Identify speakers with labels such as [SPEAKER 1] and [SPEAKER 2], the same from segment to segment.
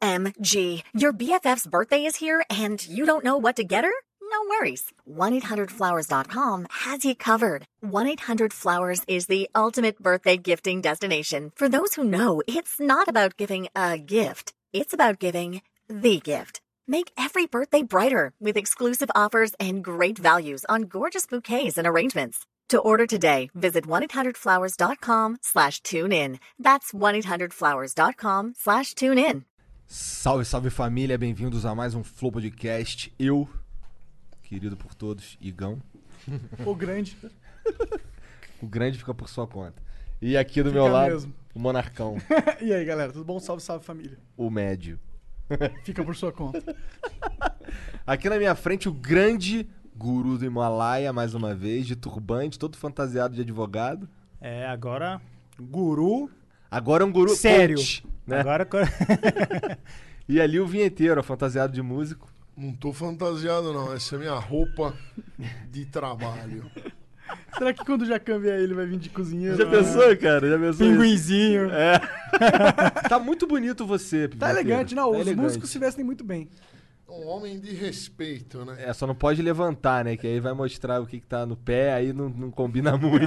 [SPEAKER 1] OMG. Your BFF's birthday is here and you don't know what to get her? No worries. 1-800-Flowers.com has you covered. 1-800-Flowers is the ultimate birthday gifting destination. For those who know, it's not about giving a gift. It's about giving the gift. Make every birthday brighter with exclusive offers and great values on gorgeous bouquets and arrangements. To order today, visit 1-800-Flowers.com slash tune in. That's 1-800-Flowers.com slash tune in.
[SPEAKER 2] Salve, salve família, bem-vindos a mais um Flow Podcast. Eu, querido por todos, Igão,
[SPEAKER 3] O grande.
[SPEAKER 2] o grande fica por sua conta. E aqui do
[SPEAKER 3] Fica
[SPEAKER 2] meu lado,
[SPEAKER 3] mesmo.
[SPEAKER 2] o monarcão,
[SPEAKER 3] E aí, galera, tudo bom? Salve, salve família.
[SPEAKER 2] o médio.
[SPEAKER 3] Fica por sua conta.
[SPEAKER 2] Aqui na minha frente, o grande guru do Himalaia, mais uma vez, de turbante, todo fantasiado de advogado.
[SPEAKER 4] É, agora guru.
[SPEAKER 2] Agora é um guru
[SPEAKER 4] Sério?
[SPEAKER 2] coach, né?
[SPEAKER 4] Agora co-
[SPEAKER 2] E ali o vinheteiro, ó, fantasiado de músico.
[SPEAKER 5] Não tô fantasiado, não. Essa é minha roupa de trabalho.
[SPEAKER 3] Será que quando o Jacan vier ele vai vir de cozinheiro?
[SPEAKER 2] Já
[SPEAKER 3] né?
[SPEAKER 2] pensou, cara? Já pensou? isso?
[SPEAKER 4] pinguinzinho.
[SPEAKER 2] É. tá muito bonito você,
[SPEAKER 3] Tá
[SPEAKER 2] vinheteiro.
[SPEAKER 3] elegante, não.
[SPEAKER 2] Tá
[SPEAKER 3] os
[SPEAKER 2] elegante.
[SPEAKER 3] músicos se vestem muito bem.
[SPEAKER 5] Um homem de respeito, né?
[SPEAKER 2] É, só não pode levantar, né? Que aí vai mostrar o que, que tá no pé, aí não, não combina muito.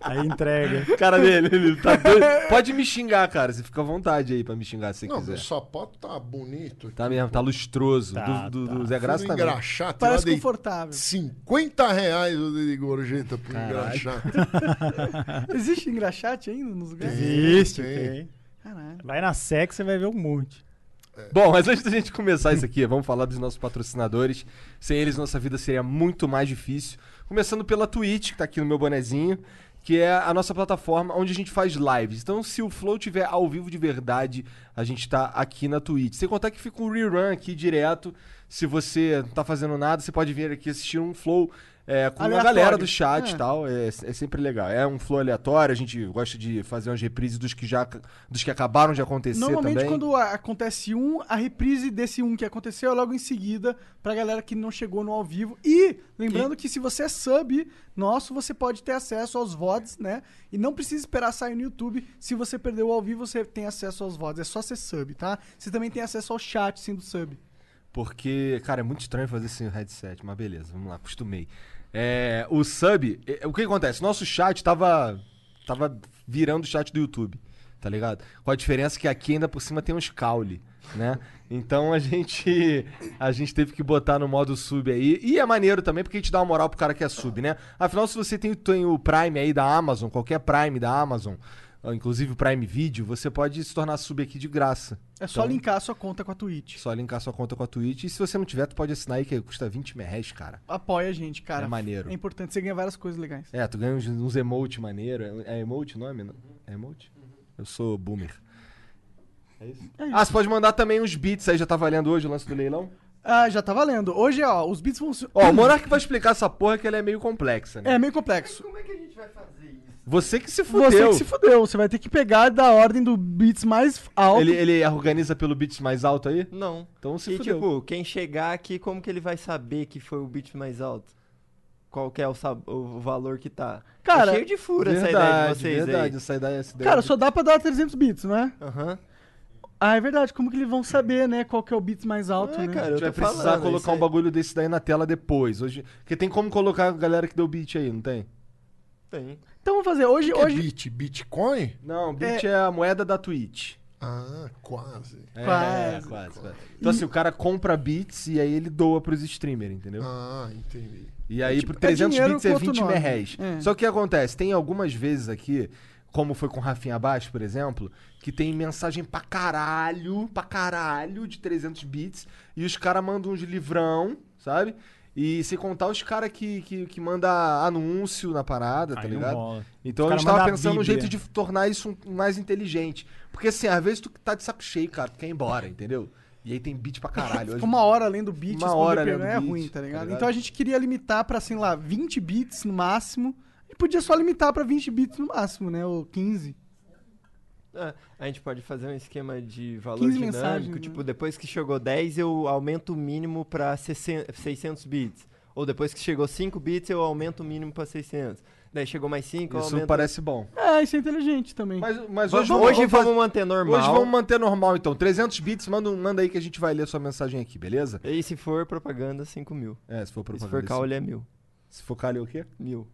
[SPEAKER 4] Aí entrega.
[SPEAKER 2] cara dele, ele tá doido. Pode me xingar, cara. Você fica à vontade aí pra me xingar se você
[SPEAKER 5] não,
[SPEAKER 2] quiser.
[SPEAKER 5] meu sapato tá bonito.
[SPEAKER 2] Tá mesmo, tá lustroso.
[SPEAKER 4] Tá,
[SPEAKER 2] do, do-
[SPEAKER 4] tá.
[SPEAKER 2] do Zé Graça
[SPEAKER 5] Graças
[SPEAKER 2] também.
[SPEAKER 5] engraxate.
[SPEAKER 3] Parece
[SPEAKER 5] lá dei
[SPEAKER 3] confortável.
[SPEAKER 5] 50 reais eu dei de gorjeta pro engraxate.
[SPEAKER 3] Existe engraxate ainda nos lugares?
[SPEAKER 4] Existe,
[SPEAKER 5] tem.
[SPEAKER 4] tem.
[SPEAKER 3] Caralho.
[SPEAKER 4] Vai na SEC, você vai ver um monte.
[SPEAKER 2] Bom, mas antes da gente começar isso aqui, vamos falar dos nossos patrocinadores. Sem eles, nossa vida seria muito mais difícil. Começando pela Twitch, que tá aqui no meu bonezinho, que é a nossa plataforma onde a gente faz lives. Então, se o Flow tiver ao vivo de verdade, a gente tá aqui na Twitch. Sem contar que fica um rerun aqui direto. Se você não tá fazendo nada, você pode vir aqui assistir um Flow é, com a
[SPEAKER 3] Aleatório.
[SPEAKER 2] galera do chat
[SPEAKER 3] É.
[SPEAKER 2] e tal. É, é sempre legal. É um Flow aleatório, a gente gosta de fazer umas reprises dos que já dos que acabaram de acontecer
[SPEAKER 3] Normalmente,
[SPEAKER 2] também.
[SPEAKER 3] quando a- acontece um, a reprise desse um que aconteceu é logo em seguida pra galera que não chegou no ao vivo. E, lembrando que se você é sub nosso, você pode ter acesso aos VODs, né? E não precisa esperar sair no YouTube. Se você perdeu o ao vivo, você tem acesso aos VODs. É só ser sub, tá? Você também tem acesso ao chat sendo sub.
[SPEAKER 2] Porque, cara, é muito estranho fazer sem o headset, mas beleza, vamos lá, acostumei. É, o sub, é, o que acontece? Nosso chat tava, tava virando o chat do YouTube, tá ligado? Com a diferença que aqui ainda por cima tem uns caule, né? Então a gente a gente teve que botar no modo sub aí. E é maneiro também porque a gente dá uma moral pro cara que é sub, né? Afinal, se você tem, tem o Prime aí da Amazon, qualquer Prime da Amazon, inclusive o Prime Video, você pode se tornar sub aqui de graça.
[SPEAKER 3] É só
[SPEAKER 2] Então-
[SPEAKER 3] linkar a sua conta com a Twitch.
[SPEAKER 2] Só linkar sua conta com a Twitch. E se você não tiver, tu pode assinar aí, que custa 20 reais, cara.
[SPEAKER 3] Apoia a gente, cara.
[SPEAKER 2] É maneiro.
[SPEAKER 3] É importante, você ganha várias coisas legais.
[SPEAKER 2] É, tu ganha uns, uns emote maneiro. É, é emote o nome? não? É emote? Eu sou boomer. É isso? Ah, você pode mandar também uns beats aí, já tá valendo hoje o lance do leilão?
[SPEAKER 3] Ah, já tá valendo. Hoje, ó, os beats funcionam.
[SPEAKER 2] Ó, o Monark vai explicar essa porra que ela é meio complexa, né?
[SPEAKER 3] É meio complexo.
[SPEAKER 2] Você que se
[SPEAKER 3] Você
[SPEAKER 2] fudeu.
[SPEAKER 3] que se fudeu, você vai ter que pegar da ordem do beats mais alto.
[SPEAKER 2] ele, ele organiza pelo beats mais alto aí?
[SPEAKER 6] Não.
[SPEAKER 2] Então se
[SPEAKER 6] e
[SPEAKER 2] fudeu.
[SPEAKER 6] tipo, quem chegar aqui, como que ele vai saber que foi o beat mais alto? Qual que é o, sab- o valor que tá?
[SPEAKER 3] Cara,
[SPEAKER 6] Tá cheio de fura
[SPEAKER 2] verdade,
[SPEAKER 6] essa ideia de vocês
[SPEAKER 2] verdade,
[SPEAKER 6] aí.
[SPEAKER 2] essa ideia, essa ideia
[SPEAKER 3] Cara,
[SPEAKER 2] de-
[SPEAKER 3] só dá pra dar 300 beats, não é?
[SPEAKER 6] Aham.
[SPEAKER 3] Ah, é verdade, como que eles vão saber, né, qual que é o beats mais alto,
[SPEAKER 6] É,
[SPEAKER 3] né?
[SPEAKER 2] A
[SPEAKER 6] cara, eu
[SPEAKER 2] gente vai
[SPEAKER 6] tô
[SPEAKER 2] precisar
[SPEAKER 6] falando. isso
[SPEAKER 2] colocar um
[SPEAKER 6] aí-
[SPEAKER 2] bagulho desse daí na tela depois. Hoje, porque tem como colocar a galera que deu beat aí, não tem?
[SPEAKER 6] Tem.
[SPEAKER 3] Então vamos fazer, hoje...
[SPEAKER 5] Que é
[SPEAKER 3] hoje...
[SPEAKER 5] Bit? Bitcoin?
[SPEAKER 2] Não, Bit é... a moeda da Twitch.
[SPEAKER 5] Ah, quase.
[SPEAKER 2] É,
[SPEAKER 3] Quase.
[SPEAKER 2] É, quase, quase. Então, assim, o cara compra bits e aí ele doa pros streamers, entendeu?
[SPEAKER 5] Ah, entendi.
[SPEAKER 2] E aí, por
[SPEAKER 3] é
[SPEAKER 2] 300
[SPEAKER 3] dinheiro
[SPEAKER 2] bits é
[SPEAKER 3] quanto
[SPEAKER 2] 20
[SPEAKER 3] nome.
[SPEAKER 2] merréis.
[SPEAKER 3] É.
[SPEAKER 2] Só que o que acontece? Tem algumas vezes aqui, como foi com o Rafinha Abaixo, por exemplo, que tem mensagem pra caralho, pra caralho, de 300 bits, e os caras mandam uns livrão, sabe? E sem contar os caras que, que, que manda anúncio na parada, tá
[SPEAKER 4] Aí não
[SPEAKER 2] ligado?
[SPEAKER 4] rola.
[SPEAKER 2] Então
[SPEAKER 4] Os
[SPEAKER 2] a
[SPEAKER 4] cara
[SPEAKER 2] gente tava
[SPEAKER 4] manda a
[SPEAKER 2] pensando num
[SPEAKER 4] Bíblia.
[SPEAKER 2] jeito de tornar isso um- mais inteligente. Porque assim, às vezes tu tá de saco cheio, cara, tu quer ir embora, entendeu? E aí tem beat pra caralho.
[SPEAKER 3] Fica uma hora além do beat,
[SPEAKER 2] Uma
[SPEAKER 3] responder
[SPEAKER 2] hora
[SPEAKER 3] pra ele,
[SPEAKER 2] lendo
[SPEAKER 3] é
[SPEAKER 2] beat,
[SPEAKER 3] ruim, tá
[SPEAKER 2] tá
[SPEAKER 3] ligado?
[SPEAKER 2] ligado?
[SPEAKER 3] Então a gente queria limitar pra, sei lá, 20 beats no máximo. E podia só limitar pra 20 beats no máximo, né? Ou 15.
[SPEAKER 6] Ah, a gente pode fazer um esquema de valor
[SPEAKER 3] 15
[SPEAKER 6] dinâmico.
[SPEAKER 3] mensagens, né?
[SPEAKER 6] tipo, depois que chegou 10, eu aumento o mínimo pra 60 600 bits. Ou depois que chegou 5 bits, eu aumento o mínimo pra 600. Daí chegou mais 5,
[SPEAKER 2] Isso
[SPEAKER 6] aumenta.
[SPEAKER 2] parece bom.
[SPEAKER 3] É, isso é inteligente também.
[SPEAKER 2] Mas, mas
[SPEAKER 6] Hoje,
[SPEAKER 2] hoje,
[SPEAKER 6] vamos,
[SPEAKER 2] vamos fazer-
[SPEAKER 6] manter normal.
[SPEAKER 2] Hoje vamos manter normal, então. 300 bits, manda, um- manda aí que a gente vai ler sua mensagem aqui, beleza?
[SPEAKER 6] E se for propaganda, 5 mil.
[SPEAKER 2] É, se for
[SPEAKER 6] E Se
[SPEAKER 2] propaganda.
[SPEAKER 6] for caule, é mil.
[SPEAKER 2] Se for caule, o quê?
[SPEAKER 6] Mil.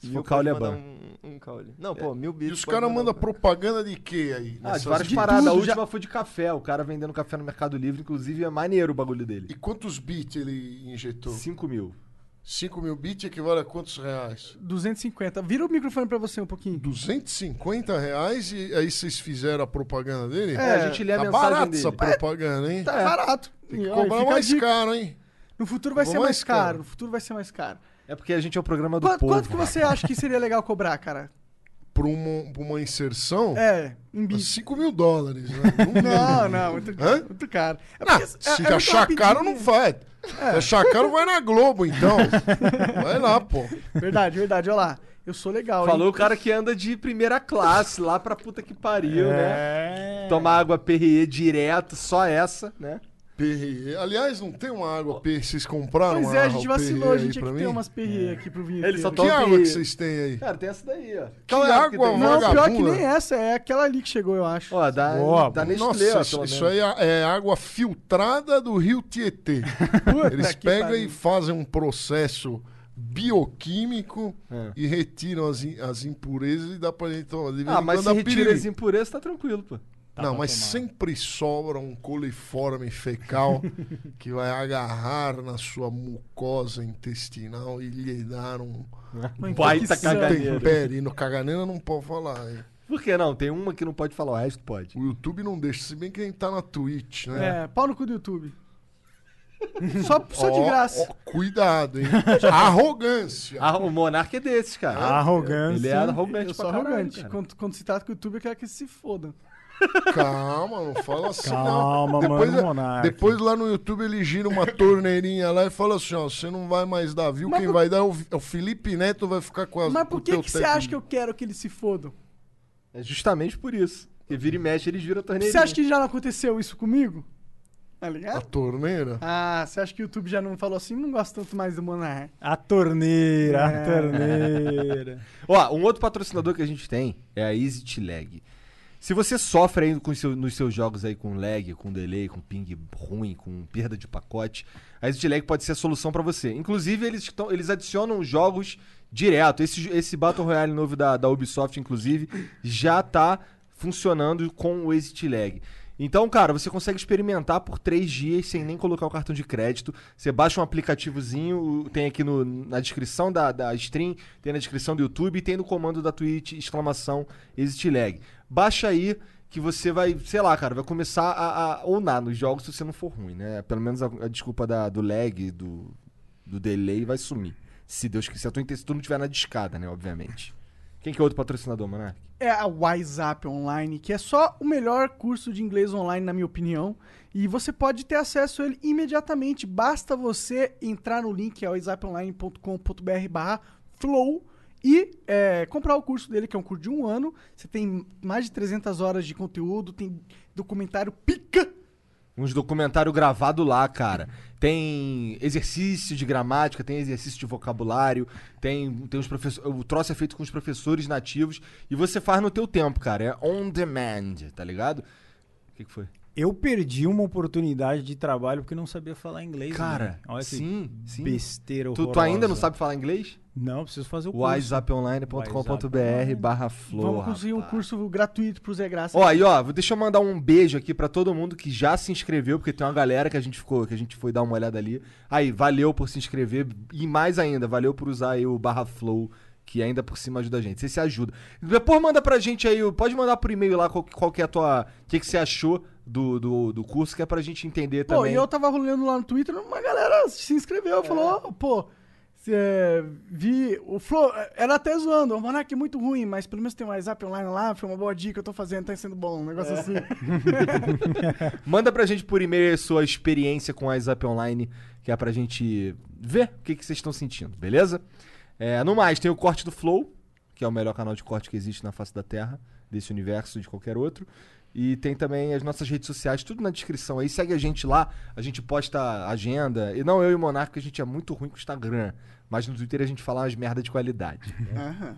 [SPEAKER 2] Se
[SPEAKER 6] Mil
[SPEAKER 2] for caule, é
[SPEAKER 6] pode
[SPEAKER 2] ban.
[SPEAKER 6] mandar Um, um caule. Não, pô, mil
[SPEAKER 5] E
[SPEAKER 6] bits.
[SPEAKER 5] os
[SPEAKER 6] pode
[SPEAKER 5] caras
[SPEAKER 6] mandar
[SPEAKER 5] mandam
[SPEAKER 6] um caule.
[SPEAKER 5] propaganda de quê aí?
[SPEAKER 2] Ah,
[SPEAKER 5] Nessas-
[SPEAKER 2] de várias
[SPEAKER 3] de
[SPEAKER 2] paradas. a
[SPEAKER 3] tudo,
[SPEAKER 2] última foi de café. O cara vendendo café no Mercado Livre, inclusive é maneiro o bagulho dele.
[SPEAKER 5] E quantos bits ele injetou?
[SPEAKER 2] 5 mil.
[SPEAKER 5] 5 mil bits equivale a quantos reais?
[SPEAKER 3] 250. Vira o microfone pra você um pouquinho.
[SPEAKER 5] 250 reais e aí vocês fizeram a propaganda dele?
[SPEAKER 2] É, a gente lê a
[SPEAKER 5] tá
[SPEAKER 2] mensagem
[SPEAKER 5] barato
[SPEAKER 2] dele.
[SPEAKER 5] essa propaganda, hein?
[SPEAKER 3] Tá barato.
[SPEAKER 5] Tem que
[SPEAKER 3] E, ó, e
[SPEAKER 5] cobrar
[SPEAKER 3] fica a
[SPEAKER 5] mais
[SPEAKER 3] dica.
[SPEAKER 5] caro, hein?
[SPEAKER 3] No futuro vai
[SPEAKER 5] Vou
[SPEAKER 3] ser
[SPEAKER 5] mais
[SPEAKER 3] mais caro.
[SPEAKER 5] caro.
[SPEAKER 3] No futuro vai ser mais caro.
[SPEAKER 2] É porque a gente é o programa do
[SPEAKER 3] Quanto,
[SPEAKER 2] povo.
[SPEAKER 3] quanto que você acha que seria legal cobrar, cara?
[SPEAKER 5] Pra uma, pra uma inserção,
[SPEAKER 3] É, em bits.
[SPEAKER 5] 5 mil dólares, né? Não
[SPEAKER 3] Não, não, muito,
[SPEAKER 5] Hã?
[SPEAKER 3] muito caro. É
[SPEAKER 5] Ah,
[SPEAKER 3] porque- é-
[SPEAKER 5] se
[SPEAKER 3] é muito
[SPEAKER 5] achar caro, não
[SPEAKER 3] rapidinho.
[SPEAKER 5] vai.
[SPEAKER 3] É.
[SPEAKER 5] Se achar caro, vai na Globo, então. Vai lá, pô.
[SPEAKER 3] Verdade, verdade, olha lá. Eu sou legal, hein?
[SPEAKER 2] Falou o cara que anda de primeira classe lá pra puta que pariu, né?
[SPEAKER 4] É.
[SPEAKER 2] Tomar água PRE direto, só essa, né?
[SPEAKER 5] PRE. Aliás, não tem uma água PRE. Vocês compraram
[SPEAKER 3] Pois
[SPEAKER 5] uma
[SPEAKER 3] é, a
[SPEAKER 5] água
[SPEAKER 3] gente
[SPEAKER 5] PRE
[SPEAKER 3] vacilou, a
[SPEAKER 5] aí
[SPEAKER 3] gente tinha
[SPEAKER 5] pra
[SPEAKER 3] que
[SPEAKER 5] mim?
[SPEAKER 3] ter umas perrier aqui pro vinheteiro.
[SPEAKER 2] Ele só
[SPEAKER 5] Que
[SPEAKER 2] Top.
[SPEAKER 5] água que vocês têm aí?
[SPEAKER 2] Cara, tem essa daí, ó.
[SPEAKER 5] Que
[SPEAKER 2] Claro
[SPEAKER 5] água
[SPEAKER 2] é tem.
[SPEAKER 5] uma
[SPEAKER 3] Não, pior que
[SPEAKER 5] vagabunda.
[SPEAKER 3] nem essa, é aquela ali que chegou, eu acho.
[SPEAKER 2] Ó, da,
[SPEAKER 4] Boa,
[SPEAKER 2] da
[SPEAKER 5] Tá
[SPEAKER 4] boa.
[SPEAKER 2] Nestlé,
[SPEAKER 5] Nossa,
[SPEAKER 2] ó,
[SPEAKER 5] isso,
[SPEAKER 2] pelo
[SPEAKER 5] isso
[SPEAKER 2] menos.
[SPEAKER 5] aí é é água filtrada do rio Tietê.
[SPEAKER 3] Puta
[SPEAKER 5] Eles
[SPEAKER 3] que
[SPEAKER 5] pegam
[SPEAKER 3] pariu.
[SPEAKER 5] e fazem um processo bioquímico e retiram as, im- as impurezas e dá pra gente tomar. De vez
[SPEAKER 2] Ah,
[SPEAKER 5] em
[SPEAKER 2] mas
[SPEAKER 5] quando
[SPEAKER 2] se
[SPEAKER 5] dá
[SPEAKER 2] retira
[SPEAKER 5] piriri.
[SPEAKER 2] as impurezas, tá tranquilo, pô.
[SPEAKER 4] Tá
[SPEAKER 5] Não,
[SPEAKER 4] pra
[SPEAKER 5] mas
[SPEAKER 4] tomar.
[SPEAKER 5] sempre sobra um coliforme fecal que vai agarrar na sua mucosa intestinal e lhe dar um
[SPEAKER 3] Uma
[SPEAKER 2] Baita
[SPEAKER 3] infecção.
[SPEAKER 2] caganeiro.
[SPEAKER 5] temperino. Caganeira não pode falar. hein?
[SPEAKER 2] Por que não? Tem uma que não pode falar, o resto pode.
[SPEAKER 5] O YouTube não deixa, se bem que a gente tá na Twitch, né?
[SPEAKER 3] É, pau no cu do YouTube. Só, só de
[SPEAKER 5] Ó,
[SPEAKER 3] graça. tá.
[SPEAKER 5] ó, cuidado, hein? Arrogância.
[SPEAKER 2] Ah, o Monark é desses, cara.
[SPEAKER 4] Ah, Arrogância.
[SPEAKER 2] Ele é arrogante
[SPEAKER 3] Eu sou
[SPEAKER 2] pra caralho,
[SPEAKER 3] arrogante.
[SPEAKER 2] cara.
[SPEAKER 3] Quando, quando se trata com o YouTube, eu quero que se foda.
[SPEAKER 5] Calma, não fala assim, não.
[SPEAKER 4] Calma,
[SPEAKER 5] Depois, é-
[SPEAKER 4] mano, Monark.
[SPEAKER 5] depois lá no YouTube ele gira uma torneirinha lá e fala assim: ó, você não vai mais dar view,
[SPEAKER 3] Mas
[SPEAKER 5] quem
[SPEAKER 3] por-
[SPEAKER 5] vai dar é o, é o Felipe Neto, vai ficar com a.
[SPEAKER 3] Mas por que, que você acha que eu quero que eles se fodam?
[SPEAKER 2] É justamente por isso. Porque vira e mexe, eles viram torneirinha.
[SPEAKER 3] Você acha que já não aconteceu isso comigo? Tá
[SPEAKER 5] A
[SPEAKER 3] ligado?
[SPEAKER 5] torneira?
[SPEAKER 3] Ah, você acha que o YouTube já não falou assim? Não gosto tanto mais do Monark.
[SPEAKER 4] A torneira,
[SPEAKER 2] É.
[SPEAKER 4] a torneira.
[SPEAKER 2] Ó, um outro patrocinador que a gente tem é a Easy T Lag. Se você sofre aí com seu- nos seus jogos aí com lag, com delay, com ping ruim, com perda de pacote, a Easy T Lag pode ser a solução pra você. Inclusive, eles, tão- eles adicionam jogos direto. Esse, jo- esse Battle Royale novo da, da Ubisoft, inclusive, já tá funcionando com o Easy T Lag. Então, cara, você consegue experimentar por três dias sem nem colocar o cartão de crédito. Você baixa um aplicativozinho, o- tem aqui no- na descrição da, da stream, tem na descrição do YouTube, e tem no comando da Twitch, exclamação, exit lag. Baixa aí que você vai, sei lá, cara, vai começar a, a onar nos jogos se você não for ruim, né? Pelo menos a, a desculpa da- do lag, do, do delay vai sumir. Se Deus quiser, se a tua intenção não tiver na discada, né? Obviamente. Quem que é outro patrocinador, Monark?
[SPEAKER 3] é a WhatsApp Online, que é só o melhor curso de inglês online, na minha opinião. E você pode ter acesso a ele imediatamente. Basta você entrar no link, é whatsapponline.com.br barra flow e é, comprar o curso dele, que é um curso de um ano. Você tem mais de 300 horas de conteúdo, tem documentário pica
[SPEAKER 2] Uns documentários gravados lá, cara. Tem exercício de gramática, tem exercício de vocabulário, tem, tem os professores. O troço é feito com os professores nativos e você faz no teu tempo, cara. É on demand, tá ligado? O que, que foi?
[SPEAKER 4] Eu perdi uma oportunidade de trabalho porque não sabia falar inglês.
[SPEAKER 2] Cara,
[SPEAKER 4] né? olha que
[SPEAKER 2] sim, sim.
[SPEAKER 4] besteira
[SPEAKER 2] Tu, tu
[SPEAKER 4] horrorosa.
[SPEAKER 2] ainda não sabe falar inglês?
[SPEAKER 4] Não, preciso fazer o curso.
[SPEAKER 2] WhatsApponline.com.br barra flow.
[SPEAKER 3] Vamos conseguir um
[SPEAKER 2] rapaz.
[SPEAKER 3] curso gratuito pro Zé Graça.
[SPEAKER 2] Ó, e ó, vou- deixa eu mandar um beijo aqui pra todo mundo que já se inscreveu, porque tem uma galera que a gente ficou, que a gente foi dar uma olhada ali. Aí, valeu por se inscrever e mais ainda, valeu por usar aí o barra flow, que ainda por cima ajuda a gente. Você se ajuda. Depois manda pra gente aí, pode mandar por e-mail lá qual, que- qual que é a tua, o que que você achou do, do, do curso, que é pra gente entender
[SPEAKER 3] Pô,
[SPEAKER 2] também.
[SPEAKER 3] e É. eu tava rolando lá no Twitter, uma galera se inscreveu, falou, "Ó, pô, cê, é, vi, o Flo, é, era até zoando, o Monark é muito ruim, mas pelo menos tem um WhatsApp online lá, foi uma boa dica que eu tô fazendo, tá sendo bom, um negócio assim.
[SPEAKER 2] Manda pra gente por e-mail a sua experiência com a WhatsApp Online, que é pra gente ver o que, que vocês estão sentindo, beleza? É, no mais, tem o corte do Flow, que é o melhor canal de corte que existe na face da Terra. desse universo, de qualquer outro. E tem também as nossas redes sociais, tudo na descrição aí. Segue a gente lá, a gente posta agenda. E não eu e o Monarca, a gente é muito ruim com o Instagram. Mas no Twitter a gente fala umas merda de qualidade.
[SPEAKER 3] Aham.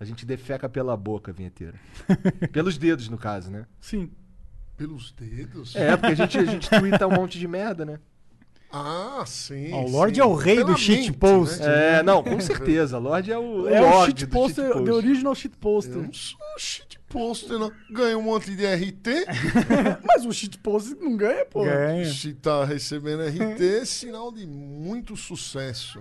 [SPEAKER 2] A gente defeca pela boca, vinheteiro. Pelos dedos, no caso, né?
[SPEAKER 3] Sim.
[SPEAKER 5] Pelos dedos?
[SPEAKER 2] É, porque a gente, a gente twitta um monte de merda, né?
[SPEAKER 5] Ah, sim.
[SPEAKER 4] Ó, o
[SPEAKER 5] sim.
[SPEAKER 4] Lorde é o rei
[SPEAKER 5] Pela
[SPEAKER 4] do shit
[SPEAKER 5] mente,
[SPEAKER 4] post.
[SPEAKER 5] né?
[SPEAKER 2] É, não, com certeza. Lorde é o,
[SPEAKER 3] É o
[SPEAKER 2] Lorde
[SPEAKER 3] shit
[SPEAKER 2] do
[SPEAKER 3] poster,
[SPEAKER 2] shitpost.
[SPEAKER 3] the original shit poster.
[SPEAKER 5] Eu não sou um shit poster, não. Ganho um monte de RT.
[SPEAKER 3] Mas o shit poster não ganha, pô.
[SPEAKER 4] Ganha.
[SPEAKER 5] Se tá recebendo RT, sinal de muito sucesso.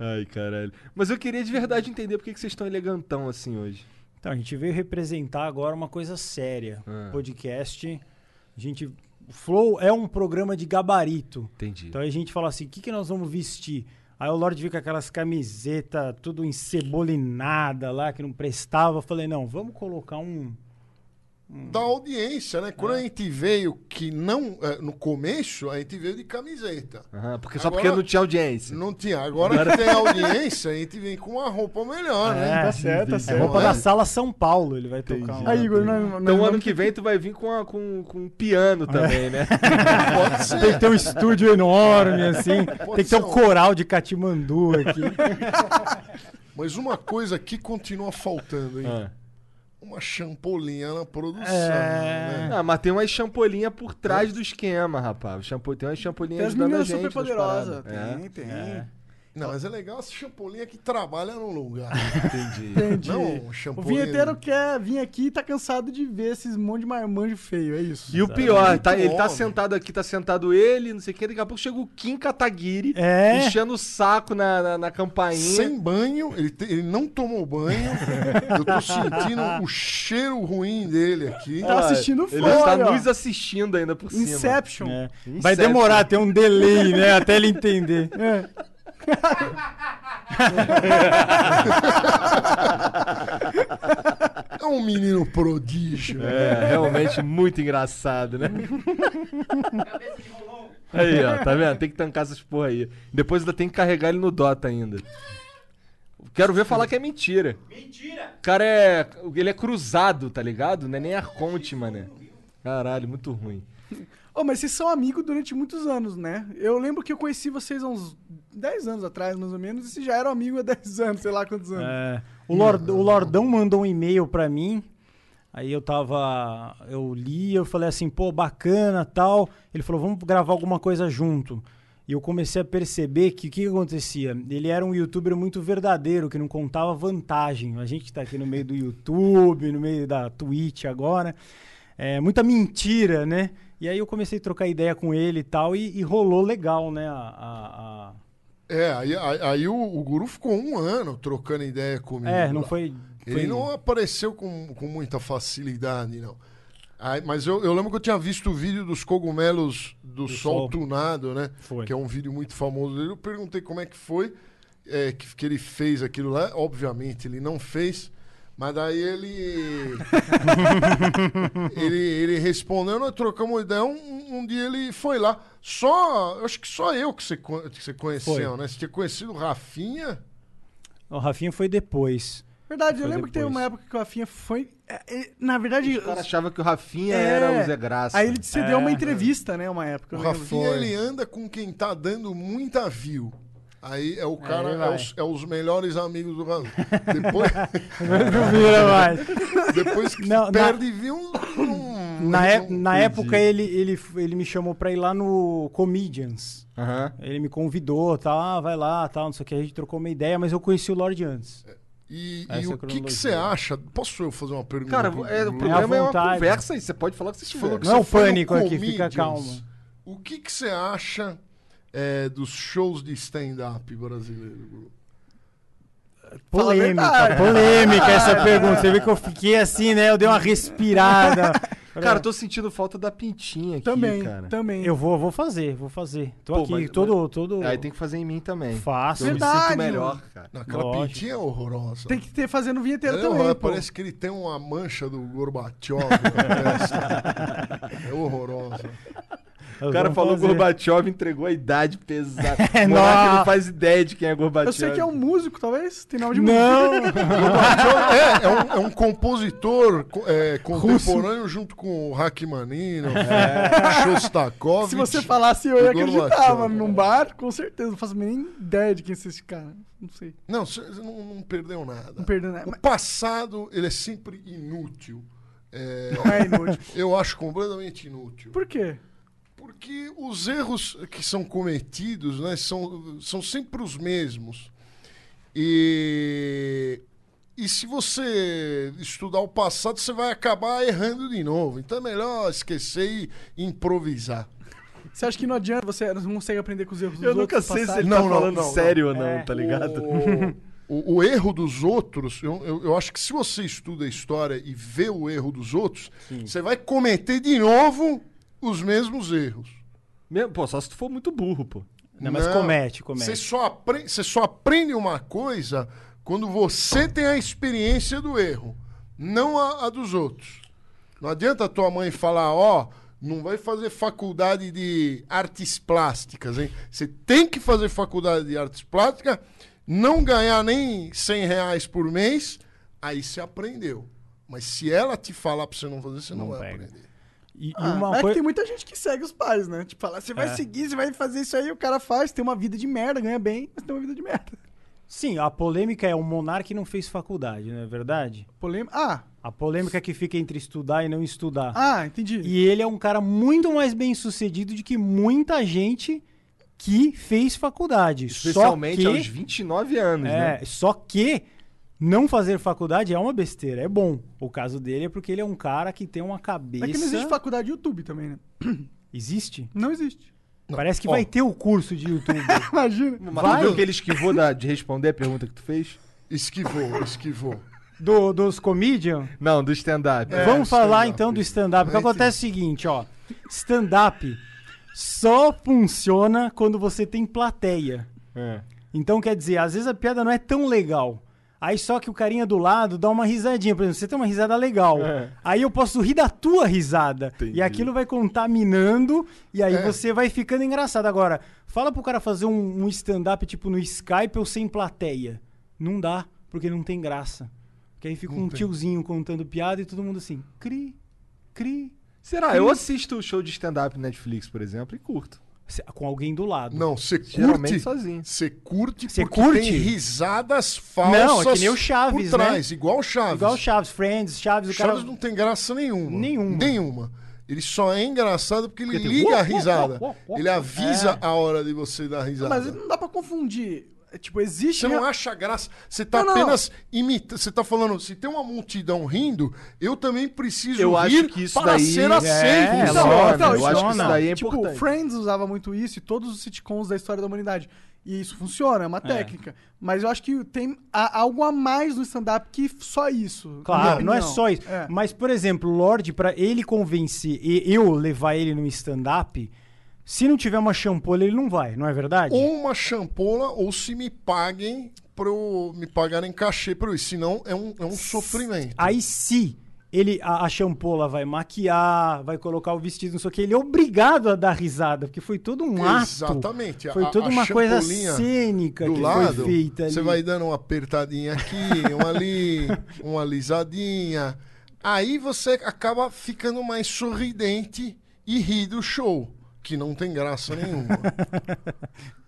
[SPEAKER 2] Ai, caralho. Mas eu queria de verdade entender por que que vocês estão elegantão assim hoje.
[SPEAKER 4] Então, a gente veio representar agora uma coisa séria.
[SPEAKER 2] Ah.
[SPEAKER 4] Podcast. A gente. o Flow é um programa de gabarito.
[SPEAKER 2] Entendi.
[SPEAKER 4] Então a gente fala assim: o que, que nós vamos vestir? Aí o Lorde viu com aquelas camisetas tudo encebolinada lá, que não prestava. Eu Falei, não, vamos colocar um.
[SPEAKER 5] Da audiência, né? Quando a gente veio que não. eh, No começo, a gente veio de camiseta.
[SPEAKER 2] Aham, porque só
[SPEAKER 5] Agora-
[SPEAKER 2] porque não tinha audiência.
[SPEAKER 5] Não tinha. Agora que tem audiência, a gente vem com uma roupa melhor, né?
[SPEAKER 4] É,
[SPEAKER 3] Tá certo, tá
[SPEAKER 4] é
[SPEAKER 3] certo.
[SPEAKER 4] roupa
[SPEAKER 5] é?
[SPEAKER 4] da sala São Paulo, ele vai tocar um.
[SPEAKER 3] Aí, Igor, não, é. não,
[SPEAKER 2] Então
[SPEAKER 3] não-
[SPEAKER 2] ano que vem tu vai vir com, a- com, com um
[SPEAKER 3] É.
[SPEAKER 2] piano também, né?
[SPEAKER 5] Pode
[SPEAKER 4] Tem que
[SPEAKER 5] ser.
[SPEAKER 4] ter um estúdio enorme, assim. Tem que ter
[SPEAKER 5] ser
[SPEAKER 4] um
[SPEAKER 5] um-
[SPEAKER 4] coral de Catimandu aqui.
[SPEAKER 5] Mas uma coisa que continua faltando, hein?
[SPEAKER 2] Ah.
[SPEAKER 5] Uma champolinha na produção.
[SPEAKER 4] É.
[SPEAKER 5] Né?
[SPEAKER 2] Ah, mas tem umas champolinha por trás do esquema, rapaz. Champo... Tem umas champolinhas
[SPEAKER 3] É. Tem as
[SPEAKER 2] ajudando a
[SPEAKER 3] meninas
[SPEAKER 2] gente.
[SPEAKER 3] super
[SPEAKER 2] nas
[SPEAKER 3] poderosas.
[SPEAKER 4] É.
[SPEAKER 2] paradas.
[SPEAKER 3] Tem,
[SPEAKER 2] É.
[SPEAKER 3] tem.
[SPEAKER 5] Não, mas é legal essa champolinha que trabalha no lugar.
[SPEAKER 2] É, entendi.
[SPEAKER 3] Entendi.
[SPEAKER 5] Não, um
[SPEAKER 3] o
[SPEAKER 5] champolinha.
[SPEAKER 3] vinheteiro quer vir aqui e tá cansado de ver esses monte de marmanjo feio, é isso.
[SPEAKER 2] E o pior, tá,
[SPEAKER 5] Muito
[SPEAKER 2] ele tá
[SPEAKER 5] homem.
[SPEAKER 2] sentado aqui, tá sentado ele, não sei o que, daqui a pouco chega o Kim Kataguiri,
[SPEAKER 4] É.
[SPEAKER 2] enchendo o saco na, na, na campainha.
[SPEAKER 5] Sem banho, ele, te- ele não tomou banho. Eu tô sentindo o cheiro ruim dele aqui.
[SPEAKER 3] Tá assistindo
[SPEAKER 2] Ele
[SPEAKER 3] fora,
[SPEAKER 2] está
[SPEAKER 3] ó.
[SPEAKER 2] nos assistindo ainda por cima.
[SPEAKER 3] Inception.
[SPEAKER 4] É.
[SPEAKER 2] Inception.
[SPEAKER 4] Vai demorar, tem um delay, né? Até ele entender.
[SPEAKER 5] É um menino prodígio.
[SPEAKER 2] É, realmente muito engraçado, né? Aí, ó, tá vendo? Tem que tancar essas porra aí. Depois ainda tem que carregar ele no Dota ainda. Quero ver falar que é mentira. Mentira! O cara é. Ele é cruzado, tá ligado? Não é nem a Conte, mané. Caralho, muito ruim.
[SPEAKER 3] Ô, Oh, mas vocês são amigos durante muitos anos, né? Eu lembro que eu conheci vocês há uns 10 anos atrás, mais ou menos, e vocês já eram amigos há 10 anos, sei lá quantos anos.
[SPEAKER 4] É, o, Lord- o Lordão mandou um e-mail pra mim. Aí eu tava. Eu li, eu falei assim, pô, bacana tal. Ele falou, vamos gravar alguma coisa junto. E eu comecei a perceber que o que que acontecia? Ele era um youtuber muito verdadeiro, que não contava vantagem. A gente que tá aqui no meio do YouTube, no meio da Twitch agora. É, muita mentira, né? E aí eu comecei a trocar ideia com ele e tal, e, e rolou legal, né? a- a-
[SPEAKER 5] É, aí, aí- aí o, o guru ficou um ano trocando ideia comigo.
[SPEAKER 4] a- É, não foi.
[SPEAKER 5] Ele
[SPEAKER 4] foi-
[SPEAKER 5] não apareceu com, com muita facilidade, não. Aí, mas eu, eu lembro que eu tinha visto o vídeo dos cogumelos do, sol,
[SPEAKER 4] sol.
[SPEAKER 5] tunado, né?
[SPEAKER 4] Foi.
[SPEAKER 5] Que é um vídeo muito famoso dele. Eu perguntei como é que foi é, que, que ele fez aquilo lá. Obviamente, ele não fez. Mas daí ele. ele, ele respondeu, nós trocamos ideia. Um, um dia ele foi lá. Só. eu Acho que só eu que você, co- que você conheceu,
[SPEAKER 4] Foi.
[SPEAKER 5] né? Você tinha conhecido o Rafinha.
[SPEAKER 4] O Rafinha foi depois.
[SPEAKER 3] Verdade, eu
[SPEAKER 4] Foi
[SPEAKER 3] lembro que teve
[SPEAKER 4] depois.
[SPEAKER 3] uma época que o Rafinha foi. é, é, Na verdade,
[SPEAKER 2] O cara achava que o Rafinha
[SPEAKER 3] É.
[SPEAKER 2] era o Zé Graça.
[SPEAKER 3] aí ele você
[SPEAKER 4] É.
[SPEAKER 3] deu uma entrevista, né? Uma época.
[SPEAKER 5] O
[SPEAKER 3] eu lembro.
[SPEAKER 5] Rafinha, ele anda com quem tá dando muita view. Aí é o cara,
[SPEAKER 4] Aí
[SPEAKER 5] é,
[SPEAKER 4] vai.
[SPEAKER 5] os, é os melhores amigos do Rafinha. Depois,
[SPEAKER 4] Não vira mais.
[SPEAKER 5] depois que
[SPEAKER 4] Não, na-
[SPEAKER 5] perde view, não-
[SPEAKER 4] Na,
[SPEAKER 5] ele
[SPEAKER 4] é-
[SPEAKER 5] não-
[SPEAKER 4] na época ele, ele, ele me chamou pra ir lá no Comedians.
[SPEAKER 2] Aham.
[SPEAKER 4] Ele me convidou, tá, ah, vai lá, tal, não sei o que, a gente trocou uma ideia, mas eu conheci o Lord antes.
[SPEAKER 5] E,
[SPEAKER 4] Essa
[SPEAKER 5] e
[SPEAKER 4] é a
[SPEAKER 5] o que, que
[SPEAKER 4] cronologia.
[SPEAKER 5] você acha? Posso eu fazer uma pergunta?
[SPEAKER 2] Cara,
[SPEAKER 5] pro
[SPEAKER 2] é, o
[SPEAKER 5] Bruno?
[SPEAKER 2] programa é, uma
[SPEAKER 4] vontade.
[SPEAKER 2] conversa e você pode falar o que você
[SPEAKER 5] Você
[SPEAKER 2] quiser.
[SPEAKER 5] falou que
[SPEAKER 4] Não é o
[SPEAKER 5] você foi no
[SPEAKER 4] pânico aqui, fica
[SPEAKER 5] Comedians.
[SPEAKER 4] calmo.
[SPEAKER 5] O que, que você acha é, dos shows de stand-up brasileiro? Bruno?
[SPEAKER 3] Fala a
[SPEAKER 4] Polêmica,
[SPEAKER 3] verdade.
[SPEAKER 4] polêmica essa pergunta. Você vê que eu fiquei assim, né? Eu dei uma respirada.
[SPEAKER 2] Cara, eu tô sentindo falta da pintinha aqui,
[SPEAKER 3] Também,
[SPEAKER 2] cara.
[SPEAKER 3] também.
[SPEAKER 4] Eu vou, vou fazer, vou fazer. Tô
[SPEAKER 2] Pô,
[SPEAKER 4] aqui,
[SPEAKER 2] mas-
[SPEAKER 4] todo, todo
[SPEAKER 2] Aí tem que fazer em mim também.
[SPEAKER 4] fácil.
[SPEAKER 2] Eu me
[SPEAKER 3] Verdade,
[SPEAKER 2] sinto melhor, cara.
[SPEAKER 5] Não, Aquela
[SPEAKER 4] Lógico.
[SPEAKER 5] pintinha é horrorosa.
[SPEAKER 3] Tem que ter fazendo vinheteiro
[SPEAKER 5] É,
[SPEAKER 3] também.
[SPEAKER 5] olha,
[SPEAKER 3] pô.
[SPEAKER 5] parece que ele tem uma mancha do Gorbachev na testa. É horrorosa.
[SPEAKER 2] O cara falou
[SPEAKER 4] fazer.
[SPEAKER 2] Gorbachev, entregou a idade pesada.
[SPEAKER 4] É,
[SPEAKER 2] O Monark
[SPEAKER 4] não.
[SPEAKER 2] não faz ideia de quem é Gorbachev.
[SPEAKER 3] Eu sei que é um músico, talvez. Tem nome de músico.
[SPEAKER 4] Não!
[SPEAKER 5] É, é um, é um compositor co- é, contemporâneo junto com o Rachmaninov,
[SPEAKER 4] É.
[SPEAKER 5] Shostakovich.
[SPEAKER 3] Se você falasse, eu ia
[SPEAKER 5] Igor né?
[SPEAKER 3] acreditar,
[SPEAKER 5] Machado.
[SPEAKER 3] mano. Num bar, com certeza. Não faço nem ideia de quem é esse cara. Não sei.
[SPEAKER 5] Não, você você não, não perdeu nada.
[SPEAKER 3] Não né? perdendo nada.
[SPEAKER 5] O passado, ele é sempre inútil. É,
[SPEAKER 3] Mas não é inútil.
[SPEAKER 5] eu acho completamente inútil.
[SPEAKER 3] Por quê?
[SPEAKER 5] Porque os erros que são cometidos né, são, são sempre os mesmos. E, e se você estudar o passado, você vai acabar errando de novo. Então é melhor esquecer e improvisar.
[SPEAKER 3] Você acha que não adianta? Você não consegue aprender com os erros dos
[SPEAKER 2] Eu nunca
[SPEAKER 3] outros?
[SPEAKER 2] sei se
[SPEAKER 3] passados?
[SPEAKER 2] ele
[SPEAKER 5] Não,
[SPEAKER 2] tá
[SPEAKER 5] não,
[SPEAKER 2] falando
[SPEAKER 5] não, não.
[SPEAKER 2] sério ou não,
[SPEAKER 3] É.
[SPEAKER 2] tá ligado?
[SPEAKER 5] O, o erro dos outros, eu, eu, eu acho que se você estuda a história e vê o erro dos outros, você vai cometer de novo os mesmos erros.
[SPEAKER 2] Mesmo- Pô, só se tu for muito burro, pô.
[SPEAKER 4] Não, mas
[SPEAKER 5] Não.
[SPEAKER 4] comete,
[SPEAKER 5] Você
[SPEAKER 4] comete.
[SPEAKER 5] só, apre- você só aprende uma coisa quando você tem a experiência do erro, não a, a dos outros. Não adianta a tua mãe falar, ó, não vai fazer faculdade de artes plásticas, hein? Você tem que fazer faculdade de artes plásticas, não ganhar nem 100 reais por mês, aí você aprendeu. Mas se ela te falar pra você não fazer, você não,
[SPEAKER 4] Não
[SPEAKER 5] vai
[SPEAKER 4] pega.
[SPEAKER 5] aprender.
[SPEAKER 4] E, e
[SPEAKER 3] Ah,
[SPEAKER 4] uma
[SPEAKER 3] é que
[SPEAKER 4] coisa.
[SPEAKER 3] tem muita gente que segue os pais, né? Tipo, fala, você vai
[SPEAKER 2] É.
[SPEAKER 3] seguir, você vai fazer isso aí, o cara faz, tem uma vida de merda, ganha bem, mas tem uma vida de merda.
[SPEAKER 4] Sim, a polêmica é o monarca não fez faculdade, não é verdade?
[SPEAKER 3] Polêmica. Ah,
[SPEAKER 4] A polêmica que fica entre estudar e não estudar.
[SPEAKER 3] ah, entendi.
[SPEAKER 4] E ele é um cara muito mais bem sucedido do que muita gente que fez faculdade.
[SPEAKER 2] Especialmente
[SPEAKER 4] só que,
[SPEAKER 2] aos 29 anos,
[SPEAKER 4] é,
[SPEAKER 2] né?
[SPEAKER 4] Só que não fazer faculdade é uma besteira, é bom. O caso dele é porque ele é um cara que tem uma cabeça.
[SPEAKER 3] É que não existe faculdade de YouTube também, né?
[SPEAKER 4] Existe?
[SPEAKER 3] Não existe.
[SPEAKER 4] Parece que
[SPEAKER 5] Ó.
[SPEAKER 4] vai ter o curso de YouTube.
[SPEAKER 3] Imagina.
[SPEAKER 2] Mas tu viu que ele esquivou da- de responder a pergunta que tu fez?
[SPEAKER 5] Esquivou, esquivou.
[SPEAKER 4] do, dos comedian.
[SPEAKER 2] Não, do stand-up.
[SPEAKER 5] É.
[SPEAKER 4] Vamos falar
[SPEAKER 5] stand-up.
[SPEAKER 4] então do stand-up. O que
[SPEAKER 5] Vai ter.
[SPEAKER 4] acontece é o seguinte, ó. Stand-up só funciona quando você tem plateia.
[SPEAKER 2] É.
[SPEAKER 4] Então, quer dizer, às vezes a piada não é tão legal. Aí só que o carinha do lado dá uma risadinha. Por exemplo, você tem uma risada legal.
[SPEAKER 2] É.
[SPEAKER 4] Aí eu posso rir da tua risada.
[SPEAKER 2] Entendi.
[SPEAKER 4] E aquilo vai contaminando. E aí
[SPEAKER 5] É.
[SPEAKER 4] você vai ficando engraçado. Agora, fala pro cara fazer um, um stand-up tipo no Skype ou sem plateia. Não dá, porque não tem graça. Porque aí fica um tiozinho contando piada e todo mundo assim, cri, cri.
[SPEAKER 2] Será? Eu assisto o show de stand-up no Netflix, por exemplo, e curto.
[SPEAKER 4] Se- Com alguém do lado.
[SPEAKER 5] Não, você
[SPEAKER 2] Geralmente
[SPEAKER 5] curte.
[SPEAKER 2] sozinho.
[SPEAKER 5] Você curte
[SPEAKER 4] Você
[SPEAKER 5] porque
[SPEAKER 4] curte?
[SPEAKER 5] tem risadas falsas.
[SPEAKER 4] Não, é que nem o Chaves,
[SPEAKER 5] por trás, igual o Chaves.
[SPEAKER 4] Igual o Chaves, Friends, Chaves, o cara.
[SPEAKER 5] Chaves não tem graça nenhuma.
[SPEAKER 4] Nenhuma.
[SPEAKER 5] Nenhuma. Ele só é engraçado porque ele
[SPEAKER 2] Porque tem
[SPEAKER 5] liga
[SPEAKER 2] uó,
[SPEAKER 5] a
[SPEAKER 2] uó,
[SPEAKER 5] risada.
[SPEAKER 2] uó, uó, uó.
[SPEAKER 5] Ele
[SPEAKER 4] É.
[SPEAKER 5] avisa a hora de você dar risada.
[SPEAKER 3] Mas não dá pra confundir. É, tipo, existe.
[SPEAKER 5] Você não
[SPEAKER 3] real-
[SPEAKER 5] acha graça. Você tá
[SPEAKER 3] Não, não.
[SPEAKER 5] apenas imitando. Você tá falando, se tem uma multidão rindo, eu também preciso
[SPEAKER 2] Eu acho
[SPEAKER 5] rir
[SPEAKER 2] que isso
[SPEAKER 5] para
[SPEAKER 2] daí-
[SPEAKER 5] ser
[SPEAKER 2] É,
[SPEAKER 5] aceito.
[SPEAKER 4] é
[SPEAKER 5] Então,
[SPEAKER 4] lógico.
[SPEAKER 2] Funciona, eu
[SPEAKER 4] isso
[SPEAKER 2] acho que isso
[SPEAKER 4] funciona.
[SPEAKER 2] daí é
[SPEAKER 3] tipo,
[SPEAKER 2] importante.
[SPEAKER 3] Friends usava muito isso e todos os sitcoms da história da humanidade. E isso funciona, é uma técnica. Mas eu acho que tem a- algo a mais no stand-up que só isso.
[SPEAKER 4] Claro,
[SPEAKER 3] Na
[SPEAKER 4] não, é
[SPEAKER 3] minha opinião.
[SPEAKER 4] só isso.
[SPEAKER 3] É.
[SPEAKER 4] Mas, por exemplo, o Lorde, pra ele convencer e eu levar ele num stand-up, se não tiver uma champola, ele não vai, não é verdade?
[SPEAKER 5] ou uma champola, ou se me paguem pra eu me pagarem cachê pra eu ir. Senão é um, é um sofrimento.
[SPEAKER 4] Aí se ele, a, a champola vai maquiar, vai colocar o vestido, não sei o que, ele é obrigado a dar risada, porque foi todo um ato.
[SPEAKER 5] Exatamente.
[SPEAKER 4] Foi
[SPEAKER 5] A-
[SPEAKER 4] toda
[SPEAKER 5] a
[SPEAKER 4] uma coisa
[SPEAKER 5] champolinha
[SPEAKER 4] cênica
[SPEAKER 5] do
[SPEAKER 4] que
[SPEAKER 5] lado,
[SPEAKER 4] foi feita ali.
[SPEAKER 5] Você vai dando uma apertadinha aqui, uma ali, uma alisadinha. Aí você acaba ficando mais sorridente e ri do show, que não tem graça nenhuma.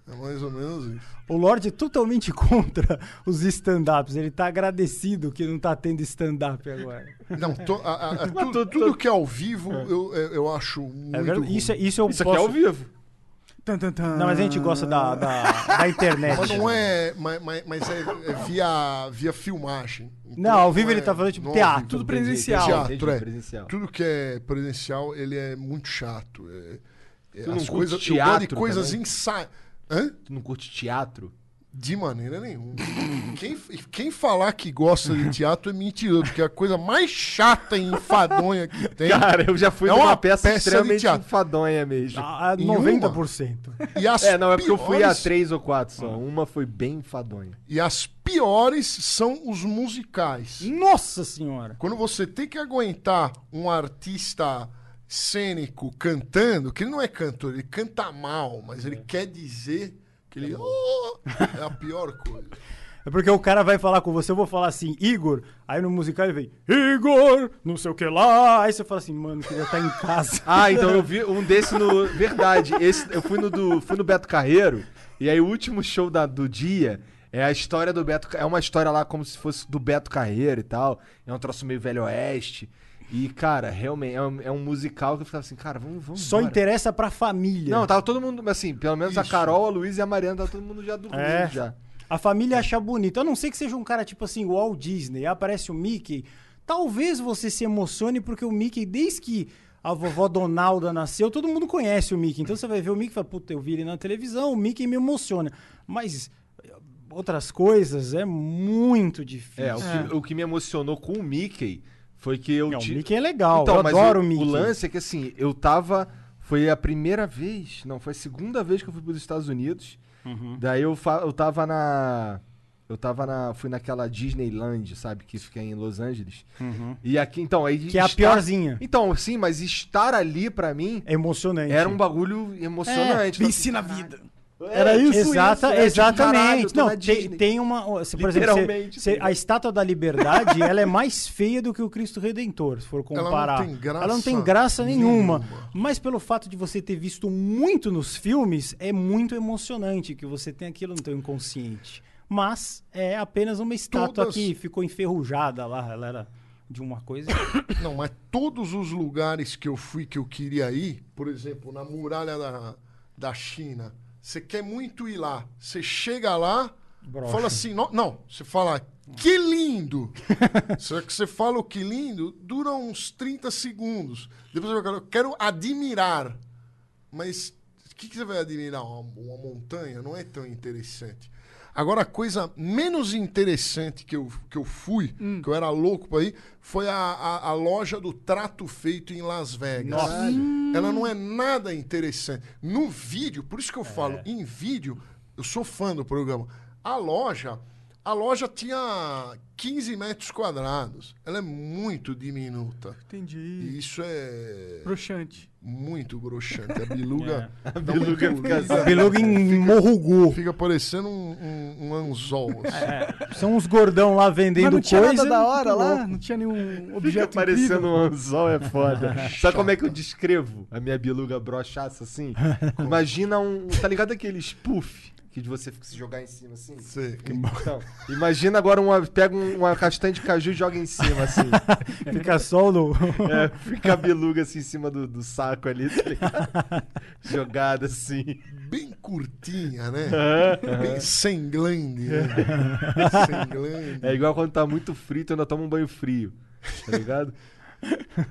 [SPEAKER 5] É mais ou menos isso.
[SPEAKER 4] O Lorde é totalmente contra os stand-ups. Ele tá agradecido que não tá tendo stand-up agora.
[SPEAKER 5] Não, to- a- a- a- tu-
[SPEAKER 2] tu-
[SPEAKER 5] tudo que é ao vivo eu, eu- eu acho muito.
[SPEAKER 4] É verdade?
[SPEAKER 5] ruim.
[SPEAKER 4] Isso, é- isso eu
[SPEAKER 2] Isso aqui
[SPEAKER 4] posso...
[SPEAKER 2] é ao vivo.
[SPEAKER 3] Tan, tan, tan.
[SPEAKER 4] Não, mas a gente gosta da, da, da internet.
[SPEAKER 5] Mas não é. Mas, mas- mas é, é via, via filmagem. Então,
[SPEAKER 4] Não, ao vivo ele
[SPEAKER 5] é-
[SPEAKER 4] tá falando tipo
[SPEAKER 5] não é ao
[SPEAKER 4] teatro.
[SPEAKER 5] vivo.
[SPEAKER 3] Tudo
[SPEAKER 2] Entendi,
[SPEAKER 3] presencial.
[SPEAKER 2] entendi,
[SPEAKER 5] Teatro,
[SPEAKER 2] entendi,
[SPEAKER 5] é.
[SPEAKER 2] presencial.
[SPEAKER 5] Tudo que é presencial, ele é muito chato. É, é,
[SPEAKER 2] Tu não
[SPEAKER 5] as coisas.
[SPEAKER 2] curte
[SPEAKER 5] eu gosto de
[SPEAKER 2] teatro
[SPEAKER 5] coisas
[SPEAKER 2] também?
[SPEAKER 5] ensaiadas. Hã?
[SPEAKER 2] Tu não curte teatro?
[SPEAKER 5] De maneira nenhuma. quem, quem falar que gosta de teatro é mentiroso, porque é a coisa mais chata e enfadonha que tem.
[SPEAKER 2] Cara, eu já fui
[SPEAKER 5] É
[SPEAKER 2] numa
[SPEAKER 5] uma
[SPEAKER 2] peça,
[SPEAKER 5] peça de
[SPEAKER 2] extremamente
[SPEAKER 5] teatro.
[SPEAKER 2] enfadonha mesmo.
[SPEAKER 4] A, a
[SPEAKER 5] Nenhuma.
[SPEAKER 4] 90%.
[SPEAKER 5] E as
[SPEAKER 2] é, não, é porque eu fui a
[SPEAKER 5] piores-
[SPEAKER 2] três ou quatro só. Uma foi bem enfadonha.
[SPEAKER 5] E as piores são os musicais.
[SPEAKER 4] Nossa senhora!
[SPEAKER 5] Quando você tem que aguentar um artista cênico cantando, que ele não é cantor, ele canta mal, mas ele quer dizer que ele. "Oh", é a pior coisa.
[SPEAKER 4] É porque o cara vai falar com você, eu vou falar assim, Igor. Aí no musical ele vem, Igor, não sei o que lá. Aí você fala assim, mano, eu queria estar em casa.
[SPEAKER 2] Ah, então eu vi um desse no. Verdade. Esse, eu fui no, do, fui no Beto Carreiro, e aí o último show da- do dia é a história do Beto. Ca- É uma história lá como se fosse do Beto Carreiro e tal. É um troço meio velho oeste. E, cara, realmente, é um, é um musical que eu ficava assim, cara, vamos. vamos
[SPEAKER 4] Só
[SPEAKER 2] embora.
[SPEAKER 4] interessa pra família.
[SPEAKER 2] Não, tava todo mundo, assim, pelo menos a
[SPEAKER 5] Isso.
[SPEAKER 2] Carol, a Luiz e a Mariana, tava todo mundo já dormindo
[SPEAKER 4] É.
[SPEAKER 2] já.
[SPEAKER 4] A família acha bonito. A não ser que seja um cara tipo assim, o Walt Disney, aparece o Mickey. Talvez você se emocione, porque o Mickey, desde que a vovó Donalda nasceu, todo mundo conhece o Mickey. Então você vai ver o Mickey e fala, puta, eu vi ele na televisão, o Mickey me emociona. Mas eh, outras coisas é muito difícil.
[SPEAKER 2] É, o, Que, o que me emocionou com o Mickey foi que eu
[SPEAKER 4] Não, o
[SPEAKER 2] ti-
[SPEAKER 4] Mickey é legal, eu
[SPEAKER 2] Então, mas
[SPEAKER 4] adoro
[SPEAKER 2] o,
[SPEAKER 4] o Mickey.
[SPEAKER 2] O lance é que assim, eu tava. Foi a primeira vez, não, foi a segunda vez que eu fui pros Estados Unidos.
[SPEAKER 4] Uhum.
[SPEAKER 2] Daí eu, fa- eu tava na. Eu tava na. Fui naquela Disneyland, sabe? Que fica em Los Angeles.
[SPEAKER 4] Uhum.
[SPEAKER 2] E aqui, então, aí.
[SPEAKER 4] Que é a
[SPEAKER 2] estar-
[SPEAKER 4] piorzinha.
[SPEAKER 2] Então, sim, mas estar ali pra mim
[SPEAKER 4] É emocionante.
[SPEAKER 2] era um bagulho
[SPEAKER 4] É,
[SPEAKER 2] emocionante.
[SPEAKER 3] Me
[SPEAKER 2] Então,
[SPEAKER 3] ensina a vida.
[SPEAKER 4] Era isso, Exata,
[SPEAKER 2] isso, é, tipo, caralho, eu
[SPEAKER 4] exatamente.
[SPEAKER 2] tô na
[SPEAKER 4] não, tem,
[SPEAKER 2] Disney.
[SPEAKER 4] tem uma. Se, por exemplo, você-
[SPEAKER 2] Literalmente,
[SPEAKER 4] você-
[SPEAKER 2] tá
[SPEAKER 4] a estátua da liberdade ela é mais feia do que o Cristo Redentor, se for
[SPEAKER 5] não
[SPEAKER 4] comparar.
[SPEAKER 5] tem graça
[SPEAKER 4] Ela não tem graça nenhuma.
[SPEAKER 5] nenhuma.
[SPEAKER 4] Mas pelo fato de você ter visto muito nos filmes, é muito emocionante que você tem aquilo no teu inconsciente. Mas é apenas uma estátua
[SPEAKER 5] Todas-
[SPEAKER 4] que ficou enferrujada lá, ela era de uma coisa.
[SPEAKER 5] Não, mas todos os lugares que eu fui que eu queria ir, por exemplo, na muralha da, da China, você quer muito ir lá. Você chega lá,
[SPEAKER 4] Broxa.
[SPEAKER 5] fala assim, não, não, você fala, que lindo! Só que você fala o que lindo, dura uns 30 segundos. Depois você fala, eu quero admirar. Mas o que, que você vai admirar? Uma, uma montanha? Não é tão interessante. Agora, a coisa menos interessante que eu, que eu fui, que eu era louco pra ir, foi a, a, a loja do trato feito em Las Vegas.
[SPEAKER 4] Nossa.
[SPEAKER 5] Ela não é nada interessante. No vídeo, por isso que eu falo, em vídeo, eu sou fã do programa. A loja, a loja tinha 15 metros quadrados. Ela é muito diminuta.
[SPEAKER 3] Entendi.
[SPEAKER 5] E isso é
[SPEAKER 3] Broxante.
[SPEAKER 5] muito broxante. A beluga. A
[SPEAKER 2] beluga fica assim.
[SPEAKER 4] A beluga em Morrugô.
[SPEAKER 5] Fica parecendo um, um- um anzol. assim.
[SPEAKER 4] São uns gordão lá vendendo
[SPEAKER 3] Mas não tinha
[SPEAKER 4] coisa.
[SPEAKER 3] nada da hora
[SPEAKER 4] muito
[SPEAKER 3] lá?
[SPEAKER 4] louco.
[SPEAKER 3] Não tinha nenhum
[SPEAKER 2] Fica
[SPEAKER 3] objeto
[SPEAKER 2] parecendo
[SPEAKER 3] incrível?
[SPEAKER 2] um anzol, é foda. Sabe como é que eu descrevo a minha biluga brochaça assim? Imagina um. Tá ligado aqueles puff que de você fica se jogar em cima assim?
[SPEAKER 5] Sei.
[SPEAKER 2] Então, imagina agora uma. Pega um- uma castanha de caju e joga em cima, assim.
[SPEAKER 4] Fica só no.
[SPEAKER 2] É, fica a biluga assim em cima do, do saco ali, tá ligado? Jogada assim.
[SPEAKER 5] Bem curtinha, né? Bem sem glande, né? sem glande.
[SPEAKER 2] É. É igual quando tá muito frito, eu ainda toma um banho frio. Tá ligado?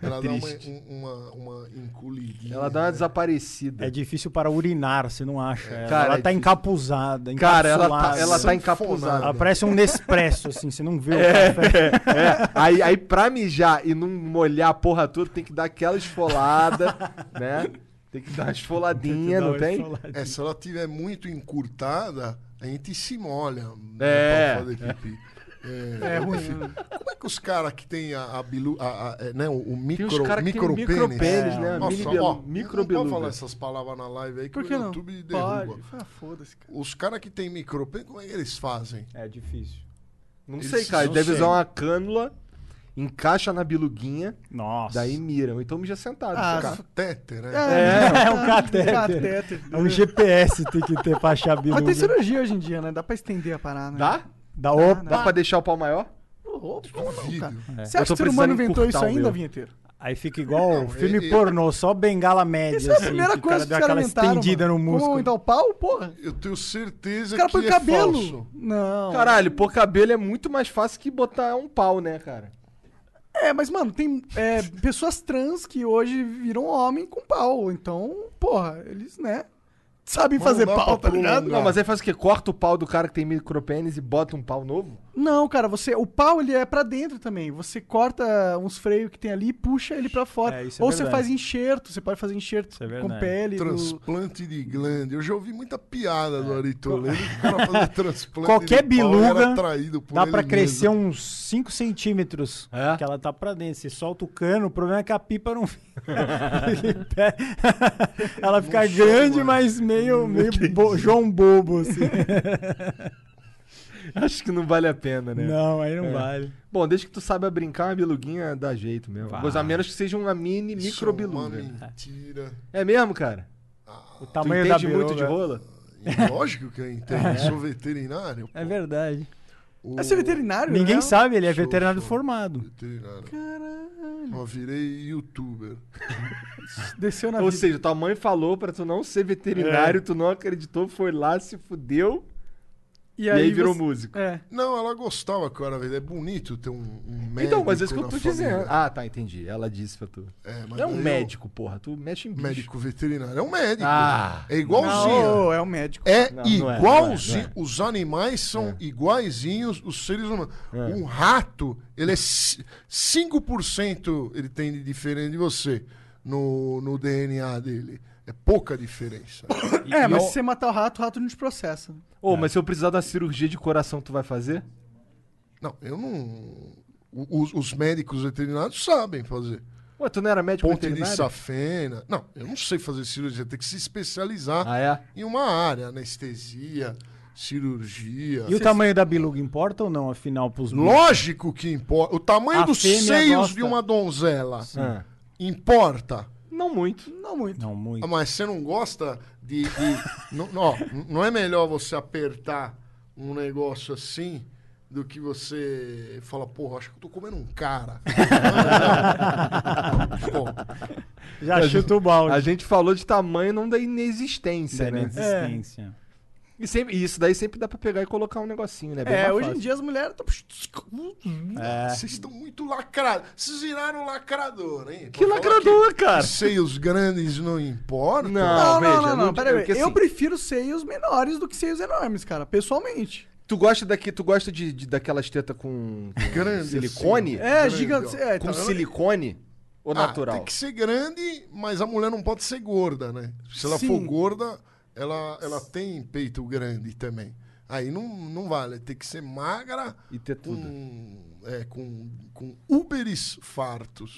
[SPEAKER 5] Ela dá uma,
[SPEAKER 2] triste.
[SPEAKER 5] um- uma, uma encolhidinha.
[SPEAKER 2] Ela dá uma
[SPEAKER 5] né?
[SPEAKER 2] desaparecida.
[SPEAKER 4] É difícil para urinar, você não acha. ela.
[SPEAKER 2] Cara,
[SPEAKER 4] ela tá
[SPEAKER 2] é difícil.
[SPEAKER 4] encapuzada,
[SPEAKER 2] Cara, ela tá,
[SPEAKER 4] encapsulada.
[SPEAKER 2] ela tá
[SPEAKER 5] Sanfonada.
[SPEAKER 2] encapuzada.
[SPEAKER 4] Ela parece um Nespresso, assim, você não vê o café.
[SPEAKER 2] É, aí, aí pra mijar e não molhar a porra toda, tem que dar aquela esfolada, né? Tem que dar uma esfoladinha, não tem?
[SPEAKER 5] É, se ela tiver muito encurtada, a gente se molha. né,
[SPEAKER 2] É.
[SPEAKER 5] Pra fazer pipi. É, enfim. Como é que os caras que tem a, a, bilu, a, a- é, né, o, o
[SPEAKER 2] Tem
[SPEAKER 5] micro,
[SPEAKER 2] uns caras que tem um
[SPEAKER 5] micropênis?
[SPEAKER 2] micropênis, né?
[SPEAKER 5] Nossa,
[SPEAKER 2] Mini belu-
[SPEAKER 5] ó, não
[SPEAKER 2] microbeluga.
[SPEAKER 5] pode falar essas palavras na live aí que,
[SPEAKER 3] Por que
[SPEAKER 5] o
[SPEAKER 3] não?
[SPEAKER 5] YouTube derruba.
[SPEAKER 3] Pode. Ah, foda-se, cara.
[SPEAKER 5] Os caras que tem micropênis, como é que eles fazem?
[SPEAKER 4] É difícil.
[SPEAKER 2] Não
[SPEAKER 5] Eles
[SPEAKER 2] sei, cara.
[SPEAKER 5] não
[SPEAKER 2] Deve
[SPEAKER 5] sei.
[SPEAKER 2] usar uma cânula, encaixa na biluguinha,
[SPEAKER 4] Nossa.
[SPEAKER 2] daí mira. Ou então mija sentado.
[SPEAKER 3] Ah,
[SPEAKER 2] cara.
[SPEAKER 5] Catete, né?
[SPEAKER 4] É, é um catéter.
[SPEAKER 3] catéter.
[SPEAKER 4] É um GPS tem que ter pra achar a
[SPEAKER 3] Mas tem
[SPEAKER 4] biluga.
[SPEAKER 3] cirurgia hoje em dia, né? Dá pra estender a parada, né?
[SPEAKER 2] Dá?
[SPEAKER 4] Da opa.
[SPEAKER 2] Dá pra deixar o pau maior?
[SPEAKER 3] Ô, ô, não, É, cara.
[SPEAKER 5] Vídeo.
[SPEAKER 3] Você acha
[SPEAKER 2] Eu
[SPEAKER 3] que
[SPEAKER 2] tô
[SPEAKER 3] o ser humano
[SPEAKER 2] precisando
[SPEAKER 3] inventou isso
[SPEAKER 2] encurtar o
[SPEAKER 3] ainda,
[SPEAKER 2] meu.
[SPEAKER 3] vinheteiro?
[SPEAKER 4] Aí fica igual
[SPEAKER 5] Não,
[SPEAKER 4] filme
[SPEAKER 5] e- e-
[SPEAKER 4] pornô, só bengala média,
[SPEAKER 3] Essa é a
[SPEAKER 4] assim.
[SPEAKER 3] primeira
[SPEAKER 4] que o
[SPEAKER 3] coisa que
[SPEAKER 4] dá
[SPEAKER 3] os caras
[SPEAKER 4] aquela
[SPEAKER 3] inventaram.
[SPEAKER 4] estendida no
[SPEAKER 3] mano. Como
[SPEAKER 4] músculo.
[SPEAKER 3] dar o pau, porra.
[SPEAKER 5] Eu tenho certeza
[SPEAKER 3] Os caras
[SPEAKER 5] que
[SPEAKER 3] põem
[SPEAKER 5] é
[SPEAKER 3] cabelo.
[SPEAKER 5] falso.
[SPEAKER 3] Não.
[SPEAKER 2] Caralho, pôr cabelo é muito mais fácil que botar um pau, né, cara?
[SPEAKER 3] É, mas, mano, tem é, pessoas trans que hoje viram homem com pau. Então, porra, eles, né? Sabem
[SPEAKER 5] Mano,
[SPEAKER 3] fazer
[SPEAKER 5] dá
[SPEAKER 3] pau,
[SPEAKER 5] pra
[SPEAKER 3] tá ligado?
[SPEAKER 5] prolongar.
[SPEAKER 2] Não, mas aí faz o quê? Corta o pau do cara que tem micropênis e bota um pau novo?
[SPEAKER 3] Não, cara, você o pau ele é pra dentro também. Você corta uns freios que tem ali e puxa ele pra fora.
[SPEAKER 4] É, isso é
[SPEAKER 3] Ou você
[SPEAKER 4] verdade.
[SPEAKER 3] faz enxerto, você pode fazer enxerto
[SPEAKER 4] Isso é
[SPEAKER 3] com
[SPEAKER 4] verdade.
[SPEAKER 3] pele.
[SPEAKER 2] um
[SPEAKER 3] do-
[SPEAKER 5] Transplante de glande. Eu já ouvi muita piada
[SPEAKER 2] É.
[SPEAKER 5] do Ari Toledo. O cara fazendo transplante
[SPEAKER 4] Qualquer
[SPEAKER 5] de pau era
[SPEAKER 4] biluga
[SPEAKER 5] traído por
[SPEAKER 4] Dá
[SPEAKER 5] ele
[SPEAKER 4] pra crescer
[SPEAKER 2] um
[SPEAKER 5] mesmo.
[SPEAKER 4] uns 5 centímetros.
[SPEAKER 2] É?
[SPEAKER 4] Que ela tá pra dentro. Você solta o cano, o problema é que a pipa não fica. ela fica
[SPEAKER 5] Não chega,
[SPEAKER 4] grande,
[SPEAKER 5] mano.
[SPEAKER 4] mas meio, meio bo- João Bobo, assim.
[SPEAKER 2] É. Acho que não vale a pena, né?
[SPEAKER 4] não, aí não
[SPEAKER 2] É.
[SPEAKER 4] vale.
[SPEAKER 2] Bom, desde que tu saiba brincar, uma biluguinha dá jeito mesmo.
[SPEAKER 4] Vai.
[SPEAKER 2] Pois a menos que seja uma mini
[SPEAKER 5] Isso
[SPEAKER 2] microbiluga.
[SPEAKER 5] É uma mentira.
[SPEAKER 2] É mesmo, cara?
[SPEAKER 4] O
[SPEAKER 2] Tu
[SPEAKER 4] tamanho da
[SPEAKER 2] entende
[SPEAKER 4] biruga. é
[SPEAKER 2] muito de rola?
[SPEAKER 5] E é lógico que eu entendo.
[SPEAKER 2] É.
[SPEAKER 5] Eu Sou veterinário.
[SPEAKER 4] É verdade.
[SPEAKER 5] O...
[SPEAKER 3] Esse é veterinário,
[SPEAKER 4] Ninguém
[SPEAKER 3] né?
[SPEAKER 4] sabe, ele é
[SPEAKER 5] Show,
[SPEAKER 4] veterinário
[SPEAKER 5] show.
[SPEAKER 4] formado.
[SPEAKER 5] Veterinário.
[SPEAKER 3] Caralho.
[SPEAKER 5] Eu virei youtuber.
[SPEAKER 3] Desceu na
[SPEAKER 2] Ou
[SPEAKER 3] vida.
[SPEAKER 2] seja, tua mãe falou pra tu não ser veterinário, tu não acreditou, foi lá, se fudeu e aí, virou
[SPEAKER 3] você-
[SPEAKER 2] músico.
[SPEAKER 3] É.
[SPEAKER 5] Não, ela gostava que eu era velho. É bonito ter um, um médico.
[SPEAKER 2] Então, mas é isso que eu
[SPEAKER 5] na
[SPEAKER 2] tô
[SPEAKER 5] família.
[SPEAKER 2] dizendo. Ah, tá, entendi. Ela disse pra tu.
[SPEAKER 5] É, mas
[SPEAKER 2] Não é um
[SPEAKER 5] eu-
[SPEAKER 2] médico, porra. Tu mexe em bicho.
[SPEAKER 5] Médico veterinário. É um médico.
[SPEAKER 2] Ah.
[SPEAKER 5] é igualzinho.
[SPEAKER 3] Não, é o médico.
[SPEAKER 5] É
[SPEAKER 2] Não, não é, não é,
[SPEAKER 5] igualzinho.
[SPEAKER 2] não é.
[SPEAKER 5] Os animais são iguaizinhos os seres humanos.
[SPEAKER 2] É.
[SPEAKER 5] Um rato, ele é ci- 5% ele tem de diferença de você no, no DNA dele. É pouca diferença.
[SPEAKER 3] É, mas se você matar o rato, o rato não te processa.
[SPEAKER 2] Ô, mas se eu precisar da cirurgia de coração, tu vai fazer?
[SPEAKER 5] Não, eu não. o- Os, os médicos veterinários sabem fazer.
[SPEAKER 2] Ué, tu não era médico
[SPEAKER 5] Ponte de
[SPEAKER 2] veterinário?
[SPEAKER 5] safena. Não, eu não sei fazer cirurgia. Tem que se especializar
[SPEAKER 2] Ah, é?
[SPEAKER 5] em uma área. Anestesia, cirurgia.
[SPEAKER 4] E o tamanho da biluga importa ou não, afinal, pros bichos?
[SPEAKER 5] Lógico que importa. O tamanho
[SPEAKER 4] A
[SPEAKER 5] dos
[SPEAKER 4] fêmea
[SPEAKER 5] seios
[SPEAKER 4] gosta.
[SPEAKER 5] de uma donzela É.
[SPEAKER 2] Ah.
[SPEAKER 5] importa.
[SPEAKER 2] Não muito.
[SPEAKER 3] Não muito.
[SPEAKER 4] Não, muito.
[SPEAKER 5] Ah, Mas você não gosta de. de- não, ó, não é melhor você apertar um negócio assim do que você fala, porra, acho que eu tô comendo um cara. Pô,
[SPEAKER 4] Já chuta o balde.
[SPEAKER 2] A gente falou de tamanho não da inexistência,
[SPEAKER 4] Da
[SPEAKER 2] né?
[SPEAKER 4] inexistência.
[SPEAKER 2] E, sempre- e isso daí sempre dá pra pegar e colocar um negocinho, né? Bem
[SPEAKER 3] É,
[SPEAKER 2] mais
[SPEAKER 3] hoje em
[SPEAKER 2] fácil.
[SPEAKER 3] dia as mulheres. tão-
[SPEAKER 5] É. Vocês estão muito lacrados. Vocês viraram lacrador, hein?
[SPEAKER 2] Que
[SPEAKER 5] Pra falar
[SPEAKER 2] lacrador,
[SPEAKER 5] que
[SPEAKER 2] cara!
[SPEAKER 5] Seios grandes não importam.
[SPEAKER 2] Não.
[SPEAKER 3] Não, não,
[SPEAKER 2] veja,
[SPEAKER 3] não,
[SPEAKER 2] não
[SPEAKER 3] não,
[SPEAKER 2] di-
[SPEAKER 3] pera aí.
[SPEAKER 2] porque assim-
[SPEAKER 3] Eu prefiro seios menores do que seios enormes, cara, pessoalmente.
[SPEAKER 2] Tu gosta daqui, tu gosta de, de- daquelas tetas com, com
[SPEAKER 5] Grande,
[SPEAKER 2] silicone?
[SPEAKER 5] assim.
[SPEAKER 3] É,
[SPEAKER 5] Grande,
[SPEAKER 3] gigante.
[SPEAKER 5] ó.
[SPEAKER 3] É,
[SPEAKER 2] Com
[SPEAKER 3] tá vendo?
[SPEAKER 2] silicone ou
[SPEAKER 5] Ah,
[SPEAKER 2] natural?
[SPEAKER 5] tem que ser grande, mas a mulher não pode ser gorda, né? Se ela
[SPEAKER 3] Sim.
[SPEAKER 5] for gorda, ela, ela tem peito grande também. Aí não, não vale, tem que ser magra
[SPEAKER 2] E ter tudo.
[SPEAKER 5] com, é, com, com uberes fartos.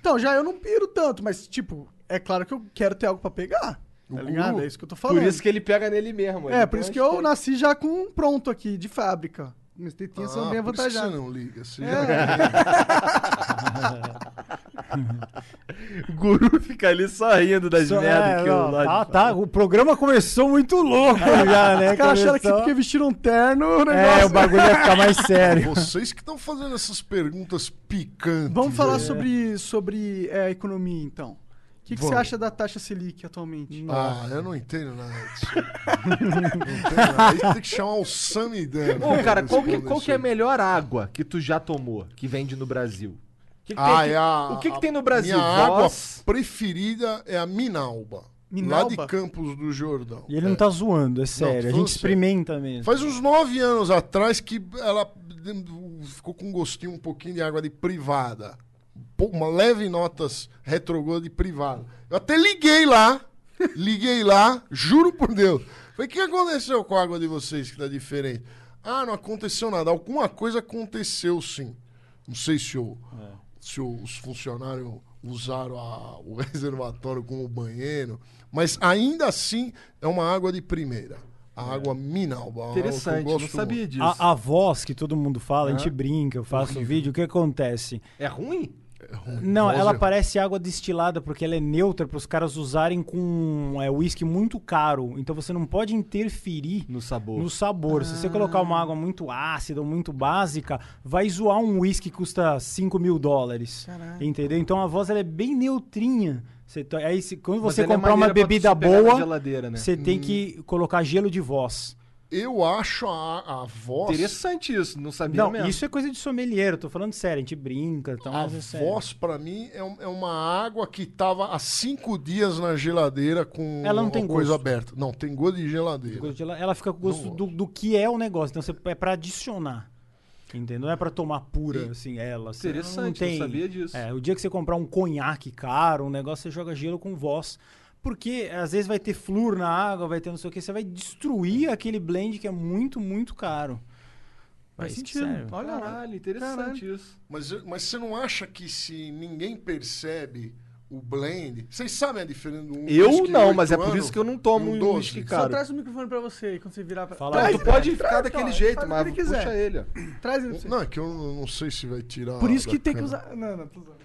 [SPEAKER 3] Então, já eu não piro tanto, mas, tipo, é claro que eu quero ter algo pra pegar. Tá ligado? É isso que eu tô falando.
[SPEAKER 2] Por isso que Então, ele pega nele mesmo.
[SPEAKER 3] é, por isso que eu nasci já com um pronto aqui, de fábrica. Minhas tetinhas são
[SPEAKER 5] Ah,
[SPEAKER 3] bem É.
[SPEAKER 5] por isso que você
[SPEAKER 3] avantajadas.
[SPEAKER 5] não liga. Você
[SPEAKER 2] O guru fica ali só rindo das
[SPEAKER 4] Só-
[SPEAKER 2] merdas
[SPEAKER 4] é,
[SPEAKER 2] Tá que eu
[SPEAKER 4] não,
[SPEAKER 2] lá de
[SPEAKER 4] tá,
[SPEAKER 2] fora.
[SPEAKER 4] tá, o programa começou muito louco já, né?
[SPEAKER 3] Os caras acharam que
[SPEAKER 4] Começou-
[SPEAKER 3] porque vestiram um terno, o negócio.
[SPEAKER 4] É, o bagulho ia ficar mais
[SPEAKER 3] É.
[SPEAKER 5] já-
[SPEAKER 4] sério.
[SPEAKER 5] Vocês que estão fazendo essas perguntas picantes.
[SPEAKER 3] Vamos falar
[SPEAKER 5] aí.
[SPEAKER 3] sobre, sobre é, economia, então. O que, que você
[SPEAKER 5] Vamos.
[SPEAKER 3] acha da taxa Selic atualmente?
[SPEAKER 5] Ah, eu não entendo nada disso. não entendo nada. Aí tem que chamar o né? Samidana.
[SPEAKER 2] Ô, cara,
[SPEAKER 5] pra
[SPEAKER 2] qual que,
[SPEAKER 5] responder
[SPEAKER 2] qual que é a
[SPEAKER 5] isso aí.
[SPEAKER 2] melhor água que tu já tomou, que vende no Brasil? O que que tem
[SPEAKER 5] Ah,
[SPEAKER 2] aqui-
[SPEAKER 5] é a-
[SPEAKER 2] o que, que
[SPEAKER 5] a
[SPEAKER 2] tem no Brasil?
[SPEAKER 5] Minha água
[SPEAKER 2] Voz?
[SPEAKER 5] preferida é a Minalba.
[SPEAKER 3] Minalba?
[SPEAKER 5] Lá de Campos do Jordão.
[SPEAKER 4] E ele
[SPEAKER 5] É.
[SPEAKER 4] não tá zoando, é sério.
[SPEAKER 5] tô
[SPEAKER 4] a
[SPEAKER 5] falando
[SPEAKER 4] gente experimenta mesmo.
[SPEAKER 5] Faz uns nove anos atrás que ela ficou com um gostinho um pouquinho de água de privada. Um pou- Uma leve notas retrogosto de privada. Eu até liguei lá. Liguei lá, juro por Deus. Falei, o que aconteceu com a água de vocês que tá diferente? Ah, não aconteceu nada. Alguma coisa aconteceu sim. Não sei se o, se os funcionários usaram a- o reservatório como banheiro, mas ainda assim é uma água de primeira. A água Minalba. uma água que eu
[SPEAKER 2] Interessante, não
[SPEAKER 5] gosto
[SPEAKER 2] sabia
[SPEAKER 5] muito.
[SPEAKER 2] disso.
[SPEAKER 4] A, a voz que todo mundo fala, a gente
[SPEAKER 2] Aham.
[SPEAKER 4] brinca, eu faço um vídeo, o que acontece?
[SPEAKER 2] É ruim?
[SPEAKER 4] Não,
[SPEAKER 5] voz
[SPEAKER 4] ela
[SPEAKER 5] é-
[SPEAKER 4] parece água destilada porque ela é neutra para os caras usarem com é, whisky muito caro. Então você não pode interferir
[SPEAKER 2] No sabor.
[SPEAKER 4] no sabor. Se você colocar uma água muito ácida ou muito básica, vai zoar um whisky que custa 5 mil dólares. Entendeu? Então a voz ela é bem neutrinha. Você to- aí, se- quando
[SPEAKER 2] Mas
[SPEAKER 4] você
[SPEAKER 2] ela é
[SPEAKER 4] comprar uma
[SPEAKER 2] maneira pra tu
[SPEAKER 4] bebida
[SPEAKER 2] superar na
[SPEAKER 4] boa,
[SPEAKER 2] geladeira, né?
[SPEAKER 4] você tem que colocar gelo de voz.
[SPEAKER 5] Eu acho a, a voz.
[SPEAKER 2] Interessante isso, não sabia
[SPEAKER 4] Não,
[SPEAKER 2] mesmo.
[SPEAKER 4] isso é coisa de sommelier, eu tô falando sério, a gente brinca, então
[SPEAKER 5] A
[SPEAKER 4] mas é sério.
[SPEAKER 5] voz, pra mim, é, um- é uma água que tava há cinco dias na geladeira com
[SPEAKER 4] Ela não tem
[SPEAKER 5] a coisa
[SPEAKER 4] gosto.
[SPEAKER 5] aberta. Não, tem gosto de geladeira.
[SPEAKER 4] Gosto de Ela, ela fica com gosto
[SPEAKER 5] Não
[SPEAKER 4] do, do que é o negócio, então você, é pra adicionar. Entendeu? Não é pra tomar pura, assim, ela. assim, ela não
[SPEAKER 2] Interessante, não
[SPEAKER 4] tem...
[SPEAKER 2] sabia disso.
[SPEAKER 4] É, o dia que você comprar um conhaque caro, um negócio, você joga gelo com voz. Porque às vezes vai ter flúor na água, vai ter não sei o que, você vai destruir aquele blend que é muito, muito caro. É
[SPEAKER 3] Faz
[SPEAKER 4] isso que
[SPEAKER 3] sentido.
[SPEAKER 4] serve.
[SPEAKER 3] Olha lá.
[SPEAKER 2] Caralho, interessante isso.
[SPEAKER 5] Mas, mas você não acha que se ninguém percebe o blend. Vocês sabem a diferença do um
[SPEAKER 2] Eu
[SPEAKER 5] whisky
[SPEAKER 2] não,
[SPEAKER 5] oito
[SPEAKER 2] mas é por
[SPEAKER 5] ano
[SPEAKER 2] isso que eu não tomo
[SPEAKER 5] e
[SPEAKER 2] um
[SPEAKER 5] doze?
[SPEAKER 2] whisky
[SPEAKER 3] Só
[SPEAKER 2] caro.
[SPEAKER 3] traz o microfone pra você aí, quando você virar.
[SPEAKER 4] Fala
[SPEAKER 3] traz,
[SPEAKER 4] aí.
[SPEAKER 2] Tu pode
[SPEAKER 3] velho,
[SPEAKER 2] ficar
[SPEAKER 3] traz,
[SPEAKER 2] daquele
[SPEAKER 3] ó,
[SPEAKER 2] jeito,
[SPEAKER 3] faz o
[SPEAKER 2] mas
[SPEAKER 3] que ele
[SPEAKER 2] puxa
[SPEAKER 3] quiser.
[SPEAKER 2] ele. ó.
[SPEAKER 3] Traz ele pra você.
[SPEAKER 5] Não, é que eu não sei se vai tirar.
[SPEAKER 3] Por isso que
[SPEAKER 5] da
[SPEAKER 3] tem que
[SPEAKER 5] cana.
[SPEAKER 3] usar. Não, não, tô usando.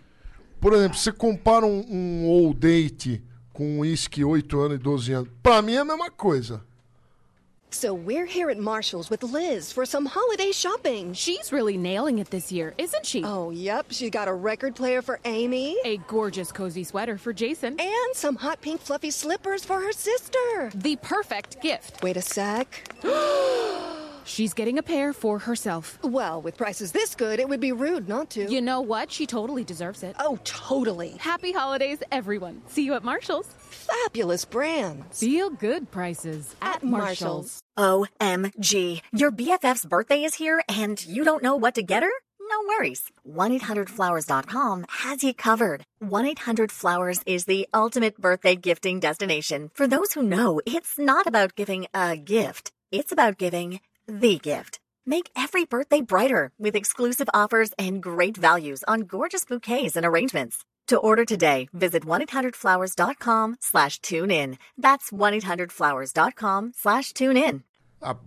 [SPEAKER 5] Por exemplo, você compara um, um old date com um whisky 8 anos e 12 anos. Pra mim é a mesma coisa.
[SPEAKER 7] So we're here at Marshall's with Liz for some holiday shopping.
[SPEAKER 8] She's really nailing it this year, isn't she?
[SPEAKER 7] Oh, yep, she's got a record player for Amy
[SPEAKER 8] A gorgeous cozy sweater for Jason.
[SPEAKER 7] and some hot pink fluffy slippers for her sister.
[SPEAKER 8] The perfect gift.
[SPEAKER 7] Wait a sec.
[SPEAKER 8] She's getting a pair for herself.
[SPEAKER 7] Well, with prices this good, it would be rude not to.
[SPEAKER 8] You know what? She totally deserves it.
[SPEAKER 7] Oh, totally.
[SPEAKER 8] Happy holidays, everyone. See you at Marshall's.
[SPEAKER 7] Fabulous brands.
[SPEAKER 8] Feel good prices at, Marshall's.
[SPEAKER 1] OMG. Your BFF's birthday is here and you don't know what to get her? No worries. 1-800-Flowers.com has you covered. 1-800-Flowers is the ultimate birthday gifting destination. For those who know, it's not about giving a gift. It's about giving the gift. Make every birthday brighter with exclusive offers and great values on gorgeous bouquets and arrangements. To order today, visit 1-800-Flowers.com slash tune in. That's 1-800-Flowers.com slash tune in.
[SPEAKER 5] Ah,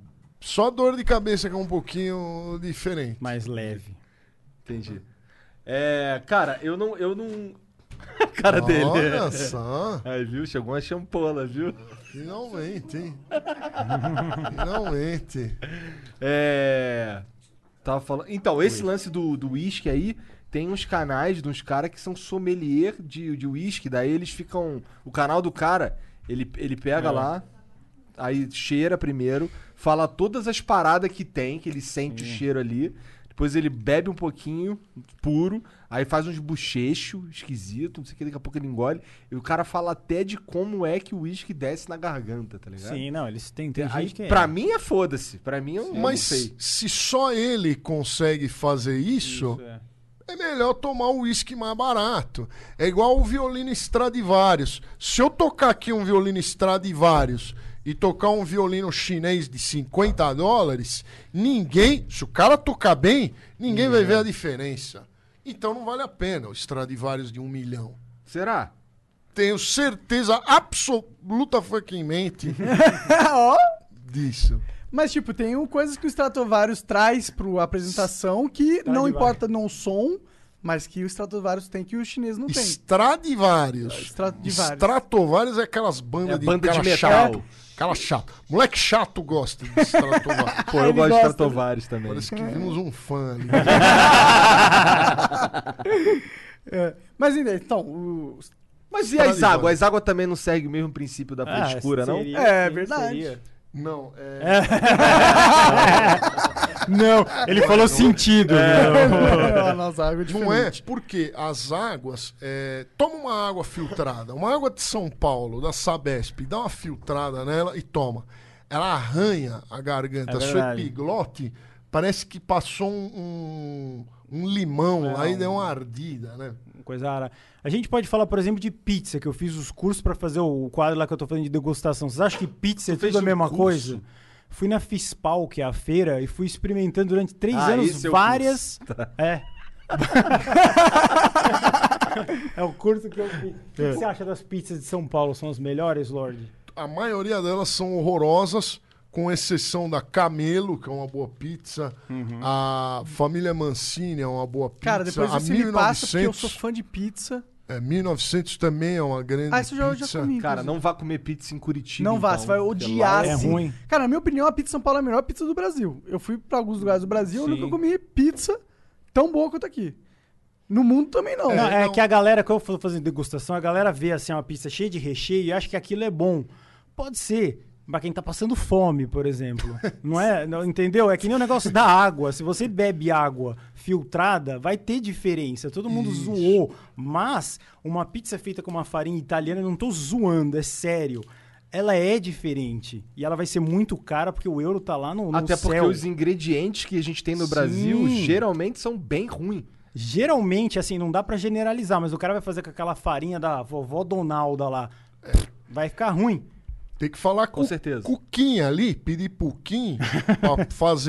[SPEAKER 5] só a dor de cabeça que é um pouquinho diferente.
[SPEAKER 4] Mais leve.
[SPEAKER 2] Entendi. É, cara, eu não. Eu não... A cara
[SPEAKER 5] Olha
[SPEAKER 2] dele.
[SPEAKER 5] só,
[SPEAKER 2] Aí, viu? Chegou uma champola, viu?
[SPEAKER 5] finalmente, hein? finalmente.
[SPEAKER 2] É. Tava falando. Então, esse lance do, do whisky aí, tem uns canais de uns caras que são sommelier de, de whisky. Daí eles ficam. O canal do cara, ele, ele
[SPEAKER 4] É.
[SPEAKER 2] pega lá, aí cheira primeiro, fala todas as paradas que tem, que ele sente o cheiro ali. Depois ele bebe um pouquinho, puro, aí faz uns bochechos esquisito, não sei o que, daqui a pouco ele engole. E o cara fala até de como é que o uísque desce na garganta, tá ligado?
[SPEAKER 4] Sim, não, eles têm, tem
[SPEAKER 2] Aí,
[SPEAKER 4] gente que é.
[SPEAKER 2] pra mim é foda-se. Pra mim eu não
[SPEAKER 5] Mas
[SPEAKER 2] sei.
[SPEAKER 5] se só ele consegue fazer isso,
[SPEAKER 4] é.
[SPEAKER 5] é melhor tomar o uísque mais barato. É igual o violino Stradivarius. Se eu tocar aqui um violino Stradivarius e tocar um violino chinês de 50 dólares, ninguém, se o cara tocar bem, ninguém vai ver a diferença. Então não vale a pena o Stradivarius de um milhão.
[SPEAKER 2] Será?
[SPEAKER 5] Tenho certeza absoluta fucking mente disso.
[SPEAKER 3] Mas, tipo, tem um- coisas que o Stratovarius traz pro apresentação que não importa não o som, mas que o Stratovarius tem que o chinês não tem.
[SPEAKER 5] Stradivarius.
[SPEAKER 3] Stradivarius.
[SPEAKER 5] Stratovarius é aquelas bandas
[SPEAKER 2] É
[SPEAKER 5] de
[SPEAKER 2] banda de
[SPEAKER 5] cara
[SPEAKER 2] metal.
[SPEAKER 5] chato. Cara chato. Moleque chato gosta de Stratovarius.
[SPEAKER 2] Pô, eu
[SPEAKER 3] Ele
[SPEAKER 6] né?
[SPEAKER 2] gosto de
[SPEAKER 3] gosta,
[SPEAKER 2] Stratovarius também.
[SPEAKER 5] Parece que vimos um fã ali.
[SPEAKER 3] É, mas, ainda, então, o...
[SPEAKER 2] Mas e as
[SPEAKER 5] Stratovarius.
[SPEAKER 2] águas? As águas também não seguem o mesmo princípio da
[SPEAKER 4] Ah,
[SPEAKER 2] frescura, não?
[SPEAKER 4] seria,
[SPEAKER 3] É,
[SPEAKER 4] sim,
[SPEAKER 3] verdade.
[SPEAKER 4] seria.
[SPEAKER 5] Não, é.
[SPEAKER 4] Não, ele falou sentido.
[SPEAKER 3] a
[SPEAKER 2] um
[SPEAKER 3] nossa água é
[SPEAKER 5] Não é,
[SPEAKER 3] diferente.
[SPEAKER 5] porque as águas. é, toma uma água filtrada. Uma água de São Paulo, da Sabesp, dá uma filtrada nela e toma. Ela arranha a garganta.
[SPEAKER 4] É
[SPEAKER 5] Sua
[SPEAKER 4] verdade.
[SPEAKER 5] epiglote parece que passou um, um, um limão lá e deu uma ardida, né?
[SPEAKER 4] Coisa rara. A gente pode falar, por exemplo, de pizza, que eu fiz os cursos pra fazer o quadro lá que eu tô fazendo de degustação. Vocês acham que pizza é
[SPEAKER 2] fez
[SPEAKER 4] tudo a
[SPEAKER 2] um
[SPEAKER 4] mesma
[SPEAKER 2] curso?
[SPEAKER 4] coisa? Fui na FISPAL, que é a feira, e fui experimentando durante três
[SPEAKER 2] Ah,
[SPEAKER 4] anos
[SPEAKER 2] esse é o
[SPEAKER 4] várias. É. é o curso que eu fiz. O que
[SPEAKER 2] É.
[SPEAKER 4] você acha das pizzas de São Paulo? São as melhores, Lorde?
[SPEAKER 5] a maioria delas são horrorosas, com exceção da Camelo, que é uma boa pizza,
[SPEAKER 2] Uhum.
[SPEAKER 5] a Família Mancini é uma boa pizza,
[SPEAKER 3] Cara, depois
[SPEAKER 5] a
[SPEAKER 3] você me passa, porque eu sou
[SPEAKER 5] 1900,
[SPEAKER 3] fã de pizza.
[SPEAKER 5] é, 1900 também é uma grande
[SPEAKER 3] Ah, isso eu já, eu já
[SPEAKER 5] pizza.
[SPEAKER 3] comi.
[SPEAKER 2] Cara,
[SPEAKER 3] inclusive.
[SPEAKER 2] não vá comer pizza em Curitiba.
[SPEAKER 3] Não vá,
[SPEAKER 2] então,
[SPEAKER 3] você vai
[SPEAKER 2] porque
[SPEAKER 3] odiar
[SPEAKER 2] lá
[SPEAKER 4] é
[SPEAKER 3] sim.
[SPEAKER 4] ruim.
[SPEAKER 3] Cara, na minha opinião, a pizza de São Paulo é a melhor pizza do Brasil. Eu fui pra alguns lugares do Brasil, eu
[SPEAKER 4] Sim.
[SPEAKER 3] nunca comi pizza tão boa quanto aqui. No mundo também não.
[SPEAKER 4] Não, é
[SPEAKER 5] não.
[SPEAKER 4] que a galera, quando eu tô fazendo degustação, a galera vê assim uma pizza cheia de recheio e acha que aquilo é bom. Pode ser. Pra quem tá passando fome, por exemplo. Não é? Não, entendeu? É que nem o negócio da água. Se você bebe água filtrada, vai ter diferença. Todo mundo zoou. Mas uma pizza feita com uma farinha italiana, eu não tô zoando, é sério. Ela é diferente. E ela vai ser muito cara porque o euro tá lá no, no
[SPEAKER 2] Até porque
[SPEAKER 4] céu.
[SPEAKER 2] os ingredientes que a gente tem no Brasil
[SPEAKER 4] Sim.
[SPEAKER 2] geralmente são bem ruins.
[SPEAKER 4] Geralmente, assim, não dá pra generalizar, mas o cara vai fazer com aquela farinha da vovó Donalda lá. Vai ficar ruim.
[SPEAKER 5] Tem que falar
[SPEAKER 2] Com
[SPEAKER 5] com,
[SPEAKER 2] certeza.
[SPEAKER 5] Cuquinha ali, pedir puquinho, pra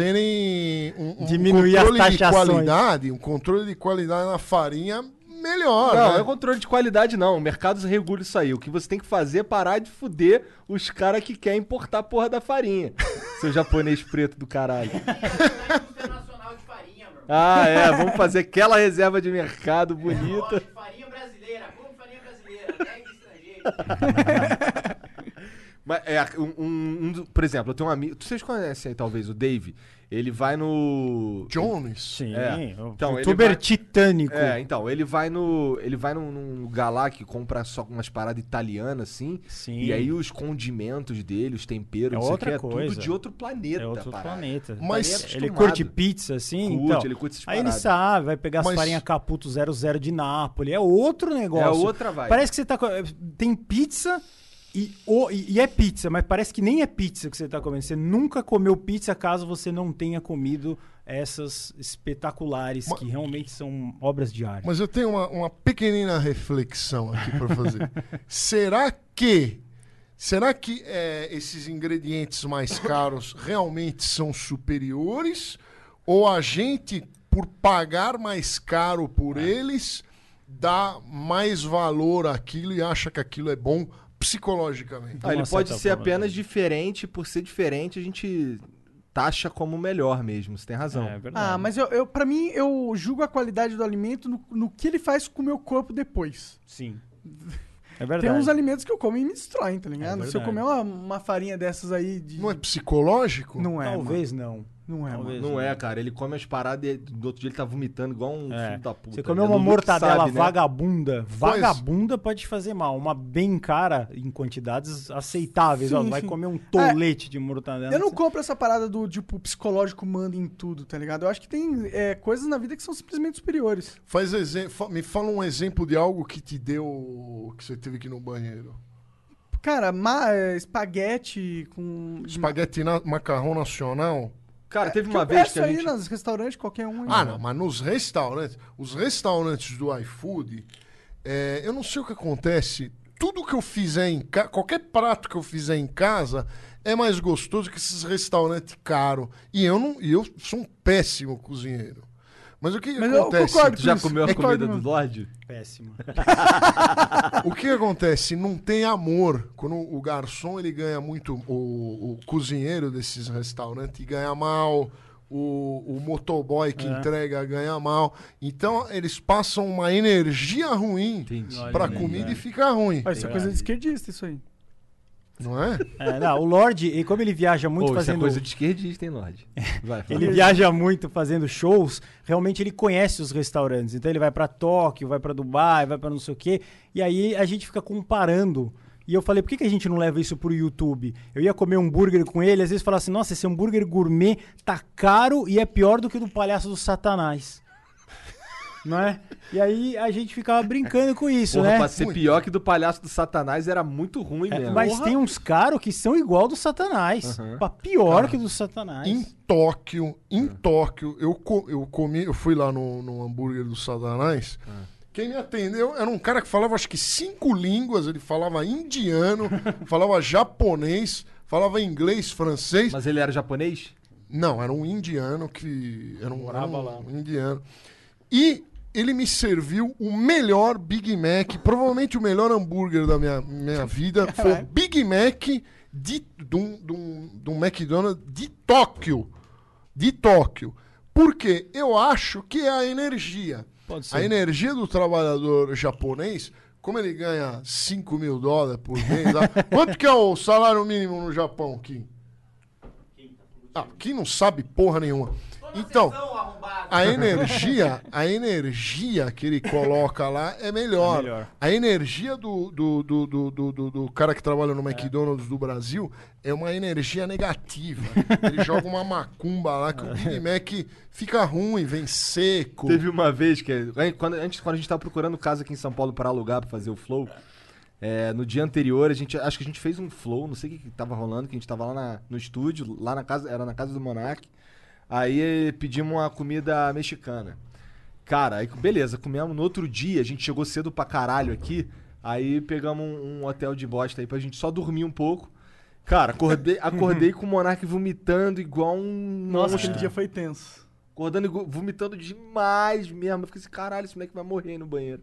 [SPEAKER 5] fazerem um, um
[SPEAKER 4] Diminuir as
[SPEAKER 5] controle de
[SPEAKER 4] taxações.
[SPEAKER 5] qualidade, um controle de qualidade na farinha melhor,
[SPEAKER 2] Não,
[SPEAKER 5] né?
[SPEAKER 2] não é controle de qualidade, não. O mercado regula isso aí. O que você tem que fazer é parar de fuder os caras que querem importar a porra da farinha. Seu japonês preto do caralho.
[SPEAKER 9] Internacional de farinha, meu irmão.
[SPEAKER 2] Ah, é. Vamos fazer aquela reserva de mercado bonita.
[SPEAKER 9] Lógico, farinha brasileira, como farinha brasileira, nega estrangeira.
[SPEAKER 2] Mas é um, um- um do- por exemplo, eu tenho um amigo. Vocês conhecem aí, talvez, o Dave. Ele vai no.
[SPEAKER 5] Jones.
[SPEAKER 4] Sim.
[SPEAKER 2] É.
[SPEAKER 4] o
[SPEAKER 2] Então, ele
[SPEAKER 4] youtuber
[SPEAKER 2] vai-
[SPEAKER 4] titânico.
[SPEAKER 2] É, então, ele vai no. Ele vai num, num lugar lá que compra só umas paradas italianas, assim.
[SPEAKER 4] Sim.
[SPEAKER 2] E aí os condimentos dele, os temperos,
[SPEAKER 4] É
[SPEAKER 2] não sei o
[SPEAKER 4] outra
[SPEAKER 2] quê, é
[SPEAKER 4] coisa.
[SPEAKER 2] tudo de outro planeta,
[SPEAKER 4] é outro
[SPEAKER 2] parada.
[SPEAKER 4] planeta.
[SPEAKER 5] Mas-
[SPEAKER 2] Tá nem
[SPEAKER 4] ele
[SPEAKER 2] acostumado.
[SPEAKER 4] curte pizza, assim.
[SPEAKER 2] Curte,
[SPEAKER 4] então.
[SPEAKER 2] ele curte essas
[SPEAKER 4] Aí ele
[SPEAKER 2] paradas.
[SPEAKER 4] sabe, vai pegar as
[SPEAKER 5] Mas-
[SPEAKER 4] farinhas Caputo 00 de Nápoles. É outro negócio.
[SPEAKER 2] É outra vibe.
[SPEAKER 4] Parece que você tá. co- Tem pizza. E, o- e- e é pizza, mas parece que nem é pizza que você tá comendo. Você nunca comeu pizza caso você não tenha comido essas espetaculares
[SPEAKER 5] Ma-
[SPEAKER 4] que realmente são obras de arte.
[SPEAKER 5] Mas eu tenho uma, uma pequenina reflexão aqui para fazer. será que será que é, esses ingredientes mais caros realmente são superiores ou a gente por pagar mais caro por eles dá mais valor àquilo e acha que aquilo é bom psicologicamente?
[SPEAKER 2] Ah, ele
[SPEAKER 4] Uma
[SPEAKER 2] pode
[SPEAKER 4] certa
[SPEAKER 2] ser
[SPEAKER 4] forma,
[SPEAKER 2] apenas
[SPEAKER 4] né?
[SPEAKER 2] diferente, por ser diferente, a gente taxa como melhor mesmo, você tem razão.
[SPEAKER 4] É verdade.
[SPEAKER 3] Ah, mas eu, eu, pra mim, eu julgo a qualidade do alimento no, no que ele faz com o meu corpo depois.
[SPEAKER 4] Sim. É verdade. É
[SPEAKER 3] Tem uns alimentos que eu como e me destroem, tá ligado? Se eu
[SPEAKER 4] verdade.
[SPEAKER 3] comer uma, uma farinha dessas aí de.
[SPEAKER 5] Não é psicológico?
[SPEAKER 3] Não é,
[SPEAKER 4] Talvez não.
[SPEAKER 3] mano. Não é, mano.
[SPEAKER 4] Talvez
[SPEAKER 2] Não é, cara. Ele come as paradas e do outro dia ele tá vomitando igual um
[SPEAKER 4] né? É.
[SPEAKER 2] filho da puta.
[SPEAKER 4] Você comeu
[SPEAKER 2] É
[SPEAKER 4] uma
[SPEAKER 2] Lulu que
[SPEAKER 4] mortadela
[SPEAKER 2] sabe, né?
[SPEAKER 4] vagabunda. Vagabunda pode te fazer mal. Uma bem cara em quantidades aceitáveis.
[SPEAKER 3] Sim,
[SPEAKER 4] ó, vai
[SPEAKER 3] sim.
[SPEAKER 4] comer
[SPEAKER 2] É.
[SPEAKER 4] um tolete de mortadela.
[SPEAKER 3] Eu não compro essa parada do tipo psicológico manda em tudo, tá ligado? Eu acho que tem é, coisas na vida que são simplesmente superiores.
[SPEAKER 5] Faz exe- fa- me fala um exemplo de algo que te deu que você teve que ir no banheiro.
[SPEAKER 3] Cara, ma- é, espaguete com.
[SPEAKER 5] Espaguete na- macarrão nacional?
[SPEAKER 2] Cara, teve uma
[SPEAKER 3] eu
[SPEAKER 2] vez
[SPEAKER 3] peço
[SPEAKER 2] que a
[SPEAKER 3] aí
[SPEAKER 4] né?
[SPEAKER 2] gente.
[SPEAKER 3] nos restaurantes, qualquer um. aí.
[SPEAKER 5] Ah, não, mas nos restaurantes, os restaurantes do iFood, é, eu não sei o que acontece. Tudo que eu fizer em casa, qualquer prato que eu fizer em casa é mais gostoso que esses restaurantes caros. E eu não, e eu sou um péssimo cozinheiro. Mas o que, que
[SPEAKER 3] Mas eu
[SPEAKER 5] acontece?
[SPEAKER 3] concordo.
[SPEAKER 2] Tu já comeu a
[SPEAKER 5] É
[SPEAKER 2] comida
[SPEAKER 3] claro,
[SPEAKER 2] do Lorde?
[SPEAKER 4] é Péssima.
[SPEAKER 5] O que acontece? Não tem amor. Quando o garçom ele ganha muito, o, o cozinheiro desses restaurantes ganha mal, o, o motoboy que entrega ganha mal. Então eles passam uma energia ruim
[SPEAKER 2] Entendi.
[SPEAKER 5] pra comida e fica ruim,
[SPEAKER 3] Ah, isso é coisa de esquerdista, isso aí.
[SPEAKER 5] não é?
[SPEAKER 4] É, não, o Lorde, e como ele viaja muito
[SPEAKER 2] Pô, isso é
[SPEAKER 4] fazendo.
[SPEAKER 2] coisa de esquerdista, hein, Lorde? Vai, fala.
[SPEAKER 4] Ele é viaja muito fazendo shows, realmente ele conhece os restaurantes. Então ele vai pra Tóquio, vai pra Dubai, vai pra não sei o quê. E aí a gente fica comparando. E eu falei, por que, que a gente não leva isso pro YouTube? Eu ia comer um hambúrguer com ele, às vezes falava assim, nossa, esse hambúrguer gourmet tá caro e é pior do que o do palhaço do satanás. não é? E aí a gente ficava brincando com isso,
[SPEAKER 2] Porra,
[SPEAKER 4] né?
[SPEAKER 2] pra ser pior que do palhaço do satanás era muito ruim
[SPEAKER 4] É,
[SPEAKER 2] mesmo.
[SPEAKER 4] mas
[SPEAKER 2] Porra.
[SPEAKER 4] tem uns caros que são igual do satanás. Pra pior que do satanás.
[SPEAKER 5] Em Tóquio, em Tóquio, eu, co- eu comi, eu fui lá no, no hambúrguer do Satanás. Quem me atendeu era um cara que falava acho que cinco línguas, ele falava indiano, falava japonês, falava inglês, francês.
[SPEAKER 2] Mas ele era japonês?
[SPEAKER 5] Não, era um indiano que. Era um, era
[SPEAKER 4] Morava
[SPEAKER 5] um
[SPEAKER 4] lá.
[SPEAKER 5] indiano. E ele me serviu o melhor Big Mac, provavelmente o melhor hambúrguer da minha, minha vida. Foi o Big Mac de, de, um, de, um, de um McDonald's de Tóquio. De Tóquio. Porque eu acho que é a energia.
[SPEAKER 4] Pode ser.
[SPEAKER 5] A energia do trabalhador japonês, como ele ganha 5 mil dólares por mês. lá- quanto que é o salário mínimo no Japão, Kim? Ah, quem não sabe porra nenhuma. Então, a energia, a energia que ele coloca lá é melhor.
[SPEAKER 4] É melhor.
[SPEAKER 5] A energia do, do, do, do, do- do- do cara que trabalha no McDonald's do Brasil é uma energia negativa. Ele joga uma macumba lá que
[SPEAKER 4] É.
[SPEAKER 5] o Big Mac fica ruim, vem seco.
[SPEAKER 2] Teve uma vez que. an- Quando, antes, quando a gente tava procurando casa aqui em São Paulo pra alugar, pra fazer o flow, é, no dia anterior, a gente. Acho que a gente fez um flow, não sei o que, que tava rolando, que a gente tava lá na- no estúdio, lá na casa, era na casa do Monark. Aí eh, pedimos uma comida mexicana. Cara, aí beleza, comemos no outro dia, a gente chegou cedo pra caralho aqui. Aí pegamos um, um hotel de bosta aí pra gente só dormir um pouco. Cara, acordei, acordei com o Monark vomitando igual um
[SPEAKER 3] Nossa, aquele dia foi tenso.
[SPEAKER 2] Acordando e gu- vomitando demais mesmo. Eu fiquei assim, caralho, esse moleque vai morrer aí no banheiro.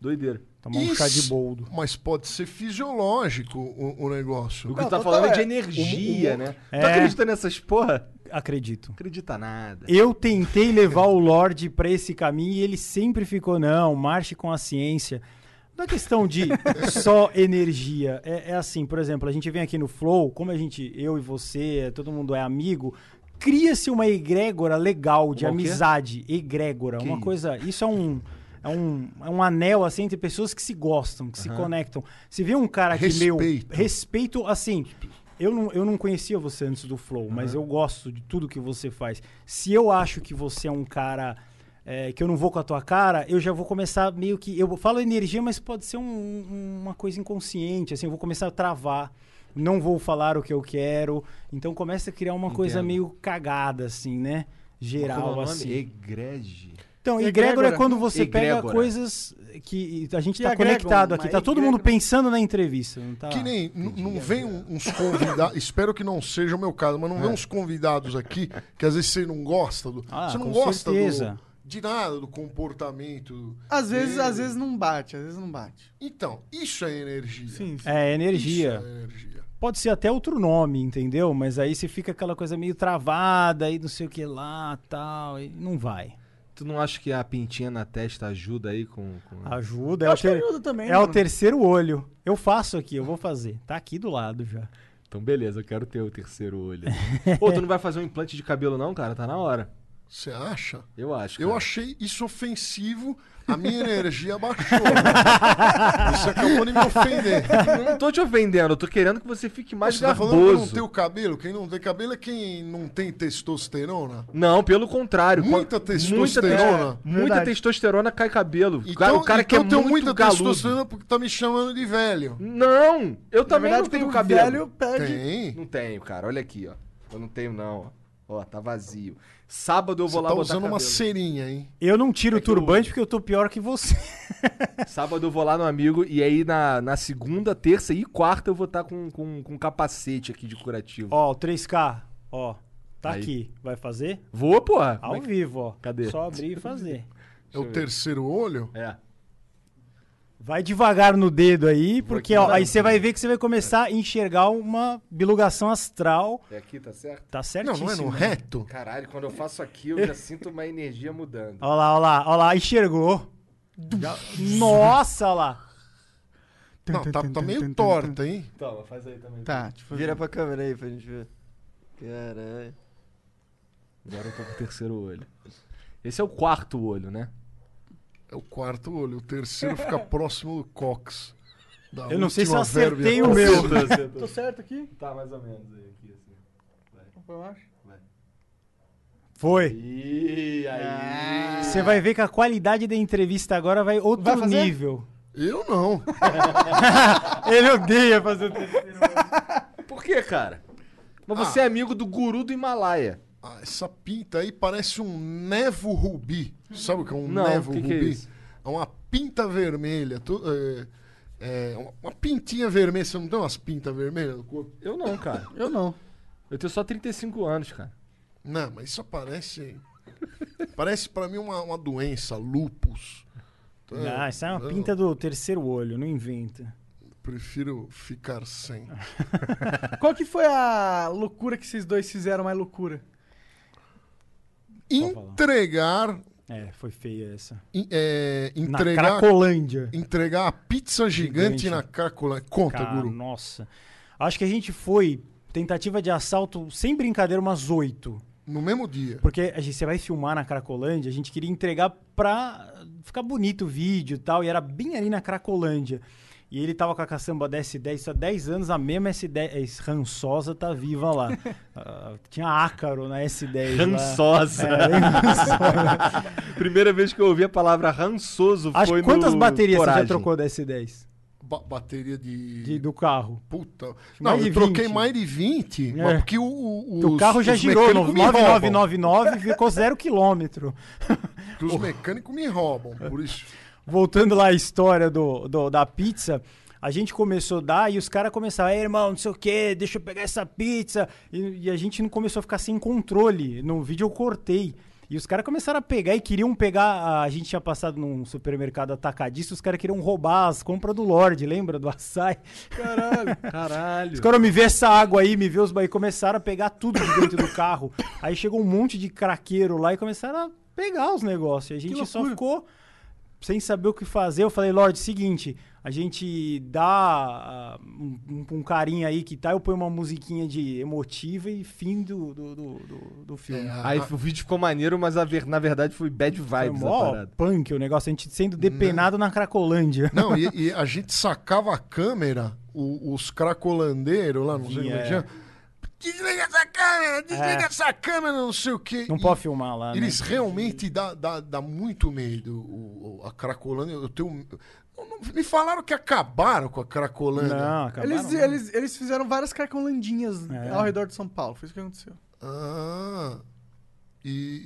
[SPEAKER 2] Doideira.
[SPEAKER 4] Tomar um chá de
[SPEAKER 5] Isso.
[SPEAKER 4] boldo.
[SPEAKER 5] Mas pode ser fisiológico o, o
[SPEAKER 2] O
[SPEAKER 5] negócio.
[SPEAKER 2] que tu tá
[SPEAKER 3] total,
[SPEAKER 2] falando é de
[SPEAKER 3] é.
[SPEAKER 2] energia, né? Tu
[SPEAKER 4] É.
[SPEAKER 2] acredita nessas porra?
[SPEAKER 4] Acredito.
[SPEAKER 2] Acredita nada.
[SPEAKER 4] Eu tentei levar o Lorde pra esse caminho e ele sempre ficou, não, marche com a ciência. Não é questão de só energia. É, é assim, por exemplo, a gente vem aqui no Flow, como a gente, eu e você, todo mundo é amigo, cria-se uma egrégora legal de
[SPEAKER 2] Uma o quê?
[SPEAKER 4] amizade. Egrégora. uma
[SPEAKER 2] isso?
[SPEAKER 4] coisa. Isso é um. É um, é um anel, assim, entre pessoas que se gostam, que se conectam. Se vê um cara que meio...
[SPEAKER 5] Respeito.
[SPEAKER 4] Respeito, assim... Eu não, eu não conhecia você antes do Flow, mas eu gosto de tudo que você faz. Se eu acho que você é um cara é, que eu não vou com a tua cara, eu já vou começar meio que... Eu falo energia, mas pode ser um- um- uma coisa inconsciente, assim. Eu vou começar a travar. Não vou falar o que eu quero. Então começa a criar uma coisa
[SPEAKER 2] Entendo.
[SPEAKER 4] meio cagada, assim, né?
[SPEAKER 2] Como é o
[SPEAKER 4] Geral,
[SPEAKER 2] nome?
[SPEAKER 4] assim.
[SPEAKER 2] Egrege.
[SPEAKER 4] Então,
[SPEAKER 3] Egrégora.
[SPEAKER 4] egrégora é quando você pega
[SPEAKER 2] Egrégora.
[SPEAKER 4] coisas que a gente
[SPEAKER 3] Que
[SPEAKER 4] tá
[SPEAKER 3] agregam,
[SPEAKER 4] conectado aqui.
[SPEAKER 3] mas
[SPEAKER 4] Tá todo mundo
[SPEAKER 3] egrégora-
[SPEAKER 4] pensando na entrevista, não tá?
[SPEAKER 5] Que nem, n- não vem um- uns convidados, espero que não seja o meu caso, mas não vem uns convidados aqui que às vezes você não gosta do.
[SPEAKER 4] Ah,
[SPEAKER 5] você não
[SPEAKER 4] com
[SPEAKER 5] gosta do-
[SPEAKER 4] certeza.
[SPEAKER 5] de nada do comportamento.
[SPEAKER 3] Às vezes,
[SPEAKER 5] dele.
[SPEAKER 3] às vezes não bate, às vezes não bate.
[SPEAKER 5] Então, isso é energia.
[SPEAKER 3] Sim, sim.
[SPEAKER 4] É,
[SPEAKER 5] Isso
[SPEAKER 4] energia.
[SPEAKER 5] é energia.
[SPEAKER 4] Pode ser até outro nome, entendeu? Mas aí você fica aquela coisa meio travada e não sei o que lá, tal, e não vai.
[SPEAKER 2] Tu não acha que a pintinha na testa ajuda aí com. com-
[SPEAKER 4] Ajuda,
[SPEAKER 3] Eu
[SPEAKER 4] é, o,
[SPEAKER 3] acho que
[SPEAKER 4] ter-
[SPEAKER 3] ajuda também.
[SPEAKER 4] é o
[SPEAKER 3] mano.
[SPEAKER 4] terceiro olho. Eu faço aqui, eu vou fazer. Tá aqui do lado já.
[SPEAKER 2] Então, beleza, eu quero ter o terceiro olho. Pô, tu não vai fazer um implante de cabelo, não, cara? Tá na hora.
[SPEAKER 5] Você acha?
[SPEAKER 2] Eu acho. é.
[SPEAKER 5] Eu
[SPEAKER 2] cara.
[SPEAKER 5] achei isso ofensivo, a minha energia baixou. Você acabou de me ofender.
[SPEAKER 2] Não tô te ofendendo, eu tô querendo que você fique mais
[SPEAKER 5] Você tá falando que eu não
[SPEAKER 2] garboso.
[SPEAKER 5] tenho cabelo? Quem não tem cabelo é quem não tem testosterona.
[SPEAKER 2] Não, pelo contrário.
[SPEAKER 5] Muita
[SPEAKER 2] Qua-
[SPEAKER 5] testosterona.
[SPEAKER 2] Muita, É, muita
[SPEAKER 4] Verdade.
[SPEAKER 2] testosterona cai cabelo. O cara-
[SPEAKER 5] Então,
[SPEAKER 2] o cara
[SPEAKER 5] então
[SPEAKER 2] quer
[SPEAKER 5] eu tenho
[SPEAKER 2] muito
[SPEAKER 5] muita
[SPEAKER 2] galudo.
[SPEAKER 5] testosterona porque tá me chamando de velho.
[SPEAKER 2] Não, eu
[SPEAKER 3] Na
[SPEAKER 2] também
[SPEAKER 3] verdade,
[SPEAKER 2] não tenho
[SPEAKER 3] quando o
[SPEAKER 2] cabelo.
[SPEAKER 3] velho perde.
[SPEAKER 5] Tem.
[SPEAKER 2] Não tenho, cara. Olha aqui, ó. Eu não tenho, não. Ó, Ó, tá vazio. Sábado eu vou
[SPEAKER 5] Você
[SPEAKER 2] lá
[SPEAKER 5] tá
[SPEAKER 2] botar
[SPEAKER 5] usando
[SPEAKER 2] cabelo.
[SPEAKER 5] uma cerinha, hein?
[SPEAKER 4] Eu não tiro
[SPEAKER 2] É
[SPEAKER 4] o
[SPEAKER 2] que eu-
[SPEAKER 4] turbante porque eu tô pior que você.
[SPEAKER 2] Sábado eu vou lá no amigo e aí na, na segunda, terça e quarta eu vou estar com, com, com um capacete aqui de curativo.
[SPEAKER 4] Ó, o 3K, ó, tá
[SPEAKER 2] Aí.
[SPEAKER 4] aqui. Vai fazer?
[SPEAKER 2] Vou, porra. Como
[SPEAKER 4] Ao
[SPEAKER 2] é que-
[SPEAKER 4] vivo, ó.
[SPEAKER 2] Cadê?
[SPEAKER 4] Só abrir e fazer.
[SPEAKER 5] É o terceiro olho?
[SPEAKER 2] É.
[SPEAKER 4] Vai devagar no dedo aí, porque ó,
[SPEAKER 2] aqui,
[SPEAKER 4] aí
[SPEAKER 2] né?
[SPEAKER 4] você vai ver que você vai começar a enxergar uma bilugação astral.
[SPEAKER 2] É aqui, tá certo?
[SPEAKER 4] Tá
[SPEAKER 5] Não,
[SPEAKER 4] certíssimo.
[SPEAKER 5] não é no
[SPEAKER 4] né?
[SPEAKER 5] reto?
[SPEAKER 2] Caralho, quando eu faço aqui eu já sinto uma energia mudando.
[SPEAKER 4] Olha lá, olha lá, olha lá, enxergou. Já- Nossa, olha lá.
[SPEAKER 5] Não, tá, tá meio torta, hein?
[SPEAKER 2] Toma, faz aí também.
[SPEAKER 3] Tá, tipo,
[SPEAKER 6] Vira pra câmera aí pra gente ver. Caralho.
[SPEAKER 2] Agora eu tô com o terceiro olho. Esse é o quarto olho, né?
[SPEAKER 5] É o quarto olho. O terceiro fica próximo do cox. Da
[SPEAKER 4] Eu não sei se eu
[SPEAKER 5] última vérbia
[SPEAKER 4] acertei o meu.
[SPEAKER 3] tô certo aqui?
[SPEAKER 2] Tá mais ou menos aí, aqui assim.
[SPEAKER 4] Foi.
[SPEAKER 2] Ih, aí.
[SPEAKER 4] Você vai ver que a qualidade da entrevista agora vai outro
[SPEAKER 3] Vai fazer?
[SPEAKER 4] nível.
[SPEAKER 5] Eu não.
[SPEAKER 4] Ele odeia fazer o terceiro.
[SPEAKER 2] Por que, cara? Mas você é amigo do guru do Himalaia.
[SPEAKER 5] Ah, essa pinta aí parece um nevo rubi. Sabe o que é um
[SPEAKER 2] Não,
[SPEAKER 5] nevo
[SPEAKER 2] o que que
[SPEAKER 5] rubi?
[SPEAKER 2] é isso?
[SPEAKER 5] É uma pinta vermelha. Tu- é, é, uma- uma pintinha vermelha. Você não tem umas pintas vermelhas no corpo?
[SPEAKER 2] Eu não, cara.
[SPEAKER 3] Eu não.
[SPEAKER 2] Eu tenho só 35 anos, cara.
[SPEAKER 5] Não, mas isso parece. Parece pra mim uma, uma doença, lupus. Então,
[SPEAKER 4] Ah, isso é uma
[SPEAKER 5] eu
[SPEAKER 4] pinta do terceiro olho, não inventa.
[SPEAKER 5] Prefiro ficar sem.
[SPEAKER 2] Ah,
[SPEAKER 3] Qual que foi a loucura que vocês dois fizeram mais loucura?
[SPEAKER 4] Pode falar.
[SPEAKER 5] Entregar.
[SPEAKER 4] É, foi feia essa.
[SPEAKER 5] en- é,
[SPEAKER 4] Na
[SPEAKER 5] entregar,
[SPEAKER 4] Cracolândia.
[SPEAKER 5] entregar a pizza gigante,
[SPEAKER 4] Gigante.
[SPEAKER 5] na Cracolândia. Conta,
[SPEAKER 4] Cara,
[SPEAKER 5] guru.
[SPEAKER 4] Nossa. Acho que a gente foi, tentativa de assalto, sem brincadeira, umas oito.
[SPEAKER 5] No mesmo dia.
[SPEAKER 4] Porque a gente, você vai filmar na Cracolândia, a gente queria entregar pra ficar bonito o vídeo e tal, e era bem ali na Cracolândia. E ele tava com a caçamba da S10 há 10 tá anos, a mesma S10 rançosa tá viva lá. Ah, tinha ácaro na S10. lá.
[SPEAKER 2] Rançosa.
[SPEAKER 4] É, bem rançosa.
[SPEAKER 2] Primeira vez que eu ouvi a palavra rançoso
[SPEAKER 4] Acho
[SPEAKER 2] foi
[SPEAKER 4] que quantas
[SPEAKER 2] no
[SPEAKER 4] baterias você
[SPEAKER 2] Coragem.
[SPEAKER 4] já trocou da S10?
[SPEAKER 5] Ba- bateria de.
[SPEAKER 4] De- do carro?
[SPEAKER 5] Puta. Não,
[SPEAKER 4] mais
[SPEAKER 5] eu
[SPEAKER 4] de
[SPEAKER 5] troquei
[SPEAKER 4] 20.
[SPEAKER 5] mais de 20,
[SPEAKER 4] É.
[SPEAKER 5] mas porque o. o
[SPEAKER 4] o
[SPEAKER 5] os-
[SPEAKER 4] carro já
[SPEAKER 5] os
[SPEAKER 4] girou,
[SPEAKER 5] mecânicos
[SPEAKER 4] no-
[SPEAKER 5] me roubam.
[SPEAKER 4] 9999 ficou zero quilômetro.
[SPEAKER 5] Porque os mecânicos me roubam, por isso.
[SPEAKER 4] voltando lá à história do, do- da pizza, a gente começou a dar e os caras começaram, "Ei, irmão, não sei o que, deixa eu pegar essa pizza. E, e a gente não começou a ficar sem controle. No vídeo eu cortei. E os caras começaram a pegar e queriam pegar. A gente tinha passado num supermercado atacadista, os caras queriam roubar as compras do Lorde, lembra? Do açaí.
[SPEAKER 2] Caralho.
[SPEAKER 4] Os caras me vê essa água aí, me vê os ba- e começaram a pegar tudo de dentro do carro. Aí chegou um monte de craqueiro lá e começaram a pegar os negócios. E A gente só ficou sem saber o que fazer. Eu falei, Lorde, seguinte, a gente dá ah, um, um- um carinho aí que tá, eu ponho uma musiquinha de emotiva e fim do, do, do, do- do
[SPEAKER 5] É,
[SPEAKER 4] filme.
[SPEAKER 2] Aí o vídeo ficou maneiro, mas a ver- na verdade foi bad
[SPEAKER 4] Foi
[SPEAKER 2] vibes a
[SPEAKER 4] mó
[SPEAKER 2] parada.
[SPEAKER 4] punk o negócio, a gente sendo depenado na Cracolândia.
[SPEAKER 5] Não, e, e a gente sacava a câmera, o- os cracolandeiros lá, não sei como é que
[SPEAKER 4] Yeah.
[SPEAKER 5] chama. Desliga essa câmera, desliga essa câmera, não sei o quê.
[SPEAKER 4] É. Não
[SPEAKER 5] E
[SPEAKER 4] pode filmar lá, né?
[SPEAKER 5] Eles realmente dá, dá, dá muito medo, o- o- a Cracolândia. Eu tenho. não- não- Me falaram que acabaram com a Cracolândia.
[SPEAKER 4] Não, acabaram. né?
[SPEAKER 3] Eles, eles, eles fizeram várias carcolandinhas
[SPEAKER 4] É.
[SPEAKER 3] ao redor de São Paulo. Foi isso que aconteceu.
[SPEAKER 5] Ah, e,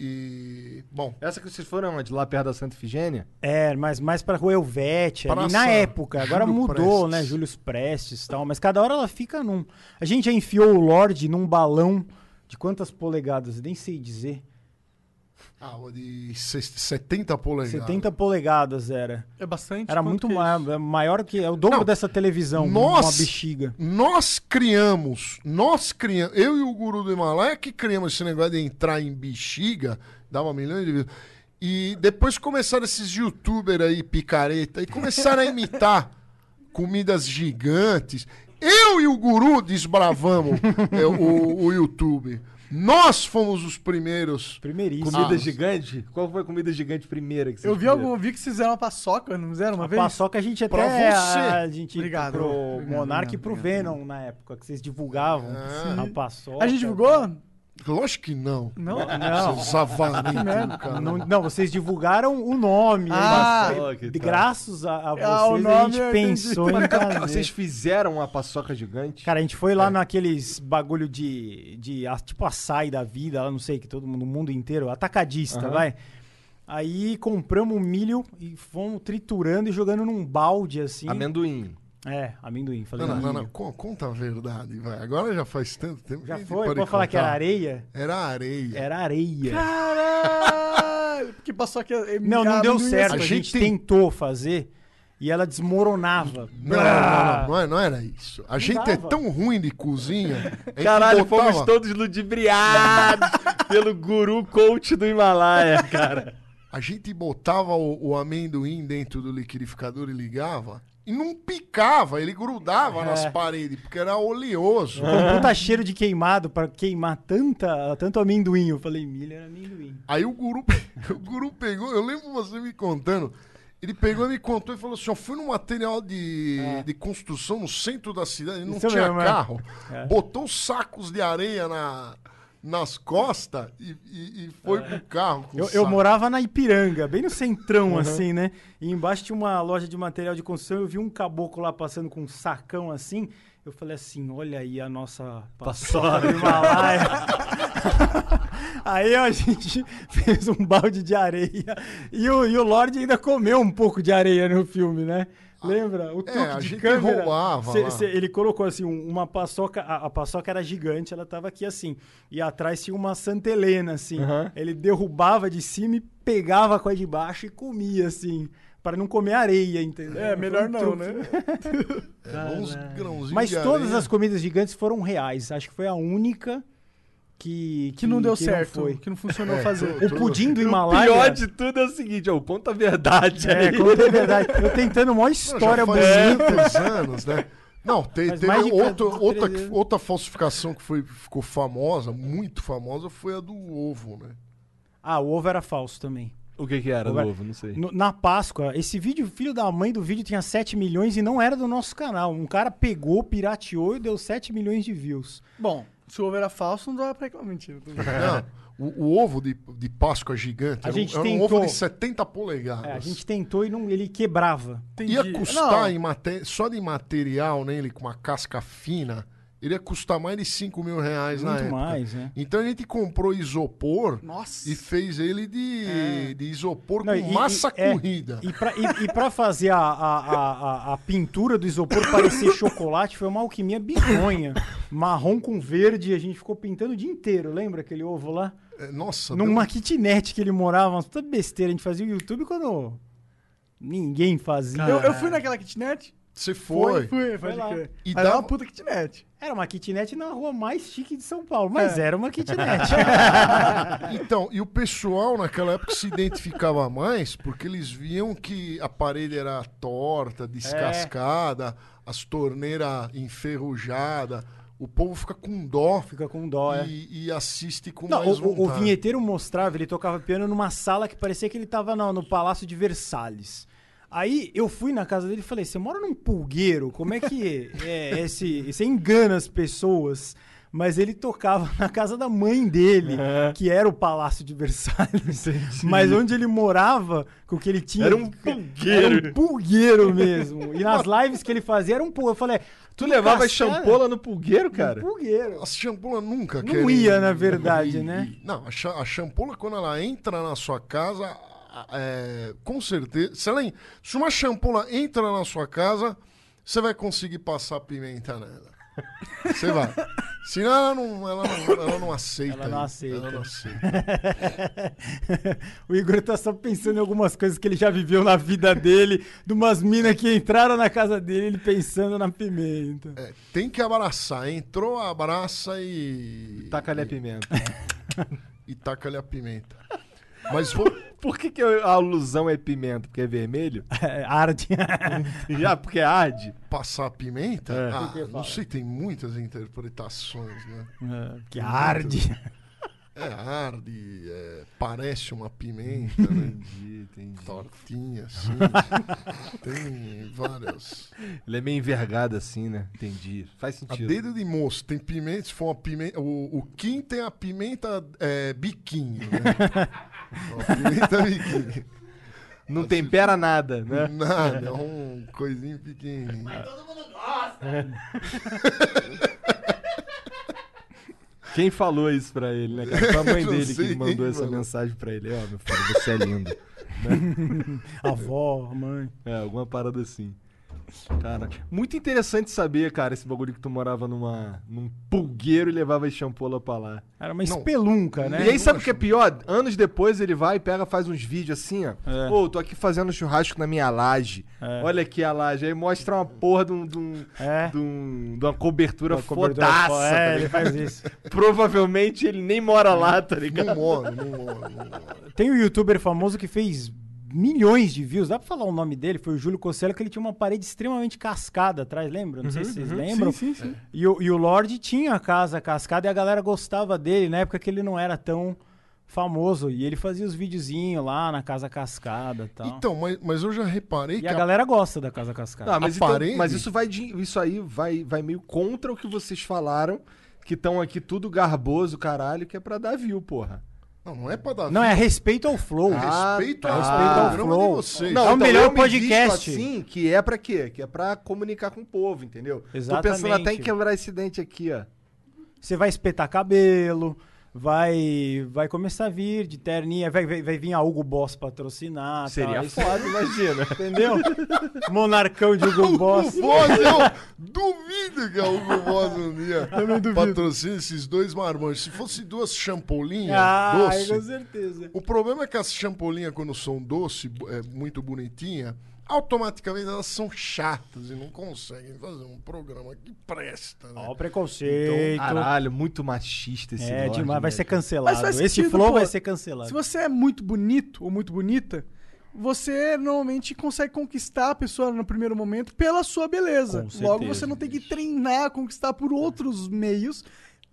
[SPEAKER 5] e- Bom,
[SPEAKER 2] Essa que vocês foram onde? Lá perto da Santa Ifigênia?
[SPEAKER 4] É, mas mais pra Rua Elvete, ali
[SPEAKER 5] Praça
[SPEAKER 4] na época. Agora
[SPEAKER 5] Júlio
[SPEAKER 4] mudou,
[SPEAKER 5] Prestes.
[SPEAKER 4] né? Júlio Prestes e tal. Mas cada hora ela fica num. A gente já enfiou o Lorde num balão de quantas polegadas? Eu Nem sei dizer.
[SPEAKER 5] ah, o de ses- 70 polegadas.
[SPEAKER 4] 70 polegadas era.
[SPEAKER 3] É bastante.
[SPEAKER 4] Era
[SPEAKER 3] Quanto
[SPEAKER 4] muito
[SPEAKER 3] que é
[SPEAKER 4] ma
[SPEAKER 3] isso?
[SPEAKER 4] maior que. É o dobro
[SPEAKER 5] Não,
[SPEAKER 4] dessa televisão.
[SPEAKER 5] nós-
[SPEAKER 4] Uma bexiga.
[SPEAKER 5] Nós criamos, nós criamos, eu e o guru do Himalaia que criamos esse negócio de entrar em bexiga, dava milhões de views. E depois começaram esses youtubers aí, picareta, e começaram a imitar comidas gigantes. Eu e o guru desbravamos é, o, o YouTube. Nós fomos os primeiros.
[SPEAKER 4] Primeiríssimo.
[SPEAKER 2] Comida
[SPEAKER 5] Ah.
[SPEAKER 2] gigante? Qual foi a comida gigante primeira que vocês
[SPEAKER 3] Eu vi,
[SPEAKER 2] comeram?
[SPEAKER 3] algum, eu vi que vocês fizeram uma paçoca, não fizeram uma
[SPEAKER 4] A
[SPEAKER 3] vez?
[SPEAKER 4] paçoca a gente até.
[SPEAKER 5] Pra você.
[SPEAKER 4] A gente
[SPEAKER 3] Obrigado.
[SPEAKER 4] pro
[SPEAKER 3] Obrigado,
[SPEAKER 4] Monark e
[SPEAKER 3] obrigado,
[SPEAKER 4] pro Venom na época, que vocês divulgavam.
[SPEAKER 5] Ah.
[SPEAKER 4] A paçoca.
[SPEAKER 3] A gente divulgou?
[SPEAKER 5] Lógico que não.
[SPEAKER 3] Não?
[SPEAKER 4] Não.
[SPEAKER 5] Seus avaritos, cara.
[SPEAKER 4] Não, não, vocês divulgaram o nome.
[SPEAKER 3] Ah,
[SPEAKER 4] né?
[SPEAKER 2] paçoca e
[SPEAKER 4] de
[SPEAKER 2] tal.
[SPEAKER 4] graças a, a vocês,
[SPEAKER 3] o
[SPEAKER 4] a
[SPEAKER 3] nome eu
[SPEAKER 4] gente pensou em fazer.
[SPEAKER 2] Vocês fizeram uma paçoca gigante?
[SPEAKER 4] Cara, a gente foi lá naqueles bagulho de, de a- tipo açaí da vida, lá não sei, que todo mundo, o mundo inteiro, atacadista,
[SPEAKER 2] Aham.
[SPEAKER 4] vai. Aí compramos milho e fomos triturando e jogando num balde, assim.
[SPEAKER 2] Amendoim.
[SPEAKER 4] É, amendoim. Falei,
[SPEAKER 5] Não, não, não,
[SPEAKER 4] milho.
[SPEAKER 5] não. Con- Conta a verdade, vai. Agora já faz tanto tempo.
[SPEAKER 4] Já
[SPEAKER 5] que
[SPEAKER 4] foi?
[SPEAKER 5] pode
[SPEAKER 4] Pode falar que era
[SPEAKER 5] contar.
[SPEAKER 4] areia?
[SPEAKER 5] Era areia.
[SPEAKER 4] Era areia.
[SPEAKER 3] Caralho! Porque paçoca é.
[SPEAKER 4] Não, não deu certo. A
[SPEAKER 5] A
[SPEAKER 4] gente,
[SPEAKER 5] gente tem-
[SPEAKER 4] tentou fazer e ela desmoronava.
[SPEAKER 5] Não, não,
[SPEAKER 4] Ah.
[SPEAKER 5] não, não, é- não era isso. A gente é
[SPEAKER 4] dava.
[SPEAKER 5] tão ruim de cozinha. a gente
[SPEAKER 2] Caralho,
[SPEAKER 5] botava-
[SPEAKER 2] fomos todos ludibriados pelo guru coach do Himalaia, cara.
[SPEAKER 5] A gente botava o, o amendoim dentro do liquidificador e ligava. E não picava, ele grudava
[SPEAKER 4] É.
[SPEAKER 5] nas paredes, porque era oleoso.
[SPEAKER 4] Com um puta cheiro de queimado pra queimar tanta, tanto amendoim. Eu falei, milho era amendoim.
[SPEAKER 5] Aí o guru, o guru pegou, eu lembro você me contando. Ele pegou e me contou e falou assim: eu fui num material de, de construção no centro da cidade, não
[SPEAKER 4] É. Isso
[SPEAKER 5] tinha
[SPEAKER 4] mesmo, é.
[SPEAKER 5] carro. Botou sacos de areia na, nas costas e, e- e foi pro carro. com
[SPEAKER 4] É. Eu, eu
[SPEAKER 5] saco.
[SPEAKER 4] morava na Ipiranga, bem no centrão, assim, né? E embaixo tinha uma loja de material de construção. Eu vi um caboclo lá passando com um sacão assim. Eu falei assim: olha aí a nossa paçoca do Himalaia. aí a gente fez um balde de areia. E o, e o Lorde ainda comeu um pouco de areia no filme, né? Lembra? O truque
[SPEAKER 5] É, a
[SPEAKER 4] de
[SPEAKER 5] gente
[SPEAKER 4] câmera.
[SPEAKER 5] roubava
[SPEAKER 4] Cê-
[SPEAKER 5] lá.
[SPEAKER 4] cê- ele colocou assim um- uma paçoca, a, a paçoca era gigante, ela tava aqui assim, e atrás tinha uma Santa Helena assim. Ele derrubava de cima e pegava com a de baixo e comia assim, para não comer areia, entendeu?
[SPEAKER 3] É,
[SPEAKER 4] Foi
[SPEAKER 3] melhor
[SPEAKER 4] um
[SPEAKER 3] não,
[SPEAKER 4] truque.
[SPEAKER 3] né?
[SPEAKER 5] É, uns grãozinhos
[SPEAKER 4] Mas
[SPEAKER 5] de
[SPEAKER 4] todas
[SPEAKER 5] areia.
[SPEAKER 4] as comidas gigantes foram reais, acho que foi a única que
[SPEAKER 3] Que não deu
[SPEAKER 4] que
[SPEAKER 3] certo.
[SPEAKER 4] foi.
[SPEAKER 3] Que não funcionou
[SPEAKER 5] É,
[SPEAKER 3] fazer.
[SPEAKER 4] O pudim do
[SPEAKER 2] O
[SPEAKER 4] Himalaia.
[SPEAKER 2] pior de tudo é o seguinte, ó, conta a verdade
[SPEAKER 4] É,
[SPEAKER 2] aí.
[SPEAKER 4] conta a verdade. Eu tentando uma
[SPEAKER 5] Não,
[SPEAKER 4] história
[SPEAKER 5] já
[SPEAKER 4] bonita.
[SPEAKER 5] faz muitos anos, né? Não, tem,
[SPEAKER 4] Mas
[SPEAKER 5] tem
[SPEAKER 4] mais de
[SPEAKER 5] outra,
[SPEAKER 4] quatro-
[SPEAKER 5] outra,
[SPEAKER 4] três-
[SPEAKER 5] outra falsificação que foi, ficou famosa, muito famosa, foi a do ovo, né?
[SPEAKER 4] Ah, o ovo era falso também.
[SPEAKER 2] O que que era
[SPEAKER 4] Agora-
[SPEAKER 2] novo? Não sei.
[SPEAKER 4] No- na Páscoa, esse vídeo, filho da mãe do vídeo, tinha 7 milhões e não era do nosso canal. Um cara pegou, pirateou e deu 7 milhões de views.
[SPEAKER 3] Bom, se o ovo era falso, não dava pra reclamar. Mentira. tô brincando.
[SPEAKER 5] Não, o, o ovo de, de Páscoa gigante
[SPEAKER 4] A
[SPEAKER 5] era, um-
[SPEAKER 4] gente
[SPEAKER 5] era um
[SPEAKER 4] tentou.
[SPEAKER 5] ovo de 70 polegadas.
[SPEAKER 4] É, a gente tentou e não, ele quebrava.
[SPEAKER 5] Ia
[SPEAKER 3] Entendi.
[SPEAKER 5] custar
[SPEAKER 3] Não,
[SPEAKER 5] em mate- só de material, né? Ele com uma casca fina, ele ia custar mais de 5 mil reais na
[SPEAKER 4] Muito
[SPEAKER 5] época.
[SPEAKER 4] mais, né?
[SPEAKER 5] Então a gente comprou isopor
[SPEAKER 3] Nossa.
[SPEAKER 5] e fez ele de, de isopor
[SPEAKER 4] Não,
[SPEAKER 5] com
[SPEAKER 4] e-
[SPEAKER 5] massa
[SPEAKER 4] e- é,
[SPEAKER 5] corrida.
[SPEAKER 4] e, pra, e, e pra fazer a, a, a, a- a pintura do isopor parecer chocolate, foi uma alquimia bizonha. Marrom com verde, a gente ficou pintando o dia inteiro. Lembra aquele ovo lá?
[SPEAKER 5] É, Nossa,
[SPEAKER 2] um-
[SPEAKER 4] Numa kitnet que ele morava, uma puta besteira. A gente fazia o YouTube quando ninguém fazia.
[SPEAKER 3] Eu, eu fui naquela kitnet?
[SPEAKER 5] deu- você É. foi.
[SPEAKER 3] Fui,
[SPEAKER 4] Foi
[SPEAKER 3] pode
[SPEAKER 4] lá.
[SPEAKER 3] crer.
[SPEAKER 5] E
[SPEAKER 3] Mas era
[SPEAKER 5] dava-
[SPEAKER 3] uma puta kitnet.
[SPEAKER 4] Era uma kitnet na rua mais chique de São Paulo, mas era uma kitnet.
[SPEAKER 5] Então, e o pessoal naquela época se identificava mais porque eles viam que a parede era torta, descascada, as torneiras enferrujadas. O povo fica com dó
[SPEAKER 4] Fica com dó, é.
[SPEAKER 5] e, e assiste
[SPEAKER 2] Tipo,
[SPEAKER 5] com
[SPEAKER 4] Não,
[SPEAKER 5] mais
[SPEAKER 4] o-
[SPEAKER 2] um, tá.
[SPEAKER 4] o, o
[SPEAKER 5] vontade.
[SPEAKER 4] vinheteiro mostrava, ele tocava piano numa sala que parecia que ele tava no, no Palácio de Versalhes. Aí eu fui na casa dele e falei: você mora num pulgueiro? Como é que é esse. Você engana as pessoas. Mas ele tocava na casa da mãe dele,
[SPEAKER 2] É.
[SPEAKER 4] que era o Palácio de Versalhes. Mas onde ele morava, com o que ele tinha.
[SPEAKER 2] Era um pulgueiro.
[SPEAKER 4] Era um pulgueiro mesmo. E nas lives que ele fazia era um pulgueiro. Eu falei:
[SPEAKER 2] Tu levava
[SPEAKER 4] castelo-
[SPEAKER 2] champola no pulgueiro,
[SPEAKER 4] um
[SPEAKER 2] cara?
[SPEAKER 4] pulgueiro.
[SPEAKER 5] A champola nunca
[SPEAKER 4] Não
[SPEAKER 5] quer-
[SPEAKER 4] ia, na verdade, né?
[SPEAKER 5] Não, a, cha- a champola, quando ela entra na sua casa, a- é, com certeza. Se, ela en- se uma champola entra na sua casa, você vai conseguir passar pimenta nela. Você vai. Senão ela não, ela não, ela não aceita.
[SPEAKER 4] Ela não
[SPEAKER 5] isso.
[SPEAKER 4] aceita.
[SPEAKER 5] Ela não aceita.
[SPEAKER 4] o Igor tá só pensando em algumas coisas que ele já viveu na vida dele, de umas minas que entraram na casa dele, ele pensando na pimenta.
[SPEAKER 5] É, tem que abraçar. Entrou, abraça e.
[SPEAKER 2] Taca-lhe a pimenta.
[SPEAKER 5] E taca-lhe a pimenta. Mas vou.
[SPEAKER 2] Por que, que a alusão é pimenta? Porque é vermelho?
[SPEAKER 4] É, arde.
[SPEAKER 2] Já porque arde?
[SPEAKER 5] passar a pimenta?
[SPEAKER 2] É.
[SPEAKER 5] Ah, não sei, tem muitas interpretações, né?
[SPEAKER 4] que arde.
[SPEAKER 5] É arde, é, parece uma pimenta, né?
[SPEAKER 2] Entendi, entendi.
[SPEAKER 5] Tortinha, assim. tem várias.
[SPEAKER 2] Ele é meio envergado assim, né? Entendi. Faz
[SPEAKER 5] A
[SPEAKER 2] sentido.
[SPEAKER 5] dedo de moço, tem pimenta, se for uma pimenta. O, o Kim tem a pimenta é, biquinho, né? Uma pimenta biquinho.
[SPEAKER 2] Não tempera nada, né?
[SPEAKER 5] Nada, é um coisinho pequenininho.
[SPEAKER 9] Todo mundo gosta.
[SPEAKER 2] Quem falou isso pra ele, né, cara? Foi a mãe
[SPEAKER 5] Eu não
[SPEAKER 2] dele
[SPEAKER 5] sei
[SPEAKER 2] que mandou
[SPEAKER 5] quem
[SPEAKER 2] essa
[SPEAKER 5] falou.
[SPEAKER 2] mensagem pra ele. Ó, meu filho, você é lindo.
[SPEAKER 4] Avó, mãe.
[SPEAKER 2] É, alguma parada assim. Cara, muito interessante saber, cara, esse bagulho que tu morava numa, num pulgueiro e levava a champola pra lá.
[SPEAKER 4] Era uma
[SPEAKER 5] Não.
[SPEAKER 4] espelunca, né?
[SPEAKER 2] E aí, sabe o que é pior? Anos depois ele vai e pega, faz uns vídeos assim, ó.
[SPEAKER 4] É.
[SPEAKER 2] Ô, tô aqui fazendo churrasco na minha laje. Olha aqui a laje. Aí mostra uma porra de, um, de, um-
[SPEAKER 4] É.
[SPEAKER 2] de um- de uma cobertura,
[SPEAKER 4] Uma cobertura
[SPEAKER 2] fodaça.
[SPEAKER 4] fo-
[SPEAKER 2] tá
[SPEAKER 4] É, ele
[SPEAKER 2] ligado?
[SPEAKER 4] faz isso. É.
[SPEAKER 2] Provavelmente ele nem mora lá, tá ligado?
[SPEAKER 5] Não moro, não moro, não moro.
[SPEAKER 4] Tem um youtuber famoso que fez milhões de views, dá pra falar o nome dele? Foi o Júlio Cosselo, que ele tinha uma parede extremamente cascada atrás, lembra? Não sei se
[SPEAKER 2] Uhum,
[SPEAKER 4] vocês lembram.
[SPEAKER 3] Sim, sim, sim.
[SPEAKER 4] E o, e o Lorde tinha a casa cascada e a galera gostava dele na época que ele não era tão famoso. E ele fazia os videozinhos lá na casa cascada e tal.
[SPEAKER 5] Então, mas, mas eu já reparei
[SPEAKER 4] e
[SPEAKER 5] que
[SPEAKER 4] a
[SPEAKER 5] a
[SPEAKER 4] galera gosta da casa cascada.
[SPEAKER 2] Ah, mas, então-
[SPEAKER 5] parede?
[SPEAKER 2] mas isso vai de- isso aí vai, vai meio contra o que vocês falaram, que estão aqui tudo garboso, caralho, que é pra dar view, porra.
[SPEAKER 5] Não, não é pra dar
[SPEAKER 4] não, é respeito ao flow. É
[SPEAKER 2] Ah,
[SPEAKER 5] Respeito,
[SPEAKER 2] tá.
[SPEAKER 5] ao
[SPEAKER 2] Respeito ao
[SPEAKER 5] programa
[SPEAKER 4] flow.
[SPEAKER 5] de vocês.
[SPEAKER 4] É o
[SPEAKER 2] então,
[SPEAKER 4] melhor
[SPEAKER 2] eu me visto
[SPEAKER 4] podcast.
[SPEAKER 2] assim, que é pra quê? Que é pra comunicar com o povo, entendeu? Tô pensando
[SPEAKER 4] Exatamente. Ah,
[SPEAKER 2] até em quebrar esse dente aqui, ó.
[SPEAKER 4] Você vai espetar cabelo, vai vai começar a vir de terninha, vai, vai, vai vir a Hugo Boss patrocinar.
[SPEAKER 2] Seria
[SPEAKER 4] tal. Isso-
[SPEAKER 2] foda, imagina.
[SPEAKER 4] Entendeu? Monarcão de Hugo Boss.
[SPEAKER 5] Hugo Boss, eu duvido que a Hugo Boss um dia patrocine esses dois marmanjos. Se fosse duas champolinhas
[SPEAKER 4] Ah,
[SPEAKER 5] doce,
[SPEAKER 4] com certeza.
[SPEAKER 5] o problema é que as champolinhas, quando são doce, bo- é, muito bonitinha, automaticamente elas são chatas e não conseguem fazer um programa que presta, né?
[SPEAKER 4] Ó, o preconceito.
[SPEAKER 2] Caralho, muito machista esse
[SPEAKER 4] é,
[SPEAKER 2] Lorde,
[SPEAKER 4] demais. Vai
[SPEAKER 2] né,
[SPEAKER 4] ser
[SPEAKER 2] cara?
[SPEAKER 4] cancelado.
[SPEAKER 3] Mas faz
[SPEAKER 4] Esse
[SPEAKER 3] sentido,
[SPEAKER 4] flow
[SPEAKER 3] pô.
[SPEAKER 4] vai ser cancelado.
[SPEAKER 3] Se você é muito bonito ou muito bonita, você normalmente consegue conquistar a pessoa no primeiro momento pela sua beleza.
[SPEAKER 4] Com
[SPEAKER 3] Logo,
[SPEAKER 4] certeza,
[SPEAKER 3] você não tem que treinar a conquistar por outros meios.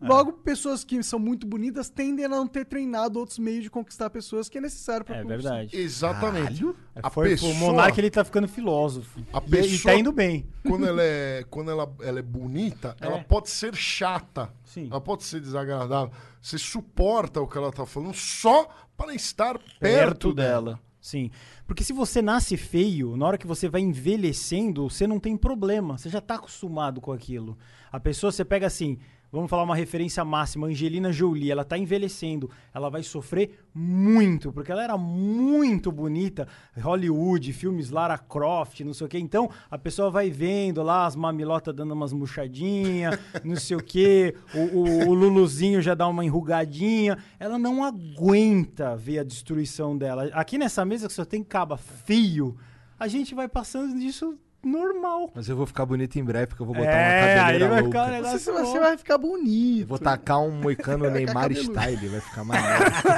[SPEAKER 4] É.
[SPEAKER 3] Logo, pessoas que são muito bonitas tendem a não ter treinado outros meios de conquistar pessoas que é necessário para
[SPEAKER 4] É verdade. É,
[SPEAKER 5] Exatamente. A
[SPEAKER 4] Foi
[SPEAKER 5] pessoa-
[SPEAKER 4] O Monark ele tá ficando filósofo.
[SPEAKER 5] A
[SPEAKER 4] E- E,
[SPEAKER 5] pessoa-
[SPEAKER 4] tá indo bem.
[SPEAKER 5] Quando ela é, quando ela, ela é bonita,
[SPEAKER 4] É.
[SPEAKER 5] ela pode ser chata.
[SPEAKER 4] Sim.
[SPEAKER 5] Ela pode ser desagradável. Você suporta o que ela tá falando só para estar perto, dela.
[SPEAKER 4] Sim. Porque se você nasce feio, na hora que você vai envelhecendo, você não tem problema. Você já tá acostumado com aquilo. A pessoa, você pega assim, vamos falar uma referência máxima, Angelina Jolie, ela tá envelhecendo. Ela vai sofrer muito, porque ela era muito bonita. Hollywood, filmes Lara Croft, não sei o quê. Então, a pessoa vai vendo lá as mamilotas dando umas murchadinhas, não sei o quê. O, o- o Luluzinho já dá uma enrugadinha. Ela não aguenta ver a destruição dela. Aqui nessa mesa que só tem caba feio, a gente vai passando disso normal.
[SPEAKER 2] Mas eu vou ficar bonito em breve, porque eu vou botar
[SPEAKER 4] É,
[SPEAKER 2] uma
[SPEAKER 4] aí
[SPEAKER 2] cabeleira
[SPEAKER 4] vai
[SPEAKER 2] louca.
[SPEAKER 4] ficar um
[SPEAKER 3] Você,
[SPEAKER 4] negócio
[SPEAKER 3] você
[SPEAKER 4] bom.
[SPEAKER 3] vai ficar bonito.
[SPEAKER 2] Vou tacar um moicano Neymar
[SPEAKER 5] cabeludo.
[SPEAKER 2] style, vai ficar maneiro.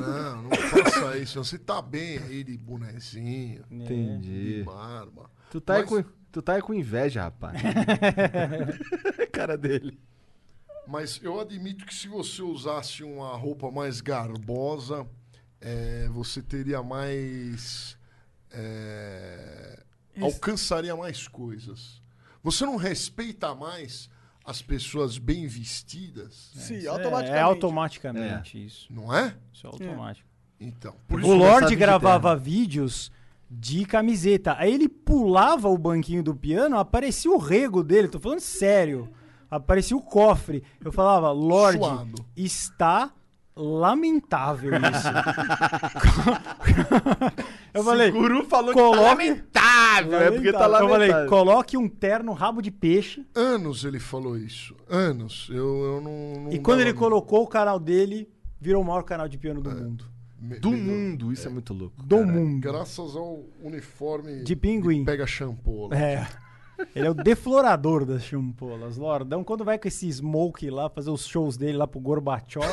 [SPEAKER 5] Não, não faça isso. Você tá bem aí de bonezinho,
[SPEAKER 4] Né.
[SPEAKER 5] de
[SPEAKER 4] É,
[SPEAKER 2] Entendi.
[SPEAKER 5] barba.
[SPEAKER 2] Tu tá, aí
[SPEAKER 5] Mas-
[SPEAKER 2] com, tu tá aí com inveja, rapaz. Cara dele.
[SPEAKER 5] Mas eu admito que se você usasse uma roupa mais garbosa, eh, você teria mais. eh, alcançaria mais coisas. Você não respeita mais as pessoas bem vestidas,
[SPEAKER 3] Sim,
[SPEAKER 4] É,
[SPEAKER 3] automaticamente.
[SPEAKER 4] é automaticamente isso.
[SPEAKER 5] não é?
[SPEAKER 4] Isso é automático.
[SPEAKER 5] Então. Por
[SPEAKER 4] O
[SPEAKER 2] isso começar a
[SPEAKER 4] Lorde
[SPEAKER 2] vir de
[SPEAKER 4] gravava vídeos de camiseta. Aí ele pulava o banquinho do piano, aparecia o rego dele. Tô falando sério. Aparecia o cofre. Eu falava, Lorde,
[SPEAKER 5] Suado.
[SPEAKER 4] está lamentável isso. eu falei,
[SPEAKER 2] Guru falou tá
[SPEAKER 4] coloque...
[SPEAKER 2] lamentável. É porque tá
[SPEAKER 4] Eu
[SPEAKER 2] lamentável.
[SPEAKER 4] falei, coloque um terno rabo de peixe.
[SPEAKER 5] anos ele falou isso. Anos. Eu, eu não,
[SPEAKER 2] Um
[SPEAKER 5] não
[SPEAKER 4] e quando
[SPEAKER 5] dava-
[SPEAKER 4] ele colocou o canal dele, virou o maior canal de piano do
[SPEAKER 2] É,
[SPEAKER 4] mundo.
[SPEAKER 5] me-
[SPEAKER 2] Do
[SPEAKER 5] me-
[SPEAKER 2] mundo, isso é, muito louco.
[SPEAKER 4] Do
[SPEAKER 2] cara.
[SPEAKER 4] mundo.
[SPEAKER 5] Graças ao uniforme
[SPEAKER 4] De pinguim.
[SPEAKER 5] pega shampoo. né? lá.
[SPEAKER 4] É. Ele é o deflorador das chumpolas. Lordão, quando vai com esse smoke lá, fazer os shows dele lá pro Gorbachev,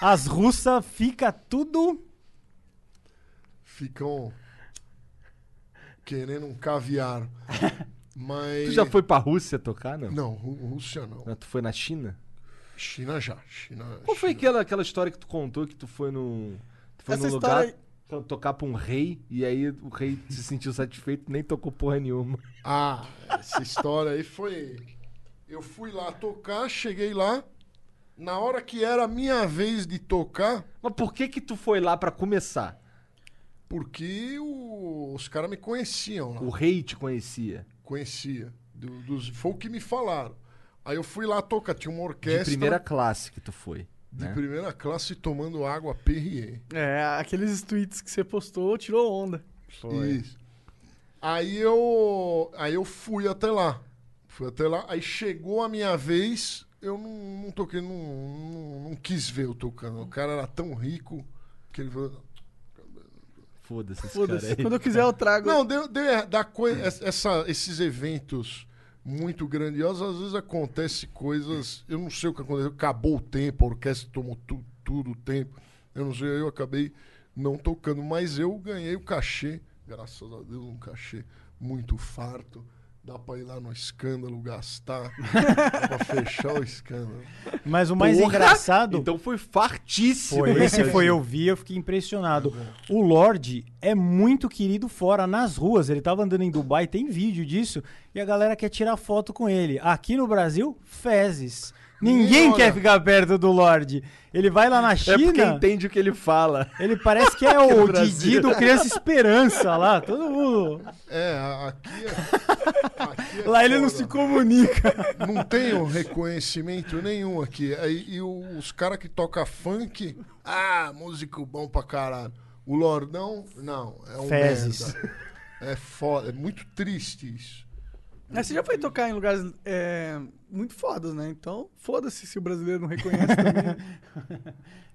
[SPEAKER 4] as russas fica tudo.
[SPEAKER 5] Ficam querendo um caviar. Mas.
[SPEAKER 2] Tu já foi pra Rússia tocar, não?
[SPEAKER 5] Não, Rú- Rússia não.
[SPEAKER 2] Não, Tu foi na China?
[SPEAKER 5] China já. China,
[SPEAKER 2] Qual
[SPEAKER 5] China.
[SPEAKER 2] foi aquela, aquela história que tu contou que tu foi num. Tu foi
[SPEAKER 3] Essa
[SPEAKER 2] num lugar
[SPEAKER 3] história
[SPEAKER 2] to- tocar pra um rei e aí o rei se sentiu satisfeito nem tocou porra nenhuma.
[SPEAKER 5] Ah, essa história aí foi. Eu fui lá tocar, cheguei lá. Na hora que era a minha vez de tocar,
[SPEAKER 2] Mas por que que tu foi lá pra começar?
[SPEAKER 5] porque o- os caras me conheciam lá.
[SPEAKER 2] O rei te conhecia.
[SPEAKER 5] Conhecia. do- dos, foi o que me falaram. Aí eu fui lá tocar, tinha uma
[SPEAKER 2] De
[SPEAKER 5] orquestra.
[SPEAKER 2] primeira classe que tu foi.
[SPEAKER 5] de
[SPEAKER 2] né?
[SPEAKER 5] primeira classe tomando água Perrier.
[SPEAKER 3] É, aqueles tweets que você postou tirou onda.
[SPEAKER 5] Isso. Aí eu, aí eu fui até lá. Fui até lá, aí chegou a minha vez, eu não, não toquei, não, não, não quis ver eu tocando. O cara era tão rico que ele falou.
[SPEAKER 2] Foda-se esse cara
[SPEAKER 3] Foda-se.
[SPEAKER 2] aí.
[SPEAKER 3] Quando eu quiser, eu trago.
[SPEAKER 5] Não, deu, deu erra- da coi- es- essa, esses eventos muito grandiosos, às vezes acontece coisas, eu não sei o que aconteceu, acabou o tempo, a orquestra tomou tu- tudo o tempo, eu não sei, eu acabei não tocando, mas eu ganhei o cachê, graças a Deus, um cachê muito farto, dá pra ir lá no escândalo, gastar, dá pra fechar o escândalo.
[SPEAKER 4] Mas o mais
[SPEAKER 2] Porra!
[SPEAKER 4] engraçado.
[SPEAKER 2] Então foi fartíssimo.
[SPEAKER 4] Foi,
[SPEAKER 2] né,
[SPEAKER 4] esse
[SPEAKER 2] cara?
[SPEAKER 4] foi eu vi, eu fiquei impressionado. O Lorde é muito querido fora, nas ruas. Ele tava andando em Dubai, tem vídeo disso, e a galera quer tirar foto com ele. Aqui no Brasil, fezes. Ninguém
[SPEAKER 5] olha.
[SPEAKER 4] quer ficar perto do Lorde. Ele vai lá na
[SPEAKER 2] É porque
[SPEAKER 4] China.
[SPEAKER 2] entende o que ele fala.
[SPEAKER 4] Ele parece que é o Didi
[SPEAKER 2] Brasil.
[SPEAKER 4] do Criança Esperança lá, todo mundo.
[SPEAKER 5] É, a- aqui é, aqui é
[SPEAKER 4] Lá ele não
[SPEAKER 5] foda.
[SPEAKER 4] se comunica.
[SPEAKER 5] não tenho reconhecimento nenhum aqui. Aí, E, o- os caras que tocam funk, ah, músico bom pra caralho. O Lordão, não, é um
[SPEAKER 4] Fezes.
[SPEAKER 5] merda. É foda, é muito triste isso.
[SPEAKER 3] Mas você já foi tocar em lugares é, muito fodas, né? Então, foda-se se o brasileiro não reconhece também.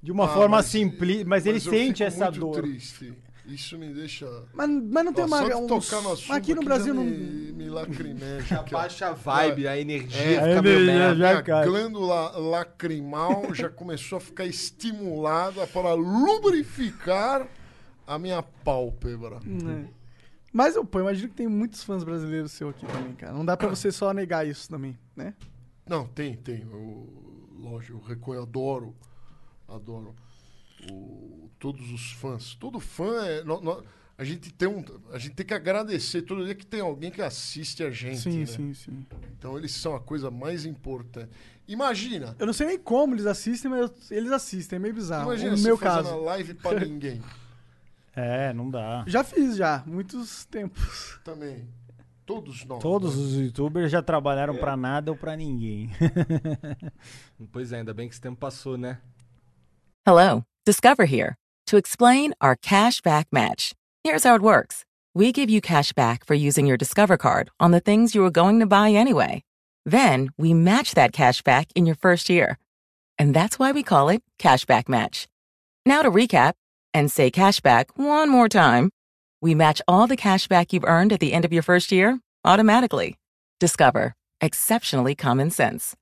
[SPEAKER 4] De uma
[SPEAKER 5] Ah,
[SPEAKER 4] forma
[SPEAKER 5] mas-
[SPEAKER 4] simples, mas ele
[SPEAKER 5] mas eu
[SPEAKER 4] sente
[SPEAKER 5] fico
[SPEAKER 4] essa
[SPEAKER 5] muito
[SPEAKER 4] dor.
[SPEAKER 5] triste. Isso me deixa...
[SPEAKER 3] Mas, mas não tem é
[SPEAKER 5] Nossa,
[SPEAKER 3] uma.
[SPEAKER 5] só de
[SPEAKER 3] uns-
[SPEAKER 5] tocar no assunto
[SPEAKER 3] aqui no
[SPEAKER 5] já
[SPEAKER 3] Brasil não.
[SPEAKER 5] Me, me lacrimeja. aqui, ó.
[SPEAKER 2] Abaixa a vibe, a energia
[SPEAKER 4] É,
[SPEAKER 2] fica meio
[SPEAKER 4] ele
[SPEAKER 2] merda.
[SPEAKER 4] já-
[SPEAKER 5] Minha
[SPEAKER 4] cai.
[SPEAKER 5] glândula lacrimal já começou a ficar estimulada para lubrificar a minha pálpebra.
[SPEAKER 3] né? Mas eu, pô, imagino que tem muitos fãs brasileiros seu aqui também, cara. Não dá pra você só negar isso também, né?
[SPEAKER 5] Não, tem, tem. Eu, lógico, eu reconheço, adoro. Adoro. o- todos os fãs. Todo fã é. nó- nó- a, gente tem um, a gente tem que agradecer todo dia que tem alguém que assiste a gente.
[SPEAKER 3] sim,
[SPEAKER 5] né?
[SPEAKER 3] sim, sim.
[SPEAKER 5] Então eles são a coisa mais importante. Imagina!
[SPEAKER 3] Eu não sei nem como eles assistem, mas eu- eles assistem, é meio bizarro.
[SPEAKER 5] imagina
[SPEAKER 3] no
[SPEAKER 5] você
[SPEAKER 3] meu
[SPEAKER 5] fazendo
[SPEAKER 3] caso.
[SPEAKER 5] a live pra ninguém
[SPEAKER 4] É, não dá.
[SPEAKER 3] Já fiz, já. Muitos tempos.
[SPEAKER 5] também. Todos nós.
[SPEAKER 4] Todos
[SPEAKER 5] né?
[SPEAKER 4] os youtubers já
[SPEAKER 5] É.
[SPEAKER 4] trabalharam pra nada ou pra ninguém.
[SPEAKER 2] Pois é, ainda bem que esse tempo passou, né?
[SPEAKER 10] Hello, Discover here to explain our cash back match. Here's how it works we give you cash back for using your Discover card on the things you were going to buy anyway. Then we match that cash back in your first year. And that's why we call it cash back Match. Now to recap and say cash back one more time. We match all the cash back you've earned at the end of your first year automatically. Discover. Exceptionally common sense.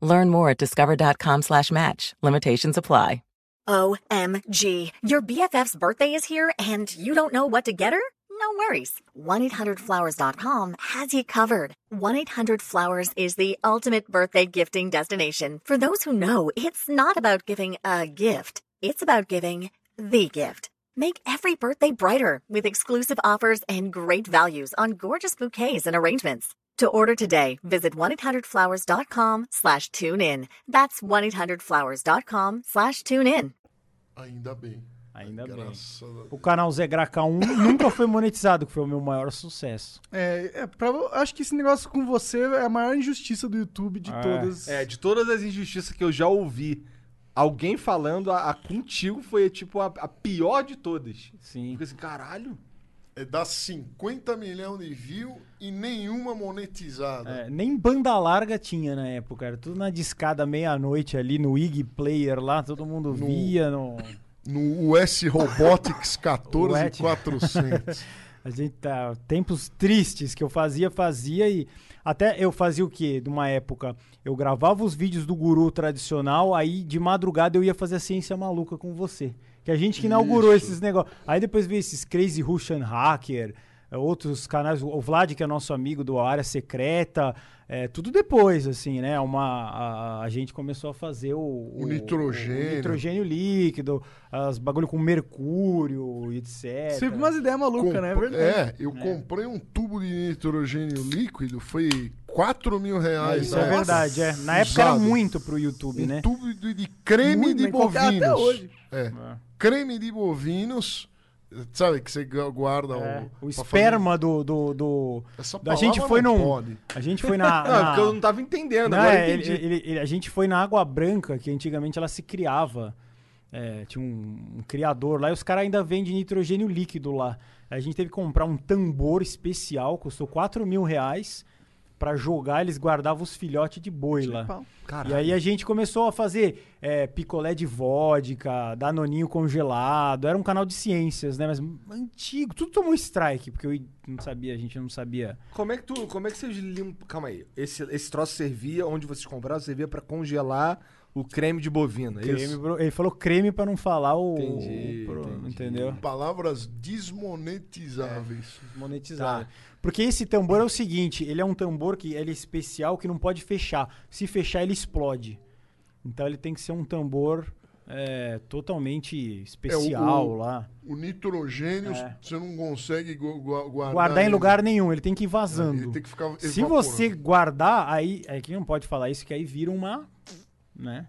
[SPEAKER 10] Learn more at discover.com slash match. Limitations apply.
[SPEAKER 1] OMG. Your BFF's birthday is here and you don't know what to get her? No worries. 1-800-Flowers.com has you covered. 1-800-Flowers is the ultimate birthday gifting destination. For those who know, it's not about giving a gift. It's about giving the gift. Make every birthday brighter with exclusive offers and great values on gorgeous bouquets and arrangements. To order today, visit 1-800-Flowers.com slash tune in. That's 1-800-Flowers.com slash tune in.
[SPEAKER 5] Ainda bem.
[SPEAKER 4] Ainda bem.
[SPEAKER 5] Graças a Deus.
[SPEAKER 4] O canal Zé Graca 1 nunca foi monetizado, que foi o meu maior sucesso.
[SPEAKER 3] É, é pra- acho que esse negócio com você é a maior injustiça do YouTube de
[SPEAKER 4] É.
[SPEAKER 3] todas.
[SPEAKER 2] É, de todas as injustiças que eu já ouvi, alguém falando, a, a contigo foi tipo a, a pior de todas.
[SPEAKER 4] Sim.
[SPEAKER 2] Fica assim, caralho.
[SPEAKER 5] É dar 50 milhões de views e nenhuma monetizada.
[SPEAKER 4] É, nem banda larga tinha na época, era tudo na discada meia-noite ali no IG Player lá, todo mundo via. No...
[SPEAKER 5] No US Robotics
[SPEAKER 4] Ué, tio.
[SPEAKER 5] 14400.
[SPEAKER 4] A gente tá. Tempos tristes que eu fazia, fazia e. Até eu fazia o quê? De uma época, eu gravava os vídeos do guru tradicional, aí de madrugada eu ia fazer a ciência maluca com você. Que a gente que inaugurou esses negócios. Aí depois veio esses Crazy Russian Hacker, eh, outros canais, o Vlad, que é nosso amigo do Área Secreta, eh, tudo depois, assim, né? Uma, a, a gente começou a fazer o,
[SPEAKER 5] O nitrogênio.
[SPEAKER 4] o nitrogênio líquido, as bagulho com mercúrio, etc.
[SPEAKER 3] Sempre umas ideias malucas, né? É
[SPEAKER 5] Compre-
[SPEAKER 3] verdade.
[SPEAKER 5] É, eu comprei um tubo de nitrogênio líquido, foi 4 mil
[SPEAKER 2] Ah,
[SPEAKER 5] reais.
[SPEAKER 4] Isso
[SPEAKER 5] na
[SPEAKER 4] é
[SPEAKER 5] época.
[SPEAKER 4] verdade, é. Na época
[SPEAKER 5] Usado.
[SPEAKER 4] era muito pro YouTube,
[SPEAKER 5] um
[SPEAKER 4] né?
[SPEAKER 5] tubo de, de
[SPEAKER 2] é,
[SPEAKER 5] creme
[SPEAKER 3] Muito,
[SPEAKER 5] de
[SPEAKER 3] mas qualquer-
[SPEAKER 5] bovinos.
[SPEAKER 3] até hoje.
[SPEAKER 5] É, creme de bovinos. Sabe que você gu- guarda
[SPEAKER 2] Então,
[SPEAKER 4] É,
[SPEAKER 5] o...
[SPEAKER 4] O
[SPEAKER 5] pra fazer-
[SPEAKER 4] esperma do. do, do-
[SPEAKER 5] Essa
[SPEAKER 4] A gente
[SPEAKER 5] palavra
[SPEAKER 4] foi
[SPEAKER 5] não
[SPEAKER 4] num-
[SPEAKER 5] pode.
[SPEAKER 4] A gente foi na.
[SPEAKER 2] Não, é
[SPEAKER 4] na-
[SPEAKER 2] porque eu não tava entendendo,
[SPEAKER 4] Ah. Não,
[SPEAKER 2] agora eu
[SPEAKER 4] é,
[SPEAKER 2] entendi.
[SPEAKER 4] ele- ele- ele- a gente foi na Água Branca, que antigamente ela se criava. É, tinha um, um criador lá e os caras ainda vendem nitrogênio líquido lá. A gente teve que comprar um tambor especial, custou 4 mil reais. Pra jogar, eles guardavam os filhotes de boi lá.
[SPEAKER 3] pau.
[SPEAKER 4] E aí a gente começou a fazer é, picolé de vodka, danoninho congelado. Era um canal de ciências, né? Mas antigo. Tudo tomou strike, porque eu não sabia, a gente não sabia.
[SPEAKER 2] Como é que tu, como é que vocês limpam... Calma aí. Esse, esse troço servia, onde vocês compraram, servia pra congelar o creme de bovina,
[SPEAKER 4] Creme,
[SPEAKER 2] É isso?
[SPEAKER 4] bro- Ele falou creme pra não falar o.
[SPEAKER 2] Entendi,
[SPEAKER 4] o pro-
[SPEAKER 2] entendi.
[SPEAKER 4] Entendeu?
[SPEAKER 5] Tá. Palavras desmonetizáveis.
[SPEAKER 4] É. Monetizar. Porque esse tambor é o seguinte: ele é um tambor que ele é especial que não pode fechar. Se fechar, ele explode. Então ele tem que ser um tambor é, totalmente especial lá.
[SPEAKER 5] O nitrogênio
[SPEAKER 4] É.
[SPEAKER 5] você não consegue gu- gu- guardar...
[SPEAKER 4] Guardar em
[SPEAKER 5] Ah, ele.
[SPEAKER 4] lugar nenhum, ele tem que ir vazando.
[SPEAKER 5] Ele tem que ficar
[SPEAKER 4] Se
[SPEAKER 5] evaporando.
[SPEAKER 4] você guardar, aí. É que não pode falar isso, que aí vira uma. Né?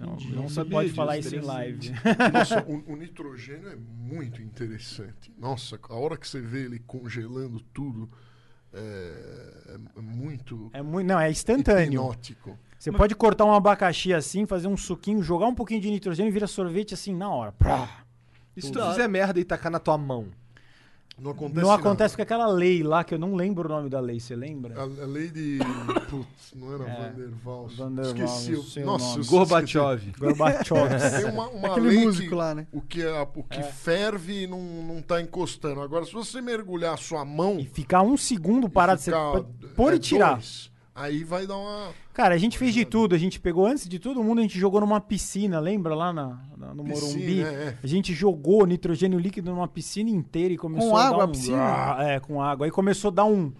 [SPEAKER 4] Não, não
[SPEAKER 2] Não
[SPEAKER 4] se
[SPEAKER 2] sabia
[SPEAKER 4] pode
[SPEAKER 2] disso,
[SPEAKER 4] falar isso em
[SPEAKER 2] interessante.
[SPEAKER 4] live.
[SPEAKER 5] Nossa, o, o nitrogênio é muito interessante. Nossa, a hora que você vê ele congelando tudo, é, é muito
[SPEAKER 4] É muito, não, é instantâneo.
[SPEAKER 5] hipnótico.
[SPEAKER 4] Você pode cortar um abacaxi assim, fazer um suquinho, jogar um pouquinho de nitrogênio e vira sorvete assim na hora. Prá.
[SPEAKER 2] E se tu fizer é merda e tacar na tua mão?
[SPEAKER 5] Não acontece
[SPEAKER 4] Não acontece com
[SPEAKER 5] nada.
[SPEAKER 4] aquela lei lá, que eu não lembro o nome da lei, você lembra?
[SPEAKER 5] A, a lei de... Putz, não era
[SPEAKER 4] É,
[SPEAKER 5] Van der Waals.
[SPEAKER 4] Van der
[SPEAKER 5] Esqueci.
[SPEAKER 4] Waals, sei
[SPEAKER 5] o-
[SPEAKER 4] o
[SPEAKER 5] Nossa,
[SPEAKER 4] nome.
[SPEAKER 5] eu esqueci.
[SPEAKER 2] Gorbachev.
[SPEAKER 4] Gorbachev.
[SPEAKER 5] Tem uma, uma
[SPEAKER 3] Aquele
[SPEAKER 5] lei
[SPEAKER 3] músico
[SPEAKER 5] que,
[SPEAKER 3] lá, né?
[SPEAKER 5] o que, é, o que ferve não, não tá encostando. Agora, se você mergulhar a sua mão...
[SPEAKER 4] e ficar um segundo parado,
[SPEAKER 5] ficar,
[SPEAKER 4] você pode pôr
[SPEAKER 5] é,
[SPEAKER 4] e tirar.
[SPEAKER 5] dois, Aí vai dar uma.
[SPEAKER 4] Cara, a gente fez de tudo. A gente pegou, antes de todo mundo, a gente jogou numa piscina, lembra? Lá na, na- no
[SPEAKER 5] Piscina,
[SPEAKER 4] Morumbi.
[SPEAKER 5] é.
[SPEAKER 4] A gente jogou nitrogênio líquido numa piscina inteira e começou a
[SPEAKER 3] água
[SPEAKER 4] dar
[SPEAKER 3] a
[SPEAKER 4] um...
[SPEAKER 3] piscina?
[SPEAKER 4] É, com água. Aí começou a dar um...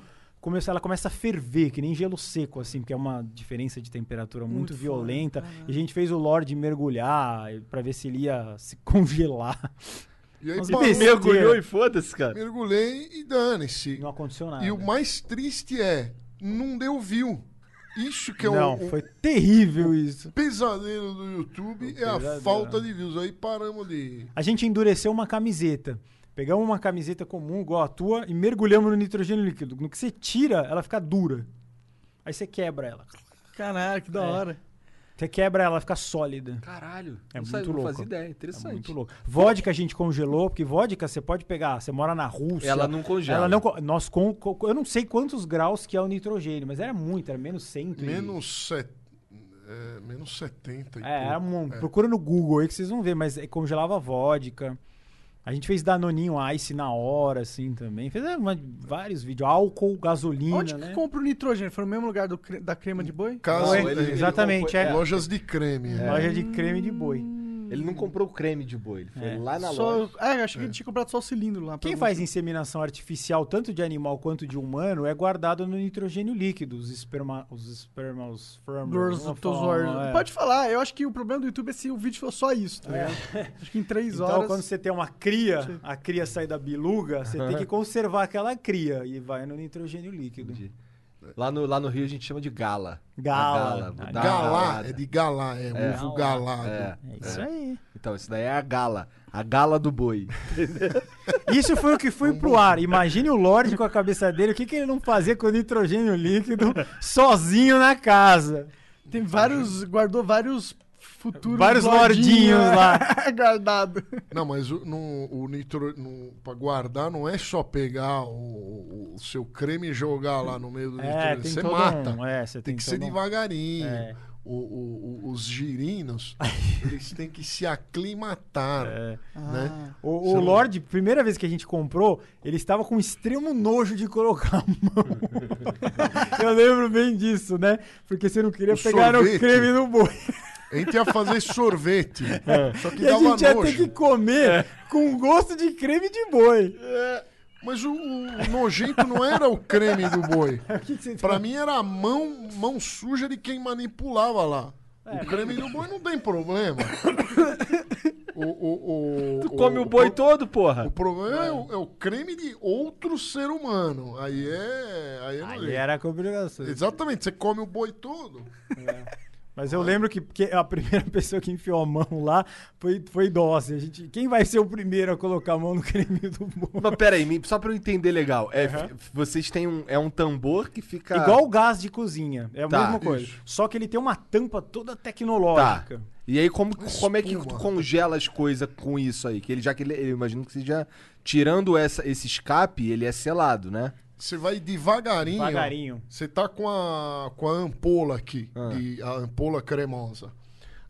[SPEAKER 4] Começou, ela começa a ferver, que nem gelo seco, assim, porque é uma diferença de temperatura muito,
[SPEAKER 3] Muito né?
[SPEAKER 4] violenta. e a gente fez o Lorde mergulhar e- pra ver se ele ia se congelar.
[SPEAKER 5] E aí
[SPEAKER 4] Mas
[SPEAKER 5] parou,
[SPEAKER 4] besteira.
[SPEAKER 2] Mergulhou e foda-se, cara.
[SPEAKER 5] mergulhei e
[SPEAKER 4] E
[SPEAKER 5] dane-se.
[SPEAKER 4] não aconteceu nada.
[SPEAKER 5] E o mais triste é, não deu view. Isso que é
[SPEAKER 4] Não,
[SPEAKER 5] o, o
[SPEAKER 4] foi terrível isso.
[SPEAKER 5] pesadelo do YouTube, é a
[SPEAKER 4] pesadelo.
[SPEAKER 5] falta
[SPEAKER 2] né?
[SPEAKER 5] de views. Aí paramos de...
[SPEAKER 4] A gente endureceu uma camiseta. Pegamos uma camiseta comum, igual a tua, e mergulhamos no nitrogênio líquido. No que você tira, ela fica dura. Aí você quebra ela.
[SPEAKER 3] Caralho, que
[SPEAKER 2] É.
[SPEAKER 3] da hora.
[SPEAKER 4] Você quebra ela, ela fica sólida.
[SPEAKER 2] Caralho.
[SPEAKER 4] É
[SPEAKER 2] não
[SPEAKER 4] muito
[SPEAKER 2] sabia,
[SPEAKER 4] louco.
[SPEAKER 2] Não fazia ideia.
[SPEAKER 4] É
[SPEAKER 2] Interessante.
[SPEAKER 4] muito louco. Vodka a gente congelou, porque vodka você pode pegar. Você mora na Rússia.
[SPEAKER 2] Ela não congela.
[SPEAKER 4] Ela não, co- nós com, co- eu não sei quantos graus que é o nitrogênio, mas era muito, era menos 100. e-
[SPEAKER 5] Menos, set... é, menos 70 e
[SPEAKER 4] É, era
[SPEAKER 5] pouco.
[SPEAKER 4] um, procura no Google aí que vocês vão ver, mas é, congelava vodka. A gente fez Danoninho Ice na hora, assim, também. Fez é, uma- vários vídeos. Álcool, gasolina,
[SPEAKER 3] Onde
[SPEAKER 4] né?
[SPEAKER 3] que compra o nitrogênio? Foi no mesmo lugar do cre- da crema de boi?
[SPEAKER 5] Caso,
[SPEAKER 2] Não,
[SPEAKER 4] Foi,
[SPEAKER 2] ele- ele-
[SPEAKER 4] exatamente, é.
[SPEAKER 5] Lojas de creme. é.
[SPEAKER 4] Loja de creme de boi.
[SPEAKER 2] Ele não comprou o creme de boi. Ele foi
[SPEAKER 4] Hum. É.
[SPEAKER 2] lá Tá na
[SPEAKER 3] Só,
[SPEAKER 2] loja.
[SPEAKER 3] é, eu achei que ele tinha comprado só o cilindro lá.
[SPEAKER 4] Quem
[SPEAKER 3] pelo-
[SPEAKER 4] faz inseminação artificial, tanto de animal quanto de humano, é guardado no nitrogênio líquido. Os esperma... Os esperma... Os
[SPEAKER 3] Dores
[SPEAKER 4] spermers,
[SPEAKER 3] do
[SPEAKER 4] não
[SPEAKER 3] teus
[SPEAKER 4] falam,
[SPEAKER 3] olhos.
[SPEAKER 4] é.
[SPEAKER 3] Pode falar, eu acho que o problema do YouTube é se o vídeo for só isso,
[SPEAKER 2] É.
[SPEAKER 3] tá ligado? Acho que em três
[SPEAKER 4] Então,
[SPEAKER 3] horas.
[SPEAKER 4] quando você tem uma cria, a cria sai da biluga, você tem que conservar aquela cria e vai no nitrogênio líquido.
[SPEAKER 2] Entendi. Lá no, lá no Rio a gente chama de gala.
[SPEAKER 4] Gala.
[SPEAKER 2] A gala. Vou
[SPEAKER 4] A
[SPEAKER 2] dar uma
[SPEAKER 5] Galá,
[SPEAKER 2] galada.
[SPEAKER 5] é de galá, é, ovo galado.
[SPEAKER 2] É.
[SPEAKER 4] É isso aí.
[SPEAKER 2] Então, isso daí é a gala. A gala do boi.
[SPEAKER 4] Isso foi o que foi pro ar. Imagine o Lorde com a cabeça dele, o que, que ele não fazia com o nitrogênio líquido sozinho na casa.
[SPEAKER 3] Tem vários. Guardou vários futuros.
[SPEAKER 4] Vários lordinhos lá.
[SPEAKER 3] guardado.
[SPEAKER 5] Não, mas o, no, o nitro, no, pra guardar não é só pegar o, o seu creme e jogar lá no meio do
[SPEAKER 4] É,
[SPEAKER 5] nitrogênio.
[SPEAKER 4] tem
[SPEAKER 5] Você
[SPEAKER 4] todo
[SPEAKER 5] mata.
[SPEAKER 4] um- é, você
[SPEAKER 5] tem
[SPEAKER 4] tem
[SPEAKER 5] que ser
[SPEAKER 4] todo um-
[SPEAKER 5] devagarinho.
[SPEAKER 4] É.
[SPEAKER 5] O- o- o- os girinos, eles têm que se aclimatar.
[SPEAKER 4] É.
[SPEAKER 5] Né?
[SPEAKER 4] O, o Lorde, primeira vez que a gente comprou, ele estava com extremo nojo de colocar a mão. Eu lembro bem disso, né? Porque você não queria
[SPEAKER 5] O
[SPEAKER 4] pegar
[SPEAKER 5] sorvete.
[SPEAKER 4] o creme no boi.
[SPEAKER 5] A gente ia fazer sorvete. Só que
[SPEAKER 4] É. E a
[SPEAKER 5] dava
[SPEAKER 4] gente ia ter
[SPEAKER 5] nojo. É.
[SPEAKER 4] que comer com gosto de creme de boi.
[SPEAKER 5] Mas o, o nojento não era o creme do boi.
[SPEAKER 4] que que você
[SPEAKER 5] Pra mim era a mão, mão suja de quem manipulava lá.
[SPEAKER 4] É.
[SPEAKER 5] o creme do boi não tem problema. o, o, o,
[SPEAKER 2] Tu come o boi todo,
[SPEAKER 5] O
[SPEAKER 2] porra.
[SPEAKER 5] problema é. o, é o creme de outro ser humano. Aí é. Aí é nojento.
[SPEAKER 4] Aí era com obrigação.
[SPEAKER 5] Exatamente, você come o boi todo.
[SPEAKER 4] Mas eu lembro que, que a primeira pessoa que enfiou a mão lá foi, foi idosa. A gente, quem vai ser o primeiro a colocar a mão no creme do boi?
[SPEAKER 2] Mas pera aí, me- só pra eu entender legal. É, f- Vocês têm um. É um tambor que fica.
[SPEAKER 4] Igual o gás de cozinha. É a
[SPEAKER 2] Tá,
[SPEAKER 4] mesma coisa. Só que ele tem uma tampa toda
[SPEAKER 2] Tá.
[SPEAKER 4] tecnológica.
[SPEAKER 2] E aí, como, como é que
[SPEAKER 5] Espuma.
[SPEAKER 2] tu congela as coisas com isso aí? Que ele já que ele, eu imagino que seja. Tirando essa, esse escape, ele é selado, né?
[SPEAKER 5] Você vai devagarinho.
[SPEAKER 4] Devagarinho. Ah.
[SPEAKER 5] Você tá com a, com a ampola aqui, de- a ampola cremosa.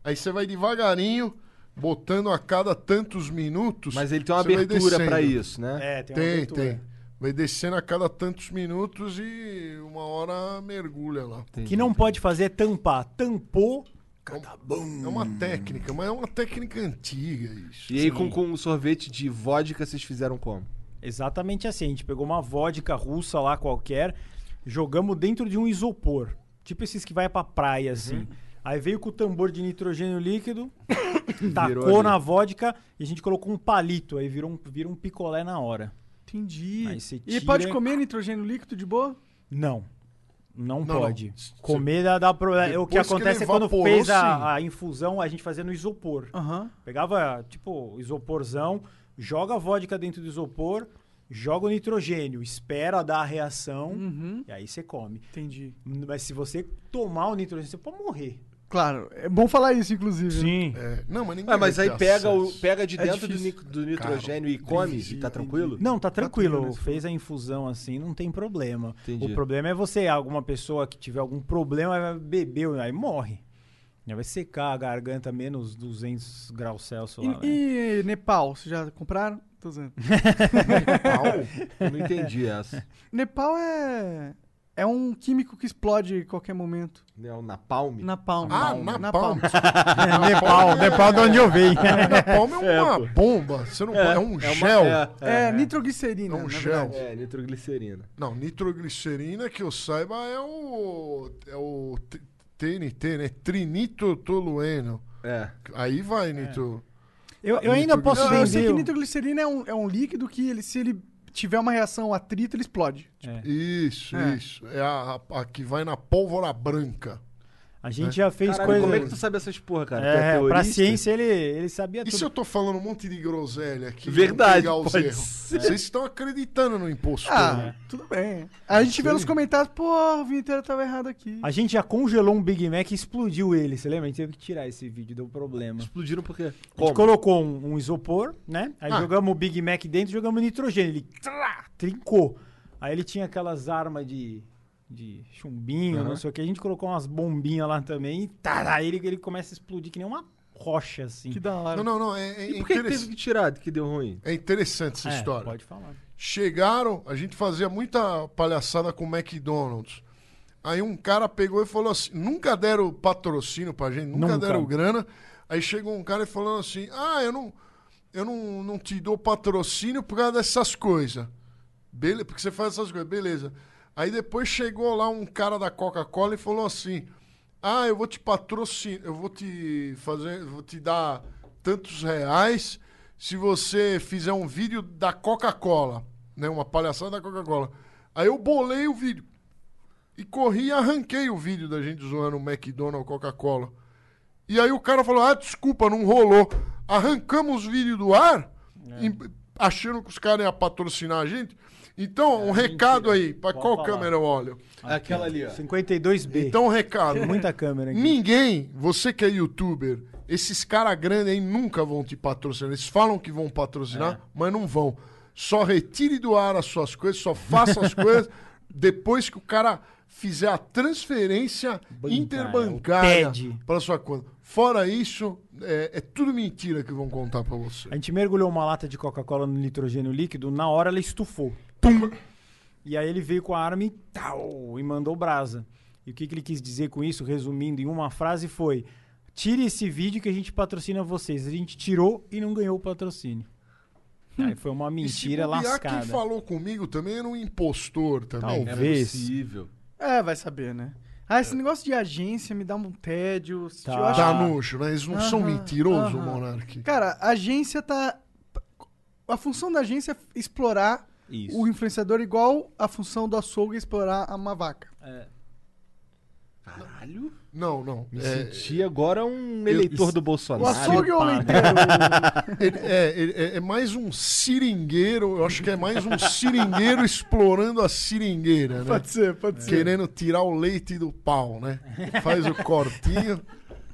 [SPEAKER 5] Aí você vai devagarinho, botando a cada tantos minutos.
[SPEAKER 2] Mas ele tem uma
[SPEAKER 5] você vai
[SPEAKER 2] abertura pra
[SPEAKER 5] descendo.
[SPEAKER 2] isso, né?
[SPEAKER 4] É, tem uma
[SPEAKER 5] Tem,
[SPEAKER 4] abertura.
[SPEAKER 5] tem. Vai descendo a cada tantos minutos e uma hora mergulha lá.
[SPEAKER 4] que não pode fazer é tampar. Tampou.
[SPEAKER 5] É uma técnica, mas é uma técnica antiga isso.
[SPEAKER 2] E aí, com, com um sorvete de vodka, vocês fizeram como?
[SPEAKER 4] Exatamente assim. A gente pegou uma vodka russa lá qualquer, jogamos dentro de um isopor. Tipo esses que vai pra praia, assim.
[SPEAKER 5] Uhum.
[SPEAKER 4] Aí veio com o tambor de nitrogênio líquido,
[SPEAKER 2] ali.
[SPEAKER 4] tacou na vodka e a gente colocou um palito. Aí virou um, virou um picolé na hora.
[SPEAKER 3] Entendi.
[SPEAKER 4] Aí você
[SPEAKER 3] E
[SPEAKER 4] tira-
[SPEAKER 3] pode comer nitrogênio líquido de boa?
[SPEAKER 4] Não. Não,
[SPEAKER 5] não.
[SPEAKER 4] pode.
[SPEAKER 5] Se-
[SPEAKER 4] Comer dá, dá problema. O que
[SPEAKER 5] Depois que
[SPEAKER 4] acontece
[SPEAKER 5] ele
[SPEAKER 4] é quando
[SPEAKER 5] evaporou,
[SPEAKER 4] fez
[SPEAKER 5] sim.
[SPEAKER 4] a, a infusão, a gente fazia no isopor.
[SPEAKER 3] Aham.
[SPEAKER 4] Pegava, tipo, isoporzão, joga a vodka dentro do isopor, joga o nitrogênio, espera dar a reação e aí você come.
[SPEAKER 3] Entendi.
[SPEAKER 4] Mas se você tomar o nitrogênio, você pode morrer.
[SPEAKER 3] Claro, é bom falar isso, inclusive. né?
[SPEAKER 4] Sim.
[SPEAKER 5] É, não, mas ninguém
[SPEAKER 2] Ah, mas
[SPEAKER 5] vai
[SPEAKER 2] aí
[SPEAKER 5] ter
[SPEAKER 2] pega, o,
[SPEAKER 5] acesso.
[SPEAKER 2] pega de
[SPEAKER 3] É
[SPEAKER 2] dentro do,
[SPEAKER 3] difícil.
[SPEAKER 2] nic- do nitrogênio e come e tá tranquilo?
[SPEAKER 4] Não, tá tranquilo.
[SPEAKER 3] tranquilo, né?
[SPEAKER 4] Fez a infusão assim, não tem problema.
[SPEAKER 2] Entendi.
[SPEAKER 4] O problema é você, alguma pessoa que tiver algum problema, vai beber, aí morre. Já vai secar a garganta menos 200 graus Celsius lá. né?
[SPEAKER 3] E, e Nepal, vocês já compraram? Tô dizendo.
[SPEAKER 2] Eu não entendi essa.
[SPEAKER 3] Nepal é. É um químico que explode em qualquer momento.
[SPEAKER 2] Né, o Napalm.
[SPEAKER 3] Na palma.
[SPEAKER 5] Ah,
[SPEAKER 3] Na
[SPEAKER 5] Napalm.
[SPEAKER 3] palma.
[SPEAKER 4] Nepal, Nepal de onde eu venho.
[SPEAKER 5] Napalm é
[SPEAKER 2] É,
[SPEAKER 5] uma
[SPEAKER 2] pô.
[SPEAKER 5] bomba. Você não pode- é um
[SPEAKER 2] uma-
[SPEAKER 5] gel.
[SPEAKER 3] É, nitroglicerina.
[SPEAKER 5] É um
[SPEAKER 3] na
[SPEAKER 5] gel.
[SPEAKER 3] verdade.
[SPEAKER 2] É, nitroglicerina.
[SPEAKER 5] Não, nitroglicerina, que eu saiba, é o. É o T- TNT, né? Trinitrotolueno.
[SPEAKER 2] É.
[SPEAKER 5] Aí vai, Nitro.
[SPEAKER 4] Eu, eu ainda
[SPEAKER 5] Nitroglicerina.
[SPEAKER 4] posso
[SPEAKER 3] Eu, eu sei
[SPEAKER 4] vender.
[SPEAKER 3] que
[SPEAKER 4] o-
[SPEAKER 3] nitroglicerina é um, é um líquido que ele, se ele tiver uma reação ao atrito, ele explode.
[SPEAKER 5] Isso,
[SPEAKER 3] É.
[SPEAKER 5] isso. É a, a- a que vai na pólvora branca.
[SPEAKER 4] A gente já fez
[SPEAKER 2] Caralho,
[SPEAKER 4] coisas.
[SPEAKER 2] como é que tu sabe essas porra, cara? Tu
[SPEAKER 4] É, pra
[SPEAKER 2] teorista?
[SPEAKER 4] ciência ele, ele sabia
[SPEAKER 5] E se
[SPEAKER 4] tudo.
[SPEAKER 5] eu tô falando um monte de groselha aqui?
[SPEAKER 2] É Verdade,
[SPEAKER 5] Pegar os
[SPEAKER 2] pode
[SPEAKER 5] erros.
[SPEAKER 2] ser. É.
[SPEAKER 5] Vocês estão acreditando no impostor.
[SPEAKER 3] Ah, tudo bem. Aí a gente vê nos comentários, pô, o Vinteiro tava errado aqui.
[SPEAKER 4] A gente já congelou um Big Mac e explodiu ele, você lembra? A gente teve que tirar esse vídeo, deu um problema.
[SPEAKER 2] Explodiram Tipo, por quê?
[SPEAKER 4] A gente colocou um, um isopor, né? Aí jogamos o Big Mac dentro, jogamos nitrogênio. Ele trá, trincou. Aí ele tinha aquelas armas de, de chumbinho, não sei o que. A gente colocou umas bombinhas lá também e tará, ele, ele começa a explodir que nem uma rocha, assim.
[SPEAKER 3] Que da hora.
[SPEAKER 5] Não, não, não. É, é
[SPEAKER 2] E por que que
[SPEAKER 5] interess-
[SPEAKER 2] teve que tirar que deu ruim?
[SPEAKER 5] é interessante essa
[SPEAKER 4] É,
[SPEAKER 5] história.
[SPEAKER 4] Pode falar.
[SPEAKER 5] Chegaram, a gente fazia muita palhaçada com o McDonald's. Aí um cara pegou e falou assim: nunca deram patrocínio pra gente, nunca,
[SPEAKER 4] Nunca.
[SPEAKER 5] deram grana. Aí chegou um cara e falando assim: ah, eu não, eu não, não te dou patrocínio por causa dessas coisas. Beleza, porque você faz essas coisas, beleza. Aí depois chegou lá um cara da Coca-Cola e falou assim: Ah, eu vou te patrocinar, eu vou te fazer, eu vou te dar tantos reais se você fizer um vídeo da Coca-Cola, né? Uma palhaçada da Coca-Cola. Aí eu bolei o vídeo e corri e arranquei o vídeo da gente zoando o McDonald's Coca-Cola. E aí o cara falou: Ah, desculpa, não rolou. Arrancamos os vídeos do ar,
[SPEAKER 4] É.
[SPEAKER 5] em- achando que os caras iam patrocinar a gente. Então, um recado aí, pra
[SPEAKER 4] É, Pode
[SPEAKER 5] qual
[SPEAKER 4] falar.
[SPEAKER 5] câmera eu olho?
[SPEAKER 2] Aquela ali, ó.
[SPEAKER 4] 52B.
[SPEAKER 5] Então, um recado.
[SPEAKER 4] muita câmera aqui.
[SPEAKER 5] Ninguém, você que é youtuber, esses caras grandes aí nunca vão te patrocinar. Eles falam que vão
[SPEAKER 4] É.
[SPEAKER 5] patrocinar, mas não vão. Só retire do ar as suas coisas, só faça as coisas depois que o cara fizer a transferência
[SPEAKER 4] Bancária, o
[SPEAKER 5] interbancária
[SPEAKER 4] TED.
[SPEAKER 5] para sua conta. Fora isso, é, é tudo mentira que vão contar para você.
[SPEAKER 4] A gente mergulhou uma lata de Coca-Cola no nitrogênio líquido, na hora ela estufou. Tum! E aí ele veio com a arma e tal, e mandou brasa. E o que, que ele quis dizer com isso, resumindo em uma frase, foi: tire esse vídeo que a gente patrocina vocês. A gente tirou e não ganhou o patrocínio. Aí foi uma
[SPEAKER 5] E se
[SPEAKER 4] mentira
[SPEAKER 5] bobear, quem
[SPEAKER 4] lascada.
[SPEAKER 5] falou comigo também era um impostor também.
[SPEAKER 2] Era
[SPEAKER 4] Talvez.
[SPEAKER 2] possível.
[SPEAKER 3] É, vai saber, né? Ah, esse negócio de agência me dá um tédio.
[SPEAKER 4] Tá.
[SPEAKER 3] Eu acho
[SPEAKER 5] Dá nojo, né? Eles não são
[SPEAKER 3] Aham,
[SPEAKER 5] mentirosos,
[SPEAKER 3] aham.
[SPEAKER 5] Monark.
[SPEAKER 3] Cara, a agência tá. A função da agência é explorar
[SPEAKER 2] Isso.
[SPEAKER 3] o influenciador igual a função do açougue é explorar uma vaca.
[SPEAKER 2] Caralho.
[SPEAKER 5] Não, não.
[SPEAKER 2] Me
[SPEAKER 5] É,
[SPEAKER 2] senti agora um eleitor do
[SPEAKER 3] O
[SPEAKER 2] Bolsonaro.
[SPEAKER 3] açougue ou o leiteiro?
[SPEAKER 5] Ele- é, ele- é, é mais um seringueiro, eu acho que é mais um seringueiro explorando a seringueira, né?
[SPEAKER 3] pode ser, pode ser.
[SPEAKER 5] Querendo tirar o leite do pau, né? Faz o cortinho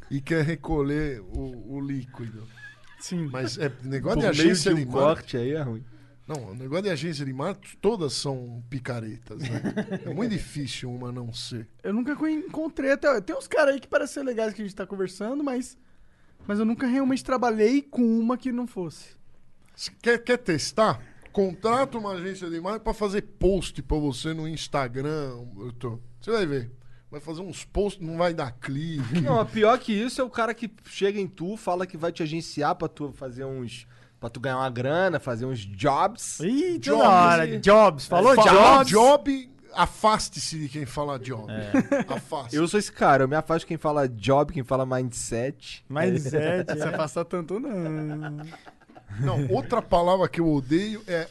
[SPEAKER 5] e quer recolher o, o líquido.
[SPEAKER 3] Sim.
[SPEAKER 5] Mas é
[SPEAKER 2] Por
[SPEAKER 5] negócio de
[SPEAKER 2] meio de
[SPEAKER 5] agência de
[SPEAKER 2] um
[SPEAKER 5] marketing.
[SPEAKER 2] corte aí é ruim.
[SPEAKER 5] Não, o negócio de agência de marketing, todas são picaretas, né? É muito difícil uma não ser.
[SPEAKER 3] Eu nunca co- encontrei até. Tem uns caras aí que parecem ser legais que a gente tá conversando, mas. Mas eu nunca realmente trabalhei com uma que não fosse.
[SPEAKER 5] Se Quer, quer testar? Contrata uma agência de marketing para fazer post para você no Instagram. eu tô. Você vai ver. Vai fazer uns posts, não vai dar clique.
[SPEAKER 2] Não, a pior que isso é o cara que chega em tu, fala que vai te agenciar pra tu fazer uns. pra tu ganhar uma grana, fazer uns jobs.
[SPEAKER 4] Ih, toda
[SPEAKER 2] Jobs
[SPEAKER 4] hora.
[SPEAKER 2] e-
[SPEAKER 4] É Jobs, falou
[SPEAKER 5] Falar
[SPEAKER 4] Jobs?
[SPEAKER 5] job, afaste-se de quem fala job. Afaste.
[SPEAKER 2] É. Eu sou esse cara, eu me afasto quem fala job, quem fala mindset.
[SPEAKER 4] Mas é,
[SPEAKER 3] Se
[SPEAKER 4] é.
[SPEAKER 3] afastar tanto, não.
[SPEAKER 5] Não, outra palavra que eu odeio é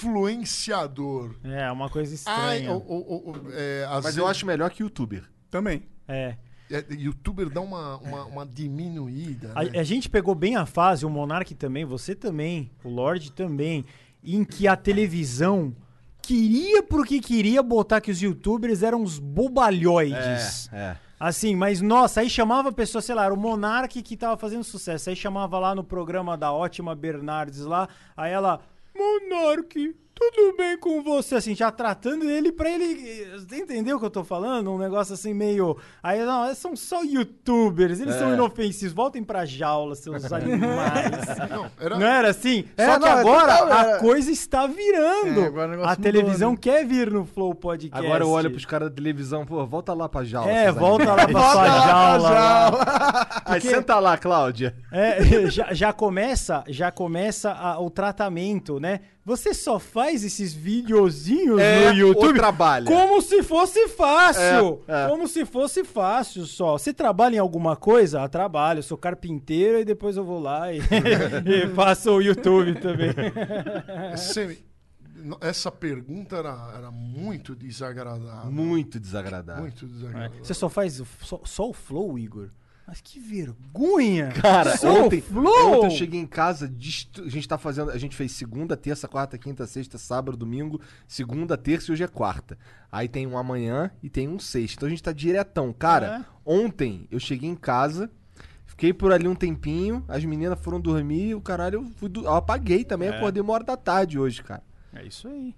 [SPEAKER 5] influenciador.
[SPEAKER 4] é uma coisa
[SPEAKER 5] Ai,
[SPEAKER 4] estranha.
[SPEAKER 5] o, o- o- é, às
[SPEAKER 2] Mas
[SPEAKER 5] vezes-
[SPEAKER 2] eu acho melhor que youtuber.
[SPEAKER 3] Também.
[SPEAKER 4] É.
[SPEAKER 5] é, youtuber dá uma, uma, uma diminuída.
[SPEAKER 4] A,
[SPEAKER 5] né?
[SPEAKER 4] a gente pegou bem a fase, o Monark também, você também, o Lorde também, em que a televisão queria porque queria botar que os youtubers eram uns bobalhoides.
[SPEAKER 2] É.
[SPEAKER 4] Assim, mas nossa, aí chamava a pessoa, sei lá, era o Monark que tava fazendo sucesso. Aí chamava lá no programa da ótima Bernardes lá, aí ela, Monark, Tudo bem com você, assim, já tratando ele pra ele. Você entendeu o que eu tô falando? Um negócio assim meio. Aí, não, eles são só youtubers, eles são
[SPEAKER 2] É.
[SPEAKER 4] inofensivos, voltem pra jaula, seus animais.
[SPEAKER 2] é.
[SPEAKER 5] Não, era...
[SPEAKER 4] Não era assim?
[SPEAKER 3] É,
[SPEAKER 4] Só que
[SPEAKER 3] não, é
[SPEAKER 4] agora
[SPEAKER 3] total, era-
[SPEAKER 4] a coisa está virando.
[SPEAKER 3] É, agora o negócio
[SPEAKER 4] a
[SPEAKER 3] mudou,
[SPEAKER 4] televisão
[SPEAKER 3] né?
[SPEAKER 4] quer vir no Flow Podcast.
[SPEAKER 2] Agora eu olho pros né? caras da televisão, pô, volta lá pra jaula.
[SPEAKER 4] É,
[SPEAKER 2] seus
[SPEAKER 4] volta
[SPEAKER 2] animais.
[SPEAKER 4] lá pra sua jaula. lá.
[SPEAKER 2] Aí senta lá, Cláudia.
[SPEAKER 4] É, já, já começa, já começa a- o tratamento, né? Você só faz esses videozinhos
[SPEAKER 2] É,
[SPEAKER 4] no YouTube
[SPEAKER 2] ou trabalha.
[SPEAKER 4] como se fosse fácil.
[SPEAKER 2] É, é.
[SPEAKER 4] Como se fosse fácil só. Você trabalha em alguma coisa? Ah, trabalho. Eu sou carpinteiro e depois eu vou lá e, e faço o YouTube também.
[SPEAKER 2] é?
[SPEAKER 5] Semi, no- essa pergunta era, era muito desagradável.
[SPEAKER 2] Muito desagradável.
[SPEAKER 5] Muito
[SPEAKER 2] É.
[SPEAKER 5] desagradável.
[SPEAKER 4] Você só faz o- só, só o flow, Igor? Mas que vergonha!
[SPEAKER 2] Cara,
[SPEAKER 4] só
[SPEAKER 2] ontem,
[SPEAKER 4] o flow!
[SPEAKER 2] ontem eu cheguei em casa, destru- a gente tá fazendo, a gente fez segunda, terça, quarta, quinta, sexta, sábado, domingo, segunda, terça e hoje é quarta. Aí tem um amanhã e tem um sexta. Então a gente tá diretão. Cara, ontem eu cheguei em casa, fiquei por ali um tempinho, as meninas foram dormir, o caralho, eu, fui do- eu apaguei também, acordei uma hora da tarde hoje, cara.
[SPEAKER 4] É isso aí.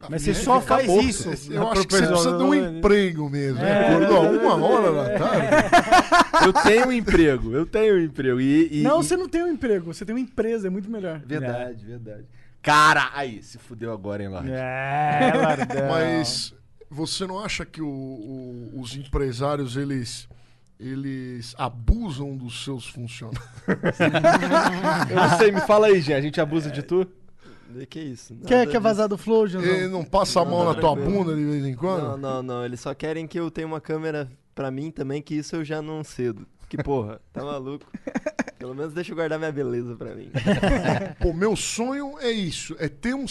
[SPEAKER 5] Ah,
[SPEAKER 4] Mas você
[SPEAKER 5] merda,
[SPEAKER 4] só faz
[SPEAKER 5] acabou.
[SPEAKER 4] isso.
[SPEAKER 5] Eu acho que você precisa de um emprego mesmo. né?
[SPEAKER 4] É.
[SPEAKER 5] Acordou a uma hora da tarde.
[SPEAKER 2] Eu tenho um emprego, eu tenho um emprego. E, e-
[SPEAKER 3] Não,
[SPEAKER 2] e-
[SPEAKER 3] você não tem um emprego, você tem uma empresa, é muito melhor.
[SPEAKER 2] Verdade, verdade. Cara, aí, se fudeu agora, hein, Lorde?
[SPEAKER 4] É, Lardão.
[SPEAKER 5] Mas você não acha que o- o- os empresários, eles... Eles abusam dos seus funcionários.
[SPEAKER 2] Eu não sei, me fala aí, Jean, a gente abusa de tu?
[SPEAKER 6] Que isso? Nada
[SPEAKER 3] Quer, quer
[SPEAKER 6] disso.
[SPEAKER 3] vazar do flow, Janzão?
[SPEAKER 5] Ele não passa a mão
[SPEAKER 6] Não,
[SPEAKER 5] na tua
[SPEAKER 6] tranquilo.
[SPEAKER 5] bunda de vez em quando?
[SPEAKER 6] Não, não, não. Eles só querem que eu tenha uma câmera pra mim também, que isso eu já não cedo. Que porra, tá maluco? Pelo menos deixa eu guardar minha beleza pra mim.
[SPEAKER 5] Pô, meu sonho é isso, é ter um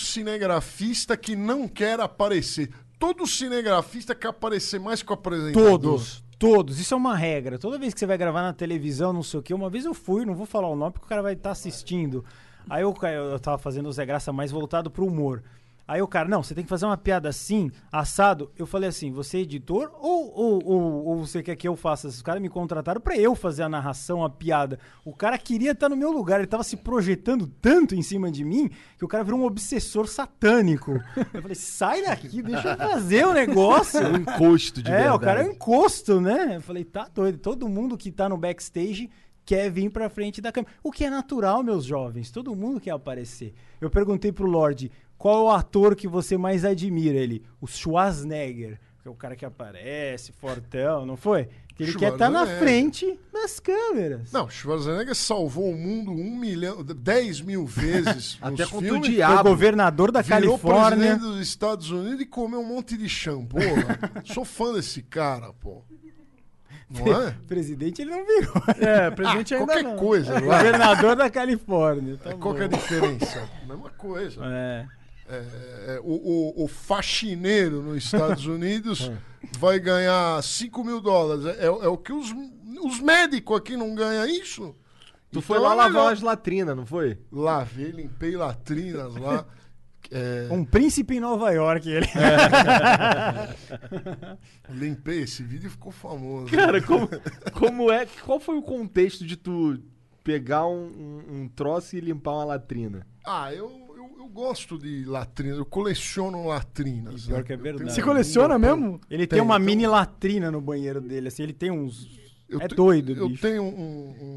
[SPEAKER 5] cinegrafista que não quer aparecer. Todo cinegrafista quer aparecer mais que o apresentador.
[SPEAKER 4] Todos. Todos, isso é uma regra. Toda vez que você vai gravar na televisão, não sei o que, uma vez eu fui, não vou falar o nome porque o cara vai estar assistindo. Aí eu, eu tava fazendo o Zé Graça mais voltado pro humor. Aí o cara, não, você tem que fazer uma piada assim, assado. Eu falei assim, você é editor ou, ou, ou, ou você quer que eu faça? Os caras me contrataram pra eu fazer a narração, a piada. O cara queria estar no meu lugar, ele tava se projetando tanto em cima de mim que o cara virou um obsessor satânico. Eu falei, sai daqui, deixa eu fazer o negócio.
[SPEAKER 2] Um encosto de
[SPEAKER 4] é,
[SPEAKER 2] verdade.
[SPEAKER 4] o cara é um encosto, né? Eu falei, tá doido. Todo mundo que tá no backstage quer vir pra frente da câmera. O que é natural, meus jovens. Todo mundo quer aparecer. Eu perguntei pro Lorde, qual é o ator que você mais admira? Ele, o Schwarzenegger. Que é o cara que aparece, fortão, não foi? Que ele quer estar na
[SPEAKER 5] Schwarzenegger.
[SPEAKER 4] frente das câmeras.
[SPEAKER 5] Não, Schwarzenegger salvou o mundo um milhão, dez mil vezes nos
[SPEAKER 2] Até contra o
[SPEAKER 5] filmes.
[SPEAKER 4] Foi o
[SPEAKER 2] diabo.
[SPEAKER 4] é governador da
[SPEAKER 5] Virou
[SPEAKER 4] Califórnia.
[SPEAKER 5] presidente dos Estados Unidos e comeu um monte de shampoo. né? Sou fã desse cara, pô. Não é?
[SPEAKER 4] Presidente ele não virou.
[SPEAKER 3] É, presidente ainda
[SPEAKER 5] Qualquer
[SPEAKER 3] não.
[SPEAKER 5] coisa, não é?
[SPEAKER 4] governador da Califórnia. Tá
[SPEAKER 5] É,
[SPEAKER 4] bom.
[SPEAKER 5] Qual que é a diferença? Mesma coisa.
[SPEAKER 4] É.
[SPEAKER 5] É, é, o, o- o faxineiro nos Estados Unidos
[SPEAKER 2] É.
[SPEAKER 5] vai ganhar 5 mil dólares. É, é o que os, os médicos aqui não ganham isso?
[SPEAKER 2] Tu
[SPEAKER 5] Então
[SPEAKER 2] foi lá
[SPEAKER 5] é
[SPEAKER 2] lavar
[SPEAKER 5] melhor.
[SPEAKER 2] umas latrinas, não foi?
[SPEAKER 5] Lavei, limpei latrinas lá. É,
[SPEAKER 4] Um príncipe em Nova York, ele.
[SPEAKER 5] limpei, esse vídeo ficou famoso.
[SPEAKER 2] Cara, como, como é. Qual foi o contexto de tu pegar um, um- um troço e limpar uma latrina?
[SPEAKER 5] Ah, eu, eu, eu gosto de latrinas, eu coleciono latrinas.
[SPEAKER 4] pior
[SPEAKER 5] né?
[SPEAKER 4] que é
[SPEAKER 5] Eu tenho-
[SPEAKER 4] verdade.
[SPEAKER 3] Você coleciona mesmo?
[SPEAKER 4] Ele tem,
[SPEAKER 5] Tem,
[SPEAKER 4] uma
[SPEAKER 5] tem um-
[SPEAKER 4] mini latrina no banheiro dele, assim, ele tem uns.
[SPEAKER 5] Eu
[SPEAKER 4] é
[SPEAKER 5] te-
[SPEAKER 4] doido,
[SPEAKER 5] Eu
[SPEAKER 4] bicho.
[SPEAKER 5] tenho um,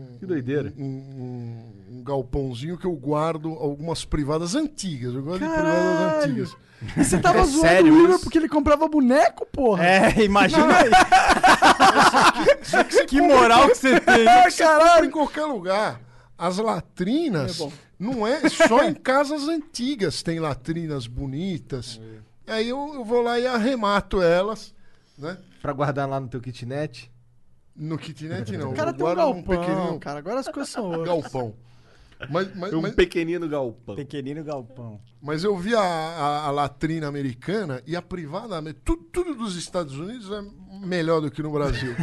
[SPEAKER 5] um-
[SPEAKER 2] Que doideira.
[SPEAKER 5] Um, um- um galpãozinho que eu guardo algumas privadas antigas. Eu gosto de privadas
[SPEAKER 3] Caralho!
[SPEAKER 5] antigas.
[SPEAKER 3] E você tava
[SPEAKER 2] É
[SPEAKER 3] zoando
[SPEAKER 2] sério
[SPEAKER 3] o Igor
[SPEAKER 2] isso?
[SPEAKER 3] porque ele comprava boneco, porra.
[SPEAKER 4] É, imagina aí. que moral que você tem.
[SPEAKER 5] Ah, caralho! Em qualquer lugar. As latrinas, não é só em casas antigas tem latrinas bonitas.
[SPEAKER 4] É.
[SPEAKER 5] Aí eu, eu vou lá e arremato elas, né?
[SPEAKER 2] Pra guardar lá no teu kitnet?
[SPEAKER 5] No é kitnet não.
[SPEAKER 3] O cara
[SPEAKER 5] eu
[SPEAKER 3] tem um
[SPEAKER 5] guardo num
[SPEAKER 3] galpão,
[SPEAKER 5] pequenino
[SPEAKER 3] cara. Agora as coisas são outras.
[SPEAKER 5] um galpão. Mas, mas,
[SPEAKER 2] Um
[SPEAKER 5] mas-
[SPEAKER 2] pequenino galpão.
[SPEAKER 4] Pequenino galpão.
[SPEAKER 5] mas eu vi a, a- a latrina americana e a privada. amer- Tudo, tudo dos Estados Unidos é melhor do que no Brasil.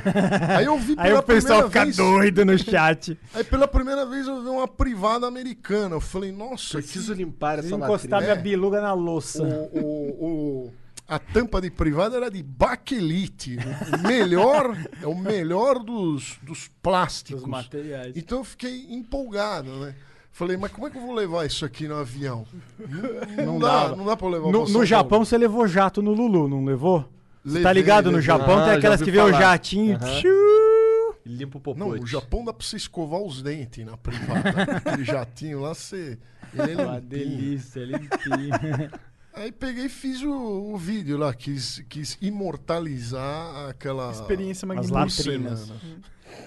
[SPEAKER 5] Aí eu vi pela
[SPEAKER 4] Aí o pessoal
[SPEAKER 5] primeira
[SPEAKER 4] fica
[SPEAKER 5] vez.
[SPEAKER 4] doido no chat.
[SPEAKER 5] Aí pela primeira vez eu vi uma privada americana. Eu falei, nossa, que
[SPEAKER 2] Preciso limpar
[SPEAKER 4] Se
[SPEAKER 2] essa
[SPEAKER 4] encostar
[SPEAKER 2] latrina.
[SPEAKER 4] minha biluga na louça.
[SPEAKER 5] o, o- o- a tampa de privada era de baquelite. O melhor, é o melhor dos, dos plásticos.
[SPEAKER 4] Dos materiais.
[SPEAKER 5] Então eu fiquei empolgado, né? Falei, mas como é que eu vou levar isso aqui no avião? Não,
[SPEAKER 4] Não
[SPEAKER 5] dá,
[SPEAKER 4] dava.
[SPEAKER 5] não dá pra eu levar pra
[SPEAKER 4] No,
[SPEAKER 5] São
[SPEAKER 4] no Japão
[SPEAKER 5] Paulo.
[SPEAKER 4] você levou jato no Lulu, não levou? Você tá
[SPEAKER 5] Levei,
[SPEAKER 4] ligado? No
[SPEAKER 5] levei.
[SPEAKER 4] Japão
[SPEAKER 2] Ah,
[SPEAKER 4] tem
[SPEAKER 2] já
[SPEAKER 4] aquelas
[SPEAKER 2] ouvi
[SPEAKER 4] que vê o
[SPEAKER 2] falar.
[SPEAKER 4] jatinho.
[SPEAKER 2] Aham.
[SPEAKER 4] tchiu.
[SPEAKER 2] Limpa o
[SPEAKER 5] Não,
[SPEAKER 2] popote.
[SPEAKER 5] no Japão dá pra você escovar os dentes na privada. Aquele jatinho lá, você. Ele é
[SPEAKER 4] Uma
[SPEAKER 5] limpinho.
[SPEAKER 4] Ah, delícia, limpinho.
[SPEAKER 5] Aí peguei e fiz o, o vídeo lá, quis, quis imortalizar aquela.
[SPEAKER 3] Experiência
[SPEAKER 4] As
[SPEAKER 3] magnífica.
[SPEAKER 4] latrinas.
[SPEAKER 5] porcelana.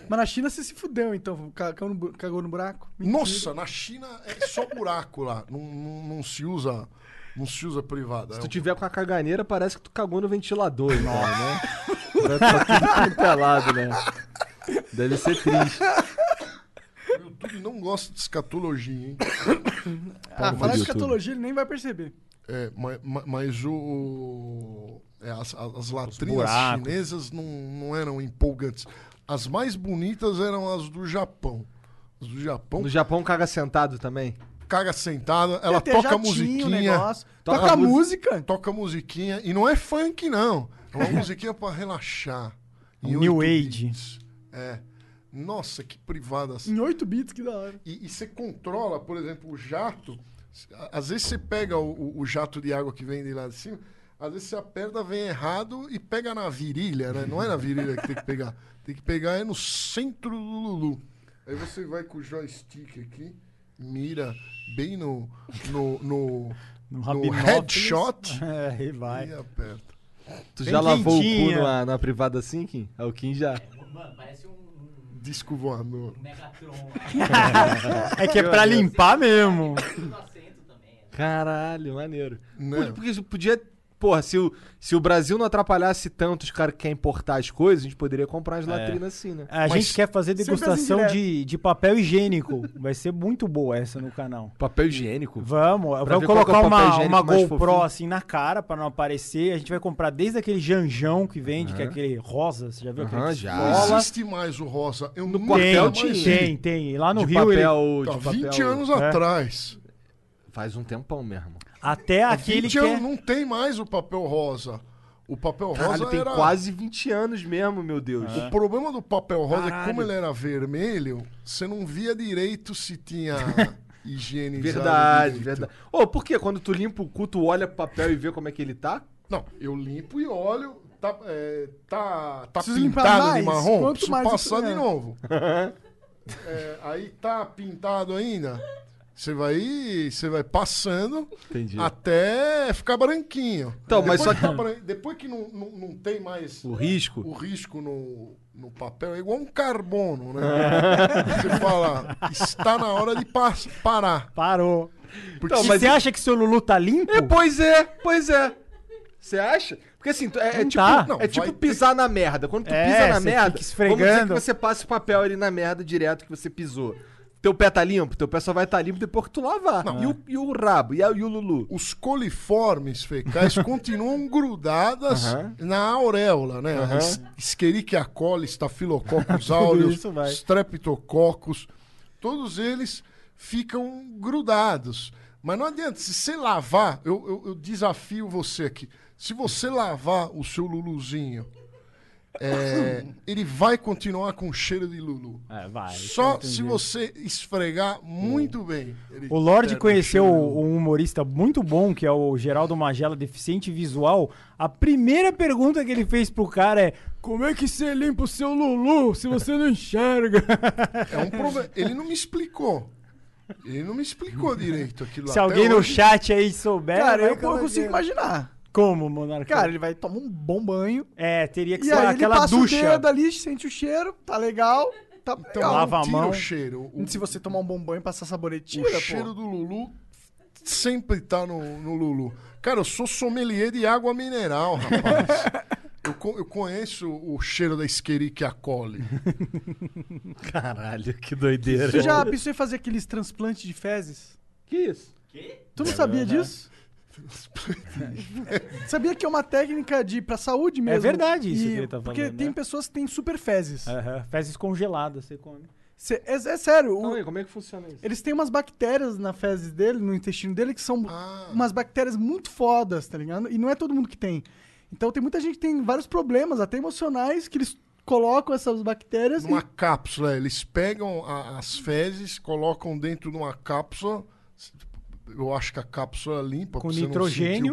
[SPEAKER 3] Mas na China você se fudeu, então. Cagou no, bu- cagou no buraco. Mentira.
[SPEAKER 5] Nossa, na China é só buraco lá. Não, não, não se usa. Não se usa privada.
[SPEAKER 2] Se
[SPEAKER 5] É
[SPEAKER 2] tu
[SPEAKER 5] um-
[SPEAKER 2] tiver com a caganeira, parece que tu cagou no ventilador, então, né? Vai tá tudo pelado, né? Deve ser triste.
[SPEAKER 5] O YouTube não gosta de escatologia, hein?
[SPEAKER 3] Ah,
[SPEAKER 2] no
[SPEAKER 3] falar de
[SPEAKER 2] YouTube.
[SPEAKER 3] escatologia ele nem vai perceber.
[SPEAKER 5] É, ma- ma- mas, o. é, as, as latrinas
[SPEAKER 4] buracos.
[SPEAKER 5] chinesas não, não eram empolgantes. As mais bonitas eram as do Japão. As do Japão,
[SPEAKER 2] No Japão caga sentado também.
[SPEAKER 5] caga sentada, ela
[SPEAKER 3] Até
[SPEAKER 5] toca
[SPEAKER 3] jatinho, um
[SPEAKER 5] musiquinha.
[SPEAKER 3] negócio.
[SPEAKER 2] Toca
[SPEAKER 3] Toca,
[SPEAKER 2] a
[SPEAKER 3] a música.
[SPEAKER 5] Toca musiquinha. E não é funk, não. É uma musiquinha pra relaxar. Em
[SPEAKER 4] New
[SPEAKER 5] oito
[SPEAKER 4] Age.
[SPEAKER 5] bits. É. Nossa, que privada assim.
[SPEAKER 3] Em 8 bits, que da hora.
[SPEAKER 5] E, e você controla, por exemplo, o jato. S- a- Às vezes você pega o, o- o jato de água que vem de lá de cima, às vezes a perna vem errado e pega na virilha, né? Não é na virilha que tem que pegar. Tem que pegar é no centro do Lulu. Aí você vai com o joystick aqui, mira bem no, no, no,
[SPEAKER 4] No
[SPEAKER 5] no
[SPEAKER 4] Rabinópolis.
[SPEAKER 5] headshot
[SPEAKER 4] É, aí vai.
[SPEAKER 5] e aperta.
[SPEAKER 2] Tu
[SPEAKER 4] Bem
[SPEAKER 2] já lavou o
[SPEAKER 4] quentinha.
[SPEAKER 2] cu na, na privada assim, Kim? Ah, o Kim já.
[SPEAKER 9] Mano, parece um, um
[SPEAKER 5] Disco voador.
[SPEAKER 9] Megatron.
[SPEAKER 4] É que é pra limpar mesmo.
[SPEAKER 9] Tudo assento também.
[SPEAKER 2] Caralho, maneiro.
[SPEAKER 5] Né?
[SPEAKER 2] Podia- Porque isso podia. Porra, se o, se o Brasil não atrapalhasse tanto os caras que querem importar as coisas, a gente poderia comprar as latrinas assim, né?
[SPEAKER 4] A
[SPEAKER 5] Mas-
[SPEAKER 4] gente quer fazer
[SPEAKER 3] Sempre assim
[SPEAKER 4] degustação
[SPEAKER 3] direto.
[SPEAKER 4] de, de papel higiênico. Vai ser muito boa essa no canal.
[SPEAKER 2] Papel higiênico.
[SPEAKER 4] Vamos, vamos
[SPEAKER 2] ver qual que é
[SPEAKER 4] colocar
[SPEAKER 2] o papel
[SPEAKER 4] uma,
[SPEAKER 2] higiênico
[SPEAKER 4] uma
[SPEAKER 2] mais
[SPEAKER 4] GoPro
[SPEAKER 2] fofinho.
[SPEAKER 4] assim na cara pra não aparecer. A gente vai comprar desde aquele janjão que vende, que é aquele rosa, você já viu?
[SPEAKER 2] Aham,
[SPEAKER 4] aquele que
[SPEAKER 2] já.
[SPEAKER 5] Não
[SPEAKER 4] esfola?
[SPEAKER 5] existe mais o rosa. Eu no
[SPEAKER 4] Tem,
[SPEAKER 2] quartel
[SPEAKER 5] mais
[SPEAKER 2] tinha.
[SPEAKER 5] vi.
[SPEAKER 4] tem, tem. Lá no
[SPEAKER 2] de
[SPEAKER 4] Rio ele...
[SPEAKER 2] papel,
[SPEAKER 5] Tá,
[SPEAKER 2] de papel. É.
[SPEAKER 5] 20 anos atrás.
[SPEAKER 2] Faz um tempão mesmo.
[SPEAKER 4] Até aquele
[SPEAKER 5] 20
[SPEAKER 4] que
[SPEAKER 5] anos
[SPEAKER 4] é...
[SPEAKER 5] não tem mais o papel rosa. O papel
[SPEAKER 2] Caralho,
[SPEAKER 5] rosa
[SPEAKER 2] tem
[SPEAKER 5] era...
[SPEAKER 2] quase 20 anos mesmo, meu Deus.
[SPEAKER 5] O problema do papel rosa é que como ele era vermelho, você não via direito se tinha higienizado.
[SPEAKER 2] Verdade,
[SPEAKER 5] direito.
[SPEAKER 2] verdade. Ô, por quê? Quando tu limpa o cu, tu olha pro papel e vê como é que ele tá?
[SPEAKER 5] Não, eu limpo e olho, tá, é, tá, tá
[SPEAKER 3] Preciso limpar
[SPEAKER 5] pintado de
[SPEAKER 3] mais,
[SPEAKER 5] marrom,
[SPEAKER 3] quanto
[SPEAKER 5] preciso
[SPEAKER 3] mais
[SPEAKER 5] passar
[SPEAKER 3] isso-
[SPEAKER 5] de
[SPEAKER 3] é.
[SPEAKER 5] novo. É, aí tá pintado ainda, você vai, você vai passando
[SPEAKER 2] Entendi.
[SPEAKER 5] até ficar branquinho.
[SPEAKER 2] Então,
[SPEAKER 5] depois
[SPEAKER 2] mas só
[SPEAKER 5] tá
[SPEAKER 2] que-
[SPEAKER 5] bran- Depois que não, não, não tem mais...
[SPEAKER 2] O risco.
[SPEAKER 5] o risco no, no papel é igual um carbono, né? Você fala, está na hora de pas- parar.
[SPEAKER 4] Parou.
[SPEAKER 5] Porque
[SPEAKER 2] Então,
[SPEAKER 5] se-
[SPEAKER 2] mas-
[SPEAKER 4] Você acha que seu Lulu tá limpo?
[SPEAKER 2] É, pois é, pois é. Você acha? Porque assim, tu- é, é
[SPEAKER 4] Não
[SPEAKER 2] tipo,
[SPEAKER 4] tá.
[SPEAKER 5] Não,
[SPEAKER 2] é tipo
[SPEAKER 5] vai ter-
[SPEAKER 2] pisar na merda. Quando tu
[SPEAKER 4] É,
[SPEAKER 2] pisa na
[SPEAKER 4] você
[SPEAKER 2] merda,
[SPEAKER 4] fica esfregando.
[SPEAKER 2] vamos dizer que você passa o papel ali na merda direto que você pisou. Teu pé tá limpo? Teu pé só vai estar tá limpo depois que tu lavar. E o, e o rabo? E, a, e o Lulu?
[SPEAKER 5] os coliformes fecais continuam grudadas
[SPEAKER 2] Aham.
[SPEAKER 5] na auréola, né?
[SPEAKER 2] Aham.
[SPEAKER 5] Es- Escherichia coli, Staphylococcus aureus,
[SPEAKER 4] Isso vai.
[SPEAKER 5] Streptococcus, todos eles ficam grudados. Mas não adianta, se você lavar, eu, eu- eu desafio você aqui, se você lavar o seu luluzinho, é, ele vai continuar com cheiro de lulu.
[SPEAKER 4] É, vai.
[SPEAKER 5] Só se você esfregar muito bem. ele
[SPEAKER 4] O Lorde
[SPEAKER 5] perde
[SPEAKER 4] conheceu
[SPEAKER 5] cheiro de lulu.
[SPEAKER 4] um humorista muito bom, que é o Geraldo Magela, deficiente visual. A primeira pergunta que ele fez pro cara é: Como é que você limpa o seu Lulu se você não enxerga?
[SPEAKER 5] É um problema. Ele não me explicou. Ele não me explicou direito aquilo lá.
[SPEAKER 4] se alguém
[SPEAKER 5] Até
[SPEAKER 4] no
[SPEAKER 5] hoje-
[SPEAKER 4] chat aí souber.
[SPEAKER 3] Cara,
[SPEAKER 4] É, vai
[SPEAKER 3] eu, eu consigo
[SPEAKER 4] colocar.
[SPEAKER 3] imaginar.
[SPEAKER 4] Como, Monarca?
[SPEAKER 3] Cara, ele vai tomar um bom banho.
[SPEAKER 4] É, teria que
[SPEAKER 3] E
[SPEAKER 4] ser
[SPEAKER 3] aí ele
[SPEAKER 4] aquela
[SPEAKER 3] passa o
[SPEAKER 4] ducha.
[SPEAKER 3] dedo ali, sente o cheiro, tá legal. Tá
[SPEAKER 5] Então,
[SPEAKER 3] legal.
[SPEAKER 4] lava a
[SPEAKER 5] tira
[SPEAKER 4] mão.
[SPEAKER 5] O cheiro. O,
[SPEAKER 3] Se você tomar um bom banho e passar sabonetinho,
[SPEAKER 5] o cheiro do Lulu sempre tá no, no Lulu. Cara, eu sou sommelier de água mineral, rapaz. Eu, co- eu conheço o cheiro da Escherichia coli.
[SPEAKER 2] Caralho, que doideira.
[SPEAKER 3] Você já pensou em fazer aqueles transplantes de fezes?
[SPEAKER 2] Que isso?
[SPEAKER 3] Tu
[SPEAKER 4] É
[SPEAKER 3] não sabia disso? sabia que é uma técnica de pra saúde mesmo.
[SPEAKER 4] É verdade É. isso que ele tá
[SPEAKER 3] Porque
[SPEAKER 4] falando,
[SPEAKER 3] tem
[SPEAKER 4] né?
[SPEAKER 3] pessoas que têm super fezes.
[SPEAKER 4] Aham, Fezes congeladas, você come.
[SPEAKER 3] Cê- É, é sério, o-
[SPEAKER 2] Calma aí, como é que funciona isso?
[SPEAKER 3] eles têm umas bactérias na fezes dele, no intestino dele, que são
[SPEAKER 5] Ah.
[SPEAKER 3] umas bactérias muito fodas, tá ligado? E não é todo mundo que tem. Então tem muita gente que tem vários problemas, até emocionais, que eles colocam essas bactérias
[SPEAKER 5] Numa
[SPEAKER 3] e
[SPEAKER 5] cápsula, eles pegam a- as fezes, colocam dentro de uma cápsula. tipo, Eu acho que a cápsula limpa,
[SPEAKER 4] Com
[SPEAKER 5] pra você não
[SPEAKER 4] nitrogênio.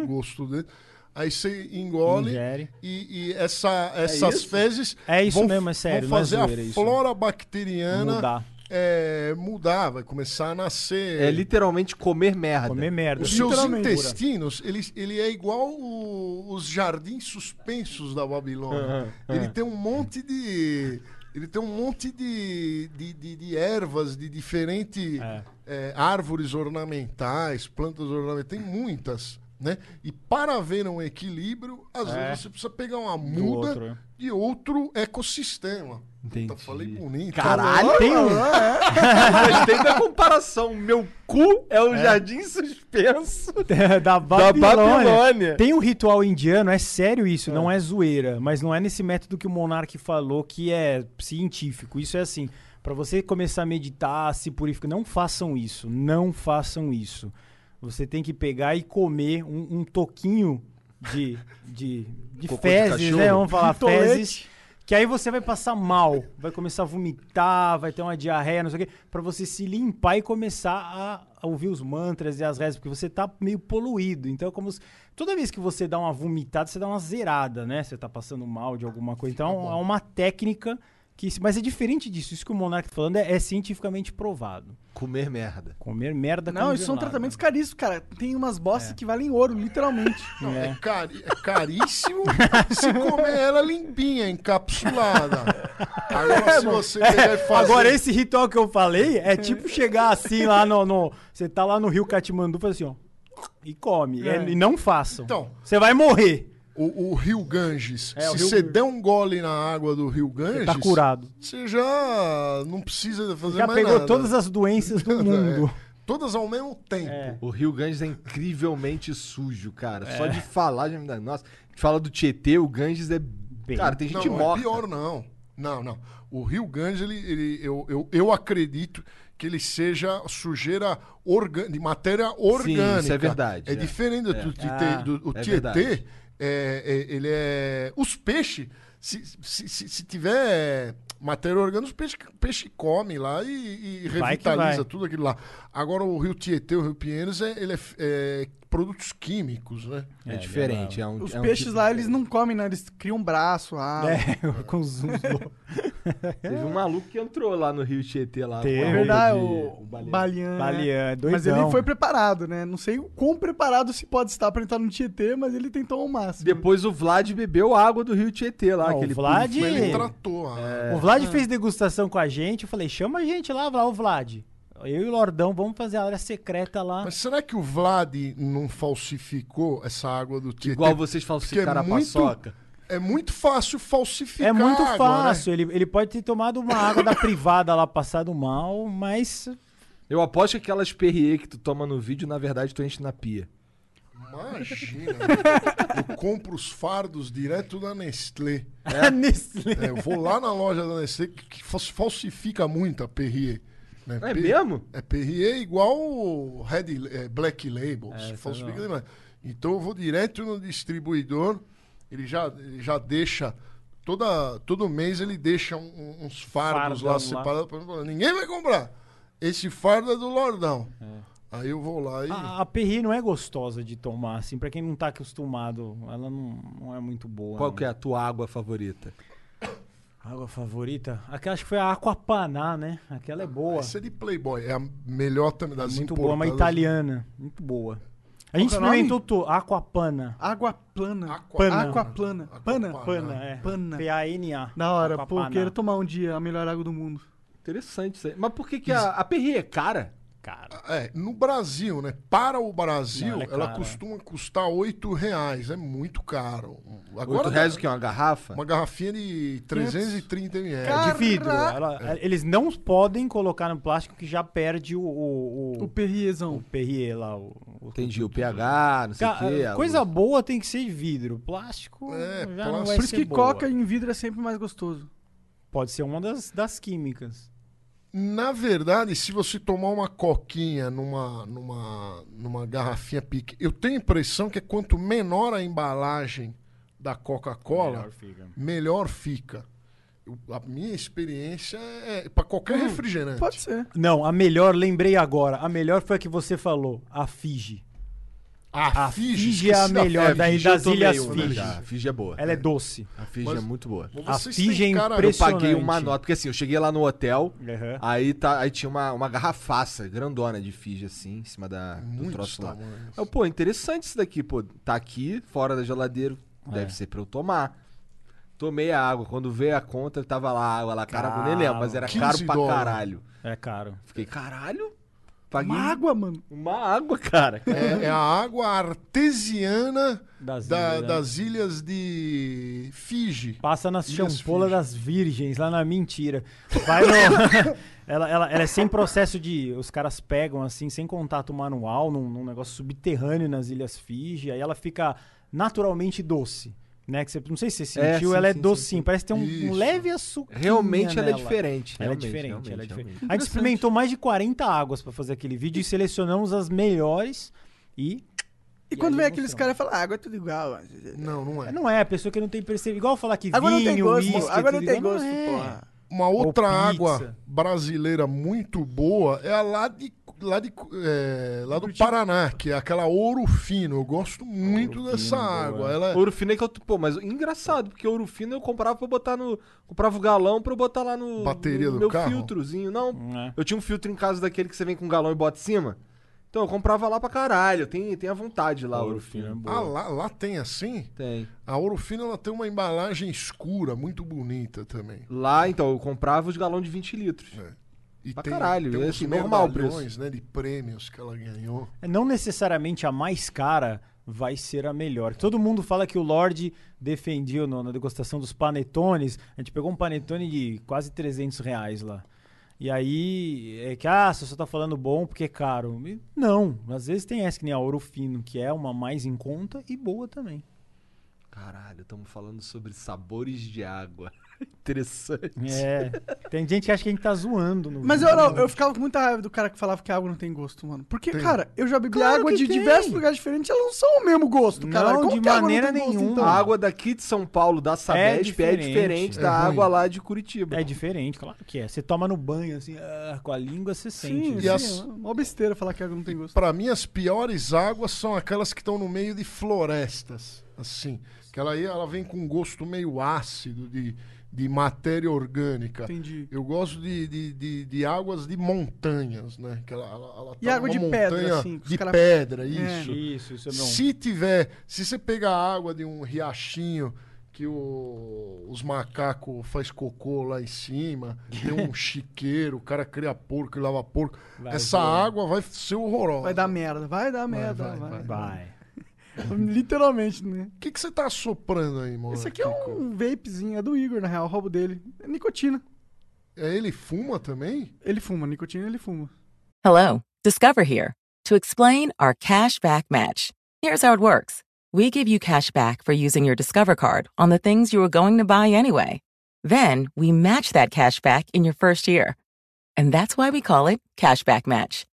[SPEAKER 5] sentir o gosto dele. Aí você engole
[SPEAKER 4] Ingere.
[SPEAKER 5] e, e essa, essas fezes
[SPEAKER 4] É isso
[SPEAKER 5] vão,
[SPEAKER 4] mesmo, é sério,
[SPEAKER 5] vão
[SPEAKER 4] não é
[SPEAKER 5] fazer
[SPEAKER 4] zoeira
[SPEAKER 5] a
[SPEAKER 4] isso.
[SPEAKER 5] flora bacteriana
[SPEAKER 4] Mudar.
[SPEAKER 5] é, mudar, vai começar a nascer.
[SPEAKER 2] É literalmente comer merda.
[SPEAKER 4] Comer merda.
[SPEAKER 5] Os seus
[SPEAKER 4] Literalmente.
[SPEAKER 5] intestinos, ele, ele é igual o- os jardins suspensos da Babilônia. Ele tem um monte de. Ele tem um monte de, de, de- de ervas de diferentes árvores ornamentais, plantas ornamentais, tem muitas. Né? E para haver um equilíbrio, às vezes você precisa pegar uma muda
[SPEAKER 4] outro, é.
[SPEAKER 5] de outro ecossistema. Puta,
[SPEAKER 2] Entendi.
[SPEAKER 5] falei bonito.
[SPEAKER 2] Caralho, tem um. Gostei da comparação. Meu cu é o jardim suspenso.
[SPEAKER 4] um. da Babilônia.
[SPEAKER 2] Babilônia.
[SPEAKER 4] Tem um ritual indiano, é sério isso, não é zoeira, mas não é nesse método que o monarca falou que é científico. Isso é assim, pra você começar a meditar, se purificar, não façam isso, não façam isso. Você tem que pegar e comer um, um toquinho de, de, de
[SPEAKER 2] Cocô de
[SPEAKER 4] fezes, né?
[SPEAKER 2] cachorro.
[SPEAKER 4] Vamos falar
[SPEAKER 3] Tolete.
[SPEAKER 4] fezes. Que aí você vai passar mal, vai começar a vomitar, vai ter uma diarreia, não sei o quê, pra você se limpar e começar a- a ouvir os mantras e as rezas, porque você tá meio poluído. Então é como se, toda vez que você dá uma vomitada, você dá uma zerada, né? Você tá passando mal de alguma coisa. Então é uma técnica que, se- mas é diferente disso. Isso que o Monark tá falando é, é cientificamente provado.
[SPEAKER 2] Comer merda.
[SPEAKER 4] Comer merda
[SPEAKER 3] Não, isso são
[SPEAKER 4] congelada. É.
[SPEAKER 3] tratamentos caríssimos, cara. Tem umas bostas que valem ouro, literalmente.
[SPEAKER 5] Não, é. cari- é caríssimo se comer ela limpinha, encapsulada. Agora, se você pegar e fazer...
[SPEAKER 4] é. Agora, esse ritual que eu falei é tipo chegar assim lá no. no- você tá lá no Rio Catimandu, faz assim, ó. E come. É, e não façam.
[SPEAKER 5] Então.
[SPEAKER 4] Você vai morrer.
[SPEAKER 5] O, o rio Ganges,
[SPEAKER 4] É, o
[SPEAKER 5] se
[SPEAKER 4] rio
[SPEAKER 5] você
[SPEAKER 4] Ganges.
[SPEAKER 5] der um gole na água do rio Ganges...
[SPEAKER 4] tá curado.
[SPEAKER 5] Você já não precisa fazer
[SPEAKER 4] Já
[SPEAKER 5] mais
[SPEAKER 4] pegou
[SPEAKER 5] nada. É.
[SPEAKER 4] todas as doenças do mundo.
[SPEAKER 5] Todas ao mesmo tempo.
[SPEAKER 2] O Rio Ganges é incrivelmente sujo, cara. Só de falar já me dá. Nossa, a gente fala do Tietê, o Ganges é. Cara, tem
[SPEAKER 5] Não,
[SPEAKER 2] gente
[SPEAKER 5] não
[SPEAKER 2] morta.
[SPEAKER 5] é pior, não. Não, não. O Rio Ganges, ele, ele- eu, eu, eu acredito que ele seja sujeira orga- de matéria orgânica.
[SPEAKER 2] isso é verdade,
[SPEAKER 5] É,
[SPEAKER 2] é.
[SPEAKER 5] diferente do, Tietê.
[SPEAKER 4] Ah,
[SPEAKER 5] do- o
[SPEAKER 2] é
[SPEAKER 5] Tietê.
[SPEAKER 2] verdade.
[SPEAKER 5] é- é- ele é. Os peixes, se, se, se, se tiver matéria orgânica, os peixes peixe come lá e, e
[SPEAKER 4] Vai que
[SPEAKER 5] revitaliza
[SPEAKER 4] vai.
[SPEAKER 5] tudo aquilo lá. Agora, o Rio Tietê, o Rio Pinheiros, é, ele é, f- é produtos químicos, né?
[SPEAKER 2] É, diferente. É um,
[SPEAKER 3] Os
[SPEAKER 2] é um
[SPEAKER 3] peixes
[SPEAKER 2] tipo-
[SPEAKER 3] lá, eles não comem, não. Eles criam um braço, ah,
[SPEAKER 4] É, com os uns loucos.
[SPEAKER 2] Teve um maluco que entrou lá no Rio Tietê lá.
[SPEAKER 4] Teve.
[SPEAKER 2] com
[SPEAKER 3] É
[SPEAKER 2] a
[SPEAKER 3] verdade,
[SPEAKER 2] roupa de-
[SPEAKER 3] o
[SPEAKER 2] um baleia.
[SPEAKER 3] Balian. né?
[SPEAKER 4] Balian, é doidão.
[SPEAKER 3] Mas ele foi preparado, né? Não sei o quão preparado se pode estar pra entrar no Tietê, mas ele tentou ao máximo.
[SPEAKER 2] Depois o Vlad bebeu água do Rio Tietê lá.
[SPEAKER 4] Não, o
[SPEAKER 2] aquele
[SPEAKER 4] Vlad-
[SPEAKER 2] puro-
[SPEAKER 5] Mas
[SPEAKER 4] É.
[SPEAKER 5] ele tratou. a-
[SPEAKER 4] O Vlad
[SPEAKER 5] Ah.
[SPEAKER 4] fez degustação com a gente. Eu falei, chama a gente lá, Vlad. Ô, Vlad. Eu e o Lordão vamos fazer a área secreta lá.
[SPEAKER 5] Mas será que o Vlad não falsificou essa água do Tietê?
[SPEAKER 2] Igual vocês falsificaram a paçoca.
[SPEAKER 5] É muito fácil falsificar
[SPEAKER 4] É muito
[SPEAKER 5] água, né?
[SPEAKER 4] fácil. Ele, ele pode ter tomado uma água da privada lá, passado mal, mas
[SPEAKER 2] Eu aposto que aquelas perrier que tu toma no vídeo, na verdade, tu enche na pia.
[SPEAKER 5] Né? Imagina. eu compro os fardos direto da Nestlé.
[SPEAKER 4] É. Nestlé.
[SPEAKER 5] É, eu vou lá na loja da Nestlé, que, que fals- falsifica muito a Perrier. né?
[SPEAKER 2] É
[SPEAKER 5] Pe-
[SPEAKER 2] mesmo?
[SPEAKER 5] É Perrier igual o Red, é, Black Label.
[SPEAKER 4] tá
[SPEAKER 5] se falsifica demais. Então eu vou direto no distribuidor, ele já, ele já deixa. Toda, todo mês ele deixa um- um- uns fardos
[SPEAKER 4] Fardão
[SPEAKER 5] lá
[SPEAKER 4] lá.
[SPEAKER 5] separados pra mim, falando, ninguém vai comprar. Esse fardo é do Lordão. Aí eu vou lá e.
[SPEAKER 4] a, a Perrier não é gostosa de tomar, assim, pra quem não tá acostumado. Ela não, não é muito boa.
[SPEAKER 2] Qual
[SPEAKER 4] não.
[SPEAKER 2] que é a tua água favorita?
[SPEAKER 3] é?
[SPEAKER 4] Água favorita? Aquela acho que foi a Aquapaná, né? Aquela é boa. É
[SPEAKER 5] Essa é de Playboy, é a melhor também das
[SPEAKER 4] muito
[SPEAKER 5] importadas. né?
[SPEAKER 4] boa, uma italiana. Muito boa. A gente
[SPEAKER 3] que é o nome?
[SPEAKER 4] experimentou to- Aquapana.
[SPEAKER 3] Água plana.
[SPEAKER 5] Aquapana.
[SPEAKER 3] Aquaplana. Pana.
[SPEAKER 5] Aquapana.
[SPEAKER 4] Pana, é.
[SPEAKER 3] Pana.
[SPEAKER 4] P-A-N-A.
[SPEAKER 3] Da hora, pô,
[SPEAKER 4] Aquapana.
[SPEAKER 3] queira tomar um dia a melhor água do mundo.
[SPEAKER 2] Interessante isso aí. Mas por que, que a, a perrier é cara?
[SPEAKER 4] Cara,
[SPEAKER 5] É, no Brasil, né? Para o Brasil,
[SPEAKER 4] Não,
[SPEAKER 5] ela,
[SPEAKER 4] ela é cara.
[SPEAKER 5] costuma custar 8 reais. É muito caro. Agora,
[SPEAKER 2] Oito reais o que? Uma garrafa?
[SPEAKER 5] Uma garrafinha de 330 ml.
[SPEAKER 4] é
[SPEAKER 3] Caraca!
[SPEAKER 4] de vidro. Ela- é, Eles não podem colocar no plástico que já perde o, o, o,
[SPEAKER 3] O perriezão.
[SPEAKER 4] Perrier lá. O, o-
[SPEAKER 2] Entendi, o pH, não sei o
[SPEAKER 4] Ca-
[SPEAKER 2] quê. é a
[SPEAKER 4] coisa
[SPEAKER 2] luz.
[SPEAKER 4] boa tem que ser de vidro. Plástico
[SPEAKER 5] É,
[SPEAKER 4] já não
[SPEAKER 5] plástico.
[SPEAKER 4] vai
[SPEAKER 3] Por isso
[SPEAKER 4] ser
[SPEAKER 3] que
[SPEAKER 4] boa.
[SPEAKER 3] coca em vidro é sempre mais gostoso.
[SPEAKER 4] Pode ser uma das, das químicas.
[SPEAKER 5] Na verdade, se você tomar uma coquinha numa, numa, numa garrafinha pique, eu tenho a impressão que é quanto menor a embalagem da Coca-Cola, melhor fica. eu- a minha experiência é pra qualquer
[SPEAKER 4] É.
[SPEAKER 5] refrigerante.
[SPEAKER 3] Hum, Pode ser.
[SPEAKER 4] Não, a melhor, lembrei agora. A melhor foi a que você falou, a Fiji.
[SPEAKER 5] A,
[SPEAKER 4] A
[SPEAKER 5] Fiji,
[SPEAKER 4] Fiji é a
[SPEAKER 5] esqueci da
[SPEAKER 4] melhor
[SPEAKER 5] Fiji.
[SPEAKER 4] daí das Ilhas
[SPEAKER 2] Fiji.
[SPEAKER 4] Fiji.
[SPEAKER 2] A Fiji é boa.
[SPEAKER 4] Ela é doce.
[SPEAKER 2] A Fiji
[SPEAKER 5] Mas-
[SPEAKER 2] é muito boa.
[SPEAKER 4] A
[SPEAKER 5] Vocês têm
[SPEAKER 4] Fiji é
[SPEAKER 5] cara-
[SPEAKER 2] Eu
[SPEAKER 4] impressionante.
[SPEAKER 2] paguei uma nota, porque assim, eu cheguei lá no hotel,
[SPEAKER 4] Aham.
[SPEAKER 2] aí, tá, aí tinha uma, uma garrafaça grandona de Fiji, assim, em cima da, do
[SPEAKER 5] Muitos
[SPEAKER 2] troço lá.
[SPEAKER 5] tamanhos.
[SPEAKER 2] Eu, pô, interessante isso daqui, pô. Tá aqui, fora da geladeira, deve ser pra eu tomar. Tomei a água, quando veio a conta, tava lá a água lá, caraca, eu nem lembro, mas era
[SPEAKER 5] 15
[SPEAKER 2] caro pra
[SPEAKER 5] dólares.
[SPEAKER 2] caralho.
[SPEAKER 4] É caro.
[SPEAKER 2] Fiquei, caralho, paguei
[SPEAKER 3] Uma água, mano.
[SPEAKER 2] uma água, cara.
[SPEAKER 5] É, é a água artesiana
[SPEAKER 4] Das
[SPEAKER 5] da-
[SPEAKER 4] ilhas.
[SPEAKER 5] das ilhas de Fiji.
[SPEAKER 4] Passa nas
[SPEAKER 5] Ilhas
[SPEAKER 4] champolas
[SPEAKER 5] Fiji.
[SPEAKER 4] das virgens, lá na mentira. Vai no... ela, ela, ela é sem processo de. Os caras pegam assim, sem contato manual, num, num negócio subterrâneo nas Ilhas Fiji, aí ela fica naturalmente doce. Né? Que você, não sei se você
[SPEAKER 2] É,
[SPEAKER 4] sentiu,
[SPEAKER 2] sim,
[SPEAKER 4] ela é
[SPEAKER 2] sim, sim,
[SPEAKER 4] docinha.
[SPEAKER 2] sim.
[SPEAKER 4] Parece ter um, um
[SPEAKER 5] Isso.
[SPEAKER 4] leve açúcar.
[SPEAKER 2] Realmente ela é diferente.
[SPEAKER 4] Ela é
[SPEAKER 2] realmente,
[SPEAKER 4] diferente, ela é
[SPEAKER 2] realmente,
[SPEAKER 4] diferente.
[SPEAKER 2] realmente.
[SPEAKER 4] A gente experimentou mais de 40 águas pra fazer aquele vídeo e selecionamos as melhores e
[SPEAKER 3] E, quando
[SPEAKER 4] aí
[SPEAKER 3] vem
[SPEAKER 4] não
[SPEAKER 3] aqueles
[SPEAKER 4] funciona.
[SPEAKER 3] caras e falam, "Ah, água é tudo igual.
[SPEAKER 5] Não, não é.
[SPEAKER 4] não é a pessoa que não tem percebido, igual falar que
[SPEAKER 3] Água não
[SPEAKER 4] vinho,
[SPEAKER 3] tem gosto,
[SPEAKER 4] uísque,
[SPEAKER 3] água não
[SPEAKER 4] tudo
[SPEAKER 3] tem
[SPEAKER 4] igual,
[SPEAKER 3] gosto,
[SPEAKER 4] é.
[SPEAKER 3] porra.
[SPEAKER 5] Uma outra
[SPEAKER 4] pizza.
[SPEAKER 5] água brasileira muito boa é a lá de lá de é, lá do Paraná, que é aquela ouro fino. Eu gosto muito dessa água. Ela é-
[SPEAKER 2] Ouro fino é que eu. Pô, mas engraçado, porque ouro fino eu comprava pra botar no. Comprava o galão pra eu botar lá no.
[SPEAKER 5] Bateria
[SPEAKER 2] no
[SPEAKER 5] do
[SPEAKER 2] meu
[SPEAKER 5] carro?
[SPEAKER 2] filtrozinho. Não.
[SPEAKER 4] É.
[SPEAKER 2] Eu tinha um filtro em casa daquele que você vem com um galão e bota em cima. Então eu comprava lá pra caralho. Tem, tem à vontade lá, ouro fino.
[SPEAKER 5] Ah, lá, lá tem assim.
[SPEAKER 2] Tem.
[SPEAKER 5] A ouro fino ela tem uma embalagem escura muito bonita também.
[SPEAKER 2] Lá, então, eu comprava os galões de 20 litros.
[SPEAKER 5] E
[SPEAKER 2] Pra
[SPEAKER 5] tem,
[SPEAKER 2] caralho,
[SPEAKER 5] tem
[SPEAKER 2] é
[SPEAKER 5] uns
[SPEAKER 2] assim, normal o preço.
[SPEAKER 5] medalhões, né, de prêmios que ela ganhou.
[SPEAKER 4] Não necessariamente a mais cara vai ser a melhor. Todo mundo fala que o Lorde defendia no- na degustação dos panetones. A gente pegou um panetone de quase 300 reais lá. E aí, é que, ah, você só tá falando bom porque é caro. E não, às vezes tem essa que nem a Ouro Fino, que é uma mais em conta e boa também.
[SPEAKER 2] Caralho, estamos falando sobre sabores de água. Interessante.
[SPEAKER 4] É, tem gente que acha que a gente tá zoando. No
[SPEAKER 3] Mas eu,
[SPEAKER 4] vídeo.
[SPEAKER 3] não, eu ficava com muita raiva do cara que falava que a água não tem gosto, mano. Porque, cara, eu já bebi
[SPEAKER 4] Claro
[SPEAKER 3] água
[SPEAKER 4] que
[SPEAKER 3] de
[SPEAKER 4] tem.
[SPEAKER 3] diversos lugares diferentes, elas não são o mesmo gosto,
[SPEAKER 4] Não,
[SPEAKER 3] cara. Como
[SPEAKER 4] de
[SPEAKER 3] que a água
[SPEAKER 4] maneira
[SPEAKER 3] não tem gosto,
[SPEAKER 4] nenhuma.
[SPEAKER 3] então?
[SPEAKER 2] A água daqui de São Paulo, da Sabesp, é diferente,
[SPEAKER 4] diferente. É
[SPEAKER 2] da
[SPEAKER 5] ruim.
[SPEAKER 2] água lá de Curitiba.
[SPEAKER 4] É diferente, claro que é. Você toma no banho, assim, ah, com a língua, você sente.
[SPEAKER 3] Sim,
[SPEAKER 4] né?
[SPEAKER 5] E
[SPEAKER 3] sim,
[SPEAKER 5] as-
[SPEAKER 3] é uma besteira falar que a água não tem gosto.
[SPEAKER 5] Pra mim, as piores águas são aquelas que estão no meio de florestas, assim. Que ela, aí- ela vem com um gosto meio ácido de, de matéria orgânica.
[SPEAKER 3] Entendi.
[SPEAKER 5] Eu gosto de, de, de, de águas de montanhas, né? Que ela, ela, ela
[SPEAKER 3] E
[SPEAKER 5] tá
[SPEAKER 3] água
[SPEAKER 5] numa
[SPEAKER 3] de pedra,
[SPEAKER 5] montanha
[SPEAKER 3] assim, que os
[SPEAKER 5] De
[SPEAKER 3] cara-
[SPEAKER 5] pedra,
[SPEAKER 3] É. um
[SPEAKER 5] isso.
[SPEAKER 4] Isso, isso é bom.
[SPEAKER 5] Se tiver, se você pegar a água de um riachinho que o- os macacos faz cocô lá em cima, tem um chiqueiro, o cara cria porco e lava porco,
[SPEAKER 4] Vai
[SPEAKER 5] essa
[SPEAKER 4] ver.
[SPEAKER 5] água vai ser horrorosa.
[SPEAKER 3] Vai dar merda, vai dar
[SPEAKER 5] Vai,
[SPEAKER 3] merda,
[SPEAKER 5] vai,
[SPEAKER 3] vai.
[SPEAKER 4] Vai.
[SPEAKER 3] Literalmente, né?
[SPEAKER 5] O que que você tá soprando aí, mano?
[SPEAKER 3] Esse aqui é um vapezinho, é do Igor, na real, roubo dele. É nicotina.
[SPEAKER 5] É, ele fuma também?
[SPEAKER 3] Ele fuma, nicotina ele fuma.
[SPEAKER 10] Hello, Discover here to explain our cash back match. Here's how it works we give you cash back for using your Discover card on the things you were going to buy anyway. Then we match that cash back in your first year. And that's why we call it Cashback Match.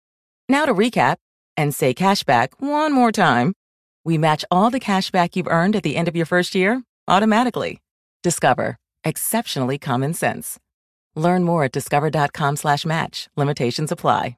[SPEAKER 10] Now to recap and say cashback one more time. We match all the cash back you've earned at the end of your first year automatically. Discover. Exceptionally common sense. Learn more at discover.com slash match. Limitations apply.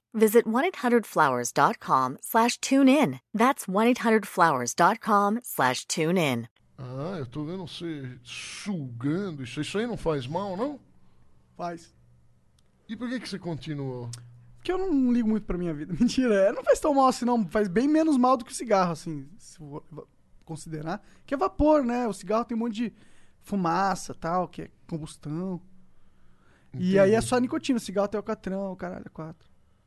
[SPEAKER 1] visit 1-800-Flowers.com slash tune in. That's 1-800-Flowers.com slash tune in.
[SPEAKER 5] Ah, eu tô vendo você sugando isso. Isso aí não faz mal, não?
[SPEAKER 3] Faz.
[SPEAKER 5] E por que que você continuou?
[SPEAKER 3] Porque eu não ligo muito pra minha vida. Mentira, é, não faz tão mal assim, não. Faz bem menos mal do que o cigarro, assim, se for considerar. Que é vapor, né? O cigarro tem um monte de fumaça tal, que é combustão. E aí é só nicotina. O cigarro tem alcatrão, caralho, é quatro.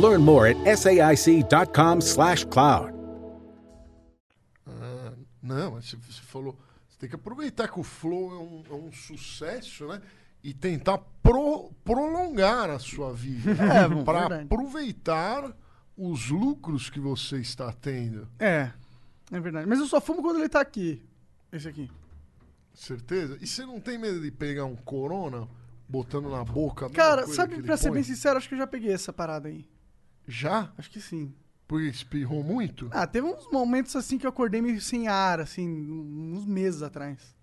[SPEAKER 11] Learn more at saic.com/slash cloud.
[SPEAKER 5] Ah, não, mas você você falou. Você tem que aproveitar que o Flow é um, é um sucesso, né? E tentar pro- prolongar a sua vida.
[SPEAKER 3] É, bom,
[SPEAKER 5] Para
[SPEAKER 3] verdade.
[SPEAKER 5] aproveitar os lucros que você está tendo.
[SPEAKER 3] É, é verdade. Mas eu só fumo quando ele tá aqui. Esse aqui.
[SPEAKER 5] Certeza? E você não tem medo de pegar um corona botando na boca? a mesma
[SPEAKER 3] Cara,
[SPEAKER 5] coisa que
[SPEAKER 3] sabe,
[SPEAKER 5] ele
[SPEAKER 3] pra ser
[SPEAKER 5] põe?
[SPEAKER 3] bem sincero, acho que eu já peguei essa parada aí.
[SPEAKER 5] Já?
[SPEAKER 3] Acho que sim.
[SPEAKER 5] Porque espirrou muito?
[SPEAKER 3] Ah, teve uns momentos assim que eu acordei meio sem ar, assim, uns meses atrás.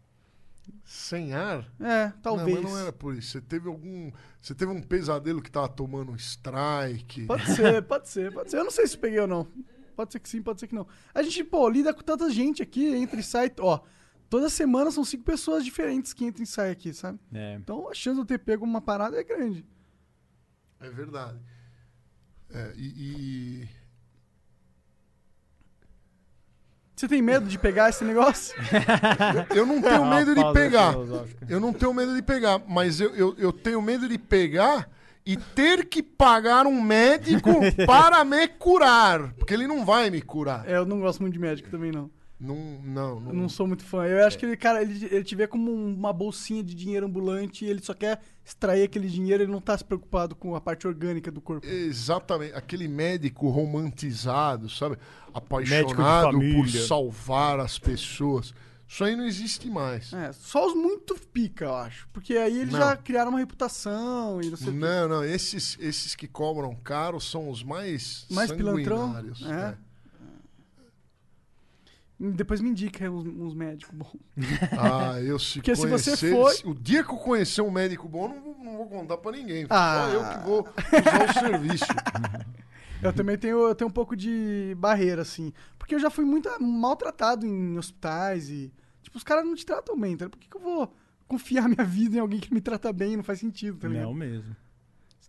[SPEAKER 5] Sem ar?
[SPEAKER 3] É, talvez.
[SPEAKER 5] Não, mas não era por isso. Você teve algum. Você teve um pesadelo que tava tomando um strike.
[SPEAKER 3] Pode ser, pode ser, pode ser. Eu não sei se peguei ou não. Pode ser que sim, pode ser que não. A gente, pô, lida com tanta gente aqui, entra e sai. Ó, toda semana são cinco pessoas diferentes que entram e saem aqui, sabe?
[SPEAKER 4] É.
[SPEAKER 3] Então a chance de eu ter pego uma parada é grande.
[SPEAKER 5] É verdade. É, e, e-
[SPEAKER 3] Você tem medo de pegar esse negócio?
[SPEAKER 5] Eu não tenho
[SPEAKER 4] uma
[SPEAKER 5] medo de
[SPEAKER 4] pausa
[SPEAKER 5] pegar.
[SPEAKER 4] filosófica.
[SPEAKER 5] Eu não tenho medo de pegar, mas eu, eu, eu tenho medo de pegar e ter que pagar um médico para me curar. Porque ele não vai me curar.
[SPEAKER 3] É, eu não gosto muito de médico também, não.
[SPEAKER 5] Não, não, não.
[SPEAKER 3] Eu não sou muito fã. Eu acho que ele, cara, ele, ele te vê como um- uma bolsinha de dinheiro ambulante e ele só quer extrair aquele dinheiro, ele não tá se preocupado com a parte orgânica do corpo.
[SPEAKER 5] É. Exatamente, aquele médico romantizado, sabe?
[SPEAKER 4] de
[SPEAKER 5] Apaixonado por
[SPEAKER 4] família.
[SPEAKER 5] salvar as pessoas. Isso aí não existe mais.
[SPEAKER 3] É, só os muito pica, eu acho. Porque aí eles
[SPEAKER 5] Não.
[SPEAKER 3] já criaram uma reputação e não sei o quê.
[SPEAKER 5] Não, não, esses, esses que cobram caro são os mais,
[SPEAKER 3] Mais pilantrão?
[SPEAKER 5] sanguinários,
[SPEAKER 3] É. Depois me indica uns, uns médicos
[SPEAKER 4] Uhum.
[SPEAKER 3] bons.
[SPEAKER 5] Ah, eu se
[SPEAKER 3] Porque se você
[SPEAKER 5] conhecer,
[SPEAKER 3] foi-
[SPEAKER 5] O dia que eu conhecer um médico bom, eu não, vou- não vou contar pra ninguém.
[SPEAKER 3] Ah.
[SPEAKER 5] Só eu que vou usar o serviço.
[SPEAKER 3] Eu também tenho, eu tenho um pouco de barreira, assim. Porque eu já fui muito ah, maltratado em hospitais e. Tipo, os caras não te tratam bem, tá? Por que, que eu vou confiar minha vida em alguém que me trata bem? Não faz sentido, tá ligado?
[SPEAKER 4] Não mesmo.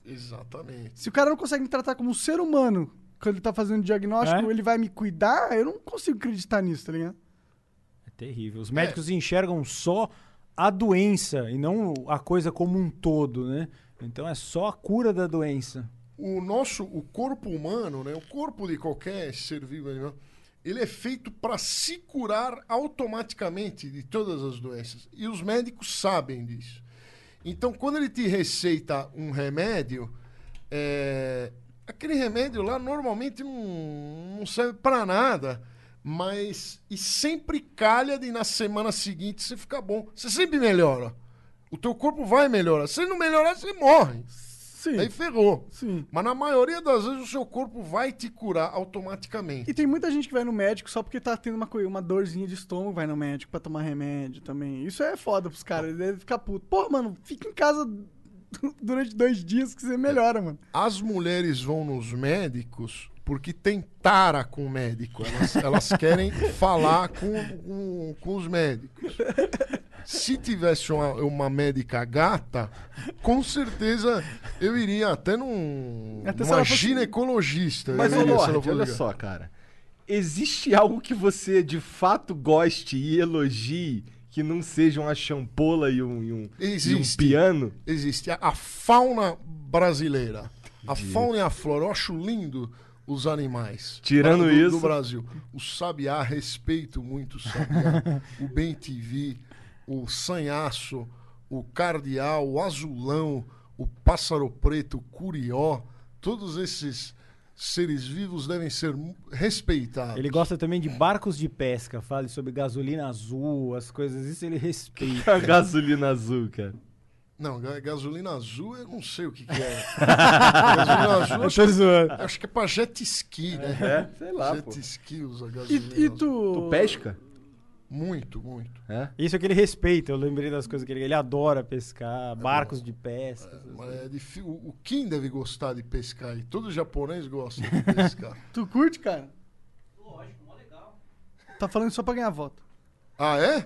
[SPEAKER 5] Exatamente.
[SPEAKER 3] Se o cara não consegue me tratar como um ser humano quando ele tá fazendo diagnóstico,
[SPEAKER 4] É?
[SPEAKER 3] ele vai me cuidar, eu não consigo acreditar nisso, tá ligado?
[SPEAKER 4] É terrível. Os médicos enxergam só a doença e não a coisa como um todo, né? Então é só a cura da doença.
[SPEAKER 5] O nosso, o corpo humano, né? O corpo de qualquer ser vivo, animal, ele é feito para se curar automaticamente de todas as doenças. E os médicos sabem disso. Então, quando ele te receita um remédio, é, aquele remédio lá normalmente não, não serve para nada, mas e sempre calha de na semana seguinte você ficar bom. Você sempre melhora. O teu corpo vai melhorar. Se não melhorar, você morre.
[SPEAKER 3] Sim.
[SPEAKER 5] Aí ferrou.
[SPEAKER 3] Sim.
[SPEAKER 5] Mas na maioria das vezes o seu corpo vai te curar automaticamente.
[SPEAKER 3] E tem muita gente que vai no médico só porque tá tendo uma, coi- uma dorzinha de estômago, vai no médico pra tomar remédio também. Isso é foda pros caras, ele deve ficar puto. Pô, mano, fica em casa durante dois dias que você melhora, mano.
[SPEAKER 5] As mulheres vão nos médicos porque tem tara com o médico. Elas, elas querem falar com, com, com os médicos. Se tivesse uma, uma médica gata, com certeza eu iria até num
[SPEAKER 3] Até se
[SPEAKER 5] numa
[SPEAKER 3] ela fosse-
[SPEAKER 5] ginecologista. eu
[SPEAKER 2] Mas, ô
[SPEAKER 5] iria, se ela
[SPEAKER 2] Lorde,
[SPEAKER 5] fosse
[SPEAKER 2] olha
[SPEAKER 5] legal.
[SPEAKER 2] só, cara. Existe algo que você de fato goste e elogie que não seja uma champola e um, e um, e um
[SPEAKER 5] Existe.
[SPEAKER 2] piano?
[SPEAKER 5] existe a, a fauna brasileira. A fauna e a flora. Eu acho lindo os animais.
[SPEAKER 2] Tirando
[SPEAKER 5] do,
[SPEAKER 2] isso-
[SPEAKER 5] Do Brasil. O sabiá, respeito muito o sabiá. o bem TV, o sanhaço, o cardeal, o azulão, o pássaro preto, o curió. Todos esses seres vivos devem ser mu- respeitados.
[SPEAKER 4] Ele gosta também de barcos de pesca, fale sobre gasolina azul, as coisas, isso ele respeita.
[SPEAKER 2] A gasolina azul, cara.
[SPEAKER 5] Não, ga- gasolina azul, eu não sei o que, que é. gasolina azul, acho que-
[SPEAKER 4] zoando.
[SPEAKER 5] acho que é pra jet ski, né?
[SPEAKER 2] É, sei lá, pô.
[SPEAKER 5] Jet ski usa gasolina.
[SPEAKER 3] E, e
[SPEAKER 5] azul.
[SPEAKER 3] tu.
[SPEAKER 2] Tu pesca?
[SPEAKER 5] Muito, muito.
[SPEAKER 2] É?
[SPEAKER 4] Isso é que ele respeita, eu lembrei das coisas que ele... Ele adora pescar, barcos de pesca. essas
[SPEAKER 5] Mas é difí- O o Kim deve gostar de pescar e todo japonês gosta de pescar.
[SPEAKER 3] Tu curte, cara? Lógico, mó legal. Tá falando só pra ganhar voto.
[SPEAKER 5] ah, é?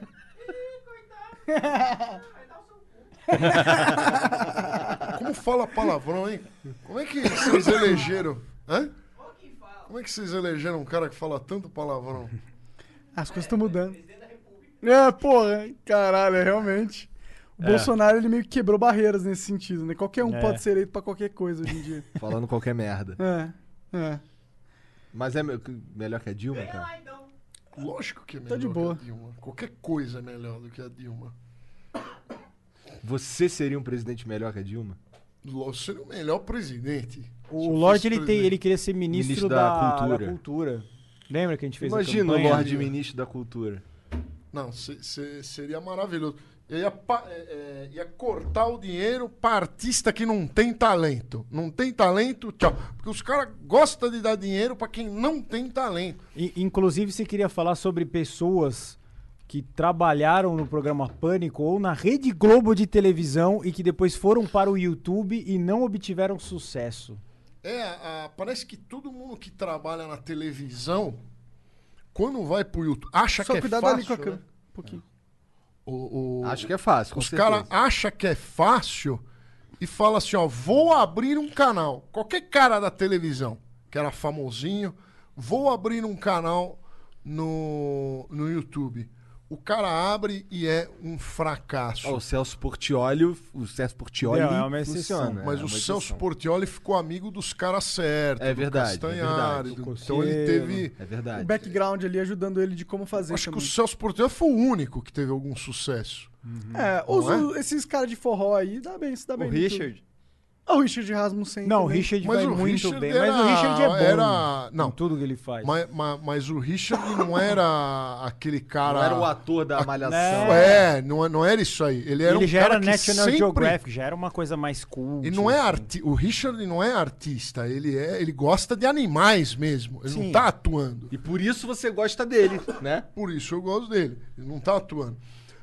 [SPEAKER 5] Como fala palavrão, hein? Como é que vocês elegeram? Hã? Como é que vocês elegeram um cara que fala tanto palavrão?
[SPEAKER 3] Ah, As coisas estão mudando. É, porra, caralho, é, realmente. O
[SPEAKER 2] É.
[SPEAKER 3] Bolsonaro, ele meio que quebrou barreiras nesse sentido, né? Qualquer um
[SPEAKER 2] É.
[SPEAKER 3] pode ser eleito pra qualquer coisa hoje em dia.
[SPEAKER 2] Falando qualquer merda.
[SPEAKER 3] É, é.
[SPEAKER 2] Mas é me- melhor que a Dilma, cara?
[SPEAKER 5] Lógico que é melhor
[SPEAKER 3] Tá de boa.
[SPEAKER 5] que a Dilma. Qualquer coisa é melhor do que a Dilma.
[SPEAKER 2] Você seria um presidente melhor que a Dilma?
[SPEAKER 5] Ló- Seria o melhor presidente.
[SPEAKER 4] O Lorde, ele, tem, ele queria ser ministro,
[SPEAKER 2] Ministro da
[SPEAKER 4] da, da cultura.
[SPEAKER 2] Cultura.
[SPEAKER 4] Lembra que a gente fez
[SPEAKER 2] Imagina
[SPEAKER 4] a
[SPEAKER 2] o
[SPEAKER 4] campanha?
[SPEAKER 2] Lorde Ministro da Cultura.
[SPEAKER 5] Não, se- se- seria maravilhoso. Eu ia, pa- é, é, ia cortar o dinheiro pra artista que não tem talento. Não tem talento, tchau. Porque os caras gostam de dar dinheiro pra quem não tem talento.
[SPEAKER 4] I- Inclusive, você queria falar sobre pessoas que trabalharam no programa Pânico ou na Rede Globo de televisão e que depois foram para o YouTube e não obtiveram sucesso.
[SPEAKER 5] É, a- a- parece que todo mundo que trabalha na televisão, quando vai pro YouTube, acha
[SPEAKER 3] Só
[SPEAKER 5] que é
[SPEAKER 3] cuidado ali com a
[SPEAKER 5] fácil.
[SPEAKER 3] câmera.
[SPEAKER 5] Né?
[SPEAKER 3] Um pouquinho.
[SPEAKER 5] O- o-
[SPEAKER 2] Acho que é fácil, com
[SPEAKER 5] Os caras
[SPEAKER 2] certeza.
[SPEAKER 5] acham que é fácil e fala assim, ó, vou abrir um canal. Qualquer cara da televisão, que era famosinho, vou abrir um canal no, no YouTube. O cara abre e é um fracasso.
[SPEAKER 2] Ó, o Celso Portioli, o Celso Portioli
[SPEAKER 4] Não, é uma exceção,
[SPEAKER 2] funciona.
[SPEAKER 5] Mas
[SPEAKER 2] é
[SPEAKER 5] o
[SPEAKER 2] uma
[SPEAKER 5] Celso
[SPEAKER 2] exceção.
[SPEAKER 5] Portioli ficou amigo dos caras certos.
[SPEAKER 2] É
[SPEAKER 5] do
[SPEAKER 2] verdade, é
[SPEAKER 5] Castanhari,
[SPEAKER 2] verdade.
[SPEAKER 5] do-
[SPEAKER 4] Do
[SPEAKER 5] então ele
[SPEAKER 4] Coceiro.
[SPEAKER 5] teve...
[SPEAKER 2] É
[SPEAKER 3] O
[SPEAKER 2] verdade.
[SPEAKER 3] background ali ajudando ele de como fazer
[SPEAKER 5] Ah, Acho que o
[SPEAKER 3] também.
[SPEAKER 5] Celso Portioli foi o único que teve algum sucesso.
[SPEAKER 3] É, os-
[SPEAKER 5] Não
[SPEAKER 3] esses caras de forró aí, dá bem, se dá
[SPEAKER 6] O
[SPEAKER 3] bem. no
[SPEAKER 5] é
[SPEAKER 3] YouTube.
[SPEAKER 6] Richard?
[SPEAKER 3] Ah, o Richard Rasmussen.
[SPEAKER 4] Não, o
[SPEAKER 3] também.
[SPEAKER 4] Richard
[SPEAKER 5] Mas
[SPEAKER 4] vai
[SPEAKER 5] o
[SPEAKER 4] muito
[SPEAKER 5] Richard
[SPEAKER 4] bem.
[SPEAKER 5] era-
[SPEAKER 4] Mas o Richard é bom
[SPEAKER 5] era-
[SPEAKER 4] em
[SPEAKER 5] não.
[SPEAKER 4] tudo que ele faz.
[SPEAKER 5] Mas, mas, mas o Richard não era aquele cara...
[SPEAKER 2] Não era o ator da Malhação.
[SPEAKER 5] É, não, é- não era isso aí. Ele era
[SPEAKER 4] ele
[SPEAKER 5] um
[SPEAKER 4] já
[SPEAKER 5] cara
[SPEAKER 4] era
[SPEAKER 5] que
[SPEAKER 4] National
[SPEAKER 5] sempre...
[SPEAKER 4] Geographic, já era uma coisa mais cool.
[SPEAKER 5] E não é arti... O Richard não é artista, ele é, ele gosta de animais mesmo. Ele não tá atuando.
[SPEAKER 2] E por isso você gosta dele, né?
[SPEAKER 5] Por isso eu gosto dele. Ele não tá atuando.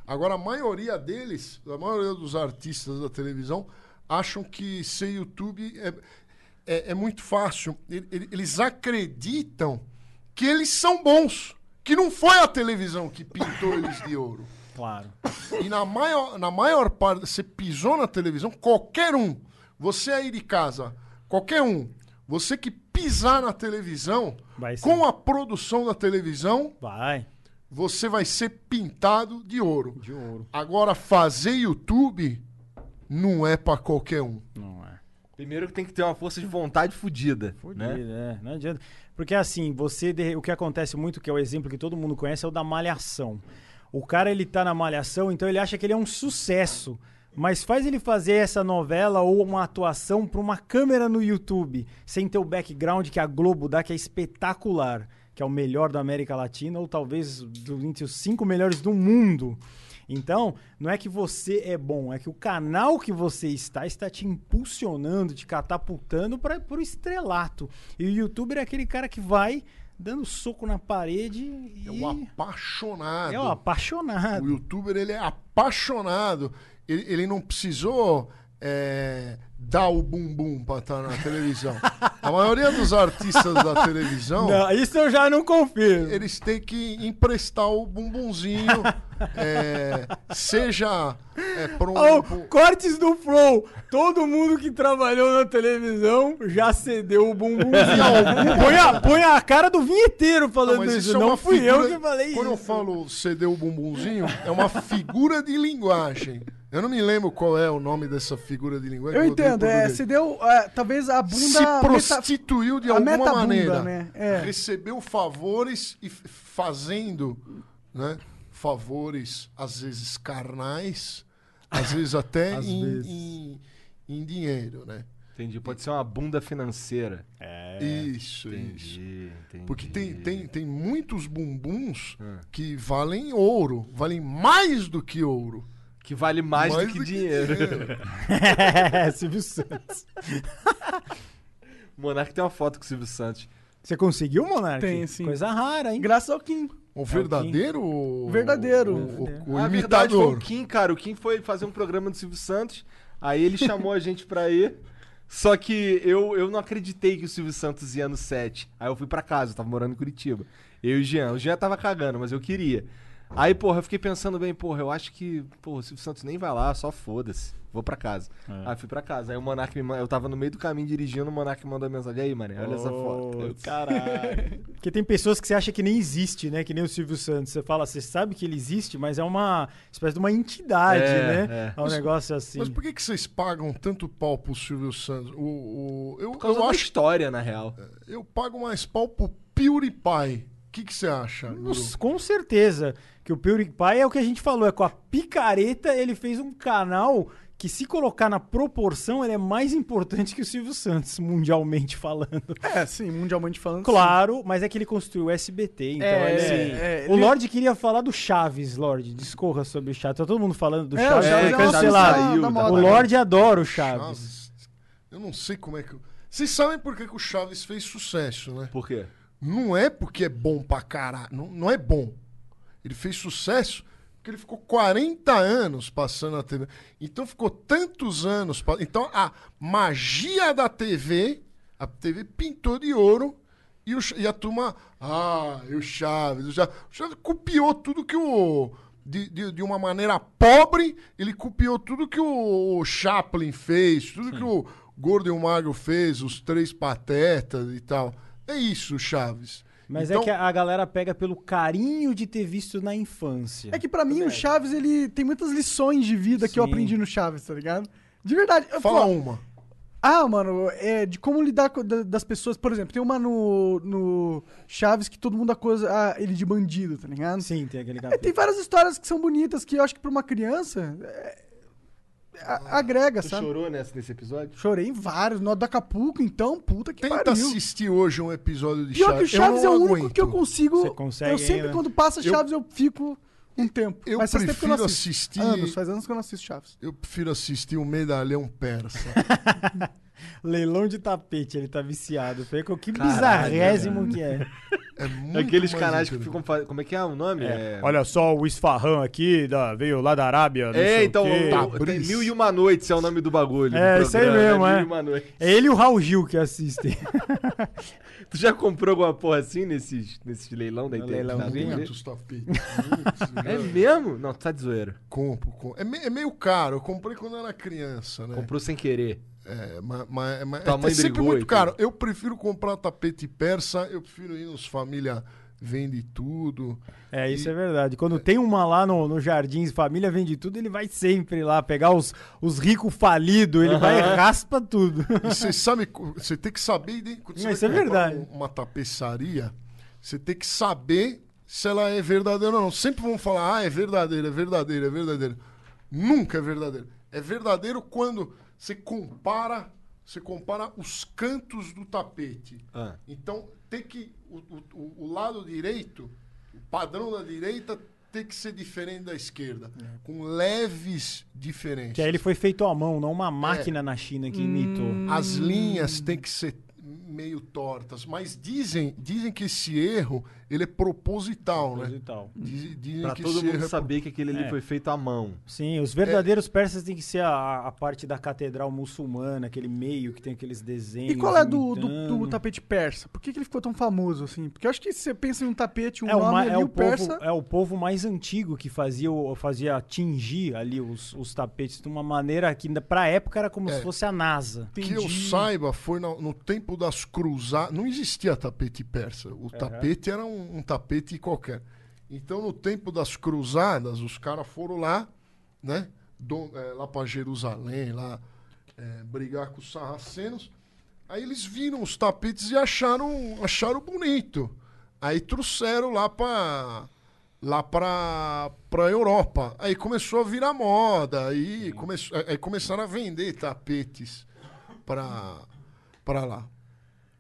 [SPEAKER 5] Agora a maioria deles, a maioria dos artistas da televisão acham que ser YouTube é, é, é muito fácil. Ele- ele- Eles acreditam que eles são bons, que não foi a televisão que pintou eles de ouro.
[SPEAKER 4] tipo, Claro.
[SPEAKER 5] E na maior, na maior parte, você pisou na televisão, qualquer um, você aí de casa, qualquer um, você que pisar na televisão,
[SPEAKER 4] Vai ser.
[SPEAKER 5] com a produção da televisão,
[SPEAKER 4] Vai.
[SPEAKER 5] você vai ser pintado de ouro.
[SPEAKER 4] De ouro.
[SPEAKER 5] Agora, fazer YouTube não é pra qualquer um.
[SPEAKER 4] Não é.
[SPEAKER 2] Primeiro que tem que ter uma força de vontade fodida.
[SPEAKER 4] Fudido,
[SPEAKER 2] Né?
[SPEAKER 4] é. Não adianta. Porque assim, você de- o que acontece muito, que é o exemplo que todo mundo conhece, é o da malhação. O cara ele tá na malhação, então ele acha que ele é um sucesso. Mas faz ele fazer essa novela ou uma atuação pra uma câmera no YouTube, sem ter o background que a Globo dá, que é espetacular, que é o melhor da América Latina, ou talvez do- entre os cinco melhores do mundo. Então, não é que você é bom, é que o canal que você está está te impulsionando, te catapultando para o estrelato. E o youtuber é aquele cara que vai dando soco na parede e
[SPEAKER 5] É um apaixonado.
[SPEAKER 4] é um apaixonado.
[SPEAKER 5] O youtuber ele é apaixonado. Ele, ele não precisou é, dar o bumbum pra estar na televisão. A maioria dos artistas da televisão,
[SPEAKER 4] Não, isso eu já não confio.
[SPEAKER 5] eles têm que emprestar o bumbumzinho, é, seja é, pra um- pro-
[SPEAKER 4] cortes do Flow. Todo mundo que trabalhou na televisão já cedeu o bumbumzinho. põe, a, põe a cara do vinheteiro
[SPEAKER 5] é Não,
[SPEAKER 4] falando
[SPEAKER 5] mas
[SPEAKER 4] isso.
[SPEAKER 5] isso é
[SPEAKER 4] não
[SPEAKER 5] uma
[SPEAKER 4] fui eu
[SPEAKER 5] figura-
[SPEAKER 4] que falei
[SPEAKER 5] Quando eu
[SPEAKER 4] isso.
[SPEAKER 5] falo ceder o bumbumzinho, é uma figura de linguagem. Eu não me lembro qual é o nome dessa figura de linguagem. odeio
[SPEAKER 3] Eu entendo, é,
[SPEAKER 5] português.
[SPEAKER 3] você deu é, talvez a bunda...
[SPEAKER 5] se
[SPEAKER 3] meta-
[SPEAKER 5] prostituiu de
[SPEAKER 3] a
[SPEAKER 5] alguma
[SPEAKER 3] metabunda,
[SPEAKER 5] maneira.
[SPEAKER 3] né? É.
[SPEAKER 5] Recebeu favores e f- fazendo, né? Favores, às vezes carnais, às vezes até
[SPEAKER 4] Às
[SPEAKER 5] em,
[SPEAKER 4] vezes.
[SPEAKER 5] em- em dinheiro, né?
[SPEAKER 2] Entendi. Pode ser uma bunda financeira.
[SPEAKER 5] isso, isso.
[SPEAKER 2] É, Entendi, entendi.
[SPEAKER 5] Porque tem, tem, tem muitos bumbuns
[SPEAKER 2] É.
[SPEAKER 5] que valem ouro, valem mais do que ouro.
[SPEAKER 2] Que vale mais, do que dinheiro.
[SPEAKER 4] É, Silvio Santos.
[SPEAKER 2] O Monark tem uma foto com o Silvio Santos.
[SPEAKER 4] Você conseguiu, Monark?
[SPEAKER 3] Tem, sim.
[SPEAKER 4] Coisa rara, hein?
[SPEAKER 3] Graças ao Kim.
[SPEAKER 2] É
[SPEAKER 5] O verdadeiro? ou-
[SPEAKER 3] Verdadeiro.
[SPEAKER 5] O, o
[SPEAKER 2] Ah, verdade, foi o
[SPEAKER 5] imitador.
[SPEAKER 2] Kim, cara. O Kim foi fazer um programa do Silvio Santos. Aí ele chamou a gente pra ir. Só que eu, eu não acreditei que o Silvio Santos ia no set. Aí eu fui pra casa, eu tava morando em Curitiba. Eu e o Jean. O Jean tava cagando, mas eu queria. Aí, porra, eu fiquei pensando bem, porra, eu acho que, porra, o Silvio Santos nem vai lá, só foda-se. Vou pra casa. Aí fui pra casa. Aí o Monark me mandou. Eu tava no meio do caminho dirigindo, o Monark mandou mensagem. Aí, mano, olha essa foto. Eu, Caralho.
[SPEAKER 4] Porque tem pessoas que você acha que nem existe, né? Que nem o Silvio Santos. Você fala, você sabe que ele existe, mas é uma espécie de uma entidade,
[SPEAKER 5] É,
[SPEAKER 4] né?
[SPEAKER 5] é.
[SPEAKER 4] É um
[SPEAKER 5] Mas-
[SPEAKER 4] negócio assim.
[SPEAKER 5] Mas por que, que vocês pagam tanto pau pro Silvio Santos? O, o- eu
[SPEAKER 2] Por causa
[SPEAKER 5] eu
[SPEAKER 2] da
[SPEAKER 5] acho
[SPEAKER 2] história, na real.
[SPEAKER 5] eu pago mais pau pro PewDiePie. O que, que você acha? Guru?
[SPEAKER 4] Nossa, com certeza que o PewDiePie é o que a gente falou, é com a picareta ele fez um canal que se colocar na proporção ele é mais importante que o Silvio Santos, mundialmente falando.
[SPEAKER 3] É, sim, mundialmente falando.
[SPEAKER 4] Claro, mas é que ele construiu o SBT, então
[SPEAKER 3] É,
[SPEAKER 4] ele-
[SPEAKER 3] sim. é,
[SPEAKER 4] O
[SPEAKER 3] ele-
[SPEAKER 4] Lorde queria falar do Chaves, Lorde, discorra sobre o Chaves, tá todo mundo falando do
[SPEAKER 3] É, o
[SPEAKER 4] Chaves,
[SPEAKER 3] Chaves
[SPEAKER 4] foi
[SPEAKER 3] é uma
[SPEAKER 4] cancelado.
[SPEAKER 3] coisa da- da moda,
[SPEAKER 4] o
[SPEAKER 3] né?
[SPEAKER 4] Lorde adora o Chaves.
[SPEAKER 5] Chaves. Eu não sei como é que. eu- Vocês sabem por que, que o Chaves fez sucesso, né?
[SPEAKER 2] Por quê?
[SPEAKER 5] Não é porque é bom pra caralho. Não, não é bom. Ele fez sucesso porque ele ficou 40 anos passando na TV. Então ficou tantos anos. pa- Então a magia da TV, a TV pintou de ouro. E, o Ch- e a turma, ah, e o Chaves, o Chaves, o Chaves copiou tudo que o. De, de, de uma maneira pobre, ele copiou tudo que o Chaplin fez, tudo que o Gordo e o Magro fez, os Três Patetas e tal. É isso, Chaves.
[SPEAKER 4] Mas
[SPEAKER 5] Então-
[SPEAKER 4] é que a a galera pega pelo carinho de ter visto na infância.
[SPEAKER 3] É que pra mim o Chaves, ele tem muitas lições de vida que eu
[SPEAKER 4] Sim.
[SPEAKER 3] aprendi no Chaves, tá ligado? De verdade. Eu,
[SPEAKER 5] Fala um.
[SPEAKER 3] pô,
[SPEAKER 5] uma.
[SPEAKER 3] Ah, mano, é de como lidar com, da- das pessoas. Por exemplo, tem uma no, no Chaves que todo mundo acusa ah, ele de bandido, tá ligado?
[SPEAKER 4] Sim, tem aquele
[SPEAKER 3] É, tem
[SPEAKER 4] capítulo.
[SPEAKER 3] várias histórias que são bonitas que eu acho que pra uma criança é, a- agrega,
[SPEAKER 2] Tu
[SPEAKER 3] sabe?
[SPEAKER 2] chorou nessa- nesse episódio?
[SPEAKER 3] Chorei em vários. No do Acapulco, então, puta que
[SPEAKER 5] Tenta
[SPEAKER 3] pariu.
[SPEAKER 5] assistir hoje um episódio de
[SPEAKER 3] Pior que o
[SPEAKER 5] Chaves. Eu
[SPEAKER 3] Chaves é
[SPEAKER 5] não
[SPEAKER 3] o único
[SPEAKER 5] aguento.
[SPEAKER 3] que eu consigo.
[SPEAKER 4] Você consegue
[SPEAKER 3] eu sempre,
[SPEAKER 4] ainda?
[SPEAKER 3] quando passa
[SPEAKER 5] Eu-
[SPEAKER 3] Chaves, eu, fico um tempo.
[SPEAKER 5] Eu
[SPEAKER 3] Mas faz tempo que eu não
[SPEAKER 5] prefiro
[SPEAKER 3] assisto.
[SPEAKER 5] assistir.
[SPEAKER 3] Anos, faz anos que eu não assisto Chaves.
[SPEAKER 5] Eu prefiro assistir o Medalhão Persa.
[SPEAKER 3] tipo-
[SPEAKER 4] Leilão de tapete, ele tá viciado. Pega que
[SPEAKER 2] Caralho,
[SPEAKER 4] bizarrésimo que é.
[SPEAKER 5] É muito
[SPEAKER 2] Aqueles
[SPEAKER 5] mais
[SPEAKER 2] canais que
[SPEAKER 5] incrível.
[SPEAKER 2] ficam. fa- Como é que é o nome? É-
[SPEAKER 4] Olha só o esfarrão aqui, da, veio lá da Arábia. não
[SPEAKER 2] É,
[SPEAKER 4] sei o
[SPEAKER 2] então,
[SPEAKER 4] quê.
[SPEAKER 3] tá.
[SPEAKER 2] o- o- tem
[SPEAKER 5] Tabriz.
[SPEAKER 2] Mil e Uma Noites é o nome do bagulho. do
[SPEAKER 4] É, isso aí mesmo,
[SPEAKER 2] programa, Mil
[SPEAKER 4] é.
[SPEAKER 2] e Uma Noites.
[SPEAKER 4] É ele e o Raul Gil que assistem.
[SPEAKER 2] Tu já comprou alguma porra assim nesses, nesses leilão da internet?
[SPEAKER 5] Tá
[SPEAKER 4] leilão.
[SPEAKER 2] da TV?
[SPEAKER 5] Muitos tapetes. Muitos, né?
[SPEAKER 2] É mesmo? Não, tu tá de zoeira.
[SPEAKER 5] Compro, compro. É, me- é meio caro. Eu comprei quando eu era criança, né?
[SPEAKER 2] Comprou sem querer.
[SPEAKER 5] É, ma- ma- ma-
[SPEAKER 2] Tua
[SPEAKER 5] é
[SPEAKER 2] mãe
[SPEAKER 5] sempre
[SPEAKER 2] brigou
[SPEAKER 5] muito
[SPEAKER 2] e tudo.
[SPEAKER 5] caro. Eu prefiro comprar tapete persa. Eu prefiro ir nos família vende tudo.
[SPEAKER 4] É, isso é verdade. Quando tem uma lá no, no Jardins Família Vende Tudo, ele vai sempre lá pegar os, os ricos falidos, ele vai e raspa tudo.
[SPEAKER 5] E você sabe, co- você tem que saber. iden- quando você
[SPEAKER 4] Não,
[SPEAKER 5] vai
[SPEAKER 4] isso é
[SPEAKER 5] comprar
[SPEAKER 4] verdade.
[SPEAKER 5] um- Uma tapeçaria, você tem que saber se ela é verdadeira ou não. Sempre vão falar, ah, é verdadeira, é verdadeira, é verdadeira. Nunca é verdadeiro. É verdadeiro quando você compara, você compara os cantos do tapete.
[SPEAKER 2] Ah.
[SPEAKER 5] Então tem que o, o- o lado direito, o padrão da direita tem que ser diferente da esquerda, com leves diferenças.
[SPEAKER 4] É. que aí ele foi feito à mão, não
[SPEAKER 3] É.
[SPEAKER 4] uma máquina na China
[SPEAKER 3] Hum.
[SPEAKER 4] que imitou.
[SPEAKER 5] As linhas têm que ser meio tortas, mas dizem, dizem que esse erro ele é
[SPEAKER 3] é?
[SPEAKER 5] proposital,
[SPEAKER 4] Coisa e
[SPEAKER 5] né?
[SPEAKER 4] tal.
[SPEAKER 5] Dizem, dizem
[SPEAKER 2] Pra
[SPEAKER 5] que
[SPEAKER 2] todo
[SPEAKER 5] esse erro
[SPEAKER 2] mundo
[SPEAKER 5] é
[SPEAKER 2] saber que aquele ali foi feito à mão.
[SPEAKER 4] Sim, os
[SPEAKER 3] É.
[SPEAKER 4] verdadeiros persas tem que ser a, a parte da catedral muçulmana, aquele meio que tem aqueles desenhos. então.
[SPEAKER 3] E qual é do, do,
[SPEAKER 4] imitando.
[SPEAKER 3] do tapete persa? Por que, que ele ficou tão famoso assim? Porque eu acho que se você pensa em um tapete, um
[SPEAKER 4] É o,
[SPEAKER 3] nome
[SPEAKER 4] ma-
[SPEAKER 3] ali,
[SPEAKER 4] é
[SPEAKER 3] o,
[SPEAKER 4] o povo,
[SPEAKER 3] persa.
[SPEAKER 4] é o povo mais antigo que fazia, o- fazia tingir ali os, os tapetes de uma maneira que, ainda pra época, era
[SPEAKER 3] É.
[SPEAKER 4] como se fosse a NASA.
[SPEAKER 5] Que eu saiba, foi na- no, tempo das cruzadas. Não existia tapete persa. O tapete era um, um tapete qualquer. Então, no tempo das cruzadas, os caras foram lá, né? do- eh, lá para Jerusalém, lá eh, brigar com os sarracenos. Aí eles viram os tapetes e acharam, acharam bonito. Aí trouxeram lá para lá para para Europa. Aí começou a virar moda, aí, come, aí começaram a vender tapetes para para lá.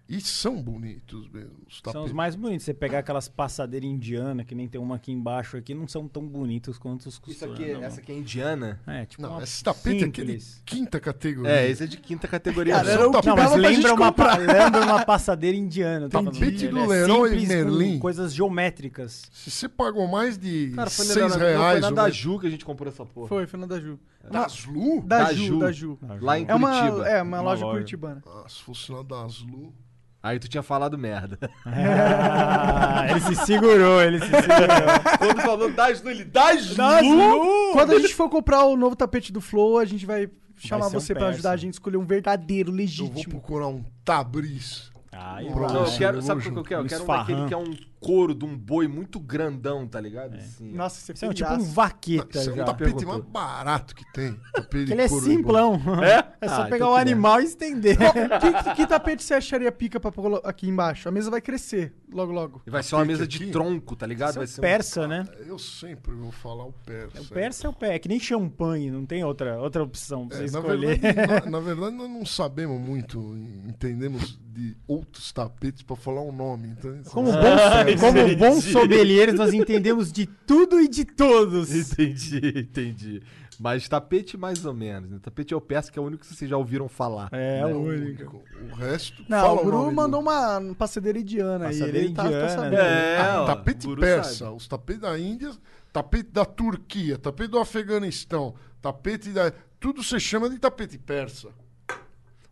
[SPEAKER 5] E são bonitos mesmo. Os
[SPEAKER 4] São os
[SPEAKER 5] tapetes.
[SPEAKER 4] mais bonitos. Você pegar aquelas passadeiras indiana, que nem tem uma aqui embaixo aqui, não são tão bonitos quanto os
[SPEAKER 2] Isso
[SPEAKER 4] costurados.
[SPEAKER 2] aqui, essa aqui é indiana?
[SPEAKER 4] É, tipo
[SPEAKER 5] Não,
[SPEAKER 4] uma
[SPEAKER 5] esse tapete aqui é de
[SPEAKER 4] simples.
[SPEAKER 5] quinta categoria.
[SPEAKER 2] É, esse é de quinta categoria.
[SPEAKER 5] Cara,
[SPEAKER 2] mesmo.
[SPEAKER 5] era o que
[SPEAKER 4] Não,
[SPEAKER 5] dava
[SPEAKER 4] mas
[SPEAKER 5] pra gente
[SPEAKER 4] lembra uma, pa-
[SPEAKER 5] comprar.
[SPEAKER 4] lembra uma passadeira indiana. tá falando.
[SPEAKER 5] Tapete do
[SPEAKER 4] Ele é
[SPEAKER 5] Leroy
[SPEAKER 4] simples com
[SPEAKER 5] Merlin.
[SPEAKER 4] coisas geométricas.
[SPEAKER 5] Se você pagou mais de
[SPEAKER 2] Cara, foi na,
[SPEAKER 5] 6
[SPEAKER 2] não,
[SPEAKER 5] reais... um
[SPEAKER 2] foi na
[SPEAKER 5] o
[SPEAKER 2] da
[SPEAKER 5] meu-
[SPEAKER 2] Ju que a gente comprou essa porra.
[SPEAKER 3] Foi, foi na da Ju.
[SPEAKER 5] Da Slu?
[SPEAKER 3] Da, Ju, da Ju.
[SPEAKER 2] Lá em
[SPEAKER 3] É uma,
[SPEAKER 2] Curitiba.
[SPEAKER 3] é, uma,
[SPEAKER 4] Uma
[SPEAKER 3] loja,
[SPEAKER 4] loja.
[SPEAKER 3] curitibana.
[SPEAKER 5] Ah, se fosse na da Slu...
[SPEAKER 2] Aí tu tinha falado merda.
[SPEAKER 4] Ah, ele se segurou, ele se segurou.
[SPEAKER 2] Quando falou das Lu, ele das
[SPEAKER 3] Das
[SPEAKER 2] Lu!
[SPEAKER 3] Quando a gente for comprar o novo tapete do Flow, a gente vai chamar
[SPEAKER 4] ser um
[SPEAKER 3] você pra ajudar a
[SPEAKER 4] péssimo.
[SPEAKER 3] gente a escolher um verdadeiro,
[SPEAKER 5] Eu vou
[SPEAKER 3] legítimo.
[SPEAKER 5] procurar um Tabriz.
[SPEAKER 4] Ai,
[SPEAKER 5] Pronto.
[SPEAKER 2] Não, eu
[SPEAKER 5] Nossa,
[SPEAKER 2] quero,
[SPEAKER 5] nojo.
[SPEAKER 2] sabe o que eu quero? Eu
[SPEAKER 4] Um
[SPEAKER 2] quero um daquele
[SPEAKER 4] esfarrão.
[SPEAKER 2] que é um couro de um boi muito grandão, tá ligado? Assim, ó.
[SPEAKER 3] Nossa, você
[SPEAKER 4] Isso é um tipo um
[SPEAKER 3] pedaço.
[SPEAKER 4] vaqueta.
[SPEAKER 5] Isso é um
[SPEAKER 4] já.
[SPEAKER 5] tapete
[SPEAKER 2] perguntou.
[SPEAKER 5] mais barato que tem. Tapete de
[SPEAKER 4] Ele é
[SPEAKER 5] couro
[SPEAKER 4] simplão. É?
[SPEAKER 2] Ah,
[SPEAKER 4] só
[SPEAKER 2] então
[SPEAKER 4] pegar o
[SPEAKER 2] que
[SPEAKER 4] animal e estender.
[SPEAKER 3] que, que tapete você acharia pica pra pôr aqui embaixo? A mesa vai crescer logo, logo.
[SPEAKER 2] E vai ser uma
[SPEAKER 5] Tapete
[SPEAKER 2] mesa de
[SPEAKER 5] aqui?
[SPEAKER 2] tronco, tá ligado?
[SPEAKER 4] Isso é
[SPEAKER 2] Vai
[SPEAKER 4] um
[SPEAKER 2] ser um-
[SPEAKER 4] persa, né?
[SPEAKER 5] bom. Eu sempre vou falar o Persa.
[SPEAKER 4] O persa é o pé. É que nem champanhe, não tem outra, outra opção pra
[SPEAKER 5] É,
[SPEAKER 4] você
[SPEAKER 5] na,
[SPEAKER 4] escolher.
[SPEAKER 5] verdade, na, na verdade, nós não sabemos muito, entendemos de outros tapetes pra falar o nome. Então, isso-
[SPEAKER 4] Como
[SPEAKER 3] né?
[SPEAKER 4] bons, como bons sommeliers, nós entendemos de tudo e de todos.
[SPEAKER 2] Entendi, entendi. Mas tapete mais ou menos, né? Tapete é o persa que é o único que vocês já ouviram falar.
[SPEAKER 4] É,
[SPEAKER 5] é
[SPEAKER 4] o
[SPEAKER 5] o
[SPEAKER 4] único.
[SPEAKER 5] único. O resto.
[SPEAKER 3] Não,
[SPEAKER 5] fala
[SPEAKER 3] o Guru
[SPEAKER 5] nome
[SPEAKER 3] mandou
[SPEAKER 5] do-
[SPEAKER 3] uma passadeira indiana aí.
[SPEAKER 4] Passadeira
[SPEAKER 3] Ele tá, tá
[SPEAKER 4] indiana,
[SPEAKER 3] sabendo.
[SPEAKER 4] né?
[SPEAKER 2] É,
[SPEAKER 5] Ah,
[SPEAKER 2] ó,
[SPEAKER 5] tapete
[SPEAKER 2] o guru
[SPEAKER 5] persa,
[SPEAKER 2] sabe.
[SPEAKER 5] os tapetes da Índia, tapete da Turquia, tapete do Afeganistão, tapete da. Tudo você chama de tapete persa.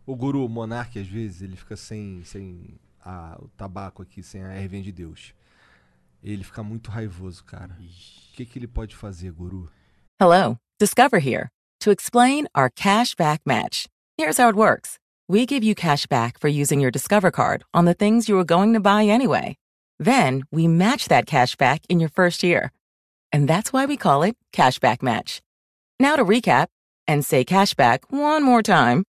[SPEAKER 2] O guru o monarca, às vezes, ele fica sem, sem a- o tabaco aqui, sem a ervinha de Deus. Ele fica muito raivoso, cara. O que, que ele pode fazer, guru?
[SPEAKER 10] Hello, Discover here to explain our cash back match. Here's how it works we give you cash back for using your Discover card on the things you were going to buy anyway. Then we match that cash back in your first year. And that's why we call it cash back match. Now to recap and say cash back one more time.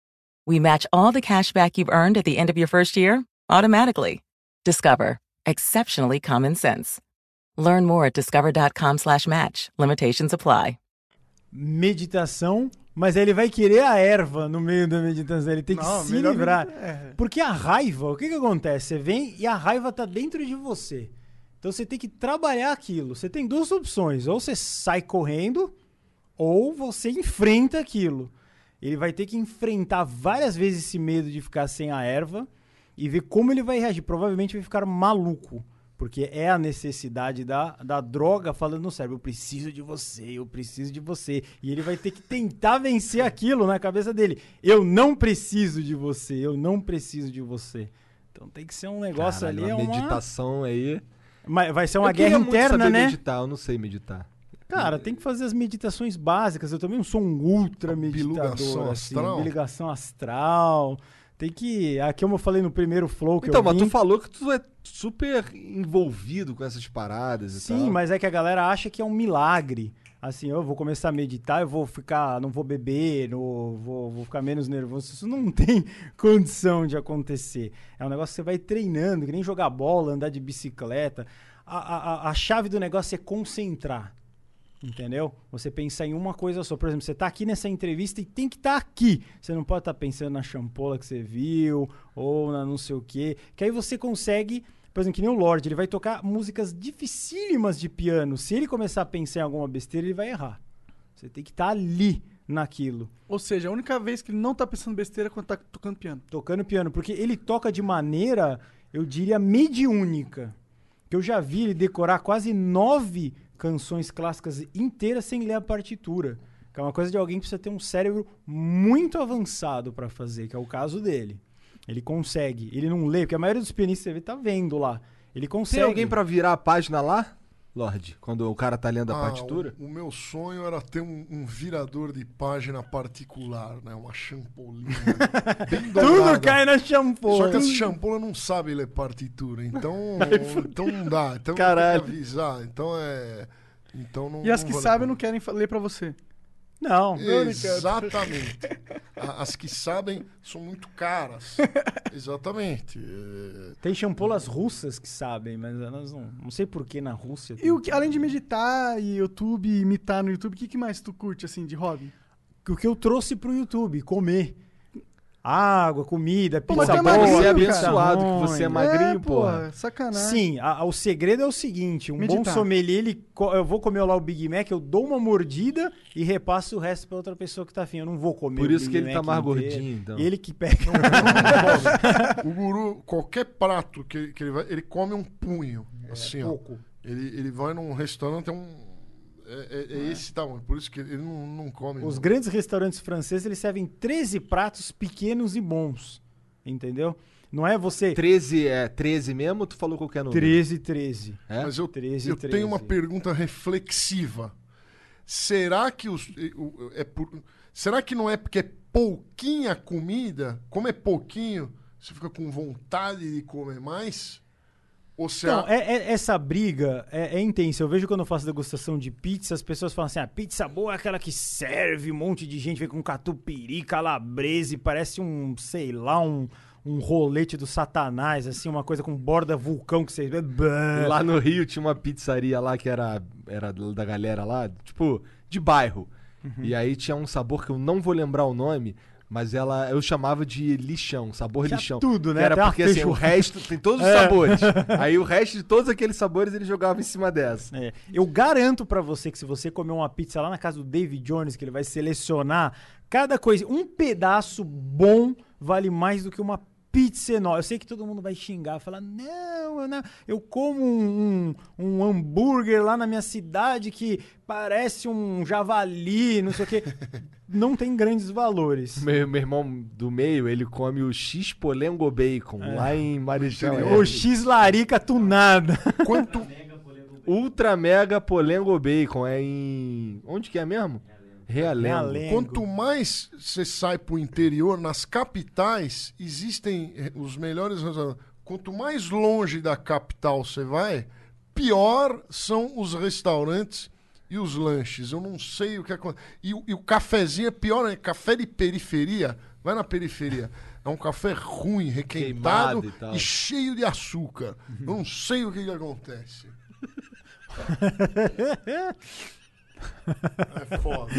[SPEAKER 10] We match all the cash back you've earned at the end of your first year automatically. Discover exceptionally common sense. Learn more at discover.com slash match. Limitations apply.
[SPEAKER 4] Meditação, mas aí ele vai querer a erva no meio da meditação. Ele tem que
[SPEAKER 3] Não,
[SPEAKER 4] se
[SPEAKER 3] melhor-
[SPEAKER 4] livrar.
[SPEAKER 3] é.
[SPEAKER 4] Porque a raiva, o que, que acontece? Você vem e a raiva tá dentro de você. Então você tem que trabalhar aquilo. Você tem duas opções. Ou você sai correndo, ou você enfrenta aquilo. Ele vai ter que enfrentar várias vezes esse medo de ficar sem a erva e ver como ele vai reagir. Provavelmente vai ficar maluco. Porque é a necessidade da, da droga falando no cérebro: eu preciso de você, eu preciso de você. E ele vai ter que tentar vencer aquilo na cabeça dele: eu não preciso de você, eu não preciso de você. Então tem que ser um negócio
[SPEAKER 2] Caralho,
[SPEAKER 4] ali. É
[SPEAKER 2] uma
[SPEAKER 4] uma...
[SPEAKER 2] meditação aí.
[SPEAKER 4] Mas Vai ser uma
[SPEAKER 2] Eu queria
[SPEAKER 4] guerra
[SPEAKER 2] muito
[SPEAKER 4] interna,
[SPEAKER 2] saber
[SPEAKER 4] né?
[SPEAKER 2] meditar, eu não sei meditar.
[SPEAKER 4] Cara, tem que fazer as meditações básicas. Eu também não sou um ultra meditador.
[SPEAKER 5] Bilugação
[SPEAKER 4] Assim,
[SPEAKER 5] astral?
[SPEAKER 4] Biligação astral. Tem que. Aqui, como eu falei no primeiro flow que
[SPEAKER 2] Então,
[SPEAKER 4] eu
[SPEAKER 2] mas
[SPEAKER 4] vim,
[SPEAKER 2] tu falou que tu é super envolvido com essas paradas e tal.
[SPEAKER 4] Sim, mas é que a galera acha que é um milagre. Assim, eu vou começar a meditar, eu vou ficar, não vou beber, não, vou, vou ficar menos nervoso. Isso não tem condição de acontecer. É um negócio que você vai treinando, que nem jogar bola, andar de bicicleta. A, a- a- a chave do negócio é concentrar. Entendeu? Você pensar em uma coisa só. Por exemplo, você tá aqui nessa entrevista e tem que estar aqui. Você não pode estar pensando na champola que você viu ou na não sei o quê. Que aí você consegue, por exemplo, que nem o Lorde, ele vai tocar músicas dificílimas de piano. Se ele começar a pensar em alguma besteira, ele vai errar. Você tem que estar ali naquilo,
[SPEAKER 3] Ou seja, a única vez que ele não tá pensando besteira é quando tá tocando piano.
[SPEAKER 4] tocando piano, porque ele toca de maneira, eu diria, mediúnica. Que eu já vi ele decorar quase nove canções clássicas inteiras sem ler a partitura. Que é uma coisa de alguém que precisa ter um cérebro muito avançado para fazer, que é o caso dele. Ele consegue. Ele não lê, porque a maioria dos pianistas você vê tá vendo lá. Ele consegue.
[SPEAKER 2] Tem alguém pra virar a página lá, Lorde? Quando o cara tá lendo a
[SPEAKER 5] Ah,
[SPEAKER 2] partitura?
[SPEAKER 5] O, o meu sonho era ter um, um virador de página particular, né? Uma champolina. bem
[SPEAKER 4] Tudo
[SPEAKER 5] dobrada.
[SPEAKER 4] cai na shampoo.
[SPEAKER 5] Só que é as champolas não sabem ler partitura, então, então não dá. Então
[SPEAKER 2] Caralho.
[SPEAKER 5] tem que avisar. Então é. Então não,
[SPEAKER 3] E as que
[SPEAKER 5] vou ler
[SPEAKER 3] sabem não querem fa- ler pra você.
[SPEAKER 4] Não.
[SPEAKER 3] né,
[SPEAKER 5] Exatamente. A- As que sabem são muito caras. Exatamente. É,
[SPEAKER 4] Tem champolas russas que sabem, mas elas não. Não sei por que na Rússia.
[SPEAKER 3] E
[SPEAKER 4] tem-
[SPEAKER 3] o que, além de meditar e YouTube, imitar no YouTube, o que, que mais tu curte, assim, de hobby?
[SPEAKER 4] o que eu trouxe pro YouTube, comer. água, comida,
[SPEAKER 2] Pô,
[SPEAKER 4] pizza
[SPEAKER 2] mas tu é
[SPEAKER 4] boa,
[SPEAKER 2] magrinho,
[SPEAKER 4] pizza
[SPEAKER 3] né?
[SPEAKER 2] cara. abençoado que
[SPEAKER 4] ruim.
[SPEAKER 2] você é magrinho, É, porra. porra,
[SPEAKER 3] sacanagem.
[SPEAKER 4] Sim, a- a- o segredo é o seguinte, um bom
[SPEAKER 3] Meditar.
[SPEAKER 4] sommelier, ele, co- eu vou comer lá o Big Mac, eu dou uma mordida e repasso o resto pra outra pessoa que tá afim. Eu não vou comer
[SPEAKER 2] Por
[SPEAKER 4] o
[SPEAKER 2] isso
[SPEAKER 4] Big
[SPEAKER 2] que ele tá
[SPEAKER 4] Mac
[SPEAKER 2] mais
[SPEAKER 4] inteiro.
[SPEAKER 2] gordinho, então.
[SPEAKER 4] Ele que pega.
[SPEAKER 5] É, o guru, qualquer prato que ele, que ele vai, ele come um punho.
[SPEAKER 3] É,
[SPEAKER 5] assim, ó.
[SPEAKER 4] pouco.
[SPEAKER 5] Ele, ele vai num restaurante, é um. É, é- é esse tamanho, por isso que ele não, não come.
[SPEAKER 4] Os
[SPEAKER 5] não.
[SPEAKER 4] grandes restaurantes franceses, eles servem 13 pratos pequenos e bons. Entendeu? Não é você
[SPEAKER 2] 13 é 13 mesmo? Tu falou qualquer número?
[SPEAKER 4] 13, 13.
[SPEAKER 2] É?
[SPEAKER 5] Mas eu,
[SPEAKER 4] 13,
[SPEAKER 5] eu
[SPEAKER 4] 13.
[SPEAKER 5] tenho uma pergunta reflexiva. Será que os eh, o- é por- será que não é porque é pouquinha comida? Como é pouquinho, você fica com vontade de comer mais? Ou será
[SPEAKER 4] Então, é- é- essa briga é, é intensa. Eu vejo quando eu faço degustação de pizza, as pessoas falam assim: a pizza boa é aquela que serve um monte de gente, vem com catupiry, calabresa, e parece um, sei lá, um, um rolete do satanás, assim, uma coisa com borda vulcão que vocês. É.
[SPEAKER 2] Lá no Rio tinha uma pizzaria lá que era, era da galera lá, tipo, de bairro.
[SPEAKER 4] Uhum.
[SPEAKER 2] E aí tinha um sabor que eu não vou lembrar o nome, mas ela eu chamava de lixão, sabor
[SPEAKER 4] Tinha
[SPEAKER 2] lixão.
[SPEAKER 4] tudo, né?
[SPEAKER 2] Que era
[SPEAKER 4] Até uma
[SPEAKER 2] porque assim, o
[SPEAKER 4] feijoada.
[SPEAKER 2] resto tem todos os
[SPEAKER 4] É.
[SPEAKER 2] sabores. Aí o resto de todos aqueles sabores ele jogava em cima dessa.
[SPEAKER 4] É, eu garanto pra você que se você comer uma pizza lá na casa do David Jones, que ele vai selecionar cada coisa, um pedaço bom vale mais do que uma pizza enorme. Eu sei que todo mundo vai xingar, falar, não, eu, não- eu como um, um- um hambúrguer lá na minha cidade que parece um javali, não sei o quê. não tem grandes valores.
[SPEAKER 2] Meu, meu irmão do meio, ele come o X Polengo Bacon,
[SPEAKER 4] É.
[SPEAKER 2] lá em É Marechal.
[SPEAKER 4] O X larica tunada.
[SPEAKER 5] quanto
[SPEAKER 2] Ultra Mega Polengo Bacon, é em... Onde que é mesmo? Realengo.
[SPEAKER 4] Realengo.
[SPEAKER 5] Quanto mais você sai pro interior, nas capitais existem eh, os melhores restaurantes. Quanto mais longe da capital você vai, pior são os restaurantes e os lanches. Eu não sei o que acontece. E, o- e o cafezinho é pior, né? Café de periferia. Vai na periferia. É um café ruim, requentado
[SPEAKER 2] Queimado e tal.
[SPEAKER 5] e, cheio de açúcar. Eu não sei o que, que acontece. É foda.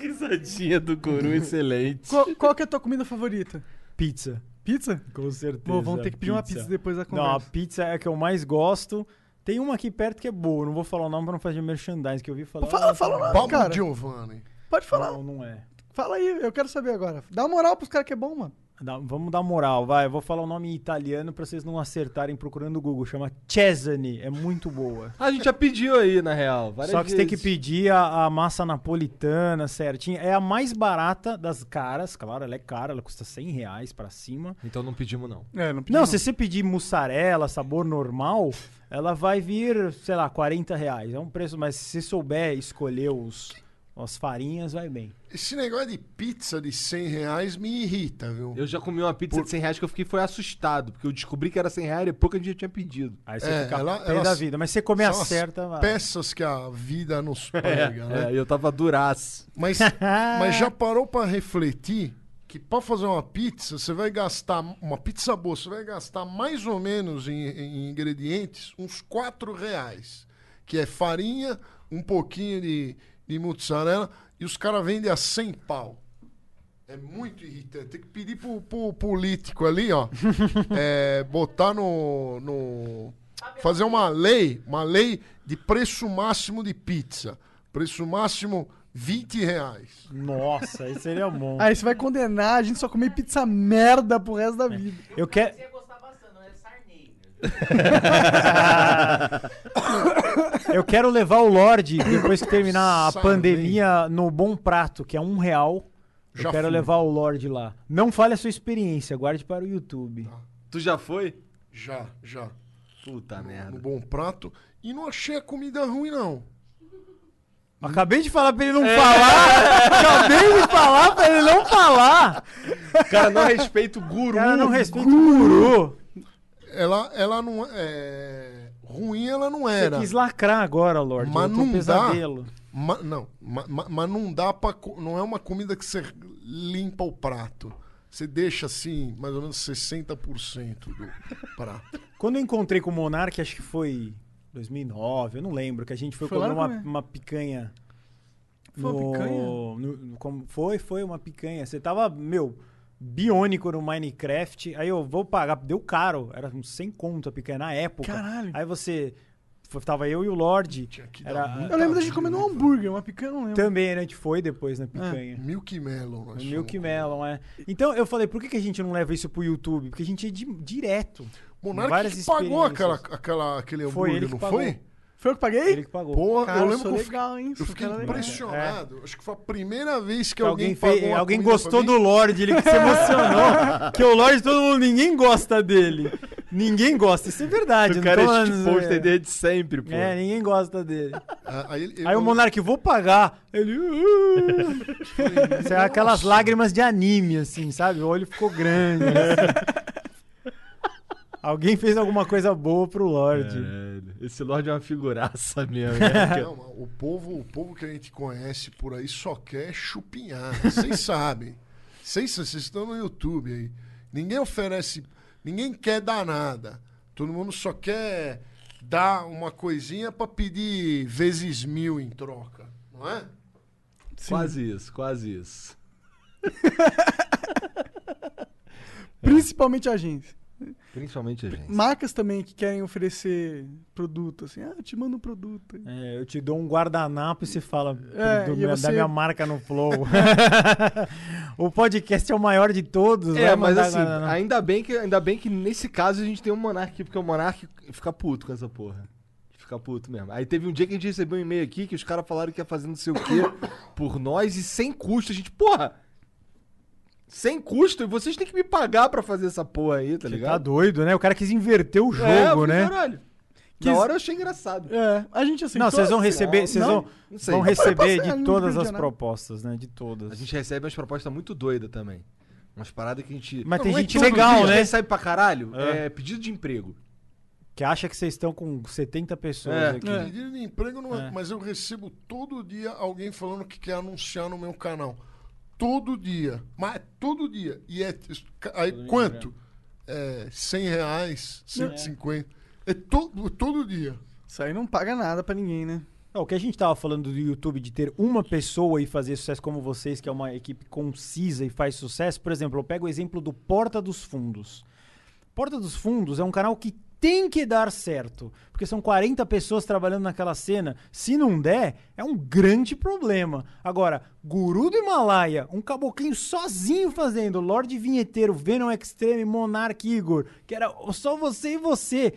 [SPEAKER 2] Risadinha do Coru, excelente.
[SPEAKER 3] Qual, qual que é a tua comida favorita?
[SPEAKER 4] Pizza.
[SPEAKER 3] Pizza?
[SPEAKER 4] Com certeza.
[SPEAKER 3] Pô, vamos ter que pedir uma pizza depois da
[SPEAKER 4] Não, a
[SPEAKER 3] conversa.
[SPEAKER 4] pizza é a que eu mais gosto. Tem uma aqui perto que é boa, eu não vou falar o nome pra não fazer merchandising, que eu vi falar.
[SPEAKER 3] Fala,
[SPEAKER 4] "Ah,
[SPEAKER 3] fala lá,
[SPEAKER 5] Palma um.
[SPEAKER 3] cara.
[SPEAKER 5] Giovanni.
[SPEAKER 3] Pode falar.
[SPEAKER 4] Não, não é.
[SPEAKER 3] Fala aí, eu quero saber agora. Dá moral pros caras que é bom, mano.
[SPEAKER 4] Dá- vamos dar moral, vai. Eu vou falar o nome em italiano pra vocês não acertarem procurando no Google. Chama Cesani, é muito boa.
[SPEAKER 2] A gente já pediu aí, na real. várias
[SPEAKER 4] Só que você tem que
[SPEAKER 2] vezes.
[SPEAKER 4] pedir a, a massa napolitana certinha. É a mais barata das caras, claro, ela é cara, ela custa 100 reais pra cima.
[SPEAKER 2] Então não pedimos, não.
[SPEAKER 3] É, não
[SPEAKER 4] Não, se você pedir mussarela, sabor normal, ela vai vir, sei lá, 40 reais. É um preço, mas se você souber escolher os, as farinhas, vai bem.
[SPEAKER 5] Esse negócio de pizza de 100 reais me irrita, viu?
[SPEAKER 2] Eu já comi uma pizza de 100 reais que eu fiquei foi assustado, porque eu descobri que era 100 reais depois que a gente já tinha pedido.
[SPEAKER 4] Aí você
[SPEAKER 5] É,
[SPEAKER 4] fica
[SPEAKER 5] ela-
[SPEAKER 4] pé
[SPEAKER 5] elas
[SPEAKER 4] da vida. Mas se você comer a
[SPEAKER 5] São as
[SPEAKER 4] certa, vai.
[SPEAKER 5] peças que a vida nos prega, né?
[SPEAKER 2] É, eu tava duraço.
[SPEAKER 5] Mas, mas já parou pra refletir que pra fazer uma pizza, você vai gastar, uma pizza boa, você vai gastar mais ou menos em, em ingredientes uns 4 reais. Que é farinha, um pouquinho de, de mozzarella e os caras vendem a 100 pau. É muito irritante. Tem que pedir pro, pro político ali, ó. é, botar no, no. Fazer uma lei, uma lei de preço máximo de pizza. Preço máximo 20 reais.
[SPEAKER 4] Nossa, isso seria bom.
[SPEAKER 3] Aí você vai condenar a gente só comer pizza merda pro resto
[SPEAKER 5] É.
[SPEAKER 3] da vida.
[SPEAKER 4] Eu quero.
[SPEAKER 9] Você ia gostar bastante, não é Sarney.
[SPEAKER 4] Eu quero levar o Lorde, depois que terminar a
[SPEAKER 5] Sai
[SPEAKER 4] pandemia, no Bom Prato, que é um real. Eu
[SPEAKER 5] Já
[SPEAKER 4] quero
[SPEAKER 5] fui.
[SPEAKER 4] levar o Lorde lá. Não fale a sua experiência, guarde para o YouTube.
[SPEAKER 2] Tu já foi?
[SPEAKER 5] Já, já.
[SPEAKER 2] Puta
[SPEAKER 5] No
[SPEAKER 2] merda.
[SPEAKER 5] bom prato. E não achei a comida ruim, não.
[SPEAKER 4] Acabei de falar pra ele não falar! É. Acabei de falar pra ele não falar!
[SPEAKER 2] O cara não respeita o guru.
[SPEAKER 4] O cara não respeita o guru!
[SPEAKER 5] Ela, ela não é. Ruim ela não
[SPEAKER 4] Você
[SPEAKER 5] era.
[SPEAKER 4] quis lacrar agora, Lorde.
[SPEAKER 5] Mas
[SPEAKER 4] eu tô
[SPEAKER 5] não
[SPEAKER 4] um
[SPEAKER 5] dá.
[SPEAKER 4] pesadelo.
[SPEAKER 5] Ma- não, ma- ma- mas não dá pra. co- Não é uma comida que você limpa o prato. Você deixa assim, mais ou menos 60% do prato.
[SPEAKER 4] Quando eu encontrei com o Monark, acho que foi 2009, eu não lembro, que a gente foi,
[SPEAKER 3] Foi lá
[SPEAKER 4] comer
[SPEAKER 3] no
[SPEAKER 4] uma,
[SPEAKER 3] comer.
[SPEAKER 4] uma picanha.
[SPEAKER 3] Foi uma
[SPEAKER 4] no-
[SPEAKER 3] picanha?
[SPEAKER 4] no- no- como- foi, foi uma picanha. Você tava, meu, biônico no Minecraft. Aí eu vou pagar, deu caro, era uns 100 conto a picanha na época.
[SPEAKER 3] Caralho.
[SPEAKER 4] Aí você. foi- Tava eu e o Lord. era-
[SPEAKER 3] Eu lembro da gente comendo um É. hambúrguer, uma picanha, eu não lembro.
[SPEAKER 4] Também, né? A gente foi depois na picanha.
[SPEAKER 5] Milk Melon, nós
[SPEAKER 4] No Milk Melon, é. Então eu falei, por que, que a gente não leva isso pro YouTube? Porque a gente ia di- direto.
[SPEAKER 5] Monark
[SPEAKER 4] Várias
[SPEAKER 5] que pagou aquela,
[SPEAKER 4] experiências.
[SPEAKER 5] aquela, aquele
[SPEAKER 4] Foi
[SPEAKER 5] hambúrguer,
[SPEAKER 4] ele que
[SPEAKER 5] não
[SPEAKER 4] pagou.
[SPEAKER 5] foi?
[SPEAKER 3] Foi eu que paguei?
[SPEAKER 4] Ele que pagou.
[SPEAKER 5] Porra,
[SPEAKER 3] Cara,
[SPEAKER 5] eu
[SPEAKER 3] eu
[SPEAKER 5] lembro
[SPEAKER 3] sou
[SPEAKER 5] que eu,
[SPEAKER 3] legal, hein?
[SPEAKER 5] eu
[SPEAKER 3] Sou
[SPEAKER 5] fiquei
[SPEAKER 3] cara legal.
[SPEAKER 5] impressionado. Acho que foi a primeira vez que,
[SPEAKER 4] Que alguém
[SPEAKER 5] alguém
[SPEAKER 4] fez-
[SPEAKER 5] pagou uma
[SPEAKER 4] alguém
[SPEAKER 5] comida pra
[SPEAKER 4] gostou
[SPEAKER 5] mim.
[SPEAKER 4] do Lorde, ele que se emocionou. que o Lorde, todo mundo, ninguém gosta dele. Ninguém gosta, isso é verdade.
[SPEAKER 2] O
[SPEAKER 4] não
[SPEAKER 2] cara
[SPEAKER 4] tô
[SPEAKER 2] é
[SPEAKER 4] falando
[SPEAKER 2] tipo
[SPEAKER 4] zoeira.
[SPEAKER 2] poster de sempre, pô.
[SPEAKER 4] É, ninguém gosta dele.
[SPEAKER 5] Ah, Aí, ele-
[SPEAKER 4] Aí
[SPEAKER 5] eu-
[SPEAKER 4] o Monark, vou pagar. Ele. "Uh". Isso é aquelas lágrimas de anime, assim, sabe? O olho ficou grande. assim. Alguém fez alguma coisa boa pro Lorde.
[SPEAKER 2] Caralho, Esse Lorde é uma figuraça mesmo. né?
[SPEAKER 5] Não, mas é o povo, o povo que a gente conhece por aí só quer chupinhar. né? Vocês sabem. Vocês vocês estão no YouTube aí. Ninguém oferece, ninguém quer dar nada. Todo mundo só quer dar uma coisinha pra pedir vezes mil em troca, não é?
[SPEAKER 2] quase isso, quase isso.
[SPEAKER 3] Principalmente agência.
[SPEAKER 2] Principalmente a gente.
[SPEAKER 3] Marcas também que querem oferecer produto, assim, ah, eu te mando um produto.
[SPEAKER 4] É, eu te dou um guardanapo e você fala
[SPEAKER 3] É,
[SPEAKER 4] do
[SPEAKER 3] e
[SPEAKER 4] meu-
[SPEAKER 3] você-
[SPEAKER 4] da minha marca no Flow. o podcast é o maior de todos.
[SPEAKER 2] É,
[SPEAKER 4] vai
[SPEAKER 2] mas
[SPEAKER 4] mandar né?
[SPEAKER 2] assim,
[SPEAKER 4] guardanapo.
[SPEAKER 2] ainda bem, que, ainda bem que nesse caso a gente tem um Monark aqui, porque o Monark fica puto com essa porra. Fica puto mesmo. Aí teve um dia que a gente recebeu um e-mail aqui que os caras falaram que ia fazer não sei o quê por nós e sem custo. A gente, porra! Sem custo, e vocês têm que me pagar pra fazer essa porra aí, tá
[SPEAKER 4] Você tá
[SPEAKER 2] ligado?
[SPEAKER 4] doido, né? O cara quis inverter o jogo,
[SPEAKER 2] é, eu falei,
[SPEAKER 4] né?
[SPEAKER 2] Caralho.
[SPEAKER 3] Quis-
[SPEAKER 2] Na hora eu achei engraçado.
[SPEAKER 3] É, a gente assim.
[SPEAKER 4] Não, vocês vão receber, vocês
[SPEAKER 3] não?
[SPEAKER 4] vão,
[SPEAKER 2] Não sei.
[SPEAKER 4] vão
[SPEAKER 3] Passa-
[SPEAKER 4] receber
[SPEAKER 3] não
[SPEAKER 4] de todas
[SPEAKER 3] entendi
[SPEAKER 4] as
[SPEAKER 3] nada.
[SPEAKER 4] propostas, né? De
[SPEAKER 2] A
[SPEAKER 4] todas.
[SPEAKER 2] gente recebe umas propostas muito doidas também. Umas paradas que a gente.
[SPEAKER 4] Mas tem
[SPEAKER 2] Não é
[SPEAKER 4] gente
[SPEAKER 2] todo
[SPEAKER 4] legal,
[SPEAKER 2] dia,
[SPEAKER 4] né?
[SPEAKER 2] A gente recebe pra caralho.
[SPEAKER 4] É.
[SPEAKER 2] É, pedido de emprego.
[SPEAKER 4] Que acha que vocês estão com 70 pessoas
[SPEAKER 2] É.
[SPEAKER 4] aqui.
[SPEAKER 3] É.
[SPEAKER 5] Pedido de emprego, não é-
[SPEAKER 4] É.
[SPEAKER 5] mas eu recebo todo dia alguém falando que quer anunciar no meu canal. Todo dia. Mas é todo dia. E é. Aí quanto? É, 100 reais, 150. É, todo, todo dia.
[SPEAKER 3] Isso aí não paga nada pra ninguém, né?
[SPEAKER 4] Não, É, o que a gente tava falando do YouTube de ter uma pessoa e fazer sucesso como vocês, que é uma equipe concisa e faz sucesso, por exemplo, eu pego o exemplo do Porta dos Fundos. Porta dos Fundos é um canal que tem que dar certo, porque são 40 pessoas trabalhando naquela cena. Se não der, é um grande problema. Agora, Guru do Himalaia, um caboclinho sozinho fazendo, Lorde Vinheteiro, Venom Extreme, Monark Igor, que era só você e você.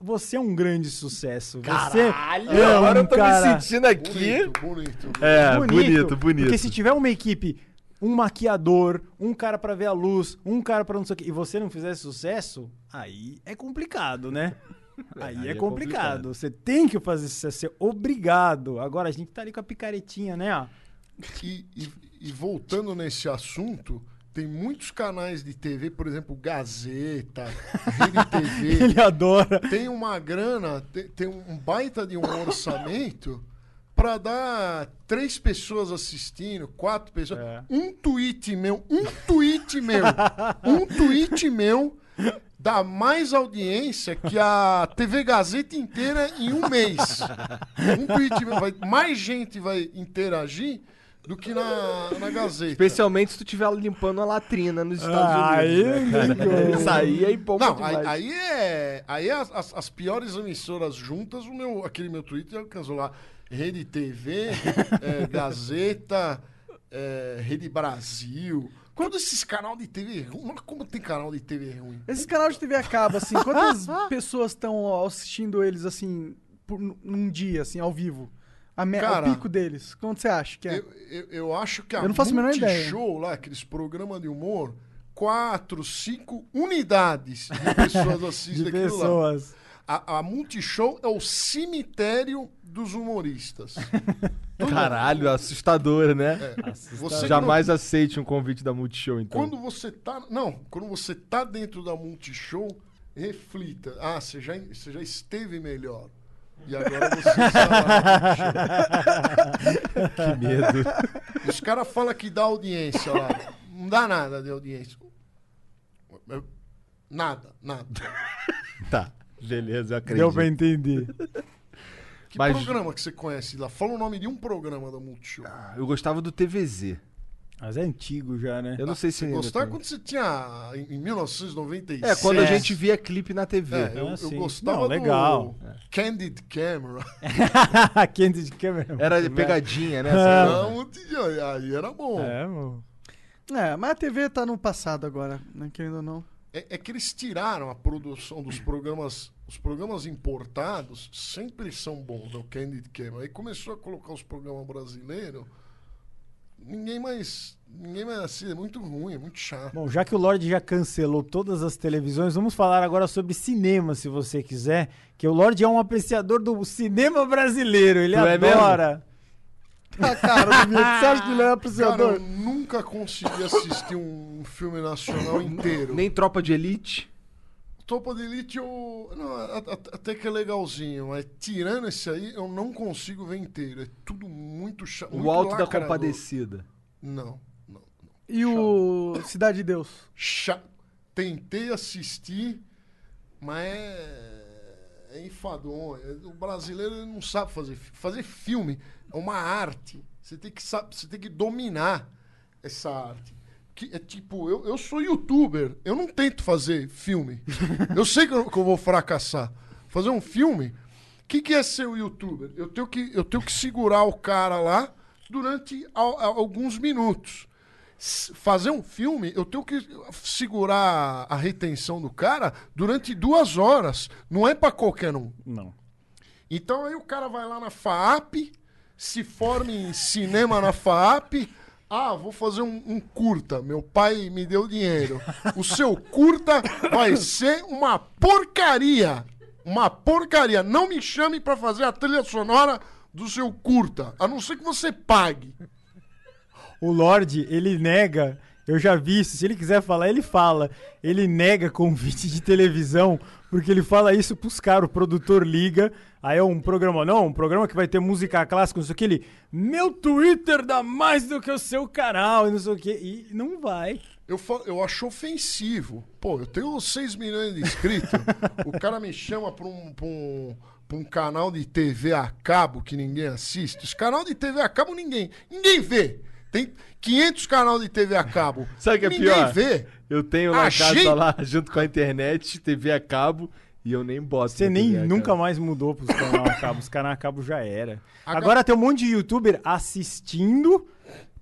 [SPEAKER 4] Você é um grande sucesso. Caralho, você é um
[SPEAKER 2] agora eu tô
[SPEAKER 4] cara
[SPEAKER 2] me sentindo aqui.
[SPEAKER 5] Bonito, bonito.
[SPEAKER 2] É, bonito, bonito.
[SPEAKER 4] Porque se tiver uma equipe, um maquiador, um cara pra ver a luz, um cara pra não sei o quê, e você não fizer sucesso, aí é complicado, né? Aí,
[SPEAKER 2] aí
[SPEAKER 4] é,
[SPEAKER 2] é
[SPEAKER 4] complicado.
[SPEAKER 2] complicado.
[SPEAKER 4] Você tem que fazer sucesso, você é obrigado. Agora a gente tá ali com a picaretinha, né? ó.
[SPEAKER 5] E, e- e voltando nesse assunto, tem muitos canais de TV, por exemplo, Gazeta, Rede TV.
[SPEAKER 4] Ele adora.
[SPEAKER 5] tem uma grana, te- tem, um baita de um orçamento pra dar três pessoas assistindo, quatro pessoas. Um tweet meu, um tweet meu, um tweet meu dá mais audiência que a TV Gazeta inteira em um mês. Um tweet meu, vai, mais gente vai interagir do que na, na Gazeta.
[SPEAKER 2] Especialmente se tu tiver limpando a latrina nos Estados
[SPEAKER 4] Ah, Aí, é
[SPEAKER 2] Unidos. né, cara? Isso aí é empolga
[SPEAKER 5] Não, aí,
[SPEAKER 2] demais.
[SPEAKER 5] aí é. Aí as, as- as piores emissoras juntas, o meu, aquele meu Twitter alcançou lá. Rede TV, é, Gazeta, é, Rede Brasil. Quando esses canal de TV ruim. Mano, Como tem canal de TV ruim?
[SPEAKER 3] Esses canais de TV acaba, assim, quantas pessoas estão assistindo eles, assim, por, num- num dia, assim, ao vivo? A me-
[SPEAKER 5] Cara,
[SPEAKER 3] o pico deles. Quanto você acha que é?
[SPEAKER 5] Eu, eu, eu acho que a
[SPEAKER 3] Eu não faço a menor ideia.
[SPEAKER 5] show lá, aqueles programas de humor, quatro, cinco unidades de pessoas assistem
[SPEAKER 4] De
[SPEAKER 5] aquilo lá.
[SPEAKER 4] pessoas.
[SPEAKER 5] A, a Multishow é o cemitério dos humoristas.
[SPEAKER 2] Caralho, assustador, né?
[SPEAKER 5] Você que não-
[SPEAKER 2] Jamais aceite um convite da Multishow, então.
[SPEAKER 5] É. Quando você tá. Não, quando você tá dentro da Multishow, reflita. Ah, você já, você já esteve melhor. E agora você está lá. na
[SPEAKER 2] Que medo.
[SPEAKER 5] Multishow. Os caras falam que dá audiência lá. Não dá nada de audiência. Eu- Nada, nada.
[SPEAKER 2] tá, beleza, eu acredito.
[SPEAKER 4] Deu pra entender.
[SPEAKER 5] Que
[SPEAKER 2] Mas- Ah,
[SPEAKER 5] programa que você conhece lá? Fala o nome de um programa da Multishow.
[SPEAKER 2] Eu gostava do TVZ.
[SPEAKER 4] Mas é antigo já, né?
[SPEAKER 2] Eu não sei se ainda
[SPEAKER 5] Gostar
[SPEAKER 2] tem.
[SPEAKER 5] quando você tinha. Em em 1996.
[SPEAKER 2] É, quando a gente via clipe na TV.
[SPEAKER 5] É, eu, eu gostava
[SPEAKER 4] Não, legal.
[SPEAKER 5] do Candid Camera.
[SPEAKER 4] Candid Camera.
[SPEAKER 2] Era de pegadinha, né?
[SPEAKER 4] Ah,
[SPEAKER 5] Não, tinha- um aí era bom.
[SPEAKER 4] É, mano.
[SPEAKER 3] É, mas a TV tá no passado agora, né? querendo ou não.
[SPEAKER 5] É, é que eles tiraram a produção dos programas. Os programas importados sempre são bons, né? o Candid Camera. Aí começou a colocar os programas brasileiros. Ninguém mais. Ninguém mais assiste. É muito ruim, é muito chato.
[SPEAKER 4] Bom, já que o Lorde já cancelou todas as televisões, vamos falar agora sobre cinema, se você quiser. Que o Lorde é um apreciador do cinema brasileiro. Ele
[SPEAKER 2] Tu é
[SPEAKER 4] adora. Ah,
[SPEAKER 3] Ah, cara, do Vieto, você acha que ele era
[SPEAKER 5] Cara, eu
[SPEAKER 3] apreciador?
[SPEAKER 5] nunca consegui assistir um filme nacional inteiro.
[SPEAKER 2] Nem Tropa de Elite.
[SPEAKER 5] Topa de Elite, eu... não, a- a- até que é legalzinho, mas tirando esse aí, eu não consigo ver inteiro. É tudo muito chato.
[SPEAKER 2] O Alto da Compadecida.
[SPEAKER 5] Não, não. não.
[SPEAKER 3] E o Cidade de Deus?
[SPEAKER 5] Cha- Tentei assistir, mas é, é enfadonho. O brasileiro ele não sabe fazer fi- Fazer filme é uma arte. Você tem que, sab... Você tem que dominar essa arte. Que é tipo, eu, eu sou youtuber, eu não tento fazer filme. eu sei que eu, que eu vou fracassar. Fazer um filme, o que, que é ser um youtuber? Eu tenho, que, eu tenho que segurar o cara lá durante al- al- alguns minutos s- fazer um filme, eu tenho que segurar a retenção do cara durante duas horas. Não é pra qualquer um.
[SPEAKER 4] Não.
[SPEAKER 5] Então aí o cara vai lá na FAAP, se forma em cinema na FAAP. Ah, vou fazer um, um curta. Meu pai me deu dinheiro. O seu curta vai ser uma porcaria. Uma porcaria. Não me chame pra fazer a trilha sonora do seu curta. A não ser que você pague.
[SPEAKER 4] O Lorde, ele nega. Eu já vi isso. Se ele quiser falar, ele fala. Ele nega convite de televisão, porque ele fala isso pros caras. O produtor liga. Aí é um programa, não, um programa que vai ter música clássica, não sei o que. Ele, meu Twitter dá mais do que o seu canal, e não sei o que. E não vai.
[SPEAKER 5] Eu, fa- eu acho ofensivo. Pô, eu tenho 6 milhões de inscritos. o cara me chama pra um, pra, um, pra um canal de TV a cabo que ninguém assiste. Os canal de TV a cabo ninguém. Ninguém vê. Tem 500 canal de TV a cabo.
[SPEAKER 2] Sabe o que é
[SPEAKER 5] ninguém
[SPEAKER 2] pior?
[SPEAKER 5] vê.
[SPEAKER 2] Eu tenho lá em
[SPEAKER 5] Achei.
[SPEAKER 2] casa lá, junto com a internet, TV a cabo, e eu nem boto.
[SPEAKER 4] Você
[SPEAKER 2] na
[SPEAKER 4] nem
[SPEAKER 2] TV a
[SPEAKER 4] nunca
[SPEAKER 2] cabo.
[SPEAKER 4] mais mudou pros canal a cabo. Os canal a cabo já era.
[SPEAKER 5] Agora-
[SPEAKER 4] Agora tem um monte de youtuber assistindo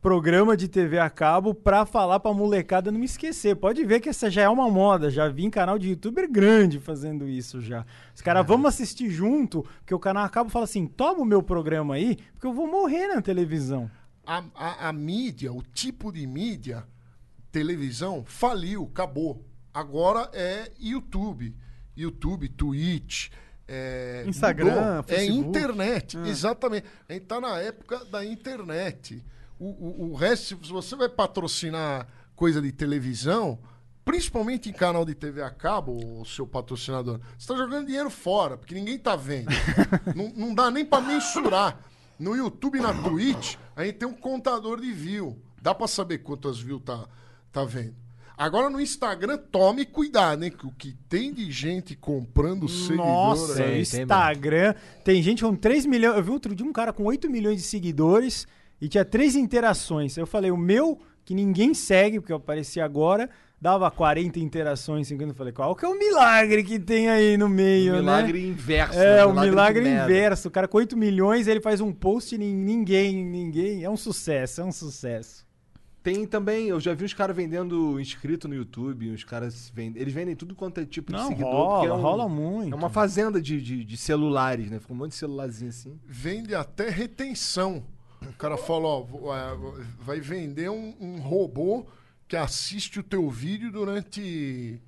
[SPEAKER 4] programa de TV a cabo pra falar pra molecada não esquecer. Pode ver que essa já é uma moda. Já vi em canal de youtuber grande fazendo isso já. Os caras, vamos assistir junto, porque o canal a cabo fala assim, toma o meu programa aí, porque eu vou morrer na televisão.
[SPEAKER 5] A, a, a mídia, o tipo de mídia, televisão, faliu, acabou. Agora é YouTube. YouTube, Twitch. é,
[SPEAKER 3] Instagram,
[SPEAKER 5] É
[SPEAKER 3] Facebook.
[SPEAKER 5] internet, exatamente. A gente tá na época da internet. O, o, o resto, se você vai patrocinar coisa de televisão, principalmente em canal de TV a cabo, o seu patrocinador, você tá jogando dinheiro fora, porque ninguém tá vendo. não, não dá nem para mensurar. No YouTube e na Twitch, a gente tem um contador de view. Dá para saber quantas views tá, tá vendo. Agora no Instagram, tome cuidado, hein? Que o que tem de gente comprando seguidor
[SPEAKER 4] Nossa,
[SPEAKER 5] aí-
[SPEAKER 4] o
[SPEAKER 2] tem
[SPEAKER 4] Instagram. Tem gente com 3 milhões. Eu vi outro dia um cara com 8 milhões de seguidores e tinha três interações. Eu falei, o meu, que ninguém segue, porque eu apareci agora, dava 40 interações, 50. Eu falei, qual que é o milagre que tem aí no meio, né?
[SPEAKER 2] Milagre inverso. né?
[SPEAKER 4] É, o milagre
[SPEAKER 2] de merda.
[SPEAKER 4] inverso. O cara com 8 milhões, ele faz um post e nin- ninguém, ninguém. É um sucesso, é um sucesso.
[SPEAKER 2] Tem também, eu já vi uns caras vendendo inscrito no YouTube, uns caras vendem. Eles vendem tudo quanto é tipo de
[SPEAKER 4] Não,
[SPEAKER 2] seguidor.
[SPEAKER 4] rola,
[SPEAKER 2] porque é um-
[SPEAKER 4] rola muito.
[SPEAKER 2] É uma fazenda de, de, de celulares, né? Fica um monte de celularzinho assim.
[SPEAKER 5] vende até retenção. O cara fala, ó, vo- é, vai vender um, um robô que assiste o teu vídeo durante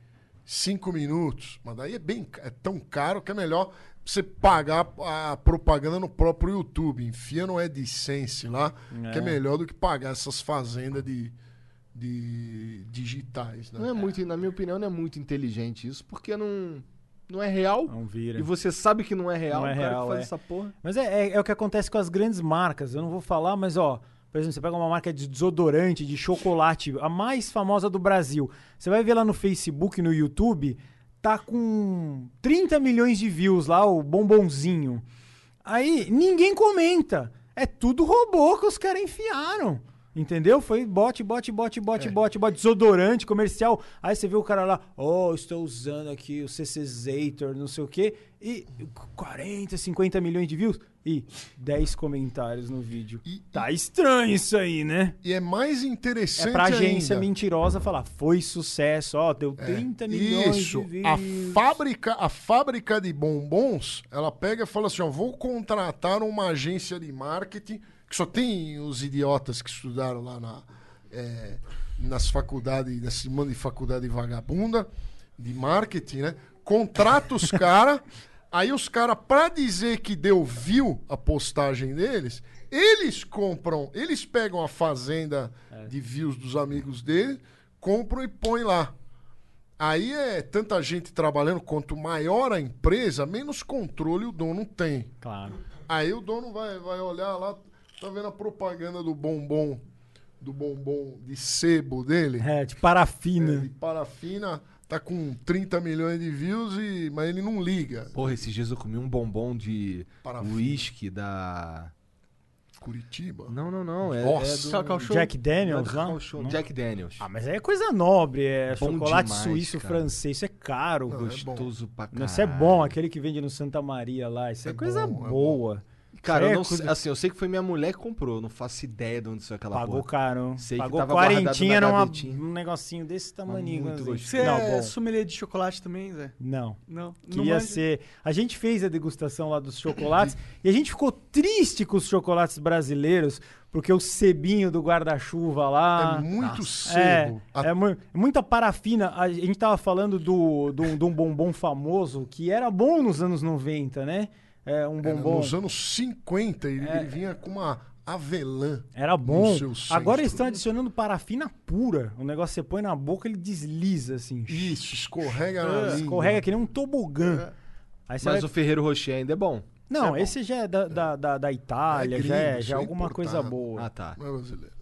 [SPEAKER 5] cinco minutos. Mas daí é bem ca- é tão caro que é melhor você pagar a propaganda no próprio YouTube. Enfia no AdSense lá, que é melhor do que pagar essas fazendas de, de digitais, né?
[SPEAKER 2] Não é muito, na minha opinião, não é muito inteligente isso, porque não, não é real.
[SPEAKER 4] Não vira.
[SPEAKER 2] E você sabe que não é real,
[SPEAKER 4] Não é
[SPEAKER 2] o cara
[SPEAKER 4] real,
[SPEAKER 2] que faz
[SPEAKER 4] é.
[SPEAKER 2] essa porra.
[SPEAKER 4] Mas é, é- é o que acontece com as grandes marcas. Eu não vou falar, mas ó, por exemplo, você pega uma marca de desodorante, de chocolate, a mais famosa do Brasil. Você vai ver lá no Facebook, no YouTube, tá com 30 milhões de views lá, o bombonzinho. Aí ninguém comenta. É tudo robô que os caras enfiaram. Entendeu? Foi bote, bote, bote,
[SPEAKER 5] É.
[SPEAKER 4] bote, bote, bote, desodorante comercial. Aí você vê o cara lá, oh, estou usando aqui o CC Zator, não sei o quê. E 40, 50 milhões de views e 10 comentários no vídeo. tá estranho isso aí, né?
[SPEAKER 5] E é mais interessante
[SPEAKER 4] É pra agência
[SPEAKER 5] ainda. É.
[SPEAKER 4] mentirosa falar, foi sucesso, ó, deu 30 milhões
[SPEAKER 5] Isso.
[SPEAKER 4] de views.
[SPEAKER 5] A fábrica, a fábrica de bombons, ela pega e fala assim: ó, vou contratar uma agência de marketing, que só tem os idiotas que estudaram lá na, eh, nas faculdades, nesse mano de faculdade vagabunda de marketing, né? Contrata os caras. Aí os caras, pra dizer que deu view a postagem deles, eles compram, eles pegam a fazenda
[SPEAKER 4] É.
[SPEAKER 5] de views dos amigos dele, compram e põem lá. Aí é tanta gente trabalhando, quanto maior a empresa, menos controle o dono tem.
[SPEAKER 4] Claro.
[SPEAKER 5] Aí o dono vai, vai olhar lá, tá vendo a propaganda do bombom, do bombom de sebo dele?
[SPEAKER 4] É, de parafina.
[SPEAKER 5] de parafina, tá com 30 milhões de views, e, mas ele não liga.
[SPEAKER 2] Porra, esses dias eu comi um bombom de
[SPEAKER 5] Parafina.
[SPEAKER 2] uísque da.
[SPEAKER 5] Curitiba?
[SPEAKER 2] Não, não, não. É,
[SPEAKER 5] Nossa.
[SPEAKER 2] é do...
[SPEAKER 4] Jack Daniels,
[SPEAKER 2] Não é do
[SPEAKER 4] lá?
[SPEAKER 2] Cacau Show,
[SPEAKER 4] Não.
[SPEAKER 2] Jack Daniels.
[SPEAKER 4] Ah, mas aí é coisa nobre, é
[SPEAKER 2] Bom
[SPEAKER 4] chocolate
[SPEAKER 2] demais,
[SPEAKER 4] suíço
[SPEAKER 2] cara.
[SPEAKER 4] francês, isso é caro.
[SPEAKER 2] Não, é Gostoso bom. pra
[SPEAKER 4] Não, Isso é bom, aquele que vende no Santa Maria lá, isso é, coisa
[SPEAKER 5] bom, é
[SPEAKER 4] boa.
[SPEAKER 2] Cara,
[SPEAKER 4] Isso
[SPEAKER 2] eu
[SPEAKER 4] é
[SPEAKER 2] não
[SPEAKER 4] coisa-
[SPEAKER 2] sei- assim, eu sei que foi minha mulher que comprou, eu não faço ideia de onde saiu aquela
[SPEAKER 4] Pagou
[SPEAKER 2] porra.
[SPEAKER 4] caro.
[SPEAKER 2] Sei que
[SPEAKER 4] Pagou
[SPEAKER 2] tava guardado na
[SPEAKER 4] quarentinha numa,
[SPEAKER 2] gavetinha.
[SPEAKER 4] num negocinho desse tamanho.
[SPEAKER 2] muito gostoso.
[SPEAKER 3] Você
[SPEAKER 4] Não,
[SPEAKER 3] é
[SPEAKER 4] bom.
[SPEAKER 3] sommelier de chocolate também, Zé?
[SPEAKER 4] Não.
[SPEAKER 3] Não. não
[SPEAKER 4] Queria
[SPEAKER 3] manja?
[SPEAKER 4] ser. A gente fez a degustação lá dos chocolates e a gente ficou triste com os chocolates brasileiros, porque o sebinho do guarda-chuva lá.
[SPEAKER 5] É muito
[SPEAKER 4] É,
[SPEAKER 5] sebo. A-
[SPEAKER 4] Ah, é mu- muita parafina. A gente tava falando do, do, de um bombom famoso que era bom nos anos 90, né? É, um
[SPEAKER 5] Era
[SPEAKER 4] bombom. É.
[SPEAKER 5] Nos anos 50, ele, ele vinha com uma avelã.
[SPEAKER 4] Era bom.
[SPEAKER 5] No seu
[SPEAKER 4] Agora
[SPEAKER 5] centro.
[SPEAKER 4] eles estão adicionando parafina pura. O negócio você põe na boca, ele desliza assim.
[SPEAKER 5] Isso, escorrega na língua.
[SPEAKER 4] É. Escorrega que nem um
[SPEAKER 5] É.
[SPEAKER 4] tobogã. Aí você
[SPEAKER 2] Mas
[SPEAKER 4] vai-
[SPEAKER 2] o Ferreiro Rocher ainda é bom.
[SPEAKER 4] Não, esse já é da, da, da, da Itália,
[SPEAKER 5] É
[SPEAKER 4] já é,
[SPEAKER 5] gringo,
[SPEAKER 4] já é
[SPEAKER 5] isso é
[SPEAKER 4] alguma coisa
[SPEAKER 5] importado.
[SPEAKER 4] boa.
[SPEAKER 2] Ah, tá.
[SPEAKER 5] Não é brasileiro.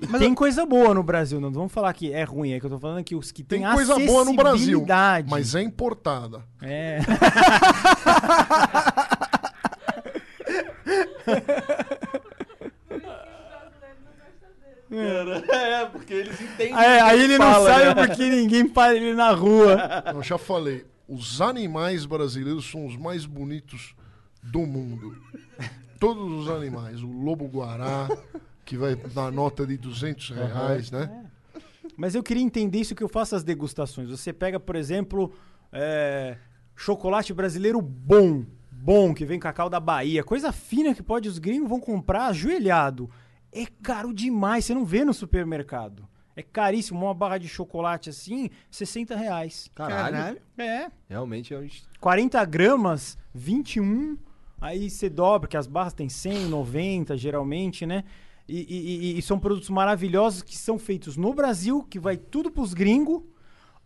[SPEAKER 4] E tem coisa boa no Brasil, não vamos falar que é ruim, é que eu tô falando que os que
[SPEAKER 5] Tem
[SPEAKER 4] têm
[SPEAKER 5] coisa boa no Brasil,
[SPEAKER 4] acessibilidade-
[SPEAKER 5] mas é importada.
[SPEAKER 4] É.
[SPEAKER 2] É, porque eles entendem.
[SPEAKER 4] É, aí ele não sabe porque ninguém para ele na rua.
[SPEAKER 5] Eu já falei, os animais brasileiros são os mais bonitos do mundo. Todos os animais. O lobo-guará, que vai dar nota de 200 reais, né?
[SPEAKER 4] Mas eu queria entender isso que eu faço as degustações. Você pega, por exemplo, é, chocolate brasileiro bom, bom, que vem cacau da Bahia, coisa fina que pode os gringos vão comprar ajoelhado. É caro demais, você não vê no supermercado. É caríssimo, uma barra de chocolate assim, 60 reais.
[SPEAKER 2] Caralho.
[SPEAKER 4] É,
[SPEAKER 2] Realmente é um. est-
[SPEAKER 4] 40 gramas, 21. Aí você dobra, que as barras têm 100, 90 geralmente, né? E, e- e- e são produtos maravilhosos que são feitos no Brasil, que vai tudo pros gringos.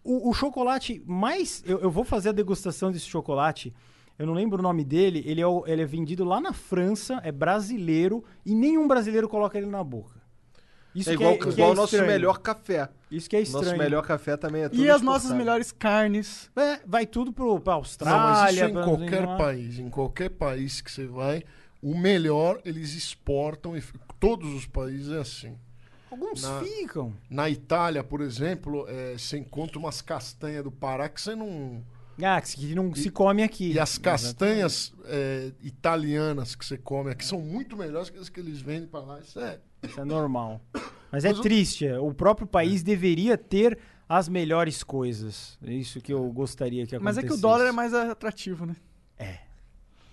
[SPEAKER 4] O, o chocolate mais. Eu, eu vou fazer a degustação desse chocolate. Eu não lembro o nome dele. Ele é, o- ele é vendido lá na França, é brasileiro, e nenhum brasileiro coloca ele na boca. Isso
[SPEAKER 2] é
[SPEAKER 4] que
[SPEAKER 2] igual,
[SPEAKER 4] que
[SPEAKER 2] igual o nosso
[SPEAKER 4] estranho.
[SPEAKER 2] melhor café.
[SPEAKER 4] Isso que é estranho.
[SPEAKER 2] Nosso melhor café também é tudo
[SPEAKER 3] E as
[SPEAKER 2] exportado.
[SPEAKER 3] nossas melhores carnes.
[SPEAKER 4] É, vai tudo pro, pra
[SPEAKER 5] Não, mas isso
[SPEAKER 4] Austrália.
[SPEAKER 5] é em
[SPEAKER 4] pra-
[SPEAKER 5] qualquer
[SPEAKER 4] lá.
[SPEAKER 5] país. Em qualquer país que você vai, o melhor eles exportam. e f- Todos os países é assim.
[SPEAKER 4] Alguns
[SPEAKER 5] Na-
[SPEAKER 4] ficam.
[SPEAKER 5] Na Itália, por exemplo, eh, você encontra umas castanhas do Pará que você não.
[SPEAKER 4] Ah, que se- não se come aqui.
[SPEAKER 5] E as castanhas eh, italianas que você come aqui são muito melhores que as que eles vendem para lá. Isso é
[SPEAKER 4] Isso é normal. Mas é
[SPEAKER 5] Mas o-
[SPEAKER 4] triste. é. O próprio país deveria ter as melhores coisas. É isso que eu gostaria que
[SPEAKER 3] Mas
[SPEAKER 4] acontecesse.
[SPEAKER 3] é que o dólar é mais atrativo, né?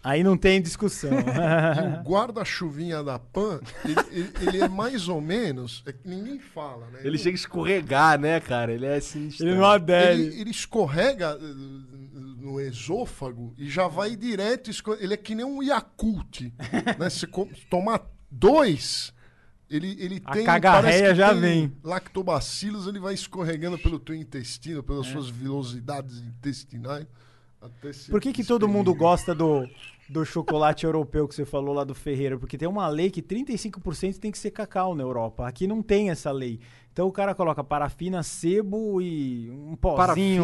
[SPEAKER 4] Aí não tem discussão.
[SPEAKER 5] E o guarda-chuvinha da Pan, ele, ele- ele é mais ou menos. É que ninguém fala, né?
[SPEAKER 2] Ele chega a escorregar, né, cara? Ele é sinistro.
[SPEAKER 4] Ele não adere.
[SPEAKER 5] ele, ele escorrega eh, no esôfago e já vai direto. esco- Ele é que nem um Yakult. né? Se co- tomar dois, ele, ele
[SPEAKER 4] A
[SPEAKER 5] tem.
[SPEAKER 4] cagarreia
[SPEAKER 5] parece que
[SPEAKER 4] já
[SPEAKER 5] tem
[SPEAKER 4] vem.
[SPEAKER 5] Lactobacilos, ele vai escorregando pelo teu intestino, pelas
[SPEAKER 4] É.
[SPEAKER 5] suas velocidades intestinais. Até se
[SPEAKER 4] Por que, que todo
[SPEAKER 5] expelir.
[SPEAKER 4] mundo gosta do, do chocolate europeu que você falou lá do Ferreira? Porque tem uma lei que 35% tem que ser cacau na Europa. Aqui não tem essa lei. Então o cara coloca parafina, sebo e um pozinho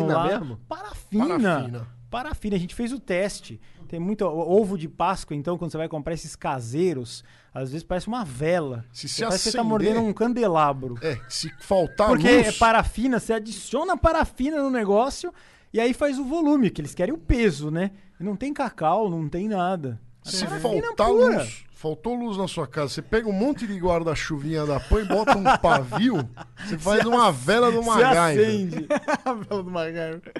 [SPEAKER 2] Parafina
[SPEAKER 4] lá.
[SPEAKER 2] mesmo?
[SPEAKER 4] Parafina.
[SPEAKER 5] Parafina.
[SPEAKER 4] Parafina. A gente fez o teste. Tem muito o- ovo de Páscoa, então, quando você vai comprar esses caseiros, às vezes parece uma vela.
[SPEAKER 5] Se
[SPEAKER 4] Você
[SPEAKER 5] se
[SPEAKER 4] parece que você tá
[SPEAKER 5] acender-
[SPEAKER 4] mordendo um candelabro.
[SPEAKER 5] É, se faltar
[SPEAKER 4] Porque
[SPEAKER 5] luz-
[SPEAKER 4] é parafina, você adiciona parafina no negócio e aí faz o volume, que eles querem o peso, né? Não tem cacau, não tem nada. É
[SPEAKER 5] Se
[SPEAKER 4] parafina
[SPEAKER 5] faltar
[SPEAKER 4] pura.
[SPEAKER 5] luz, faltou luz na sua casa, você pega um monte de guarda-chuvinha da PAN e bota um pavio, você faz
[SPEAKER 4] Se
[SPEAKER 5] uma né?
[SPEAKER 4] ac-
[SPEAKER 5] vela do
[SPEAKER 4] se
[SPEAKER 5] Magaiva.
[SPEAKER 4] acende.
[SPEAKER 3] A vela do MacGyver.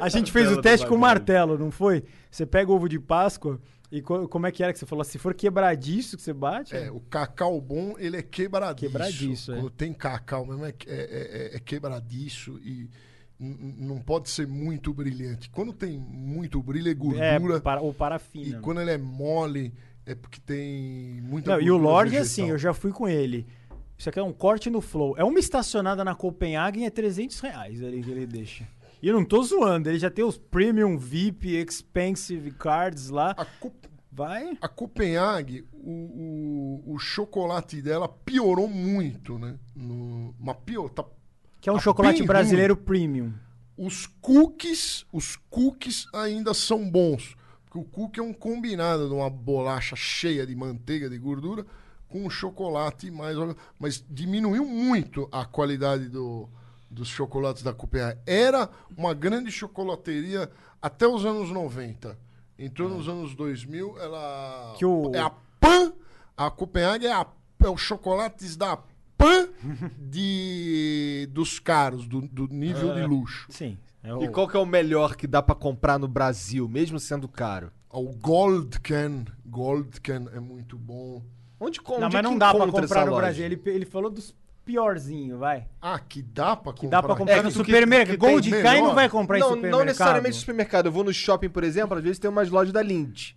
[SPEAKER 4] A gente fez o teste com o martelo, não foi? Você pega o ovo de Páscoa e co- como é que era que você falou? Se for quebradiço que você bate.
[SPEAKER 5] É, o cacau bom, ele é quebradiço.
[SPEAKER 4] Quebradiço, é.
[SPEAKER 5] Quando tem cacau mesmo, é, é, é- é quebradiço e n- n- não pode ser muito brilhante. Quando tem muito brilho, é gordura.
[SPEAKER 4] É, para- ou
[SPEAKER 5] E
[SPEAKER 4] parafina.
[SPEAKER 5] quando ele é mole, é porque tem
[SPEAKER 2] Então,
[SPEAKER 5] muita
[SPEAKER 4] Não,
[SPEAKER 5] gordura
[SPEAKER 4] e o Lorde,
[SPEAKER 5] vegetal.
[SPEAKER 4] assim, eu já fui com ele. Isso aqui é um corte no flow. É uma estacionada na Copenhagen, é 300 reais ele, que ele deixa. E eu não tô zoando, ele já tem os Premium, VIP, Expensive Cards lá. Vai.
[SPEAKER 5] A Copenhague, o, o, o chocolate dela piorou muito, né? No, mas pior, tá
[SPEAKER 4] Que é um
[SPEAKER 2] Ah,
[SPEAKER 5] tá
[SPEAKER 4] chocolate
[SPEAKER 5] bem
[SPEAKER 4] brasileiro
[SPEAKER 5] ruim.
[SPEAKER 4] premium.
[SPEAKER 5] Os cookies, os cookies ainda são bons. Porque o cookie é um combinado de uma bolacha cheia de manteiga, de gordura, com um chocolate mais... ou- Mas diminuiu muito a qualidade do, dos chocolates da Copenhague. Era uma grande chocolateria até os anos 90. Entrou nos anos 2000, ela...
[SPEAKER 4] É. Que o-
[SPEAKER 5] É a PAN, a Copenhague é, a, é os chocolates da PAN de, dos caros, do, do nível de
[SPEAKER 2] É.
[SPEAKER 5] luxo.
[SPEAKER 4] Sim.
[SPEAKER 2] E qual que é o melhor que dá pra comprar no Brasil, mesmo sendo caro?
[SPEAKER 5] O Gold Can. Gold Can é muito bom.
[SPEAKER 2] Onde, com-
[SPEAKER 4] Não,
[SPEAKER 2] onde
[SPEAKER 4] mas
[SPEAKER 2] que
[SPEAKER 4] não dá pra
[SPEAKER 2] encontra
[SPEAKER 4] comprar
[SPEAKER 2] essa
[SPEAKER 4] no
[SPEAKER 2] loja?
[SPEAKER 4] Brasil. Ele, ele falou dos piorzinhos, vai.
[SPEAKER 5] Ah, que dá pra comprar.
[SPEAKER 4] Que dá pra comprar
[SPEAKER 2] É,
[SPEAKER 4] no
[SPEAKER 2] que-
[SPEAKER 4] supermercado.
[SPEAKER 2] que- que
[SPEAKER 4] Gold
[SPEAKER 2] tem
[SPEAKER 4] Kai não
[SPEAKER 2] melhor.
[SPEAKER 4] vai comprar em
[SPEAKER 2] Não,
[SPEAKER 4] supermercado.
[SPEAKER 2] Não necessariamente supermercado. Eu vou no shopping, por exemplo, às vezes tem umas lojas da Lindt.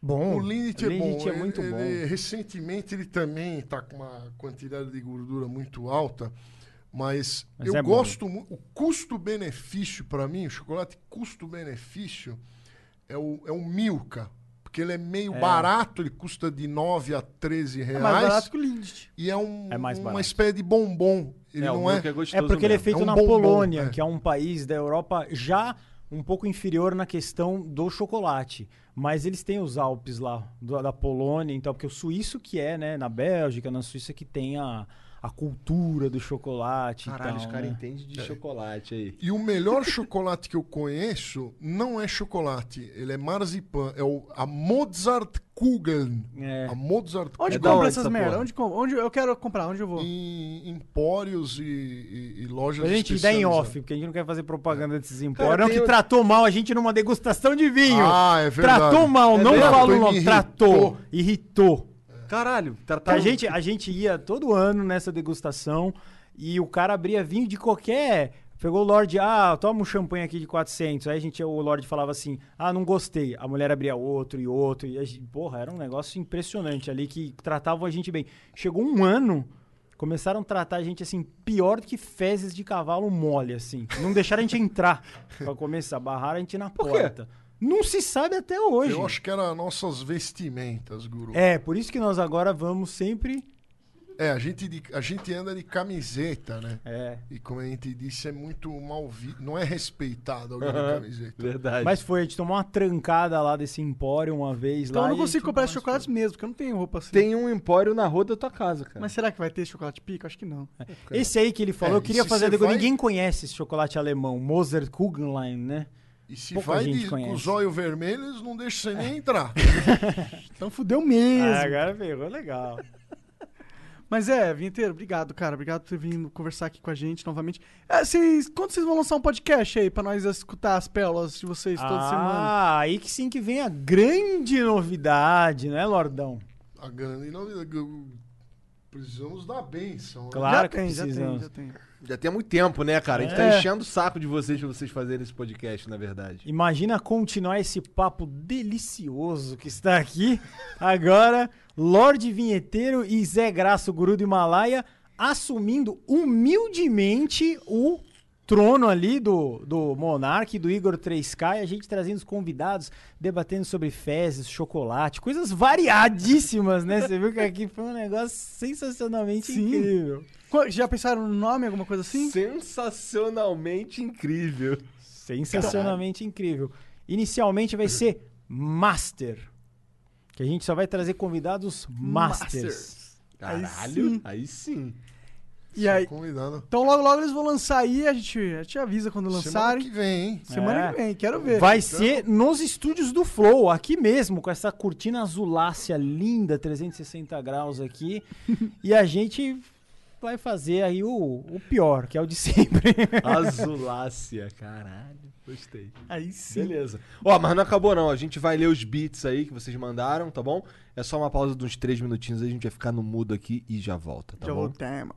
[SPEAKER 4] Bom.
[SPEAKER 5] O Lindt é
[SPEAKER 4] Lindt
[SPEAKER 5] bom.
[SPEAKER 4] é muito
[SPEAKER 5] Ele-
[SPEAKER 4] bom.
[SPEAKER 5] ele- recentemente ele também tá com uma quantidade de gordura muito alta, mas,
[SPEAKER 4] Mas
[SPEAKER 5] eu
[SPEAKER 4] é bom.
[SPEAKER 5] gosto muito. O custo-benefício para mim, o chocolate custo-benefício é o, é o Milka. Porque ele é meio
[SPEAKER 4] É.
[SPEAKER 5] barato, ele custa de 9 a 13 reais.
[SPEAKER 3] É mais barato que o Lindt.
[SPEAKER 5] E é, um,
[SPEAKER 4] É mais
[SPEAKER 5] uma
[SPEAKER 4] barato.
[SPEAKER 5] espécie de bombom. Ele
[SPEAKER 2] É, o
[SPEAKER 5] não é.
[SPEAKER 2] Milka é gostoso
[SPEAKER 4] É porque ele é
[SPEAKER 2] mesmo.
[SPEAKER 4] feito
[SPEAKER 5] É um
[SPEAKER 4] na
[SPEAKER 5] bombom,
[SPEAKER 4] Polônia,
[SPEAKER 5] é.
[SPEAKER 4] que é um país da Europa já um pouco inferior na questão do chocolate. Mas eles têm os Alpes lá, do- da Polônia, então, porque o suíço que é, né, na Bélgica, na Suíça, que tem a, a cultura do chocolate
[SPEAKER 2] Caralho,
[SPEAKER 4] e
[SPEAKER 2] os
[SPEAKER 4] tal,
[SPEAKER 2] caras
[SPEAKER 4] né?
[SPEAKER 2] entendem de chocolate aí.
[SPEAKER 5] E o melhor chocolate que eu conheço não é chocolate, ele é marzipan, é o, a Mozart Kugeln.
[SPEAKER 4] É.
[SPEAKER 5] A Mozart
[SPEAKER 3] Onde
[SPEAKER 2] É da
[SPEAKER 3] compra
[SPEAKER 2] onde
[SPEAKER 3] essas
[SPEAKER 2] essa
[SPEAKER 3] merda?
[SPEAKER 2] porra?
[SPEAKER 3] Onde, compra? onde eu quero comprar? Onde eu vou?
[SPEAKER 5] em empórios e, e, e lojas
[SPEAKER 4] Mas a gente dá em
[SPEAKER 5] especializadas.
[SPEAKER 4] off, porque a gente não quer fazer propaganda desses
[SPEAKER 2] É. Cara,
[SPEAKER 4] empórios. Não,
[SPEAKER 2] tem
[SPEAKER 4] que
[SPEAKER 2] o-
[SPEAKER 4] tratou mal a gente numa degustação de vinho.
[SPEAKER 5] Ah, é verdade.
[SPEAKER 4] Tratou mal,
[SPEAKER 5] É
[SPEAKER 4] não
[SPEAKER 5] verdade.
[SPEAKER 4] falou
[SPEAKER 5] Me
[SPEAKER 4] mal,
[SPEAKER 5] irritou.
[SPEAKER 4] tratou, irritou.
[SPEAKER 2] Caralho,
[SPEAKER 4] Tá,
[SPEAKER 2] tratar
[SPEAKER 4] a, gente, a gente ia todo ano nessa degustação e o cara abria vinho de qualquer. Pegou o Lorde, ah, toma um champanhe aqui de 400. Aí a gente, o Lorde falava assim, ah, não gostei. A mulher abria outro e outro. E a gente, porra, era um negócio impressionante ali que tratavam a gente bem. Chegou um ano, começaram a tratar a gente assim, pior do que fezes de cavalo mole, assim. Não deixaram a gente entrar pra começar. Barraram a gente na
[SPEAKER 2] quê?
[SPEAKER 4] porta. Não se sabe até hoje.
[SPEAKER 5] Eu acho que era nossas vestimentas, guru. É,
[SPEAKER 4] É, por isso que nós agora vamos sempre.
[SPEAKER 5] a, gente de- a gente anda de camiseta, né?
[SPEAKER 4] É.
[SPEAKER 5] E como a gente disse, é muito mal visto. Não é respeitado alguém de camiseta.
[SPEAKER 2] Verdade.
[SPEAKER 4] Mas foi, a gente tomou uma trancada lá desse empório uma vez
[SPEAKER 3] Então
[SPEAKER 4] lá.
[SPEAKER 3] eu não
[SPEAKER 4] e a
[SPEAKER 3] consigo
[SPEAKER 4] gente
[SPEAKER 3] comprar
[SPEAKER 4] nunca
[SPEAKER 3] esses
[SPEAKER 4] mais
[SPEAKER 3] chocolates mesmo, porque eu não tenho roupa assim.
[SPEAKER 2] tem um empório na rua da tua casa, cara.
[SPEAKER 3] Mas será que vai ter esse chocolate pico? Acho que não.
[SPEAKER 4] foi. Esse aí que ele falou,
[SPEAKER 5] É,
[SPEAKER 4] eu queria
[SPEAKER 5] e se
[SPEAKER 4] fazer.
[SPEAKER 5] você
[SPEAKER 4] a degustação.
[SPEAKER 5] vai-
[SPEAKER 4] Ninguém conhece esse chocolate alemão, Moser Kugelheim, né?
[SPEAKER 5] E se
[SPEAKER 4] Pouca
[SPEAKER 5] vai
[SPEAKER 4] gente
[SPEAKER 5] de, com
[SPEAKER 4] conhece.
[SPEAKER 5] os olhos vermelhos, não deixa você nem entrar.
[SPEAKER 3] Então fudeu mesmo.
[SPEAKER 4] Ah, agora pegou legal.
[SPEAKER 3] Mas é, Vinheteiro, obrigado, cara. Obrigado por ter vindo conversar aqui com a gente novamente. É, vocês, quando vocês vão lançar um podcast aí pra nós escutar as pérolas de vocês toda
[SPEAKER 4] ah,
[SPEAKER 3] semana?
[SPEAKER 4] aí que sim que vem a grande novidade, não é, Lordão?
[SPEAKER 5] A grande novidade. Precisamos dar benção. né?
[SPEAKER 4] Claro
[SPEAKER 3] já
[SPEAKER 4] que
[SPEAKER 3] tem, já tem,
[SPEAKER 4] precisamos.
[SPEAKER 3] já tem.
[SPEAKER 2] Já tem há muito tempo, né, cara? A gente
[SPEAKER 4] É.
[SPEAKER 2] tá enchendo o saco de vocês pra vocês fazerem esse podcast, na verdade.
[SPEAKER 4] Imagina continuar esse papo delicioso que está aqui agora. Lorde Vinheteiro e Zé Graça, o guru do Himalaia, assumindo humildemente o trono ali do, do Monark, e do Igor 3K, e a gente trazendo os convidados, debatendo sobre fezes, chocolate, coisas variadíssimas, né? Você viu que aqui foi um negócio sensacionalmente
[SPEAKER 3] Sim.
[SPEAKER 4] incrível.
[SPEAKER 3] Qu- Já pensaram no nome, alguma coisa assim?
[SPEAKER 2] Sensacionalmente incrível.
[SPEAKER 4] Sensacionalmente incrível. Inicialmente vai ser Master. Que a gente só vai trazer convidados Masters.
[SPEAKER 2] Caralho, aí sim.
[SPEAKER 3] E aí,
[SPEAKER 5] convidado.
[SPEAKER 3] Então logo, logo eles vão lançar aí, a gente, a gente avisa quando lançarem.
[SPEAKER 5] que vem, hein?
[SPEAKER 3] Semana
[SPEAKER 4] É.
[SPEAKER 3] que vem, Então. quero ver.
[SPEAKER 4] Vai ser nos estúdios do Flow, aqui mesmo, com essa cortina azulácea linda, 360 graus aqui. e a gente vai fazer aí o, o pior, que é o de sempre.
[SPEAKER 2] Azulácia, caralho. Gostei.
[SPEAKER 3] Aí sim.
[SPEAKER 2] Beleza. Ó, mas não acabou não. A gente vai ler os beats aí que vocês mandaram, tá bom? É só uma pausa de uns três minutinhos, aí a gente vai ficar no mudo aqui e já volta, tá
[SPEAKER 3] Já
[SPEAKER 2] bom?
[SPEAKER 3] voltamos.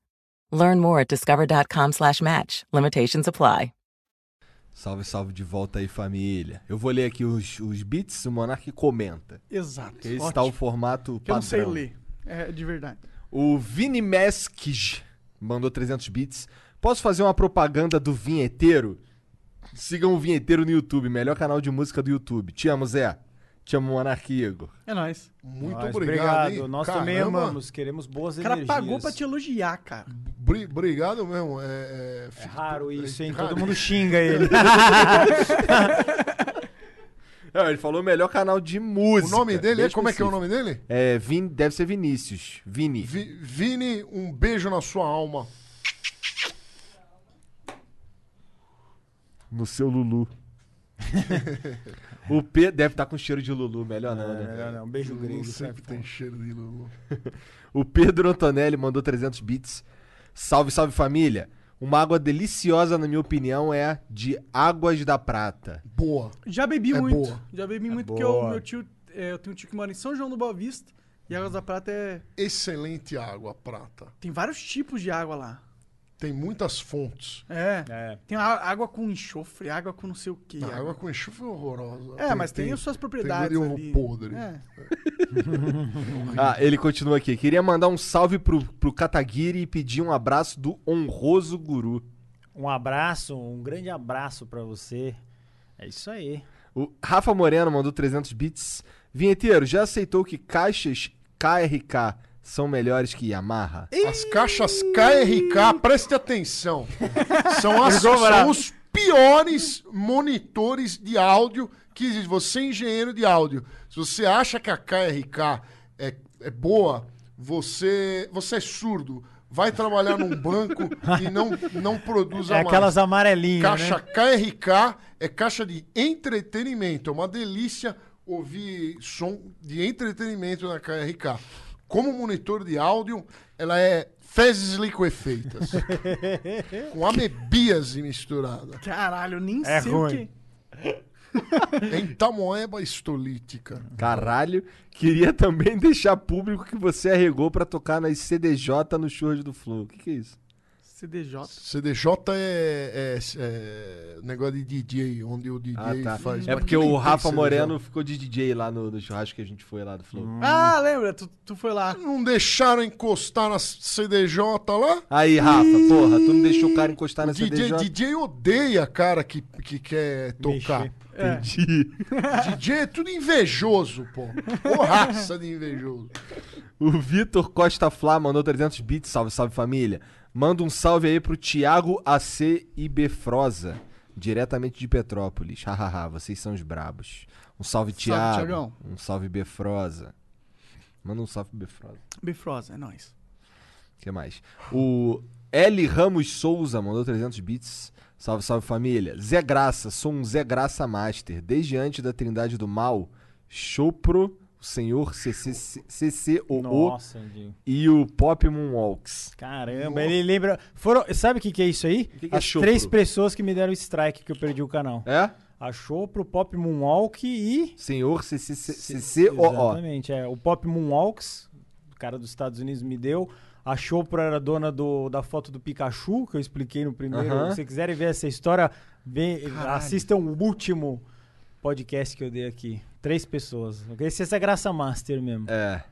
[SPEAKER 10] Learn more at discover.com slash match. Limitations apply.
[SPEAKER 2] Salve, salve de volta aí, família. Eu vou ler aqui os, os beats, o Monark comenta.
[SPEAKER 3] Exato.
[SPEAKER 2] Esse
[SPEAKER 3] ótimo.
[SPEAKER 2] tá o formato
[SPEAKER 3] Que eu não sei
[SPEAKER 2] padrão.
[SPEAKER 3] ler. É, de verdade.
[SPEAKER 2] O Vini Meskij mandou 300 bits. Posso fazer uma propaganda do vinheteiro? Sigam o vinheteiro no YouTube, melhor canal de música do YouTube. Te amo, Zé. Te amo, Monark e Igor.
[SPEAKER 3] É nóis.
[SPEAKER 5] Muito
[SPEAKER 4] Nós,
[SPEAKER 5] obrigado. hein?
[SPEAKER 4] Nós também
[SPEAKER 5] Caramba.
[SPEAKER 4] amamos, queremos boas
[SPEAKER 3] O cara
[SPEAKER 4] energias.
[SPEAKER 3] pagou pra te elogiar, cara.
[SPEAKER 5] Bri- Obrigado mesmo. É,
[SPEAKER 4] É
[SPEAKER 5] fico-
[SPEAKER 4] raro isso, hein?
[SPEAKER 5] raro.
[SPEAKER 4] Todo mundo xinga ele.
[SPEAKER 2] É, ele falou melhor canal de
[SPEAKER 5] O
[SPEAKER 2] música.
[SPEAKER 5] nome dele é?
[SPEAKER 2] Bem
[SPEAKER 5] Como é que é o
[SPEAKER 2] específico.
[SPEAKER 5] nome dele?
[SPEAKER 2] É, Vin, deve ser Vinícius. Vini.
[SPEAKER 5] Vi- Vini, um beijo na sua alma.
[SPEAKER 2] No seu Lulu. o P deve estar com cheiro de Lulu, melhor não,
[SPEAKER 5] É.
[SPEAKER 2] né?
[SPEAKER 4] Não, não, um beijo
[SPEAKER 5] Não
[SPEAKER 4] gringo.
[SPEAKER 5] sei
[SPEAKER 4] sai
[SPEAKER 5] que tem cheiro de Lulu.
[SPEAKER 2] O Pedro Antonelli mandou 300 bits. Salve, salve família. Uma água deliciosa, na minha opinião, é a de Águas da Prata.
[SPEAKER 5] Boa.
[SPEAKER 3] Já bebi
[SPEAKER 5] É
[SPEAKER 3] muito.
[SPEAKER 5] boa.
[SPEAKER 3] Já bebi muito porque
[SPEAKER 4] boa.
[SPEAKER 3] o meu tio. é, eu tenho um tio que mora em São João do Boa Vista. E Águas da Prata é.
[SPEAKER 5] Excelente água prata.
[SPEAKER 3] Tem vários tipos de água lá.
[SPEAKER 5] Tem muitas fontes.
[SPEAKER 3] É.
[SPEAKER 4] É.
[SPEAKER 3] Tem a- água com enxofre, água com não sei o quê.
[SPEAKER 5] A água com enxofre é horrorosa.
[SPEAKER 3] É, mas tem, as suas propriedades.
[SPEAKER 5] Tem um
[SPEAKER 3] ali.
[SPEAKER 5] podre.
[SPEAKER 3] É.
[SPEAKER 2] Ah, ele continua aqui. Queria mandar um salve pro, pro Kataguiri e pedir um abraço do honroso guru.
[SPEAKER 4] Um abraço, um grande abraço pra você. É isso aí.
[SPEAKER 2] O Rafa Moreno mandou 300 bits. Vinheteiro, já aceitou que caixas KRK são melhores que Yamaha?
[SPEAKER 5] As caixas KRK, preste atenção, são, as-
[SPEAKER 4] Ficou bravo.
[SPEAKER 5] são os piores monitores de áudio que existe. Você é engenheiro de áudio. Se você acha que a KRK é, é boa, você, você é surdo. Vai trabalhar num banco e não, não produz
[SPEAKER 4] É
[SPEAKER 5] a mais.
[SPEAKER 4] aquelas amarelinhas,
[SPEAKER 5] Caixa
[SPEAKER 4] né?
[SPEAKER 5] KRK é caixa de entretenimento. É uma delícia ouvir som de entretenimento na KRK. Como monitor de áudio, ela é fezes liquefeitas. com amebíase misturada.
[SPEAKER 3] Caralho, eu nem
[SPEAKER 4] É
[SPEAKER 3] sei
[SPEAKER 4] ruim.
[SPEAKER 3] o que.
[SPEAKER 5] Em tamoeba estolítica.
[SPEAKER 2] Caralho, queria também deixar público que você arregou pra tocar nas CDJ no Shows do Flow. O que, que é isso?
[SPEAKER 3] CDJ.
[SPEAKER 5] CDJ é, é- é negócio de DJ, onde o DJ
[SPEAKER 2] Ah, tá.
[SPEAKER 5] faz.
[SPEAKER 2] É
[SPEAKER 5] Mas
[SPEAKER 2] porque
[SPEAKER 5] quem
[SPEAKER 2] o
[SPEAKER 5] tem
[SPEAKER 2] Rafa
[SPEAKER 5] CDJ?
[SPEAKER 2] Moreno ficou de DJ lá no, no churrasco que a gente foi lá do Flow.
[SPEAKER 3] Ah, lembra? Tu, tu foi lá.
[SPEAKER 5] Não deixaram encostar na CDJ lá?
[SPEAKER 2] Aí, Rafa, porra, tu não deixou o cara encostar na
[SPEAKER 5] DJ,
[SPEAKER 2] CDJ?
[SPEAKER 5] DJ odeia cara que, que quer tocar.
[SPEAKER 4] Mexer.
[SPEAKER 2] É. Entendi.
[SPEAKER 5] DJ é tudo invejoso, pô. Ô raça de invejoso.
[SPEAKER 2] O Vitor Costa Flá mandou 300 bits, salve, salve família. Manda um salve aí pro Thiago AC e Befrosa, diretamente de Petrópolis. Hahaha, vocês são os brabos. Um salve, Thiago.
[SPEAKER 3] Thiagão.
[SPEAKER 2] Um salve, Befrosa. Manda um salve, pro Befrosa.
[SPEAKER 3] Bifrosa, é nóis.
[SPEAKER 2] O que mais? O L. Ramos Souza mandou 300 bits. Salve, salve família. Zé Graça, sou um Zé Graça Master. Desde antes da Trindade do Mal, Chopro, o Senhor CC CCOO
[SPEAKER 4] Nossa, Andinho.
[SPEAKER 2] e o Pop Moonwalks.
[SPEAKER 4] Caramba, ele lembra. Foram... Sabe o que, que é isso aí?
[SPEAKER 2] que que é
[SPEAKER 4] As
[SPEAKER 2] chopro?
[SPEAKER 4] três pessoas que me deram strike que eu perdi o canal.
[SPEAKER 2] É?
[SPEAKER 4] Achou pro Pop Moonwalk e.
[SPEAKER 2] Senhor CC CCOO.
[SPEAKER 4] Exatamente, é. O Pop Moonwalks, o cara dos Estados Unidos me deu. A Chopra era dona do, da foto do Pikachu, que eu expliquei no primeiro.
[SPEAKER 2] Aham.
[SPEAKER 4] Se vocês quiserem ver essa história, vem, assistam o último podcast que eu dei aqui. Três pessoas. Eu queria ser essa é graça master mesmo.
[SPEAKER 2] É.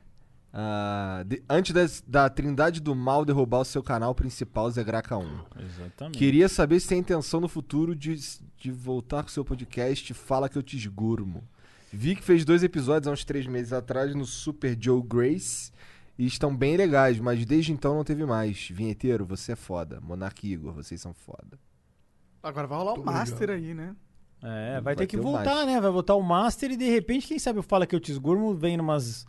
[SPEAKER 2] Ah, de- antes das- da Trindade do Mal derrubar o seu canal principal, Zé Graca 1.
[SPEAKER 4] Exatamente.
[SPEAKER 2] Queria saber se tem intenção no futuro de, de voltar com o seu podcast Fala Que Eu Te Esgurmo. Vi que fez dois episódios há uns três meses atrás no Super Joe Grace e estão bem legais, mas desde então não teve mais. Vinheteiro, você é foda. Monark e Igor, vocês são foda.
[SPEAKER 3] Agora vai rolar o Master aí, né?
[SPEAKER 4] É, vai, ter que
[SPEAKER 2] ter o
[SPEAKER 4] voltar,
[SPEAKER 2] Master.
[SPEAKER 4] né? Vai voltar o Master e de repente, quem sabe, eu fala que eu te esgurmo, vem numas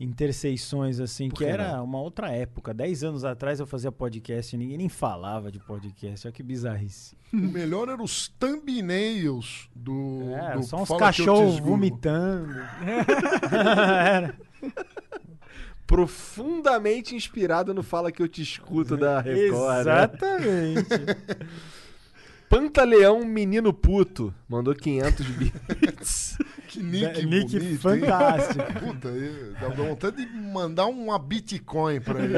[SPEAKER 4] interseições assim, que,
[SPEAKER 2] que
[SPEAKER 4] era
[SPEAKER 2] não?
[SPEAKER 4] uma outra época. Dez anos atrás eu fazia podcast e ninguém nem falava de podcast. Olha que bizarrice.
[SPEAKER 5] O melhor eram os thumbnails do.
[SPEAKER 4] É,
[SPEAKER 5] do
[SPEAKER 4] só uns
[SPEAKER 5] Fala Que Eu Te
[SPEAKER 4] cachorros
[SPEAKER 5] Esgurgo.
[SPEAKER 4] vomitando. Era.
[SPEAKER 2] Profundamente inspirado no Fala Que Eu Te Escuto da Record. né?
[SPEAKER 4] Exatamente.
[SPEAKER 2] Pantaleão Menino Puto mandou 500 bits.
[SPEAKER 5] Que nick,
[SPEAKER 4] né,
[SPEAKER 5] bonito,
[SPEAKER 4] Nick
[SPEAKER 5] hein?
[SPEAKER 4] fantástico.
[SPEAKER 5] Puta, eu- dá vontade de mandar uma Bitcoin pra ele.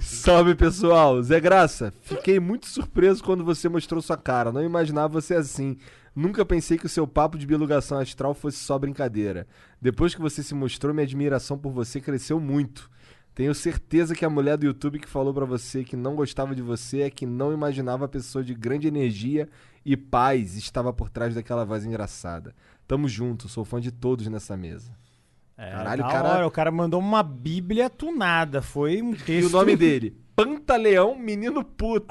[SPEAKER 2] Salve pessoal, Zé Graça. Fiquei muito surpreso quando você mostrou sua cara. Não imaginava você assim. Nunca pensei que o seu papo de bilugação astral fosse só brincadeira. Depois que você se mostrou, minha admiração por você cresceu muito. Tenho certeza que a mulher do YouTube que falou pra você que não gostava de você é que não imaginava a pessoa de grande energia e paz estava por trás daquela voz engraçada. Tamo junto, sou fã de todos nessa mesa.
[SPEAKER 4] É,
[SPEAKER 2] Caralho,
[SPEAKER 4] da
[SPEAKER 2] cara-
[SPEAKER 4] hora, o cara mandou uma bíblia tunada. Foi um
[SPEAKER 2] E
[SPEAKER 4] texto.
[SPEAKER 2] o nome dele? Pantaleão Menino Puto.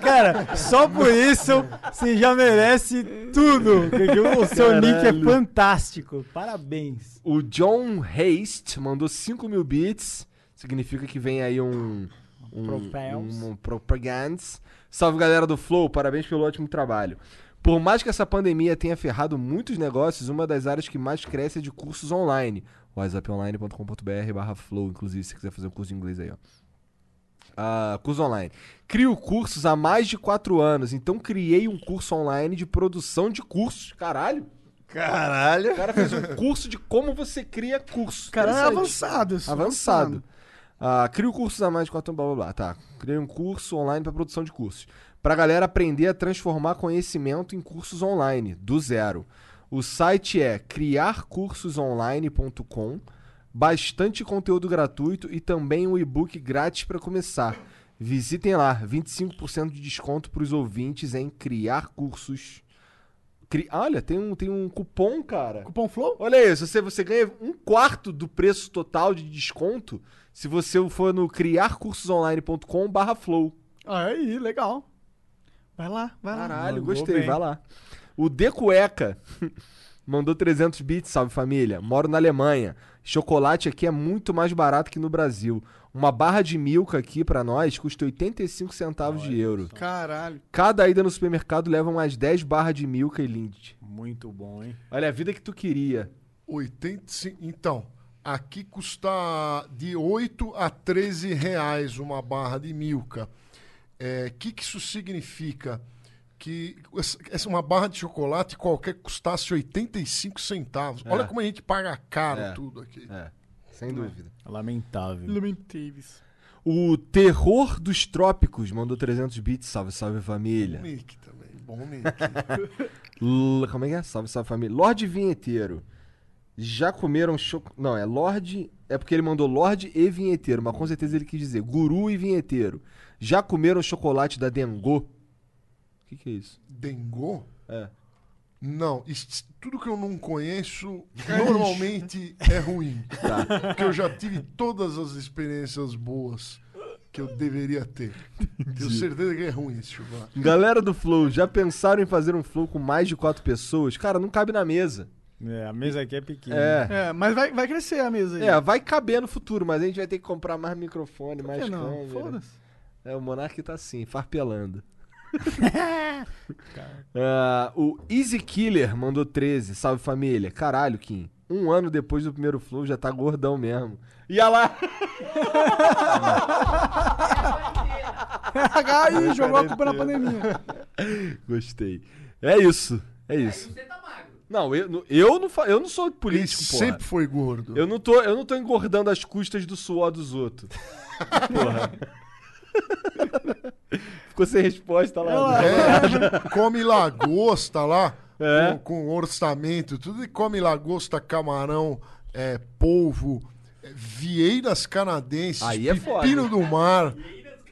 [SPEAKER 4] Cara, só por isso você já merece tudo. Porque o seu nick é
[SPEAKER 2] Caralho.
[SPEAKER 4] fantástico. Parabéns.
[SPEAKER 2] O John Haste mandou 5 mil bits. Significa que vem aí um. Um,
[SPEAKER 4] Propels.
[SPEAKER 2] um, um propagandas. Salve galera do Flow, parabéns pelo ótimo trabalho. Por mais que essa pandemia tenha ferrado muitos negócios, uma das áreas que mais cresce é de cursos online. whatsapponline.com.br barra flow, inclusive, se você quiser fazer um curso de inglês aí, ó. Ah, curso online. Crio cursos há mais de 4 anos, então criei um curso online de produção de cursos. Caralho!
[SPEAKER 5] Caralho.
[SPEAKER 2] O cara fez um curso de como você cria curso.
[SPEAKER 3] O cara é
[SPEAKER 2] Interessante.
[SPEAKER 3] avançado. isso.
[SPEAKER 2] Avançado. Ah, crio cursos a mais de 4 blá blá blá. Tá. Criei um curso online para produção de cursos. Pra galera aprender a transformar conhecimento em cursos online, do zero. O site é criarcursosonline.com. Bastante conteúdo gratuito e também um e-book grátis para começar. Visitem lá, 25% de desconto para os ouvintes em criar cursos. Cri... Olha, tem um, tem um cupom, cara.
[SPEAKER 3] Cupom Flow?
[SPEAKER 2] Olha aí, se você, você ganha um quarto do preço total de desconto se você for no criarcursosonline.com barra flow.
[SPEAKER 3] Ah, é Aí, legal. Vai lá, vai lá.
[SPEAKER 2] Caralho,
[SPEAKER 4] Mandou
[SPEAKER 2] gostei,
[SPEAKER 4] bem.
[SPEAKER 2] vai lá. O De Cueca mandou 300 bits, salve família. Moro na Alemanha. Chocolate aqui é muito mais barato que no Brasil. Uma barra de milka aqui pra nós custa 85 centavos de euro.
[SPEAKER 3] Caralho.
[SPEAKER 2] Cada ida no supermercado leva umas 10 barras de milka e lindt.
[SPEAKER 4] Muito bom, hein?
[SPEAKER 2] Olha a vida que tu queria.
[SPEAKER 5] 85. Então, aqui custa de 8 a 13 reais uma barra de milka. O que, que isso significa? Que essa- essa uma barra de chocolate qualquer custasse 85 centavos. Olha como a gente paga caro
[SPEAKER 2] É.
[SPEAKER 5] tudo aqui.
[SPEAKER 2] É, sem dúvida.
[SPEAKER 4] Lamentável.
[SPEAKER 3] Lumen Tavis.
[SPEAKER 2] O Terror dos Trópicos mandou 300 bits. Salve, salve família.
[SPEAKER 5] Nick também. Bom Nick.
[SPEAKER 2] L- como é que é? Salve, salve família. Lorde Vinheteiro. Já comeram choco. Não, é Lorde. É porque ele mandou Lorde e Vinheteiro, mas com certeza ele quis dizer Guru e Vinheteiro. Já comeram chocolate da Dengô? O que, que é isso?
[SPEAKER 5] Dengô?
[SPEAKER 2] É.
[SPEAKER 5] Não, isso- tudo que eu não conheço normalmente é ruim.
[SPEAKER 2] Tá.
[SPEAKER 5] Porque eu já tive todas as experiências boas que eu deveria ter. Tenho certeza que é ruim esse chocolate.
[SPEAKER 2] Galera do Flow, já pensaram em fazer um Flow com mais de quatro pessoas? Cara, não cabe na mesa.
[SPEAKER 4] É, a mesa aqui é pequena.
[SPEAKER 2] É.
[SPEAKER 3] É, mas vai, vai crescer a mesa aí.
[SPEAKER 2] É, vai caber no futuro, mas a gente vai ter que comprar mais microfone, mais
[SPEAKER 3] Por que não?
[SPEAKER 2] câmera.
[SPEAKER 3] Foda-se.
[SPEAKER 2] É, o Monark tá assim, farpelando. Ah, o Easy Killer mandou 13. Salve família. Caralho, Kim. Um ano depois do primeiro flow já tá gordão mesmo. E olha lá!
[SPEAKER 3] Aí, jogou a culpa na pandemia.
[SPEAKER 2] Gostei. É isso. É isso.
[SPEAKER 9] Você tá magro.
[SPEAKER 2] Não, eu, eu, não, fa- eu não sou
[SPEAKER 5] Ele
[SPEAKER 2] político, porra.
[SPEAKER 5] sempre foi gordo.
[SPEAKER 2] Eu não, tô, eu não tô engordando as custas do suor dos outros. Porra. Ficou sem resposta lá.
[SPEAKER 5] É, come lagosta lá.
[SPEAKER 2] É.
[SPEAKER 5] com, com orçamento, tudo e come lagosta, camarão, é, polvo, é, vieiras canadenses,
[SPEAKER 2] Aí é foda,
[SPEAKER 5] pepino
[SPEAKER 2] hein?
[SPEAKER 5] do mar,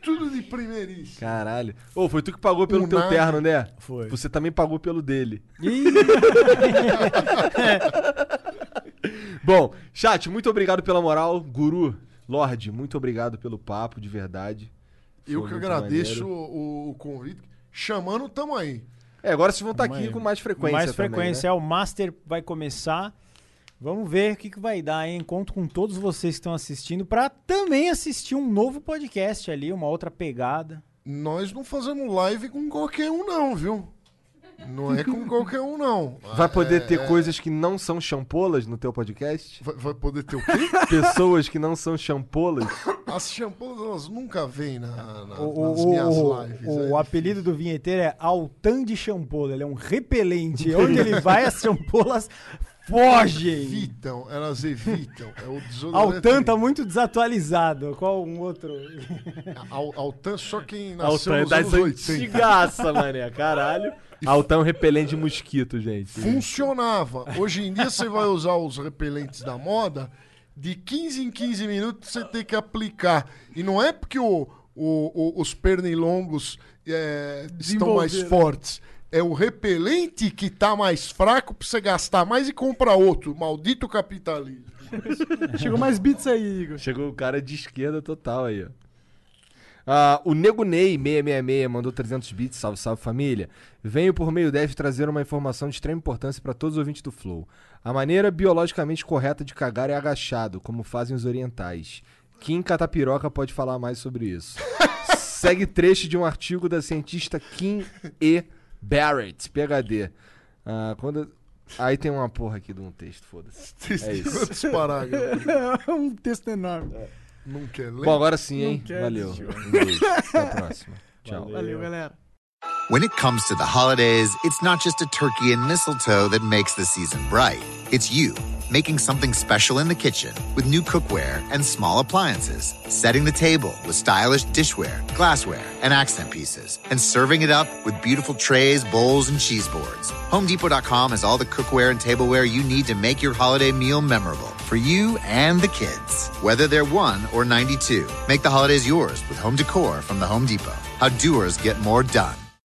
[SPEAKER 5] tudo de primeiríssimo.
[SPEAKER 2] Caralho. Ô, foi tu que pagou pelo
[SPEAKER 5] O
[SPEAKER 2] teu
[SPEAKER 5] nada.
[SPEAKER 2] terno, né?
[SPEAKER 5] Foi.
[SPEAKER 2] Você também pagou pelo dele. Bom, chat, muito obrigado pela moral. Guru, Lorde, muito obrigado pelo papo, de verdade.
[SPEAKER 5] Eu
[SPEAKER 2] Foi
[SPEAKER 5] que
[SPEAKER 2] muito
[SPEAKER 5] agradeço
[SPEAKER 2] maneiro.
[SPEAKER 5] o, o convite. Chamando, tamo aí.
[SPEAKER 2] É, agora vocês vão estar aqui
[SPEAKER 4] Mas-
[SPEAKER 2] com mais frequência.
[SPEAKER 4] Mais
[SPEAKER 2] também,
[SPEAKER 4] frequência.
[SPEAKER 2] né?
[SPEAKER 4] é, o Master vai começar. Vamos ver o que, que vai dar, hein? Conto com todos vocês que estão assistindo para também assistir um novo podcast ali, uma outra pegada.
[SPEAKER 5] Nós não fazemos live com qualquer um, não, viu? Não é com qualquer um, não.
[SPEAKER 2] Vai poder
[SPEAKER 5] É-
[SPEAKER 2] ter
[SPEAKER 5] é-
[SPEAKER 2] coisas que não são champolas no teu podcast?
[SPEAKER 5] Vai, vai poder ter o quê?
[SPEAKER 2] Pessoas que não são champolas?
[SPEAKER 5] As shampoos, elas nunca vêm na, na-
[SPEAKER 4] O,
[SPEAKER 5] Tá, nas
[SPEAKER 4] o-
[SPEAKER 5] minhas
[SPEAKER 4] o-
[SPEAKER 5] lives.
[SPEAKER 4] o
[SPEAKER 5] é.
[SPEAKER 4] apelido do vinheteiro é Altan de Champola. Ele é um repelente. Onde ele vai, as champolas fogem.
[SPEAKER 5] Evitam, elas evitam. É o desodorante.
[SPEAKER 4] Altan tá muito desatualizado. Qual um outro?
[SPEAKER 5] Al- Altan, só quem nasceu
[SPEAKER 2] Altão
[SPEAKER 5] nos
[SPEAKER 2] das
[SPEAKER 5] anos 80.
[SPEAKER 2] antigaça, mané. Caralho. Altão repelente de mosquito, gente.
[SPEAKER 5] Funcionava. Hoje em dia você vai usar os repelentes da moda, de 15 em 15 minutos você tem que aplicar. E não é porque o, o- o- os pernilongos é, estão mais
[SPEAKER 3] Desenvolveram.
[SPEAKER 5] fortes. É o repelente que tá mais fraco pra você gastar mais e comprar outro. Maldito capitalismo.
[SPEAKER 3] Chegou mais bits aí, Igor.
[SPEAKER 2] Chegou o cara de esquerda total aí, ó. Ah, o Nego Ney 666 mandou 300 bits, salve, salve família. Venho por meio deve trazer uma informação de extrema importância para todos os ouvintes do Flow. A maneira biologicamente correta de cagar é agachado, como fazem os orientais. Kim Catapiroca pode falar mais sobre isso. Segue trecho de um artigo da cientista Kim E. Barrett, PhD. Ah, quando... Aí tem uma porra aqui de um texto, foda-se. É isso.
[SPEAKER 5] Quantos parágrafos?
[SPEAKER 3] É um texto enorme.
[SPEAKER 5] Não quer ler?
[SPEAKER 2] Bom, agora sim,
[SPEAKER 3] Não
[SPEAKER 2] hein?
[SPEAKER 3] quero
[SPEAKER 2] Valeu.
[SPEAKER 3] assistir.
[SPEAKER 2] Um beijo. Até a próxima. Tchau.
[SPEAKER 3] Valeu, galera.
[SPEAKER 12] When it comes to the holidays, it's not just a turkey and mistletoe that makes the season bright. It's you making something special in the kitchen with new cookware and small appliances, setting the table with stylish dishware, glassware, and accent pieces, and serving it up with beautiful trays, bowls, and cheese boards. HomeDepot.com has all the cookware and tableware you need to make your holiday meal memorable for you and the kids. Whether they're 1 or 92, make the holidays yours with home decor from the Home Depot. How doers get more done.